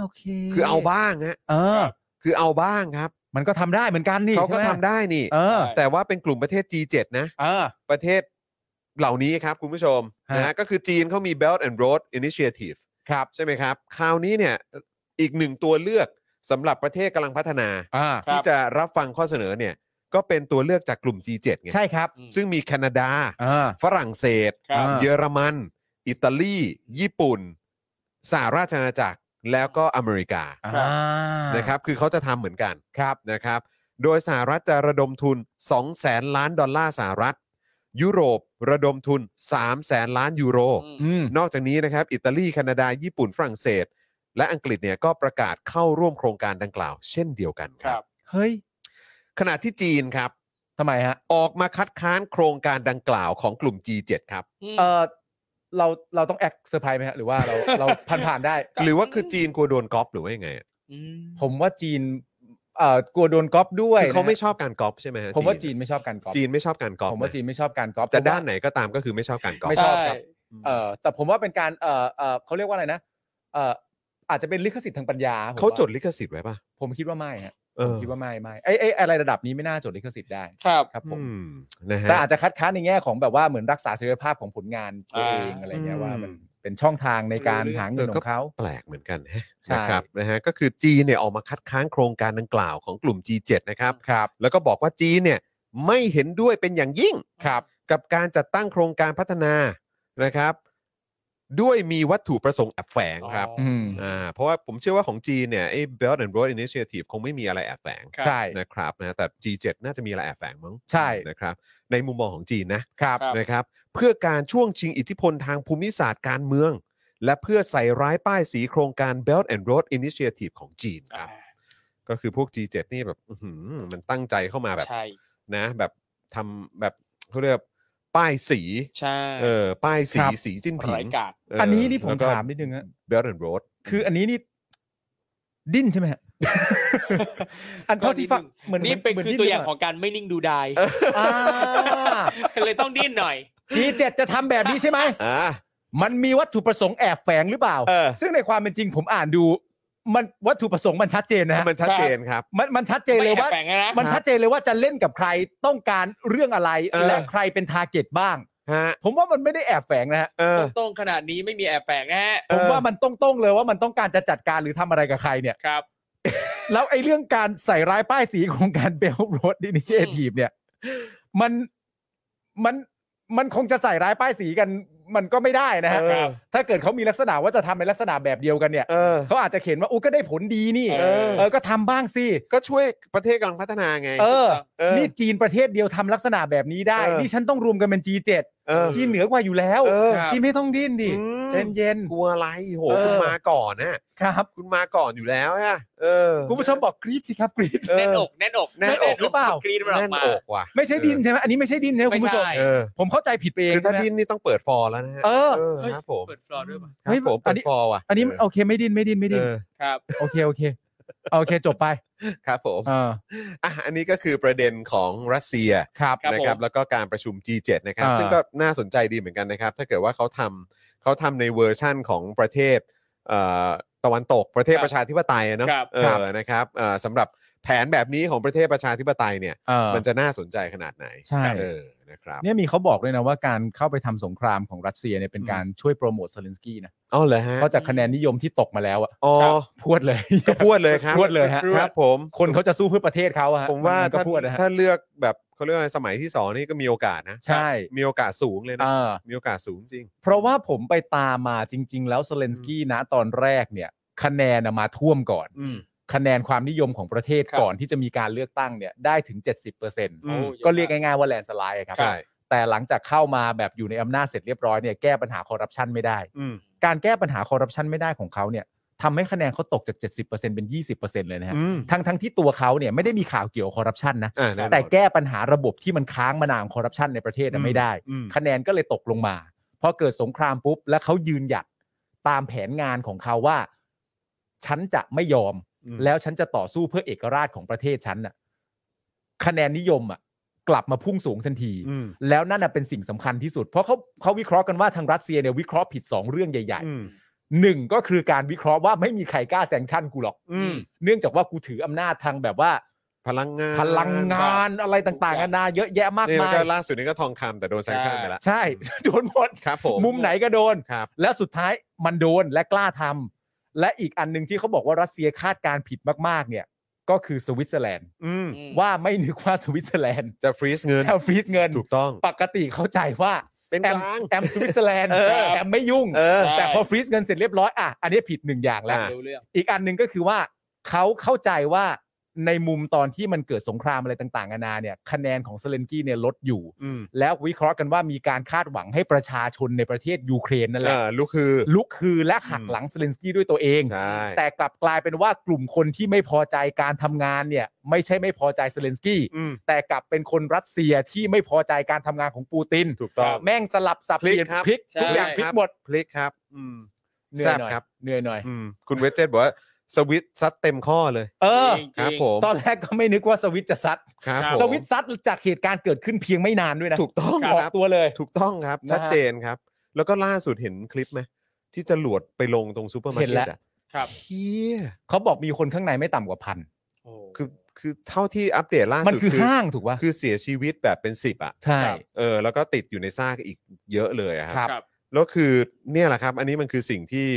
S3: โอเค
S2: คือเอาบ้างฮะ
S3: เออ
S2: คือเอาบ้างครับ
S3: มันก็ทำได้เหมือนกันนี่
S2: เขาก็
S3: ใช่หม
S2: ทำได้นี่
S3: เออ
S2: แต่ว่าเป็นกลุ่มประเทศ G7 นะ
S3: เออ
S2: ประเทศเหล่านี้ครับคุณผู้ชม
S3: ฮะ
S2: นะฮะก็คือจีนเขามี Belt and Road Initiative
S3: ครับ
S2: ใช่ไหมครับ คราวนี้เนี่ยอีกหนึ่งตัวเลือกสำหรับประเทศกำลังพัฒนา
S3: อ่า
S4: ครั
S2: ที่
S4: บ
S2: จะรับฟังข้อเสนอเนี่ยก็เป็นตัวเลือกจากกลุ่ม G7 ไง
S3: ใช่ครับ
S2: ซึ่งมีแคนาดา
S3: เออ
S2: ฝรั่งเศส
S4: ครับ
S3: อ่า
S2: เยอรมัน อิตาลี ญี่ปุ่น สหราชอาณาจักร แล้วก็อเมริกา
S3: อ่า
S4: ครับ
S2: นะครับคือเขาจะทำเหมือนกัน
S3: ครับ
S2: นะครับ โดยสหรัฐจะระดมทุน 2 0 0แสนล้านดอลลาร์สหรัฐ ยุโรประดมทุน 3 0 0แสนล้านยูโร
S4: อืม
S3: อืม
S2: นอกจากนี้นะครับ อิตาลี แคนาดา ญี่ปุ่น ฝรั่งเศส และอังกฤษเนี่ยก็ประกาศเข้าร่วมโครงการดังกล่าว เช่นเดียวกันค
S4: ครั
S2: รับ
S4: บ
S3: เฮ้ย
S2: ขณะที่จีนครับ
S3: ทำไมฮะ
S2: ออกมาคัดค้านโครงการดังกล่าวของกลุ่ม G7 ครับ
S4: อืม
S3: เออเราเราต้องแอคเซอร์ไพรส์ไหมฮะหรือว่า เราเราผ่านผ่านๆได้
S4: ครับ
S2: หรือว่าคือจีนกลัวโดนก๊อปหรือว่ายังไงอะ
S4: ม
S3: ผมว่าจีนเอ่อกลัวโดนก๊อปด้วย
S2: คือเขาไม่
S3: นะฮ
S2: ชอบการก๊อปใช่ไหมฮะ
S3: ะผมว่าจีนไม่ชอบการก๊อป
S2: จีนไม่ชอบการก๊อป
S3: ผมว่าจีนไม่ชอบการก๊อป
S2: จะ
S3: ผมว่
S2: ด้านไหนก็ตามก็คือไม่ชอบการก๊อป
S3: ไม่ชอบ ครับ เออแต่ผมว่าเป็นการเออเออเขาเรียกว่าอะไรนะเอออาจจะเป็นลิขสิทธิ์ทางปัญญาผม
S2: เขา
S3: ว่
S2: จดลิขสิทธิ์ไว้ป่ะ
S3: ผมคิดว่าไม่ฮะ
S2: เอ
S3: ผม
S2: อ
S3: คิดว่าไม่ไม่ไอ้ไอ้อะไรระดับนี้ไม่น่าจดลิขสิทธิ์ได้
S4: ครับ
S3: ครับผม
S2: อืมนะฮะ
S3: แต่อาจจะคัดค้านในแง่ของแบบว่าเหมือนรักษาเสรีภาพของผลงานตัว
S4: อ่า
S3: เองอะไรเงี้ยว่า
S2: อืม
S3: มันเป็นช่องทางในการหาเงินของเขา
S2: แปลกเหมือนกันฮะ
S3: ใช่
S2: นะครับนะฮะก็คือจีนเนี่ยออกมาคัดค้านโครงการดังกล่าวของกลุ่ม G7 นะครับ
S3: ครับ
S2: แล้วก็บอกว่าจีนเนี่ยไม่เห็นด้วยเป็นอย่างยิ่ง
S3: ครับ
S2: กับการจัดตั้งโครงการพัฒนานะครับ ด้วยมีวัตถุประสงค์แอบแฝงครับ
S3: อืม
S2: อ่าเพราะว่าผมเชื่อว่าของจีนเนี่ยไอ้ Belt and Road Initiative คงไม่มีอะไรแอบแฝง
S3: ใช่
S2: นะครับนะแต่ G7 น่าจะมีอะไรแอบแฝงมั้ง
S3: ใช่
S2: นะครับในมุมมองของจีนนะ
S3: ครับ
S4: ครับ
S2: นะครับเพื่อการช่วงชิงอิทธิพลทางภูมิศาสตร์การเมือง และเพื่อใส่ร้ายป้ายสีโครงการ Belt and Road Initiative ของจีนครับ ก็คือพวก G7 นี่แบบอื้อหือมันตั้งใจเข้ามาแบบ
S4: ใช่
S2: นะแบบทำแบบเขาเรียกป้ายสี
S4: ใช่
S2: เออป้ายสี
S3: ครับ
S2: สีจิ้นผิ
S4: ไร้
S2: ง
S4: กาด
S2: เ
S3: อันนี้นี่ผม
S2: แล้วก็
S3: ถามนิดนึงฮะ
S2: Belt and Road
S3: คืออันนี้นี่ ดิ้นใช่ไหม ฮะ อันเท่าที่ฟัง
S4: ก็ดิ้
S3: เหมือน
S4: นี่เป็น
S3: หมื
S4: คือ
S3: ดิ้
S4: ตัวอย่าง
S3: ไป
S4: ของการไม่นิ่งดูดาย
S3: ก่นอ่า
S4: เลยต้องดิ้นหน่อย
S3: G7 จะทำแบบนี้ใช่ไหม
S2: อ่า
S3: มันมีวัตถุประสงค์แอบแฝงหรือเปล่า
S2: เออ
S3: ซึ่งในความเป็นจริงผมอ่านดู มันวัตถุประสงค์มันชัดเจนนะฮะ
S2: มันชัดเจนครับ
S3: มันมันชัดเจน
S4: ไม่
S3: เลย
S4: แอบ
S3: ว่า
S4: แฝงนะ
S3: มันชัดเจนเลยว่าจะเล่นกับใครต้องการเรื่องอะไร
S2: เออ
S3: และใครเป็นทาร์เก็ตบ้าง
S2: ฮะ
S3: ผมว่ามันไม่ได้แอบแฝงนะฮะ
S2: เออ
S4: ตรงๆขนาดนี้ไม่มีแอบแฝงนะฮะ
S2: เออ
S3: ผมว่ามันต้องๆเลยว่ามันต้องการจะจัดการหรือทำอะไรกับใครเนี่ย
S4: ครับ
S3: แล้วไอ้เรื่องการใส่ร้ายป้ายสีของการเบลรถดินิเชทีฟเนี่ย มันมันมันคงจะใส่ร้ายป้ายสีกัน มันก็ไม่ได้นะฮะ
S2: เออ
S3: ถ้าเกิดเขามีลักษณะว่าจะทำในลักษณะแบบเดียวกันเนี่ย
S2: เออ
S3: เขาอาจจะเขียนว่าอู้ก็ได้ผลดีนี่
S4: เออ
S3: เออก็ทำบ้างสิ
S2: ก็ช่วยประเทศกำลังพัฒนาไง
S3: เออ
S2: เออ
S3: นี่จีนประเทศเดียวทำลักษณะแบบนี้ได้
S2: เออ
S3: นี่ฉันต้องรวมกันเป็น G7
S2: เออ
S3: ที่เหนือกว่าอยู่แล้ว
S2: เออ
S3: ที่ไม่ต้องดิ้นดิ
S2: อืม
S3: ใจเย็น
S2: กลัวอะไรโห
S3: เออ
S2: คุณมาก่อนนะ
S3: ๆครับ
S2: คุณมาก่อนอยู่แล้วฮะเออ
S3: คุณผู้ชมบอกกรี๊ดสิครับกรี๊ด
S2: เออ
S4: แน่นอก แน่นอก
S2: แน่นอกหรือเปล่า
S4: กรีดมันออ
S2: แน่
S4: ก
S2: น
S4: มา
S2: อกว่ะ
S3: ไม่ใช่ดิ้นใช่ไหมอันนี้ไม่ใช่ดิ้นใช่ไหมคุณผู้ชม
S4: ไม่ใช่
S2: เออ
S3: ผมเข้าใจผิดไปเอง
S2: คือถ้า
S3: ใช่ไหม
S2: ดิ้นนี่ต้องเปิดฟอร์แล้วนะฮะ
S3: เออ
S2: ครับผม
S4: เปิดฟลอร์ด้วยป่ะ
S2: ครั
S3: เฮ้ย
S2: บผม
S3: อั
S2: เปิ
S3: น
S2: ด
S3: นี้
S2: ฟอร์ว่ะ
S3: อันนี้
S2: เ
S3: โอเคไม่ดิ้นไม่ดิ้นไม่ดิ้น
S2: เออ
S4: ครับ
S3: โอเคโอเคโอเคจบไป
S2: ครับผม
S3: เออ
S2: อ่ะอันนี้ก็คือประเด็นของรัสเซีย
S3: ครับ
S4: ครับ
S2: นะ
S4: ผ
S2: ครับ
S4: ม
S2: แล้วก็การประชุม G7 นะครับ
S3: อ่า
S2: ซึ่งก็น่าสนใจดีเหมือนกันนะครับ ถ้าเกิดว่าเขาทำเขาทำในเวอร์ชั่นของประเทศเอ่อตะวันตกประเทศ
S4: ครับ
S2: ประชาธิปไตยอะเนาะ
S4: ครับ
S2: เออนะครับเอ่อสำหรับแผนแบบนี้ของประเทศประชาธิปไตยเนี่ย
S3: เออ
S2: มันจะน่าสนใจขนาดไหน
S3: ใช่
S2: เออนะครับ
S3: เนี่ยมีเขาบอกด้วยนะว่าการเข้าไปทำสงครามของรัสเซียเนี่ยเป็นการช่วยโปรโมทเซเลนสกี้นะ
S2: เอาเลยฮะ
S3: เพราะจากคะแนนนิยมที่ตกมาแล้วอะ
S2: อ๋อ
S3: พวดเลย
S2: ก็พวดเลยครับ
S3: พรวดเลยฮะ
S2: ครับผม
S3: คนเขาจะสู้เพื่อประเทศเขาอะฮะ
S2: ผมว่าน
S3: ก็
S2: ถ้า
S3: พวดนะฮะ
S2: ถ้าเลือกแบบเขาเรียกว่าสมัยที่สองนี่ก็มีโอกาสนะ
S3: ใช่
S2: มีโอกาสสูงเลยนะ
S3: เออ
S2: มีโอกาสสูงจริง
S3: เพราะว่าผมไปตามมาจริง ๆ แล้วเซเลนสกี้นะตอนแรกเนี่ย คะแนนน่ะมาท่วมก่อน
S2: อืม
S3: คะแนนความนิยมของประเทศ
S4: ครับ
S3: ก่อนที่จะมีการเลือกตั้งเนี่ยได้ถึง 70%
S2: อืม
S3: ก็เรียกง่ายๆว่าแลนสไลด์ครับ
S2: ใช่
S3: แต่หลังจากเข้ามาแบบอยู่ในอำนาจเสร็จเรียบร้อยเนี่ยแก้ปัญหาคอร์รัปชันไม่ได้
S2: อืม
S3: การแก้ปัญหาคอร์รัปชันไม่ได้ของเขาเนี่ยทำให้คะแนนเขาตกจาก 70%เป็น 20%เลยนะฮะ
S2: อืม
S3: ทั้งทั้งที่ตัวเขาเนี่ยไม่ได้มีข่าวเกี่ยวกับคอร์รัปชันนะ
S2: อ่าน่นอน
S3: แต่แก้ปัญหาระบบที่มันค้างมานานของคอร์รัปชันในประเทศน่ะไม่ได้
S2: อืม
S3: คะแนนก็เลยตกลงมาพอเกิดสงครามปุ๊บ แล้วเขายืนหยัดตามแผนงานของเขาว่า ฉันจะไม่ยอม
S2: อืม
S3: แล้วฉันจะต่อสู้เพื่อเอกราชของประเทศฉันน่ะ คะแนนนิยมอ่ะ กลับมาพุ่งสูงทันที
S2: อืม
S3: แล้วนั่นน่ะเป็นสิ่งสำคัญที่สุด เพราะเขาเขาวิเคราะห์กันว่าทางรัสเซียเนี่ยวิเคราะห์ผิด 2 เรื่องใหญ่
S2: อืม
S3: ๆหนึ่งก็คือการวิเคราะห์ว่าไม่มีใครกล้าแซงชั่นกูหรอก
S2: อืม
S3: เนื่องจากว่ากูถืออำนาจทางแบบว่า
S2: พลังงาน
S3: พลังงานอะไรต่างๆนานาเยอะแยะมาก
S2: นี่แล้
S3: มา
S2: วย ก็ล่าสุดนี้ก็ทองคำแต่โดนแซงชั่นไปแล้ว
S3: ใช่ โดนหมด
S2: ครับผม
S3: มุมไหนก็โดน
S2: ครับ
S3: และสุดท้ายมันโดนและกล้าทำและอีกอันหนึ่งที่เขาบอกว่ารัสเซียคาดการณ์ผิดมากๆ เนี่ย ก็คือสวิตเซอร์แลนด์
S2: อืม
S3: ว่าไม่นึกว่าสวิตเซอร์แลนด์
S2: จะฟรีซเงิน
S3: จะฟรีซเงิน
S2: ถูกต้อง
S3: ปกติเข้าใจว่า
S2: เป็น
S3: แอก ม
S2: ลาง
S3: แอมสวิตเซอร์แลนด์
S2: เออ
S3: แอมไม่ยุ่ง
S2: เออ
S3: แต่พอฟรีซเงินเสร็จเรียบร้อยอ่ะอันนี้ผิดหนึ่งอย่างแล้ว
S2: อ่ะ
S4: รู้เรื่อง
S3: อีกอันหนึ่งก็คือว่าเขาเข้าใจว่าในมุมตอนที่มันเกิดสงครามอะไรต่างๆนานาเนี่ยคะแนนของเซเลนกี้เนี่ยลดอยู่
S2: อืม
S3: แล้ววิเคราะห์กันว่ามีการคาดหวังให้ประชาชนในประเทศยูเครนนั่นแห
S2: เอ
S3: ละ
S2: อลูกคือ
S3: ลุกคือและหัก
S2: อืม
S3: หลังเซเลนสกี้ด้วยตัวเอง
S2: ใช่
S3: แต่กลับกลายเป็นว่ากลุ่มคนที่ไม่พอใจการทำงานเนี่ยไม่ใช่ไม่พอใจเซเลนสกี้
S2: อืม
S3: แต่กลับเป็นคนรัสเซียที่ไม่พอใจการทำงานของปูติน
S2: ถูกต้อง
S3: แม่งสลับสับ
S2: พลิ
S3: เป
S2: ก
S3: ลี่ยน
S2: ครับ
S3: พลิก
S4: ใช่
S3: ทุกอย่างพลิกหมด
S2: พลิกครับ อืม
S3: เหนื่อ
S2: แซ่
S3: ย
S2: บ
S3: หน่อย
S2: ครับ
S3: เหนื่อยหน่อย
S2: อืมคุณเวจเจตบอกว่าสวิตช์ซัดเต็มข้อเลย
S3: เออ
S4: จริงๆ
S2: ครับผม
S3: ตอนแรกก็ไม่นึกว่าสวิตช์จะซัด
S2: ครับ
S4: ครับ
S2: ผม
S3: สวิตช์ซัดจากเหตุการณ์เกิดขึ้นเพียงไม่นานด้วยนะ
S2: ถูกต้อง
S3: บอ
S2: ค
S3: ก
S2: รับ
S3: ตัวเลย
S2: ถูกต้องครับ
S3: นะฮะ
S2: ชัดเจนครับ แล้วก็ล่าสุดเห็นคลิปไหมที่จะหลวดไปลงตรงซูเปอร์มาร์เก็
S3: เห็นแล้
S2: ต
S3: ว
S2: อ่ะ
S4: ครับ
S2: เฮีย
S3: เขาบอกมีคนข้างในไม่ต่ำกว่าพัน
S4: โอ้
S2: คือ คือเท่าที่อัปเดตล่าสุด
S3: มันคือห้างถูกป่ะ
S2: คือเสียชีวิตแบบเป็นสิบอ่ะ
S3: ใช่
S2: เออแล้วก็ติดอยู่ในซากอีกเยอะเลยอะค
S3: ครั
S2: รับ
S4: ครับ
S2: แล้วคือเนี่ยแหละครับ อันนี้มันคือสิ่งที่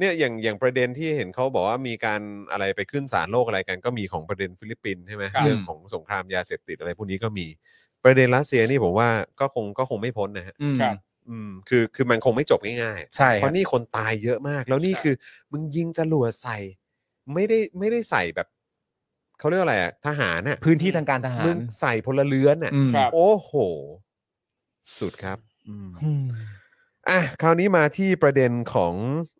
S2: เนี่ยอย่างอย่างประเด็นที่เห็นเขาบอกว่ามีการอะไรไปขึ้นศาลโลกอะไรกันก็มีของประเด็นฟิลิปปินส์ใช่ไหม
S4: ครับ
S2: เรื่องของสงครามยาเสพติดอะไรพวกนี้ก็มีประเด็นรัสเซียนี่ผมว่าก็คงก็คงไม่พ้นนะฮะ
S3: อืม
S4: ครับ
S2: อืมคือคือมันคงไม่จบง่ายๆ
S3: ใช่ค
S2: เพ
S3: รับ
S2: ราะนี่คนตายเยอะมาก แล้วนี่คือมึงยิงจรวดใส่ ไม่ได้ไม่ได้ใส่แบบเขาเรียกอะไรอะทหารน่ะ
S3: พื้นที่ทางการทหาร
S2: มึงใส่พลเรือนน่ะ
S3: อืม
S4: ครับ
S2: โอ้โห สุดครับอืม
S3: อืม
S2: อ่ะคราวนี้มาที่ประเด็นของ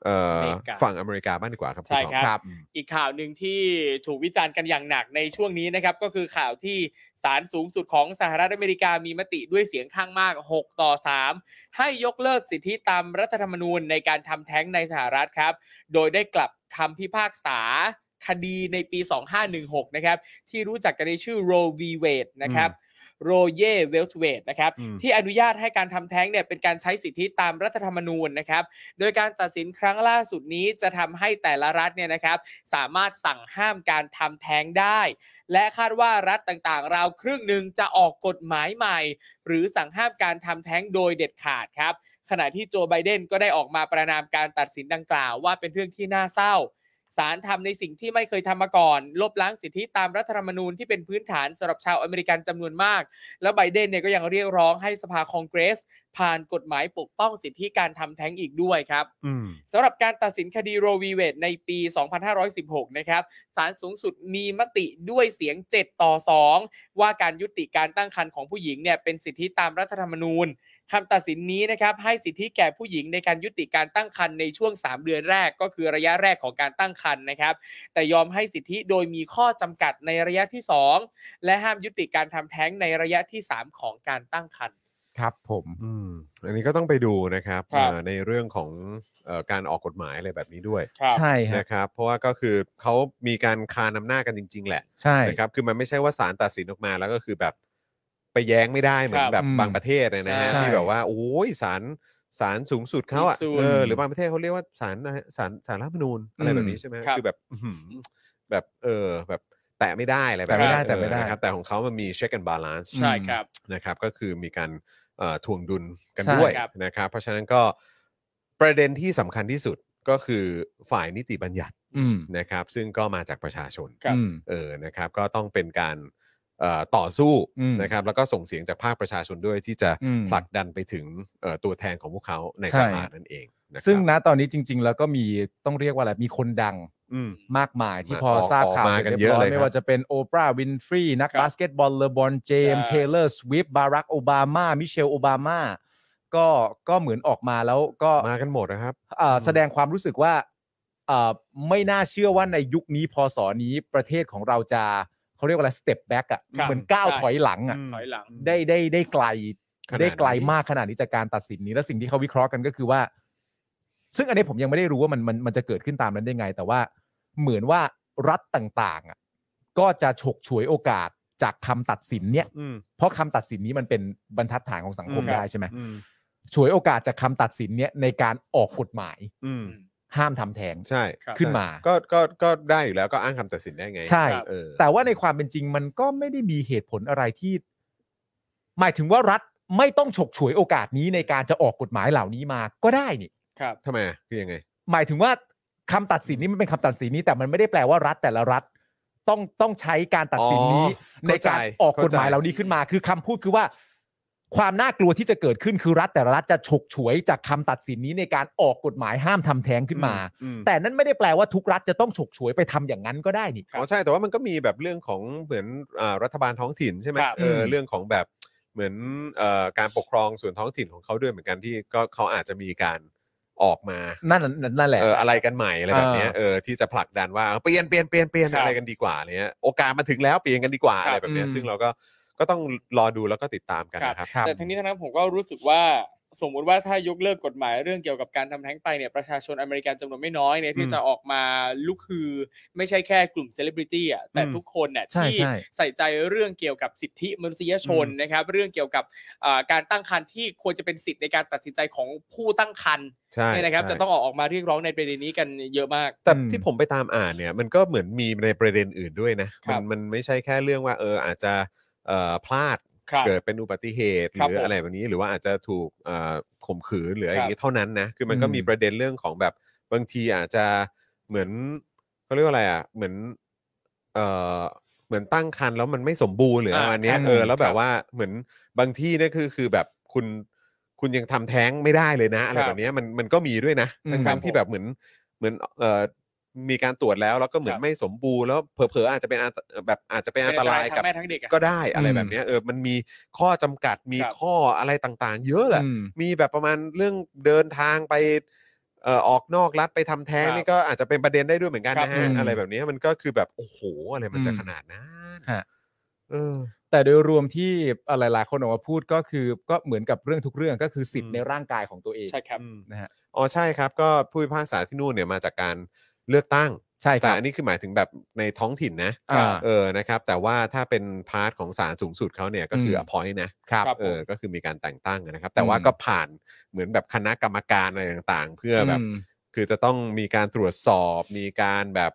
S2: เออ
S4: อเมริกา
S2: ฝั่งอเมริกาบ้างดีกว่าครับณ
S4: ใช่
S2: ทอม
S4: ครับ
S3: ครับ
S4: อีกข่าวหนึ่งที่ถูกวิจารณ์กันอย่างหนักในช่วงนี้นะครับ ก็คือข่าวที่ศาลสูงสุดของสหรัฐอเมริกามีมติด้วยเสียงข้างมาก 6 ต่อ 3 ให้ยกเลิกสิทธิตามรัฐธรรมนูญในการทำแท้งในสหรัฐครับ โดยได้กลับคำพิพากษาคดีในปี 2516 นะครับ ที่รู้จักกันในชื่อ Roe v. Wade นะครับโรเย่เวลชเวดนะครับ ที่อนุญาตให้การทำแท้งเนี่ยเป็นการใช้สิทธิตามรัฐธรรมนูญนะครับ โดยการตัดสินครั้งล่าสุดนี้จะทำให้แต่ละรัฐเนี่ยนะครับ สามารถสั่งห้ามการทำแท้งได้ และคาดว่ารัฐต่างๆ ราวครึ่งหนึ่งจะออกกฎหมายใหม่ หรือสั่งห้ามการทำแท้งโดยเด็ดขาดครับ ขณะที่โจไบเดนก็ได้ออกมาประนามการตัดสินดังกล่าวว่าเป็นเรื่องที่น่าเศร้าศาลทำในสิ่งที่ไม่เคยทำมาก่อน ลบล้างสิทธิตามรัฐธรรมนูญที่เป็นพื้นฐานสำหรับชาวอเมริกันจำนวนมาก แล้วไบเดนเนี่ยก็ยังเรียกร้องให้สภาคองเกรส ผ่านกฎหมายปกป้องสิทธิการทำแท้งอีกด้วยครับ
S2: อืม
S4: สำหรับการตัดสินคดีโรวีเวดในปี 2516 นะครับ ศาลสูงสุดมีมติด้วยเสียง 7 ต่อ 2 ว่าการยุติการตั้งครรภ์ของผู้หญิงเนี่ยเป็นสิทธิตามรัฐธรรมนูญคำตัดสินนี้นะครับ ให้สิทธิแก่ผู้หญิงในการยุติการตั้งครรภ์ในช่วง 3 เดือนแรกก็คือระยะแรกของการตั้งครรภ์นะครับ แต่ยอมให้สิทธิโดยมีข้อจำกัดในระยะที่ 2 และห้ามยุติการทำแท้งในระยะที่ 3 ของการตั้งครรภ์
S3: ครับผม
S2: อืมอันนี้ก็ต้องไปดูนะครับ
S4: ครับ
S2: เอ่อในเรื่องของเออการออกกฎหมายอะไรแบบนี้ด้วย
S3: ใช่ฮะ
S2: นะครับ เพราะว่าก็คือเขามีการคานอำหน้าจกันจริง ๆ แหละ
S3: ใช่
S2: นะครับคือมันไม่ใช่ว่าศาลตัดสินออกมาแล้วก็คือแบบไปแย้งไม่ได้เหมือน
S4: ครับ
S2: แบบ
S3: อืม
S2: บางประเทศเนี่ยนะฮะ
S4: ใช่
S2: ที่แบบว่าโอ้ยศาลศาลสูงสุดเขาอ่ะ
S4: ที่สุด
S2: เออหรือบางประเทศเขาเรียกว่าศาลนะฮะศาลศาลรัฐธรรมนูญอะไร
S3: อืม
S2: แบบนี้ใช่ไหม
S4: ครับ
S2: อแบบอื้อหือแบบเออแบบแตะไม่ได้อะไรแบบ
S4: แตะไม่ได้
S2: นั้น
S3: แตะไม่ได้
S2: เออนะครับแต่ของเขามันมีเช็คแอนด์บาลานซ์
S3: อืม
S4: ใช่ครับ
S2: นะครับก็คือมีการเอ่อทวงดุลกัน
S3: ใช่
S2: ด้วย
S4: ครับ
S2: นะครับเพราะฉะนั้นก็ประเด็นที่สำคัญที่สุดก็คือฝ่ายนิติบัญญัติ
S3: อืม
S2: นะครับ ซึ่งก็มาจากประชาชน
S4: ครับ
S3: อืม
S2: เออ นะครับ ก็ต้องเป็นการเอ่อต่อสู้
S3: อืม
S2: นะครับ แล้วก็ส่งเสียงจากภาคประชาชนด้วยที่จะ
S3: อืม
S2: ผลักดันไปถึงเอ่อตัวแทนของพวกเขาใน
S3: ใช่
S2: สภานั่นเองนะครับ
S3: ซึ่งณตอนนี้จริง ๆ แล้วก็มีต้องเรียกว่าอะไรมีคนดัง
S2: อืม
S3: มากมายที่
S2: มา
S3: พอ
S2: ออก
S3: ทราบ
S2: ออก
S3: ข่าว
S2: มา
S3: สร็จ
S2: กัน
S3: รีบ
S2: เยอะ
S3: ร้
S2: เลยค
S3: ไม่
S2: รับ
S3: ว่าจะเป็นโอปราห์วินฟรีนัก
S4: ครับ
S3: บาสเกตบอลเลอบอนเจม
S4: ใช่
S3: เทเลอร์สวิฟบารักโอบามามิเชลโอบามาก็ก็เหมือนออกมาแล้วก็
S2: มากันหมดนะครับ
S3: เอ่อ
S2: อืม
S3: แสดงความรู้สึกว่าเอ่อไม่น่าเชื่อว่าในยุคนี้พศนี้ประเทศของเราจะเขาเรียกว่าอะไรสเต็ปแบ็กอ่ะ
S4: ครับ
S3: เหมือนก้าว
S4: ใช่
S3: ถอยหลังอ่ะ
S4: ถอยหลัง
S3: ได้ได้ได้ไกล
S2: ขนาดนี้
S3: ได้ไกลมากขนาดนี้จากการตัดสินนี้และสิ่งที่เขาวิเคราะห์กันก็คือว่า ซึ่งอันนี้ผมยังไม่ได้รู้ว่ามันมันมันจะเกิดขึ้นตามนั้นได้ไง แต่ว่าเหมือนว่ารัฐต่างๆอ่ะก็จะฉกฉวยโอกาสจากคำตัดสินเนี่ย
S2: อืม
S3: เพราะคำตัดสินนี้มันเป็นบรรทัดฐานของสังคม
S2: อืม
S3: ได้ใช่ไหม
S2: อืม
S3: ฉวยโอกาสจากคำตัดสินเนี่ยในการออกกฎหมาย
S2: อืม
S3: ห้ามทำแท้ง
S2: ใช่
S4: ครับ
S3: ขึ้นมา
S2: ก็ก็ก็ได้อยู่แล้วก็อ้างคำตัดสินได้ไง
S3: ใช่
S4: ครับ
S2: เออ
S3: แต่ว่าในความเป็นจริงมันก็ไม่ได้มีเหตุผลอะไรที่ หมายถึงว่ารัฐไม่ต้องฉกฉวยโอกาสนี้ในการจะออกกฎหมายเหล่านี้มาก็ได้นี่
S4: ครับ
S2: ทำไมอ่ะคือยังไง
S3: หมายถึงว่าคำตัดสินนี้มันเป็นคำตัดสินนี้แต่มันไม่ได้แปลว่ารัฐแต่ละรัฐ ต้องต้องใช้การตัดสินนี้
S2: อ๋อ
S3: ใน
S2: เข้าใจ
S3: การออกกฎหมาย
S2: เข้าใจ
S3: เหล่านี้ขึ้นมา คือคำพูดคือว่า ความน่ากลัวที่จะเกิดขึ้นคือรัฐแต่ละรัฐจะฉกฉวยจากคำตัดสินนี้ในการออกกฎหมายห้ามทำแท้งขึ้นมา
S2: อืม
S3: แต่นั่นไม่ได้แปลว่าทุกรัฐจะต้องฉกฉวยไปทำอย่างนั้นก็ได้นี่
S2: อ๋อใช่แต่ว่ามันก็มีแบบเรื่องของเหมือนอ่ารัฐบาลท้องถิ่นใช่ไหม
S4: ครับ
S2: เออ
S3: อืม
S2: เรื่องของแบบเหมือนเอ่อการปกครองส่วนท้องถิ่นของเขาด้วยเหมือนกันที่ก็เขาอาจจะมีการออกมา
S3: นั่นนั่นแหละ
S2: เอออะไรกันใหม่อะไรแบบเนี้ย
S3: เออ
S2: เออที่จะผลักดันว่าเปลี่ยนเปลี่ยนเปลี่ยนเปลี่ยน
S4: ครับ
S2: อะไรกันดีกว่าเนี้ยโอกาสมาถึงแล้วเปลี่ยนกันดีกว่าอะไรแบบเนี้ย
S3: อืม
S2: ซึ่งเราก็ก็ต้องรอดูแล้วก็ติดตามกัน
S4: ครับ
S2: นะครับ
S3: ครับ
S4: แต่ทั้งนี้ทั้งนั้นผมก็รู้สึกว่า สมมุติว่าถ้ายกเลิกกฎหมายเรื่องเกี่ยวกับการทำแท้งไปเนี่ยประชาชนอเมริกันจำนวนไม่น้อยเนี่ยที่
S2: อืม
S4: จะออกมาลุกฮือ ไม่ใช่แค่กลุ่มเซเลบริตี้อ่ะแต่
S2: อืม
S4: ทุกคนเนี่ย
S2: ใช่
S4: ที่
S2: ใช่
S4: ใส่ใจเรื่องเกี่ยวกับสิทธิมนุษยชนนะครับ เรื่องเกี่ยวกับอ่าการตั้งครรภ์ที่ควรจะเป็นสิทธิ์ในการตัดสินใจของผู้ตั้งครรภ์
S2: ใช่
S4: เนี่ยนะครับ จะต้องออกออกมาเรียกร้องในประเด็นนี้กันเยอะมาก
S2: แต่
S3: อืม
S2: ที่ผมไปตามอ่านเนี่ย มันก็เหมือนมีในประเด็นอื่นด้วยนะ
S4: ครั
S2: มั
S4: บ
S2: มันไม่ใช่แค่เรื่องว่าเอออาจจะเอ่อพลาด
S4: ครับ
S2: เกิดเป็นอุบัติเหตุ
S4: ครับ
S2: หรืออะไรแบบนี้หรือว่าอาจจะถูกเอ่อข่มขืนหรืออะไรอย่างนี้เท่านั้นนะคือมันก็
S3: อืม
S2: มีประเด็นเรื่องของแบบบางทีอาจจะเหมือนเขาเรียกว่าอะไรอ่ะเหมือนเอ่อเหมือนตั้งครรภ์แล้วมันไม่สมบูรณ์หรืออะไรป
S4: อ่า
S2: ระมาณเนี้ย
S4: ครับ
S2: เออแล้วแบ
S4: ครับ บ
S2: ว่าเหมือนบางที่เนี่ยคือคือแบบคุณคุณยังทำแท้งไม่ได้เลยนะอะไร
S4: ครับ
S2: แบบเนี้ยมันมันก็มีด้วยนะ
S3: อืม
S2: ทั้งๆที่แบบเหมือน เหมือนเอ่อมีการตรวจแล้วแล้วก็เหมือ
S4: คน รับ
S2: ไม่สมบูรณ์แล้วเผลอๆอาจจะเป็นอันตแบบอาจจะเป็นอันตราย
S4: ทั้
S2: กับ
S4: งแม่ทั้งเด็กอะ
S2: ก็ได้อะไร
S3: อืม
S2: แบบเนี้ยเออมันมีข้อจำกัดมี
S4: ครับ
S2: ข้ออะไรต่างๆ เยอะแหละ
S3: อืม
S2: มีแบบประมาณเรื่องเดินทางไปเอ่อออกนอกรัฐไปทำแท้ง
S4: ครับ
S2: นี่ก็อาจจะเป็นประเด็นได้ด้วยเหมือนกันนะ
S4: ครั
S2: ฮะ
S4: บ
S2: อะไรแบบเนี้ยมันก็คือแบบโอ้โหอะไรมันจะ
S3: อืม
S2: ขนาดนั้น
S3: ฮะ
S2: เออ
S3: แต่โดยรวมที่เอ่อหลาย ๆ คนออกมาพูดก็คือก็เหมือนกับเรื่องทุกเรื่องก็คือสิท
S2: อื
S3: ธิ์
S2: ม
S3: ในร่างกายของตัวเอง
S4: ใช่ครับ
S3: นะฮะ
S2: อ๋อใช่ครับก็ผู้พิพากษาที่นู่นเนี่ยมาจากการเลือกตั้ง
S3: ใช่ค
S2: แต่
S3: รับ
S2: อันนี้คือหมายถึงแบบในท้องถิ่นนะ
S3: อ่า
S2: เออ นะครับ แต่ว่าถ้าเป็นพาร์ทของศาลสูงสุดเขาเนี่ยก็คืออ
S3: ม
S2: appoint นะ
S3: ครับ
S4: ครับ
S2: เออ ก็คือมีการแต่งตั้งนะครับ แต่ว่า
S3: อืม
S2: ก็ผ่านเหมือนแบบคณะกรรมการอะไรต่างๆ เพื่อแบบ
S3: ม
S2: คือจะต้องมีการตรวจสอบ มีการแบบ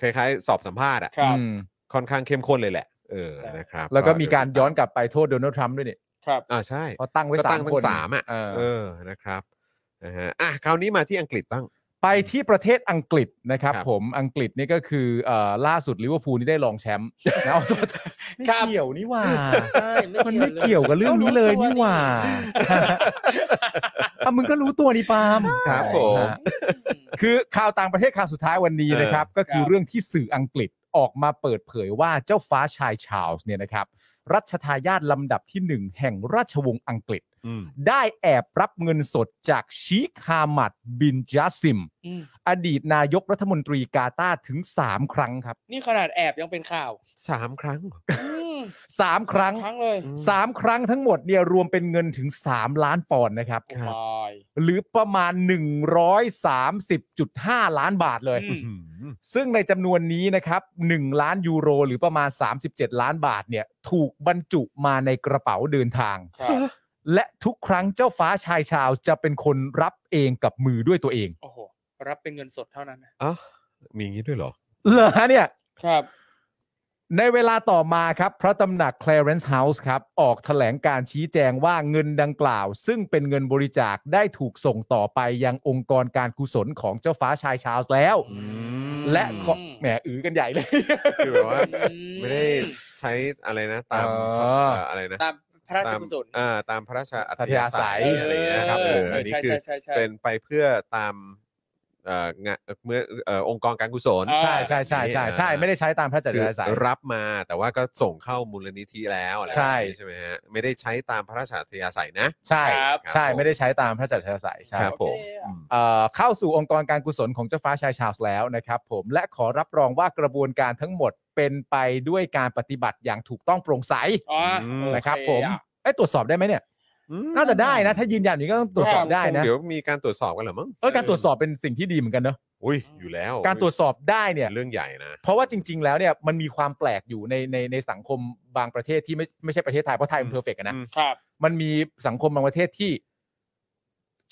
S2: คล้ายๆ สอบสัมภาษณ์อ่ะ
S4: ครับ
S3: อืม
S2: ค่อนข้างเข้มข้นเลยแหละ เออ
S4: ใช่
S2: นะครับ
S3: แล้วก็มีการย้อนกลับไปโทษโดนัลด์ทรัมป์ด้วยเนี่ย
S4: ครับ
S2: อ่าใช่
S3: เพราะตั้งไว้
S2: ก็
S3: สา
S2: ตั้ง
S3: มค
S2: ทั้
S3: น
S2: งสามอ่ะ
S3: เ
S2: เออ นะครับ นะฮะ อ่ะ คราวนี้มาที่อังกฤษบ้าง
S3: ไปที่ประเทศอังกฤษนะครับ
S2: ครับ
S3: ผมอังกฤษนี่ก็คือเอ่อล่าสุดลิเวอร์พูลนี่ได้รองแชมป์นะเอาโทษไม่
S4: ครับ
S3: เกี่ยวนี่หว่า
S4: ใช่
S3: มันไม่เกี่ยวกับเรื่องนี้เลยนี่หว่าอ่ะมึงก็รู้ตัวนี่ปาล์ม
S2: ครับผม
S3: นะฮะ คือข่าวต่างประเทศข่าวสุดท้ายวันนี้
S2: เออ
S3: นะครับ ก็คือ
S4: ครับ
S3: เรื่องที่สื่ออังกฤษออกมาเปิดเผยว่าเจ้าฟ้าชายชาร์ลส์เนี่ยนะครับ รัชทายาทลำดับที่หนึ่งแห่งราชวงศ์อังกฤษ
S2: อืม
S3: ได้แอบรับเงินสดจากชีคฮามัดบินจาซิม
S4: อืม
S3: อดีตนายกรัฐมนตรีกาตาร์ถึง 3 ครั้งครับ
S4: นี่ขนาดแอบยังเป็นข่าว
S2: สามครั้งเหรอ
S4: อืม
S3: 3 ครั้ง
S4: ครั้งเลย
S2: อืม
S3: 3 ครั้งทั้งหมดเนี่ยรวมเป็นเงินถึง 3 ล้านปอนด์นะครับ
S4: โอ้ย
S3: หรือประมาณ 130.5 ล้านบาทเลย
S4: อืม
S2: อื้อหือ
S3: ซึ่งในจำนวนนี้นะครับ1ล้านยูโร หรือประมาณ 37 ล้านบาทเนี่ยถูกบรรจุมาในกระเป๋าเดินทาง
S4: ครับ
S3: และทุกครั้งเจ้าฟ้าชายชาวจะเป็นคนรับเองกับมือด้วยตัวเอง
S4: โอ้โห รับเป็นเงินสดเท่านั้นนะ
S2: อ่ะมีอย่างนี้ด้วยเหรอ
S3: เหรอเนี่ย
S4: ครับ
S3: ในเวลาต่อมาครับ พระตำหนัก Clarence House ครับ ออกแถลงการชี้แจงว่าเงินดังกล่าว ซึ่งเป็นเงินบริจาคได้ถูกส่งต่อไปยังองค์กรการกุศลของเจ้าฟ้าชายชาวส์แล้ว และขอแหมอือกันใหญ่เลย
S2: คือแบบว่า
S4: อืม
S2: ไม่ได้ใช้อะไรนะตาม
S3: อ๋อ
S2: เอ่ออะไรนะ
S4: ตามพระราชกุศล
S2: ตามอ่าตามพระราชอัธ
S3: อั
S2: ยาย
S3: ธาศั
S2: ศัย
S3: ย
S2: อะไรอย่างเงี้ยครับ
S3: เอ
S2: เอ
S3: อ
S2: ออันนี้
S4: ใช่
S2: คือ
S4: ใช่ใช่ใช่
S2: เป็นไปเพื่อตามเอ่องานเมื่อเอ่อองค์กรการกุศล
S4: อ่า
S3: ใช่ใช่ใช่ใช่ใช่ไม่ได้ใช้ตามพระจัด
S2: คือ
S3: จายสาย
S2: รับมาแต่ว่าก็ส่งเข้ามูลนิธิแล้วอะไร
S3: ใช่
S2: แบบนี้ใช่ไหมฮะไม่ได้ใช้ตามพระราชอัธยาศัยนะ
S3: ใช่
S4: ครับ
S3: ใช่
S2: ครับผม
S3: ไม่ได้ใช้ตามพระจัดจายสายใช่
S2: ครับผม
S4: โอเคอ่ะ
S2: อืม
S3: เอ่อเข้าสู่องค์กรการกุศลของเจ้าฟ้าชายชาวส์แล้วนะครับผมและขอรับรองว่ากระบวนการทั้งหมดเป็นไปด้วยการปฏิบัติอย่างถูกต้องโปร่งใส
S4: อ๋อโอเ
S3: นะครับผม
S4: อ่ะ
S3: ไอ้ยตรวจสอบได้ไหมเนี่ย น่าจะได้นะ ถ้ายืนยันอย่างนี้ก็ต้องตรวจสอบได้นะ
S2: เดี๋ยวมีการตรวจสอบกันเหรอมั้ง
S3: เออการตรวจสอบเป็นสิ่งที่ดีเหมือนกันเนอะ
S2: อุ้ยอยู่แล้ว
S3: การตรวจสอบได้เนี่ย
S2: เรื่องใหญ่นะ
S3: เพราะว่าจริง ๆ แล้วเนี่ยมันมีความแปลกอยู่ในในในสังคมบางประเทศที่ไม่ไม่ใช่ประเทศไทยเพราะไทยมันเพอร์เฟกต์นะ
S2: อืม
S4: ครับ
S3: มันมีสังคมบางประเทศที่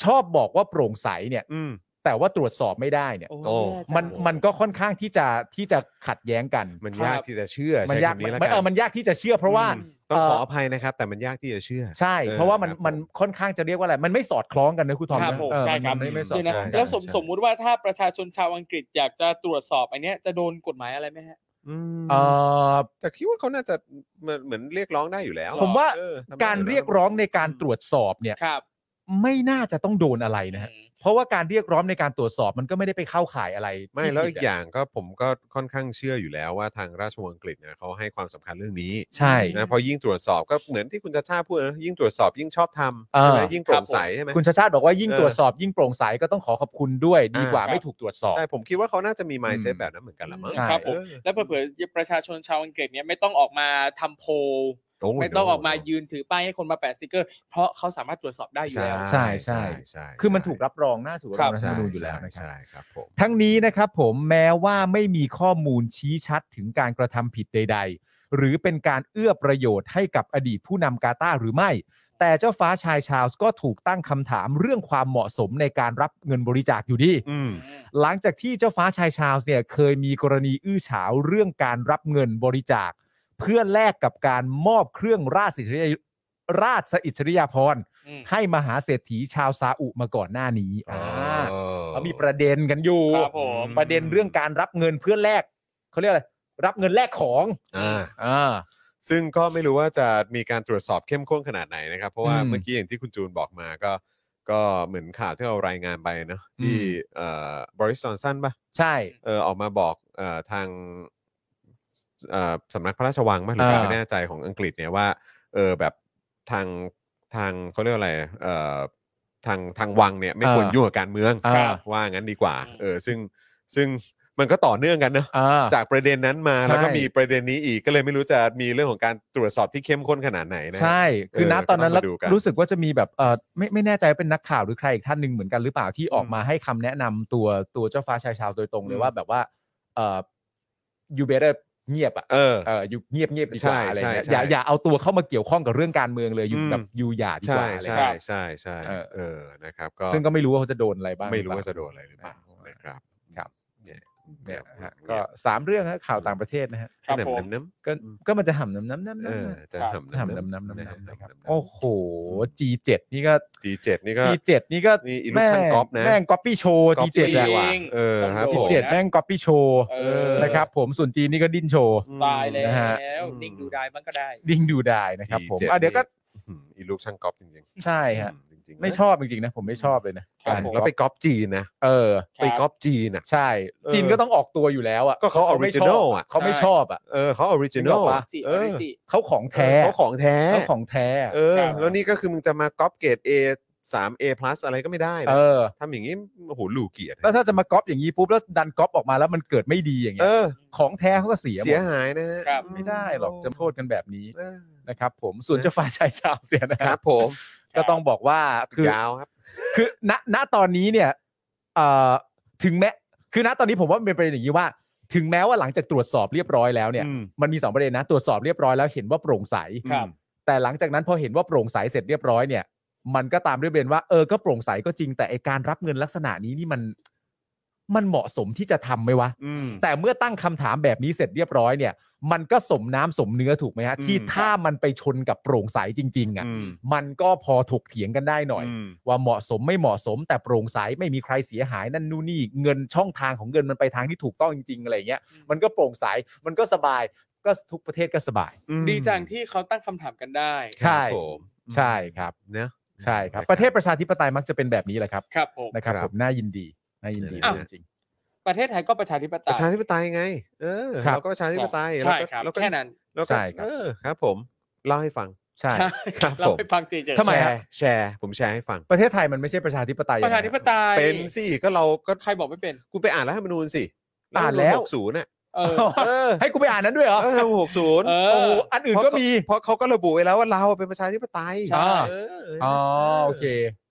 S3: ชอบบอกว่าโปร่งใสเนี่ย
S2: อืม
S3: แต่ว่าตรวจสอบไม่ได้เนี่ย
S2: โอ้
S3: มันมันก็ค่อนข้างที่จะที่จะขัดแย้งกัน
S2: มัน
S4: ครับ
S2: ยากที่จะเชื่อ
S3: มัน
S2: ใช้
S3: ยาก
S2: คำนี้แล้ว
S3: มัน
S2: กั
S3: เออมันยากที่จะเชื่อเพราะว่า
S2: อืมต้อง
S3: เอ่อ
S2: ขออภัยนะครับ แต่มันยากที่จะเชื่อ
S3: ใช่
S2: เออ
S3: เพราะว่ามัน
S2: ครับผม
S3: มันค่อนข้างจะเรียกว่าอะไร มันไม่สอดคล้องกันนะคุณทอม
S4: ครับ
S3: นะ
S4: ผม
S3: เออ
S4: ใช่ครับ
S3: มันไม่ไม่สอด
S4: เดี๋ย
S3: ค
S4: วนะ
S3: ล้องกั
S4: แล้ว
S3: น
S4: สมสมมุติว่าถ้าประชาชนชาวอังกฤษอยากจะตรวจสอบอันเนี้ยจะโดนกฎหมายอะไรไหมฮะ
S2: อืม
S3: เอ่อ
S2: แต่คิดว่าเขาน่าจะเหมือนเหมือนเรียกร้องได้อยู่แล้ว
S3: ผมว่า
S2: เออทำได้
S3: การ
S2: นะ
S3: เรียกร้องในการตรวจสอบเนี่ย
S4: ครับ
S3: ไม่น่าจะต้องโดนอะไรนะฮะ
S4: อืม
S3: เพราะว่าการเรียกร้องในการตรวจสอบมันก็ไม่ได้ไปเข้าข่ายอะไร
S2: ไม่
S3: ที่
S2: แล้ว
S3: ผิ
S2: อี
S3: ด
S2: ก
S3: อะ
S2: อย่างก็ผมก็ค่อนข้างเชื่ออยู่แล้วว่าทางราชวงศ์อังกฤษเนี่ยเขาให้ความสำคัญเรื่องนี้
S3: ใช่
S2: นะเพอยิ่งตรวจสอบก็เหมือนที่คุณชาชาติพูดนะยิ่งตรวจสอบยิ่งชอบทำ
S3: เออ
S2: ใช่ไหมยิ่งโปร่งใสใช่ไหม
S3: คุณชาชาติบอกว่ายิ่ง
S2: เออ
S3: ตรวจสอบยิ่งโปร่งใสก็ต้องขอขอบคุณด้วย ดีกว่า
S2: อ่า
S3: ไม่ถูกตรวจสอบ
S2: ใช่ผมคิดว่าเขาน่าจะมี mindset
S3: อืม
S2: แบบนั้นเหมือนกันละมั้ง
S3: ใช่
S4: ครับผม
S2: เออ
S4: แล้วเผื่อๆประชาชนชาวอังกฤษเนี่ยไม่ต้องออกมาทำโพล
S2: โย
S4: ไม่ต้องออกมา
S2: โ
S4: ยืนถือป้ายให้คนมาแปะสติกเกอร์ เพราะเขาสามารถตรวจสอบได้อยู่แล้ว
S3: ใช่ คือมันถูกรับรองน่าถูกรับรองรัฐธร
S2: ใช่
S3: รมนูญอยู่แล้วนะครับ
S2: ใช่ครับผม
S3: ทั้งนี้นะครับผมแม้ว่าไม่มีข้อมูลชี้ชัดถึงการกระทำผิดใด ๆ หรือเป็นการเอื้อประโยชน์ให้กับอดีตผู้นำกาตาร์หรือไม่ แต่เจ้าฟ้าชายชาร์ลส์ก็ถูกตั้งคำถามเรื่องความเหมาะสมในการรับเงินบริจาคอยู่ดี
S2: อืม
S3: หลังจากที่เจ้าฟ้าชายชาร์ลส์เนี่ยเคยมีกรณีอื้อฉาวเรื่องการรับเงินบริจาค เพื่อแลกกับการมอบเครื่องราชอิสริยาราชอิสริยาภรณ์
S4: อืม
S3: ให้มหาเศรษฐีชาวซาอุมาก่อนหน้านี้อ่า
S2: เออ
S3: เขามีประเด็นกันอยู่
S4: ครับผม
S3: ประเด็นเรื่องการรับเงินเพื่อแลกเขาเรียกอะไร รับเงินแลกของ
S2: อ่า
S3: อ่า
S2: ซึ่งก็ไม่รู้ว่าจะมีการตรวจสอบเข้มข้นขนาดไหนนะครับ เพราะว่า
S3: อืม
S2: เมื่อกี้อย่างที่คุณจูนบอกมาก็ ก็เหมือนข่าวที่เรารายงานไปเนอะที่
S3: อืม
S2: เอ่อบริสจอนสันปะ
S3: ใช่
S2: เออออกมาบอกเอ่อทางเอ่อสำนักพระราชวังมั้ยหรือเปล่า
S3: อ่า
S2: ไม่แน่ใจของอังกฤษเนี่ยว่าเออแบบทางทางเขาเรียกอะไรเอ่อทางทางวังเนี่ยไม่ควรยุ่งกับการเมือง
S3: อ่า
S2: ว่างั้นดีกว่า
S4: อืม
S2: เออซึ่งซึ่งมันก็ต่อเนื่องกันเนอะ
S3: อ่า
S2: จากประเด็นนั้นมา
S3: ใช่
S2: แล้วก็มีประเด็นนี้อีกก็เลยไม่รู้จะมีเรื่องของการตรวจสอบที่เข้มข้นขนาดไหนนะ
S3: ใช่ คือณ
S2: เออ
S3: ตอนนั้น
S2: ก็
S3: แล้ว
S2: ต้องมาดูกัน
S3: รู้สึกว่าจะมีแบบเออไม่ไม่แน่ใจว่าเป็นนักข่าวหรือใครอีกท่านหนึ่งเหมือนกันหรือเปล่าที่ออกมาให้คำแนะนำตัวตัวเจ้าฟ้าชายชาวโดยตรงเลยว่าแบบว่าเออ you better เงียบอ่ะ
S2: เออ
S3: เอออยู่เงียบเงียบดีกว่า
S2: ใช่
S3: อะไรเงี้ย
S2: ใช่
S3: อย่าอย่าเอาตัวเข้ามาเกี่ยวข้องกับเรื่องการเมืองเลยอยู่
S2: อืม
S3: แบบอยู่อย่าดีก
S2: ใช่
S3: ว่าอะไร
S2: ใช่
S3: เงี้ย
S2: ใช่ใช่
S3: เออ
S2: เออนะครับก็
S3: ซึ่งก็ไม่รู้ว่าเขาจะโดนอะไรบ้าง
S2: ไม่รู้ว่าจะโดนอะไรหรือเปล่านะครับ
S3: ครับ
S2: เนี่ย
S3: เนี่ยนะฮะก็สามเรื่องฮะข่าวต่างประเทศนะฮะ
S4: ครับ
S2: น้ำ
S4: ผม
S2: น้ำน้ำ
S3: ก็ก็มันจะห่ำน้ำน้ำน้ำ
S2: เออ
S3: น้ำน้ำ
S2: จะ
S4: ครับ
S2: ทำน้ำ
S3: ห่ำน้ำน้ำน้ำ
S2: นะ
S3: น้ำ
S2: ฮะ
S3: น้ำนะครับ
S2: น้ำน้ำ
S3: โอ้โห G7 นี่ก็
S2: ทีเจ็ดนี่ก็
S3: G7 นี่ก็
S2: นี่อีลูก
S3: แม่
S2: ชั่น
S3: ง
S2: ก๊อปนะ
S3: แม่งก๊อปปี้โชว์
S2: ก๊อป
S3: G7
S2: ดี
S3: อะ
S2: ว่ะเออครับผม
S3: G7 แม่งก๊อปปี้โชว์
S4: เออ
S3: นะครับผมส่วนจีนนี่ก็ดิ้นโชว์
S4: ตายแล้
S3: นะฮะ
S4: ว นิ่งดูได้มันก็ได้
S3: ดิ้นดูได้นะครับผม
S2: G7
S3: อ่ะเดี๋ยวก็
S2: อืมอีลูกช่างก๊อปจริงๆ
S3: ใช่ฮะ
S2: อืมจริงๆ
S3: ไม่ชอบจริงๆนะ ผมไม่ชอบเลยนะ
S4: ครั
S3: กา
S4: บ
S3: ร
S4: ผม
S2: แล้วไปก๊อปจีนนะ
S3: เออ
S2: ไปก๊อปจีนอ่ะ
S3: ใช่
S2: เออ
S3: จีนก็ต้องออกตัวอยู่แล้วอ่ะ
S2: ก็เขา
S3: ไม่
S2: original
S3: ชบ
S2: อะ
S3: เขาไม่ชอบอ่ะ
S2: เออเขาออริจินอล
S3: นึกออกปะ
S4: จิ
S2: เอ
S4: ออ
S2: อ
S4: ริจิ
S3: เขาของแท้
S2: เขาของแท้
S3: เขาของแท้
S2: เออ
S4: ครับ
S2: แล้วนี่ก็คือมึงจะมาก๊อปเกรด A 3 A plus อะไรก็ไม่ได้นะ
S3: เออ
S2: ทำอย่างนี้โอ้โหหลูเกียรตินะ
S3: แล้วถ้าจะมาก๊อปอย่างนี้ปุ๊บแล้วดันก๊อปออกมาแล้วมันเกิดไม่ดีอย่าง
S2: เอ
S3: เงี้ย
S2: อ
S3: ของแท้เขาก็เสียหมด
S2: เสียหายนะฮะ
S4: ครับ
S3: ไม่ได้หรอกจะโทษกันแบบนี้
S2: เออ
S3: นะครับผมส่วนเจ้าฟ้าชายชาวเสียนะ
S2: ค
S3: ค
S2: รั
S3: รั
S2: บบ ผม
S3: ก็ต้องบอกว่าคือย
S2: าวครับ
S3: คือณณตอนนี้เนี่ยเอ่อถึงแม้คือณตอนนี้ผมว่ามันเป็นประเด็นอย่างนี้ว่า ถึงแม้ว่าหลังจากตรวจสอบเรียบร้อยแล้วเนี่ย
S2: อืม
S3: มันมีสองประเด็นนะตรวจสอบเรียบร้อยแล้วเห็นว่าโปร่งใส
S4: ครับ
S3: แต่หลังจากนั้นพอเห็นว่าโปร่งใสเสร็จเรียบร้อยเนี่ย มันก็ตามด้วยประเด็นว่าเออก็โปร่งใสก็จริงแต่ไอการรับเงินลักษณะนี้นี่มันมันเหมาะสมที่จะทำไหมวะ
S2: อืม
S3: แต่เมื่อตั้งคำถามแบบนี้เสร็จเรียบร้อยเนี่ย มันก็สมน้ำสมเนื้อถูกไหมฮะ
S2: อืม
S3: ที่ถ้ามันไปชนกับโปร่งใสจริง ๆ อ่ะ
S2: อืม
S3: มันก็พอถกเถียงกันได้หน่อย
S2: อืม
S3: ว่าเหมาะสมไม่เหมาะสม แต่โปร่งใสไม่มีใครเสียหายนั่นนู่นนี่เงินช่องทางของเงินมันไปทางที่ถูกต้องจริง ๆ อะไรเงี้ยมันก็โปร่งใสมันก็สบายก็ทุกประเทศก็สบาย
S2: อืม
S4: ดีจังที่เขาตั้งคำถามกันได้
S3: ใช่
S2: ครับผม
S3: ใช่ครับ
S2: เนอะ
S3: ใช่ครับ ประเทศประชาธิปไตยมักจะเป็นแบบนี้แหละครับ
S4: ครับผม
S3: นะครับ
S2: ครับ
S3: ผมน่ายินดีน่ายินดี
S4: อ้าว
S3: จริง
S4: ประเทศไทยก็ประชาธิปไต
S2: ป
S4: ย
S2: ระชาธิปไตยไง เออ
S3: ครับ
S2: เราก็ประชาธิปไตย
S4: ใช่ครับ
S2: แล้วก็
S4: แค่นั้น
S2: แล้วก็
S3: ใช่ครับ
S2: เออครับ ผมเล่าให้ฟัง
S3: ๆใช่
S4: ใช่
S2: ครับ
S4: เรา
S2: ผม
S4: ไปฟังเจเจ
S3: ทำไม
S2: แช
S3: ฮะ
S2: ร์แชร์ผมแชร์ให้ฟัง
S3: ประเทศไทยมันไม่ใช่ประชาธิปไตย
S4: ประชาธิปไตย
S2: เป็นสิก็เราก็
S4: ใครบอกไม่เป็น
S2: กูไปอ่านรัฐธรรมนูญสิ
S3: อ่านแล้ว
S2: หกศูนย์น่ะ
S4: เออ
S2: เออ
S3: ให้กูไปอ่านนั้นด้วยเหรอ
S2: เออรัฐธรรมนูญหกศูนย์
S4: เออ
S3: โอ้โหอันอื่นก็มี
S2: เพราะเขาก็ระบุไว้แล้วว่าเราเป็นประชาธิปไตย
S4: ใช่
S2: เออ
S3: อ๋อโอเค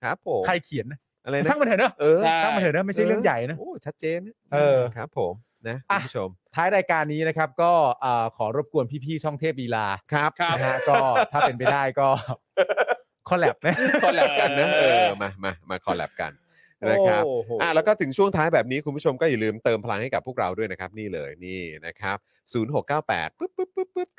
S2: ครับผม
S3: ใครเขียนนะ
S2: อะไรนะ
S3: ช่างมันเถอะเนอะ
S2: เออ
S4: ใช่
S3: ช่างมันเถอะเนอะไม่ใช่เรื่องใหญ่นะ
S2: โอ้ชัดเจนนะ
S3: เออ
S2: ครับ ผมนะ
S3: อ่ะ
S2: คุณผู้ชม
S3: ท้ายรายการนี้นะครับ ก็เอ่อขอรบกวนพี่ๆช่องเทพลีลา
S2: ครับ
S4: ครับ
S3: นะฮะก็ถ้าเป็นไปได้ก็ คอลแลบนะ
S2: คอลแลบกันนะเออมามามาคอลแลบกันนะครับ
S3: โอ้โห
S2: อ่ะแล้วก็ถึงช่วงท้ายแบบนี้คุณผู้ชมก็อย่าลืมเติมพลังให้กับพวกเราด้วยนะครับนี่เลยนี่นะครับ 0698ปึ๊บปึ๊บปึ๊บปึ๊บ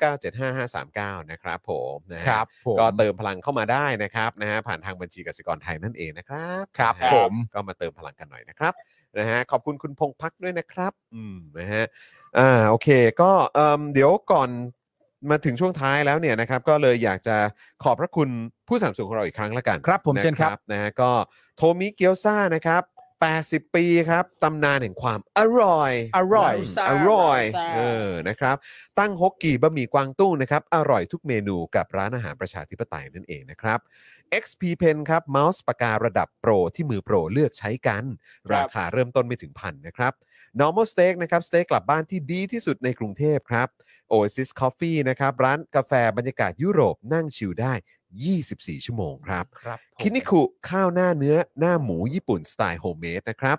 S2: 975539 นะครับผมนะฮะ
S3: ครับผม
S2: ก็เติมพลังเข้ามาได้นะครับนะฮะผ่านทางบัญชีกสิกรไทยนั่นเองนะครับ
S3: ครับ
S2: นะฮะ
S3: ผม
S2: ก็มาเติมพลังกันหน่อยนะครับนะฮะขอบคุณคุณพงพักด้วยนะครับอืมนะฮะอ่าโอเคก็เอิ่มเดี๋ยวก่อนมาถึงช่วงท้ายแล้วเนี่ยนะครับก็เลยอยากจะขอบพระคุณผู้สนัมสูงของเราอีกครั้งละกัน
S3: ครับผมเชิญครับ
S2: นะนะฮะก็โทมิเกียวซ่านะครับ 80 ปีครับตำนานแห่งความอร่อย
S3: อร่อย
S4: ซ่า
S2: อร่อย
S4: ซ่า
S2: เออนะครับ ตั้งฮกกี่บะหมี่กวางตุ้งนะครับ อร่อยทุกเมนูกับร้านอาหารประชาธิปไตยนั่นเองนะครับ XP Pen ครับเมาส์ปากการะดับโปรที่มือโปรเลือกใช้กัน
S4: ครับ
S2: ราคาเริ่มต้นไม่ถึงพันนะครับ normal steak นะครับสเต็กกลับบ้านที่ดีที่สุดในกรุงเทพครับ Oasis Coffee นะครับ ร้านกาแฟบรรยากาศยุโรปนั่งชิลได้ 24 ชั่วโมงครับ
S3: ครับผม
S2: คินิคุข้าวหน้าเนื้อหน้าหมูญี่ปุ่นสไตล์โฮมเมดนะครับ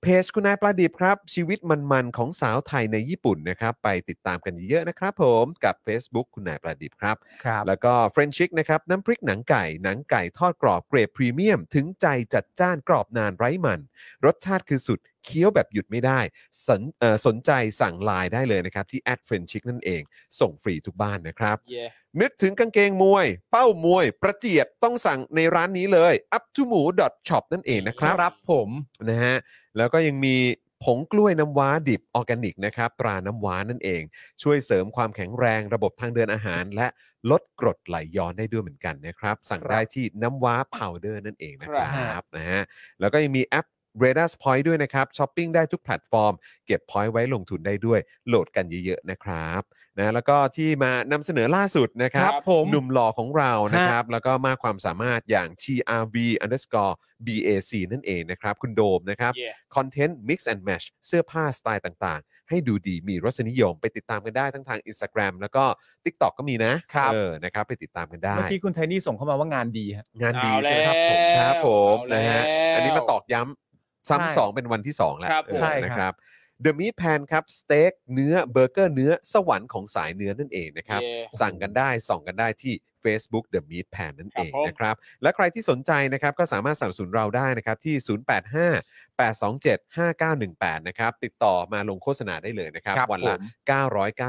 S2: เพจคุณนายปลาดิบครับ ชีวิตมันๆ ของสาวไทยในญี่ปุ่นนะครับ ไปติดตามกันเยอะๆนะครับผมกับ Facebook คุณนายปลาดิบครับ
S3: ครับ
S2: แล้วก็เฟรนชิกนะครับ น้ำพริกหนังไก่ หนังไก่ทอดกรอบเกรดพรีเมียม ถึงใจจัดจ้านกรอบนานไร้มัน รสชาติคือสุดเคี้ยวแบบหยุดไม่ได้ สนเอ่อสนใจสั่งไลน์ได้เลยนะครับ ที่แอดเฟรนชิกนั่นเอง ส่งฟรีทุกบ้านนะครับ
S4: เย่
S2: นึกถึงกางเกงมวย เป้ามวย ประเจียดต้องสั่งในร้านนี้เลย up to หมู shop นั่นเองนะครับ
S3: ครับผม
S2: นะฮะแล้วก็ยังมีผงกล้วยน้ำว้าดิบออร์แกนิกนะครับตราน้ำว้านั่นเอง ช่วยเสริมความแข็งแรงระบบทางเดินอาหาร และลดกรดไหลย้อนได้ด้วยเหมือนกันนะครับ สั่งได้ที่น้ำว้าพาวเดอร์นั่นเองนะครับนะฮะแล้วก็ยังมีแอป r a d a r Point ด้วยนะครับช้อปปิ้งได้ทุกแพลตฟอร์ม เก็บ Point ไว้ลงทุนได้ด้วยโหลดกันเยอะๆนะครับนะแล้วก็ที่มานำเสนอล่าสุดนะค
S3: ค
S2: รั
S3: รับ บผม
S2: หนุ่มหล่อของเรานะครับ แล้วก็มากความสามารถอย่าง TRV underscore BAC นั่นเองนะครับ คุณโดมนะครับ
S4: เย่
S2: คอนเทนต์ Mix and Match เสื้อผ้าสไตล์ต่างๆ ให้ดูดีมีรสนิยม ไปติดตามกันได้ทั้งทาง Instagram แล้วก็ TikTok ก็มีนะครับ เออนะครับ ไปติดตามกันได้
S3: เมื่อกี้คุณไทนี่ส่งเข้ามาว่างานดีฮะ
S2: งานดี
S4: เอา
S2: ใช่ไหมครับผม
S4: แล้ว
S2: ครับผม
S4: เอาแล้ว
S2: นะฮะอันนี้มาตอกย้ำ
S3: ใช่
S2: ซ้ำสองเป็นวันที่ 2 แล้ว
S4: ครับ
S2: เออ
S3: ใช่ครับ
S2: นะครับเดอะมีแพนครับสเต็กเนื้อเบอร์เกอร์เนื้อสวรรค์ของสายเนื้อนั่นเองนะครับ
S4: เย่
S2: สั่งกันได้ ส่องกันได้ที่ Facebook The Meat Pan นั่น
S4: ครั
S2: เอบ ง
S4: ผม
S2: นะครับ และใครที่สนใจนะครับ ก็สามารถสนับสนุนเราได้นะครับ ที่ 085 827 5918 นะครับ ติดต่อมาลงโฆษณาได้เลยนะครับ
S3: ครับ
S2: วันละ
S3: ผม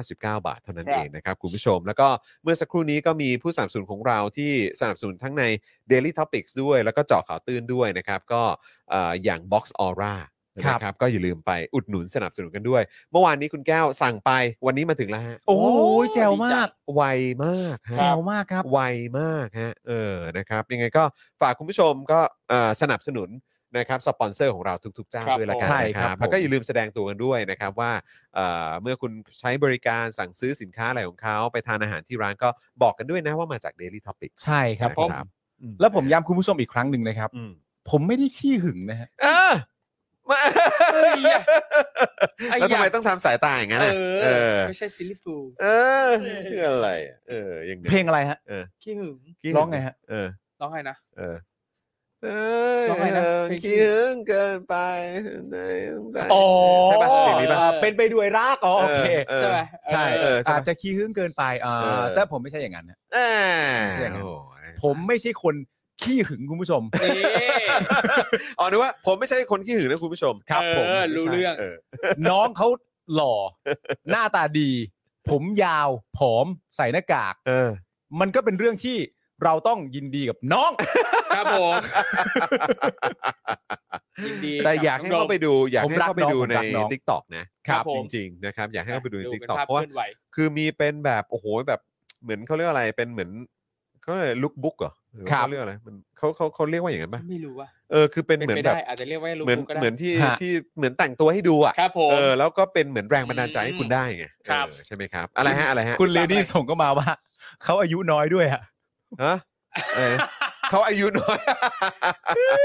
S2: 999 บาทเท่านั้น
S4: ครับ
S2: เองนะครับ คุณผู้ชม แล้วก็เมื่อสักครู่นี้ก็มีผู้สนับสนุนของเราที่สนับสนุนทั้งใน Daily Topics ด้วย แล้วก็เจาะข่าวตื้นด้วยนะครับ ก็เอ่ออย่าง Box Aura
S3: ครับ
S2: นะครับก็อย่าลืมไปอุดหนุนสนับสนุนกันด้วย เมื่อวานนี้คุณแก้วสั่งไปวันนี้มาถึงแล้วฮะ
S3: โอ้ยแจ๋วมาก
S2: ไวมากฮะ
S3: แจ๋วมากครับ
S2: ไวมากฮะเออนะครับยังไงก็ฝากคุณผู้ชมก็เอ่อสนับสนุนนะครับสปอนเซอร์ของเราทุกๆเจ้า
S4: ครับ
S2: ด้วยละกัน
S3: ผมใช่
S2: นะค
S3: ครั
S2: รับบ
S3: ผม
S2: แล้วก็อย่าลืมแสดงตัวกันด้วยนะครับว่าเอ่อเมื่อคุณใช้บริการสั่งซื้อสินค้าอะไรของเขาไปทานอาหารที่ร้านก็บอกกันด้วยนะว่ามาจาก Daily Topic
S3: ใช่ครับ
S2: นะ
S3: ผม
S2: อื
S3: แล้วผมย้ำคุณผู้ชมอีกครั้งหนึ่งนะครับ
S2: อืม
S3: ผมไม่ได้ขี้หึงนะฮะ
S2: เออมา
S4: เอ้ยอ่ะไอ้
S2: แล้วทำไม
S4: ยะ
S2: ต้องทำสายตาอย่างนั้น
S4: เอ
S2: น่ะเอ
S4: อ
S2: อ
S4: ไม่ใช่ซิลิฟูล
S2: เออคืออะไรอ่ะเออยังไง
S3: เพลงอะไรฮะ
S4: ขี้หึง
S2: ขี้หึ
S3: ร้องไงฮะ
S2: เออ
S4: ร้องไห้นะ
S2: เออเอย
S4: ร้องไงนะเพลง
S2: คิดถึงเกินไปในใจใช่ป่ะเพลงนี้ป่ะ
S3: อ่าเป็นไปด้วยรักอ๋อโอเค
S2: เออ
S4: ใช่ไหม
S3: ใช่
S2: เออใช่ไหม
S3: อาจจะขี้หึงเกินไปอ่า
S2: เออ
S3: แต่ผมไม่ใช่อย่างนั้นนะ
S2: แอ่
S3: ใช่อย่างนั้น
S2: โอ้ย
S3: ผมไม่ใช่คนขี้หึงคุณผู้ชม
S4: เออนี่
S2: อ๋อนึกว่าผมไม่ใช่คนขี้หึงนะคุณผู้ชม
S3: ครับผม
S4: เออรู้เรื่อง
S2: เออ
S3: น้องเขา หล่อ หน้าตาดี ผมยาว ผอม ใส่หน้ากาก
S2: เออ
S3: มันก็เป็นเรื่องที่เราต้องยินดีกับน้อง
S4: ครับผมยินดี
S2: แต่อยากให้
S4: น้
S2: เข้าง
S4: ๆ
S2: ไปดู อยาก
S3: ผม
S2: ให้
S3: รัก
S2: เข้าไป
S3: น้อง
S2: ดู
S3: ผม
S2: ใน
S3: รักน้อง
S2: t ิ k t o k นะครับ จริงๆนะครับ อยากให้เข้าไปดูใน
S4: ดู
S2: t ิ k
S4: เป็น
S2: t o k
S4: ภาพ
S2: เพราะ
S4: เค
S2: ว่า
S4: ลื่อนไหว
S2: คือมีเป็นแบบโอ้โหแบบเหมือนเขาเรียกอะไรเป็นเหมือนเขาเรียกลุคบุ๊กเหรอหรือว่า
S3: ครับ
S2: เขาเรียกอะไรมันเขาเขาเขาเรียกว่าอย่างนั้นป่ะ
S4: ไม่รู้ว่า
S2: เออคือเป็น
S4: เป็น
S2: เหมือ
S4: ไป
S2: นแบ
S4: ได้
S2: บ
S4: อาจจะเรียกว่าลูก
S2: เหมือน
S4: ก็ได้
S2: เหมือนที่
S3: ฮะ
S2: ที่เหมือนแต่งตัวให้ดูอ่ะ
S4: ครับผม
S2: เออแล้วก็เป็นเหมือนแรงบันดาลใจให้
S4: อืม
S2: คุณได้ไง
S4: ครับ
S2: เออใช่ไหมครับ อะไรฮะอะไรฮะ
S3: คุณเลดี้ส่งก็มาว่า เขาอายุน้อยด้วยฮะ
S2: ฮะเออเขาอายุน้อย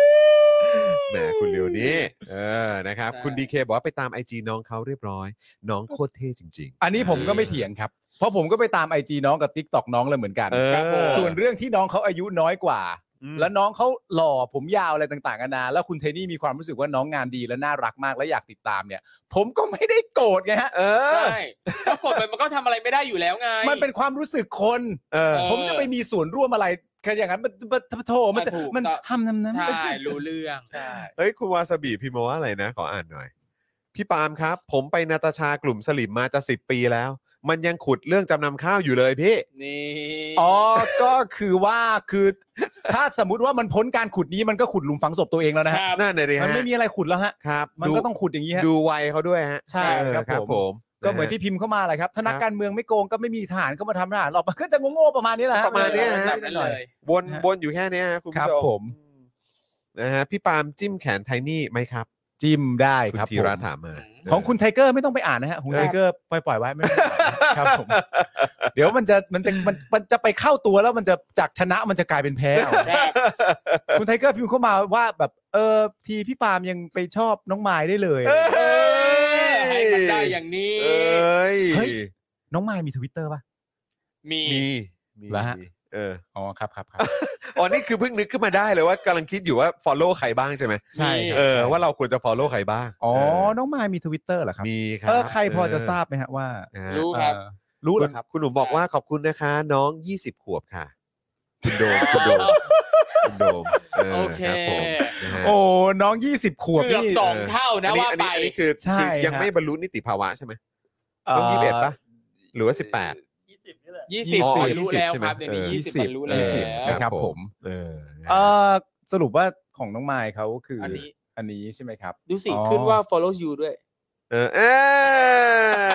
S2: แหมคุณเร็วนี้เออนะครับ
S4: ใช่
S2: คุณดีเคบอกว่าไปตามไอจีน้องเขาเรียบร้อย น้องโคตรเท่จริง
S3: อันนี้ผมก็ไม่เถียงครับ เพราะผมก็ไปตามไอจีน้องกับทิกตอกน้องเลยเหมือนกัน
S2: เออ
S3: ครับผมส่วนเรื่องที่น้องเขาอายุน้อยกว่า
S2: ๆอืม
S3: แล้วน้องเขาหล่อผมยาวอะไรต่างๆกันานาแล้วคุณเทนี่มีความรู้สึกว่าน้องงานดีและน่ารักมากและอยากติดตามเนี่ย ผมก็ไม่ได้โกรธไงฮะ
S2: เออ
S4: ใช่ถ้ากดไปมันก็ทำอะไรไม่ได้อยู่แล้วไง
S3: มันเป็นความรู้สึกคน
S2: เออ
S4: เออ
S3: ผมจะไปมีส่วนร่วมอะไรแค่อย่างนั้นมันมันมันโถมัน
S4: ถูก
S3: มัน
S4: ต้อง
S3: ทำนำนั้น
S4: ใช่รู้เรื่อง
S5: ใช่
S2: เฮ้ยคุณวาสบีพิมพ์มาว่าอะไรนะ ขออ่านหน่อย พี่ปาล์มครับ ผมไปนาตาชากลุ่มสลิมมาจะสิบปีแล้ว มันยังขุดเรื่องจำนำข้าวอยู่เลยพี่
S4: นี่
S3: อ๋อก็คือว่าคือถ้าสมมติว่ามันพ้นการขุดนี้มันก็ขุดหลุมฝังศพตัวเองแล้วนะ
S4: ค
S3: ฮะ
S4: รับ
S2: นั่นเลยดิ
S3: มัน
S2: ฮะ
S3: ไม่มีอะไรขุดแล้วฮะ
S2: ครับ
S3: มัน
S2: ดู
S3: ก็ต้องขุดอย่างนี้ฮะ
S2: ดูวัยเขาด้วยฮะ
S3: ใช่
S2: เออ
S3: ครับ
S2: ครับ
S3: ผ
S2: ผม ม
S3: ก็เหมือนที่พิมพ์เข้ามาแหละครับ ถ้านักการเมืองไม่โกงก็ไม่มีทหารเข้ามาทำทหารหรอกมันก็จะโง่ๆประมาณนี้แหละฮ
S2: ประมาณเนี้ยฮะ
S4: จับได้เลย
S2: วน
S3: ะฮะ
S2: วนอยู่แค่เนี้ยฮะคุณ
S3: ค
S2: ผู้
S3: รับ
S2: ชม
S3: ผม
S2: นะฮะพี่ปาล์มจิ้มแขนไทนี่ไหมครับ
S3: จิ้มได้
S2: คุณ
S3: ครับ
S2: ธี
S3: ผม
S2: ระถามมา
S4: อืม
S3: ของคุณไทเกอร์ไม่ต้องไปอ่านนะฮะของไทเกอร์ปล่อยปล่อยๆไว้ไม่ต้องไปอ่านครับผมเดี๋ยวมันจะมันจะมันมันจะไปเข้าตัวแล้วมันจะจากชนะมันจะกลายเป็นแพ้เอา
S4: ครับ
S3: คุณไทเกอร์พิมพ์เข้ามาว่าแบบเออทีพี่ปาล์มยังไปชอบน้องไมายได้เลย
S2: เอ้
S4: เออให้มันได้
S2: ย
S4: อย่างนี้
S2: เอ้ย
S3: เฮ้ย น้องไมายมีทวิตเตอร์ป่ะ
S4: มี
S2: มีมี
S3: เหรอฮะ
S2: เออ
S3: อ๋อครับครับครับ
S2: อ๋อนี่คือเพิ่งนึกขึ้นมาได้เลยว่ากำลังคิดอยู่ว่า follow ใครบ้างใช่ไหม
S3: ใช่ครับ
S2: เออว่าเราควรจะ follow ใครบ้าง
S3: อ๋อ
S2: เ
S3: น้องไมายมีทวิตเตอร์เหรอครับ
S2: มีครั
S3: เออใครพอจะทราบไหมฮะว่า
S2: นะฮะ
S4: รู้ครับ
S3: เอ่อรู้เหรอครับ
S2: ณคุณหนุ่มบอกว่าขอบคุณนะคะ น้อง 20 ขวบค่ะ คุณโดมคุณโด มคุณโดม
S4: โอเค
S2: รับผมนะฮะ
S3: โอ้ น้อง 20 ขวบ
S4: เกือบ
S3: นี่
S4: สองเท่านะ
S2: อั
S4: ว่า
S2: อั
S4: ไป
S2: อันนี้คือ
S3: ใช่
S2: คือยัง
S3: ฮะ
S2: ไม่บรรลุนิติภาวะใช่ไหมต้องยี่สิบเอ็ดปะหรือว่าสิบแปด
S5: ยี่สิบนี่แหละ
S4: ยี่สิบ
S2: อ๋อ
S4: รู้แล้ว
S2: ใช่ไหม
S4: ครับเดี๋ยวนี้
S2: เออ
S4: ยี่สิบบรรลุ
S2: เอ
S4: แล้
S2: อ
S4: ว
S3: นะครับผม
S2: เออนะ
S3: เอ
S2: ฮะ
S3: อสรุปว่าของน้องไมายเขาคืออั
S4: นนี้
S3: อันนี้ใช่ไหมครับ
S4: ดูสิ
S3: อ๋อ
S4: ขึ้นว่า follow you ด้วย
S2: เออเออ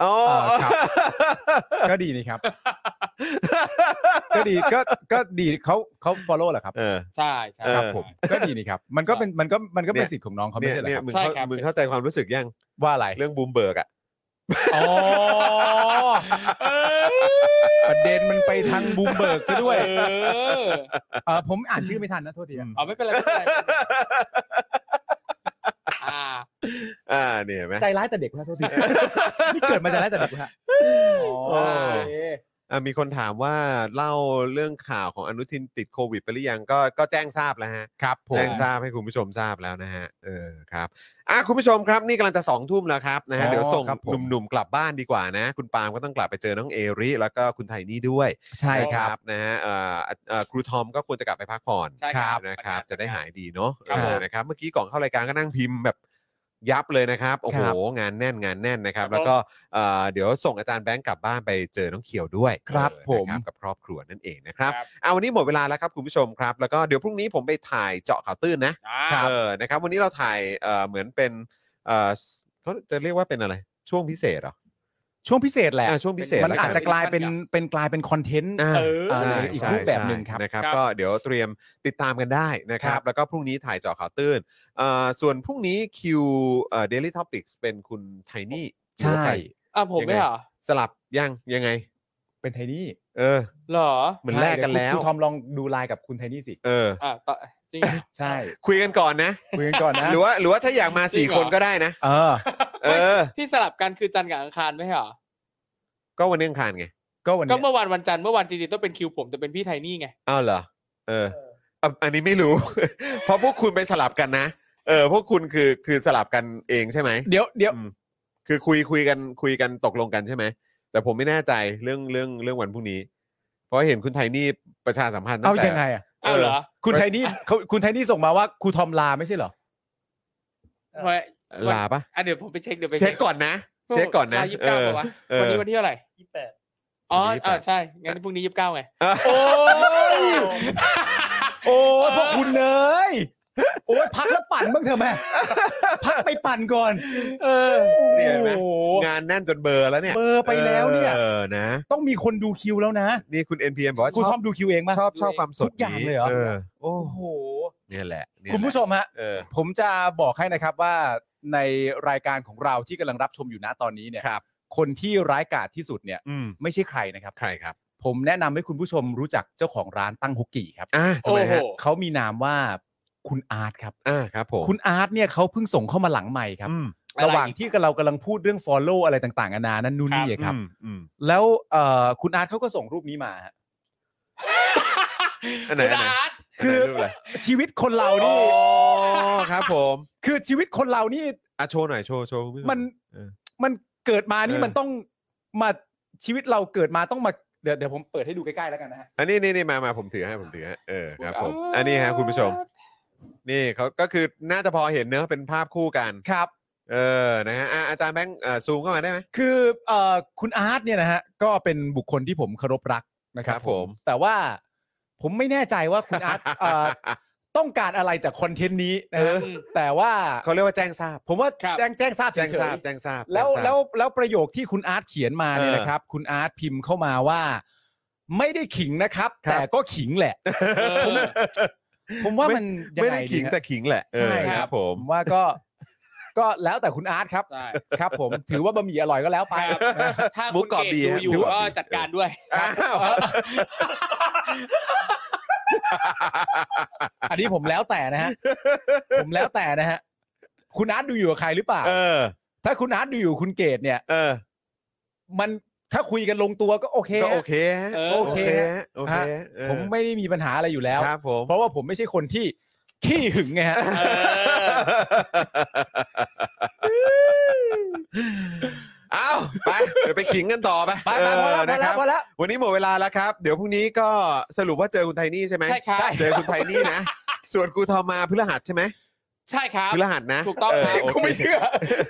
S2: โอ้
S3: เออครับ ก็ดีนี่ครับ ก็ดีก็ก็ดีเขาเขา follow เหรอครับ
S2: เออ
S4: ใช่ใช่
S2: เออ
S3: ครับผมก็ดีนี่ครับ มันก็เป็นมันก็มันก็เป็น
S2: เนี่ย
S3: สิทธิ์ของน้องเขาไม่
S2: เนี่ย
S3: ใช่เหรอ
S2: เนี่ย
S3: ค
S2: มึงเข้า
S3: รับ
S4: ใช่ครับ
S2: มึงเข้าใจความรู้สึกยัง
S3: ว่าอะไร
S2: เรื่องบูมเบิร์กอ่ะ
S3: อ๋อประเด็นมันไปทางบูมเบิร์กซะด้วย
S4: เออ
S3: เออผมอ่านชื่อไม่ทันนะโทษทีครับ
S4: เอาไม่เป็นไรไม่เป็นไรอ่า
S2: อ่าเนี่ยเห็นไหม
S3: ใจร้ายแต่เด็กนะโทษทีนี่เกิดมาใจร้ายแต่เด็กฮะอ๋อ
S2: โอ้
S3: โอเค
S2: อ่ะมีคนถามว่าเล่าเรื่องข่าวของอนุทินติดโควิดไปหรือยังก็ก็แจ้งทราบแล้วฮะ
S3: ครับผม
S2: แจ้งทราบให้คุณผู้ชมทราบแล้วนะฮะเออครับอ่ะคุณผู้ชมครับนี่กำลังจะสองทุ่มแล้วครับนะฮะ
S3: อ๋อ
S2: เดี๋ยวส่ง
S3: ครับผม
S2: หนุ่มๆกลับบ้านดีกว่านะ คุณปาล์มก็ต้องกลับไปเจอน้องเอริ แล้วก็คุณไทนี่ด้วย
S3: ใช่ครับ
S2: นะฮะเอ่อเอ่อครูทอมก็ควรจะกลับไปพักผ่อน
S4: ใช่ครับ
S2: นะครับ จะได้หายดีเนาะ
S4: ครับผม
S2: เออนะครับเมื่อกี้ก่อนเข้ารายการก็นั่งพิมพ์แบบยับเลยนะครับโอ้โห
S3: ครับ
S2: งานแน่นงานแน่นนะครับ
S4: ครับ
S2: แล้วก็เอ่อเดี๋ยวส่งอาจารย์แบงค์กลับบ้านไปเจอน้องเขียวด้วย
S3: ครับ
S2: เออ
S3: ผม
S2: นะครับกับครอบครัวนั่นเองนะครับ
S4: ครับ
S2: เอาวันนี้หมดเวลาแล้วครับคุณผู้ชมครับ แล้วก็เดี๋ยวพรุ่งนี้ผมไปถ่ายเจาะข่าวตื้นนะ
S4: อ่า
S2: เออนะครับ วันนี้เราถ่ายเอ่อเหมือนเป็นเอ่อเขาจะเรียกว่าเป็นอะไร ช่วงพิเศษเหรอ
S3: ช่วงพิเศษแหละ
S2: อ่ะช่วงพิเศษ
S3: มัน
S2: แล้ว
S3: อาจ
S2: กั
S3: จะกลายเป็นเป็นกลายเป็นคอนเทนต์
S2: า
S4: เออ
S2: ใช่
S3: อีก
S2: ใช่
S3: รูปแบบหนึ่งครับ
S2: นะครับ
S4: ครับ
S2: ก็เดี๋ยวเตรียมติดตามกันได้นะครับ แล้วก็พรุ่งนี้ถ่ายเจาะข่าวตื้นเอ่อส่วนพรุ่งนี้คิวเอ่อ daily topics เป็นคุณไทนี่ห
S3: ใช่
S2: รือว่าใคร
S4: อ่ะผม
S2: ยังไง
S4: ไม่เหรอ
S2: สลับยังยังไง
S3: เป็นไทนี่
S2: เออ
S4: เหรอ
S2: เหมือนแลกกันแล้ว
S3: คุณทอมลองดูไลน์กับคุณไทนี่สิ
S2: เออ
S4: อ่ะต่อจริงเหรอ
S3: ใช่
S2: คุยกันก่อนนะ
S3: คุยกันก่อนนะ
S2: หรือว่าหรือว่าถ้าอยากมา
S4: จริ
S2: สี่
S4: งเหรอ
S2: คนก็ได้นะ
S3: เออ
S2: เออ
S4: ที่สลับกันคือจันทร์กับอังคารไม่ใช่เหรอ
S2: ก็วันนี้อังคารไง
S3: ก็วัน
S4: ก็
S3: เนี้ย
S4: เมื่อวันวันจันทร์เมื่อวันจริงๆต้องเป็นคิวผมแต่เป็นพี่ไทนี่ไง
S2: อ้าวเหรอ เอออ่ะอันนี้ไม่รู้ เพราะพวกคุณไปสลับกันนะ เออ พวกคุณคือคือสลับกันเองใช่ไหม
S3: เดี๋ยวเดี๋ยว
S2: อืมคือคุยคุยกันคุยกันตกลงกันใช่ไหม แต่ผมไม่แน่ใจเรื่องเรื่องเรื่องวันพรุ่งนี้ เพราะเห็นคุณไทนี่ประชาสัมพันธ์ตั้
S3: เอา
S2: งแต่
S3: ยังไงอ่ะ
S4: เอาเหรอ
S3: คุณไทนี่เขาคุณไทนี่ส่งมาว่าครูทอมลาไม่ใช่เหรอ
S5: เออ
S4: ไว้
S2: ลาปะ
S4: อ่ะเดี๋ยวผมไปเช็คเดี๋ยวไป
S2: เช็คก่อนนะ เช็คก่อนนะ
S4: ลายี่สิบ
S2: เอ
S4: เก้า
S2: อ
S4: ปะวะ
S2: เออ
S4: วันนี้วันที่เท่าไหร่
S5: ยี่สิบแปด
S4: อ๋อ
S2: วันที่ยี่สิบแปด
S4: อ่าใช่ งั้นพรุ่งนี้ยี่สิบเก้าไง
S2: เออ
S4: โอ้ย
S3: โอ้พวกคุณเนยโอ้ยพักแล้วปั่นบ้างเถอะแม่พักไปปั่นก่อน
S2: เออเนี่ยเห็นไหม
S3: โอ้โห
S2: งานแน่นจนเบลอร์แล้วเนี่ย
S3: เบลอไปแล้วเนี่ย
S2: เออนะ
S3: ต้องมีคนดูคิวแล้วนะ
S2: นี่คุณ NPM บอกว่า
S3: ครู
S2: ชอ
S3: ทอบ มดูคิวเองมา
S2: ชอบชอบความสด
S3: ทุกอย่าง
S2: นี้
S3: เลยเหรอ
S2: โอ้
S3: โอ้โห
S2: เนี่ยแหละเนี่ยแหละ
S3: คุณผู้ชมฮะ
S2: เออ
S3: ผมจะบอกให้นะครับว่าในรายการของเราที่กำลังรับชมอยู่นะตอนนี้เนี่ย
S2: ครับ
S3: คนที่ร้ายกาจที่สุดเนี่ย
S2: อืม
S3: ไม่ใช่ใครนะครับ
S2: ใครครับ
S3: ผมแนะนำให้คุณผู้ชมรู้จักเจ้าของร้านตั้งฮกกี้ครับ
S2: อ่าทำ
S4: โอ้
S2: ไม
S4: โห
S2: ฮะ
S3: เขามีนามว่าคุณอาร์ตครับ
S2: อ่าครับผม
S3: คุณอาร์ตเนี่ยเขาเพิ่งส่งเข้ามาหลังใหม่ครับ
S2: อืม
S3: ระหว่างที่เรากำลังพูดเรื่อง Follow อะไรต่างๆนานานั่นนู่นนี่อะครับ
S2: อืมอืม
S3: แล้วเอ่อคุณอาร์ตเขาก็ส่งรูปนี้มาฮะ
S2: อันไหน
S4: คุณ
S2: อันไหน
S4: อาร์ต
S3: คือ
S2: นไหนรูปะไร
S3: ชีวิตคนเรา
S2: อ๋อ
S3: นี่
S2: ครับผม
S3: คือชีวิตคนเรานี่
S2: อ่ะโชว์หน่อยโชว์โชว์คุณผู้ช
S3: มัน
S2: เออ
S3: มันเกิดมานี่
S2: เออ
S3: มันต้องมาชีวิตเราเกิดมาต้องมาเดี๋ยวเดี๋ยวผมเปิดให้ดูใกล้ๆแล้วกันนะฮะ
S2: อันนี้นี่นี่มามาผมถือให้ผมถือให้เออครับผม อันนี้ฮะคุณผู้ชม นี่เขาก็คือน่าจะพอเห็นเนอะเป็นภาพคู่กัน
S3: ครับ
S2: เออนะฮะอ่ะอาจารย์แบงค์เอ่อซูมเข้ามาได้ไหม
S3: คือเอ่อคุณอาร์ตเนี่ยนะฮะก็เป็นบุคคลที่ผมเคารพรักนะครั
S2: ครับ บผม
S3: แต่ว่าผมไม่แน่ใจว่าคุณอาร์ตเอ่อ ต้องการอะไรจากคอนเทนต์นี้นะฮะ
S2: เออ
S3: แต่ว่า
S2: เขาเรียกว่าแจ้งทราบ
S3: ผมว่า
S4: ครับ
S3: แจ้งแจ้งทราบเฉ
S2: แจ้งทราบ
S3: ย
S2: แจ้งทราบ
S3: ๆแล้ว
S2: จ้งทราบ
S3: แล้วแล้วประโยคที่คุณอาร์ตเขียนมาเนี่ย
S2: เออ
S3: นะครับ คุณอาร์ตพิมพ์เข้ามาว่า ไม่ได้ขิงนะครับ
S2: ครับ
S3: แต่ก็ขิงแหละ
S4: เออ
S3: ผมว่ามันยัง
S2: ไม่
S3: ไง
S2: ได้ขิงแต่
S3: ฮะ
S2: ขิงแหละเออ
S3: ใช่ครับ
S2: ครับผม
S3: ผมว่าก็ ก็แล้วแต่คุณอาร์ตครับ
S4: ใช่
S3: ครับ ผมถือว่าบะหมี่อร่อยก็แล้วไป
S4: ครับถ้า
S2: หมู
S4: คุณ
S2: กรอบ
S4: เกด
S2: ดี
S4: ดู
S2: ฮะ
S4: อยู่
S2: หมูกรอบ
S4: ก็
S2: ดี
S4: จัดการด้วย
S2: อ้าว
S3: อัน นี้ผมแล้วแต่นะฮะ ผมแล้วแต่นะฮะ คุณอาร์ตดูอยู่กับใครหรือเปล่า
S2: เออ
S3: ถ้าคุณอาร์ตดูอยู่คุณเกตเนี่ย
S2: เออ
S3: มันถ้าคุยกันลงตัวก็โอเค
S2: ก็โอเคฮะ
S4: เออ
S2: โอเคฮะโอเค
S3: ฮะ
S2: ฮะเออ
S3: ผมไม่ได้มีปัญหาอะไรอยู่แล้ว
S2: ครับผม
S3: เพราะว่าผมไม่ใช่คนที่ขี้หึงไงฮะ
S4: เออ
S2: เอาไปเดี๋ยวไปขิงกันต่อไป
S3: ไปไปพอแล้วพอ
S2: เนะค
S3: แล้
S2: รั
S3: ว
S2: บ
S3: พอแล้ว
S2: วันนี้หมดเวลาแล้วครับ เดี๋ยวพรุ่งนี้ก็สรุปว่าเจอคุณไทนี่ใช่ไหม
S4: ใช่ครับ
S2: เจอคุณไทนี่นะ ส่วนครูทอมมาพฤหัสใช่ไหม
S4: ใช่ครับ
S2: พฤหัสนะ
S4: ถูกต้องครับ
S2: เโ
S3: กูไม่เชื่อ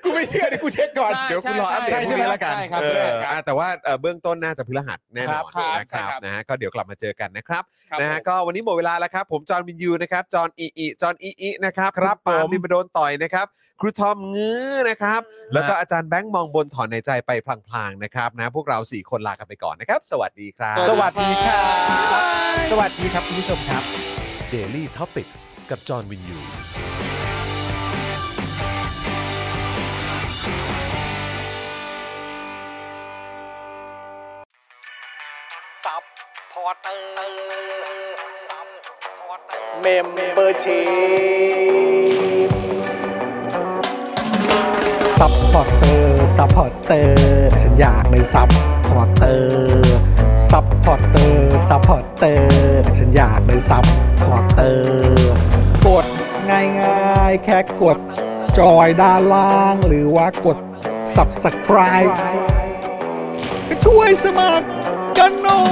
S3: กูไม่เชื่อเดี๋ยวกูเช็คก่อน
S4: ใช่
S2: เดี๋ยวคุณรออัปเดต
S3: ใช่
S2: พ
S3: ใช่
S2: รุ่งนี้แล้วกัน
S4: ใช่ครับ
S2: เออ
S4: ใช่ครับ
S2: อ่ะแต่ว่าเอ่อเบื้องต้นน่าจะพฤหัสแน่นอน
S4: ครับ
S2: นะค
S4: ครั
S2: รับบ นะฮะก็เดี๋ยวกลับมาเจอกันนะครับ
S4: ครับ
S2: นะฮะ
S4: ผม
S2: ก็วันนี้หมดเวลาแล้วครับ ผมจอห์นวินยูนะครับจอห์นอีอีจอห์นอีอีนะครับ
S3: ครับ
S2: ณปาล์ม
S3: ผม
S2: บิมโดนต่อยนะครับ ครูทอมงื้อนะครับ แล้วก็อาจารย์แบงค์มองบนถอนในใจไปพลางๆนะครับนะพวกเรา 4 คนลากันไปก่อนนะครับ สวัสดีครับ
S3: สวัสดีครับ สวัสดีครับคุณผู้ชมครับ
S1: Daily Topics กับจอห์นวินยู
S6: ซับพอร์เตอร์ซับพอร์เตอร์
S7: เมมเบอร์ชีซัพพอร์เตอร์ซัพพอร์เตอร์ฉันอยากเป็นซัพพอร์เตอร์ซัพพอร์เตอร์ซัพพอร์เตอร์ฉันอยากเป็นซัพพอร์เตอร์กดง่ายๆ แค่กดจอยด้านล่างหรือว่ากด subscribe ก็ช่วยสมัครกันหน่อ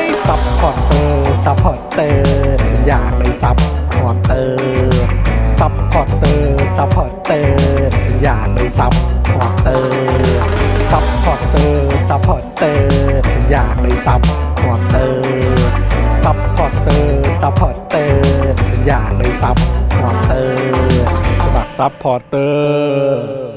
S7: ยซัพพอร์เตอร์ซัพพอร์เตอร์ฉันอยากเป็นซัพพอร์เตอร์ซัพพอร์เตอร์ซัพพอร์เตอร์ฉันอยากเป็นซัพพอร์เตอร์ซัพพอร์เตอร์ซัพพอร์เตอร์ฉันอยากเป็นซัพพอร์เตอร์ซัพพอร์เตอร์ซัพพอร์เตอร์ฉันอยากเป็นซัพพอร์เตอร์สมัครซัพพอร์เตอร์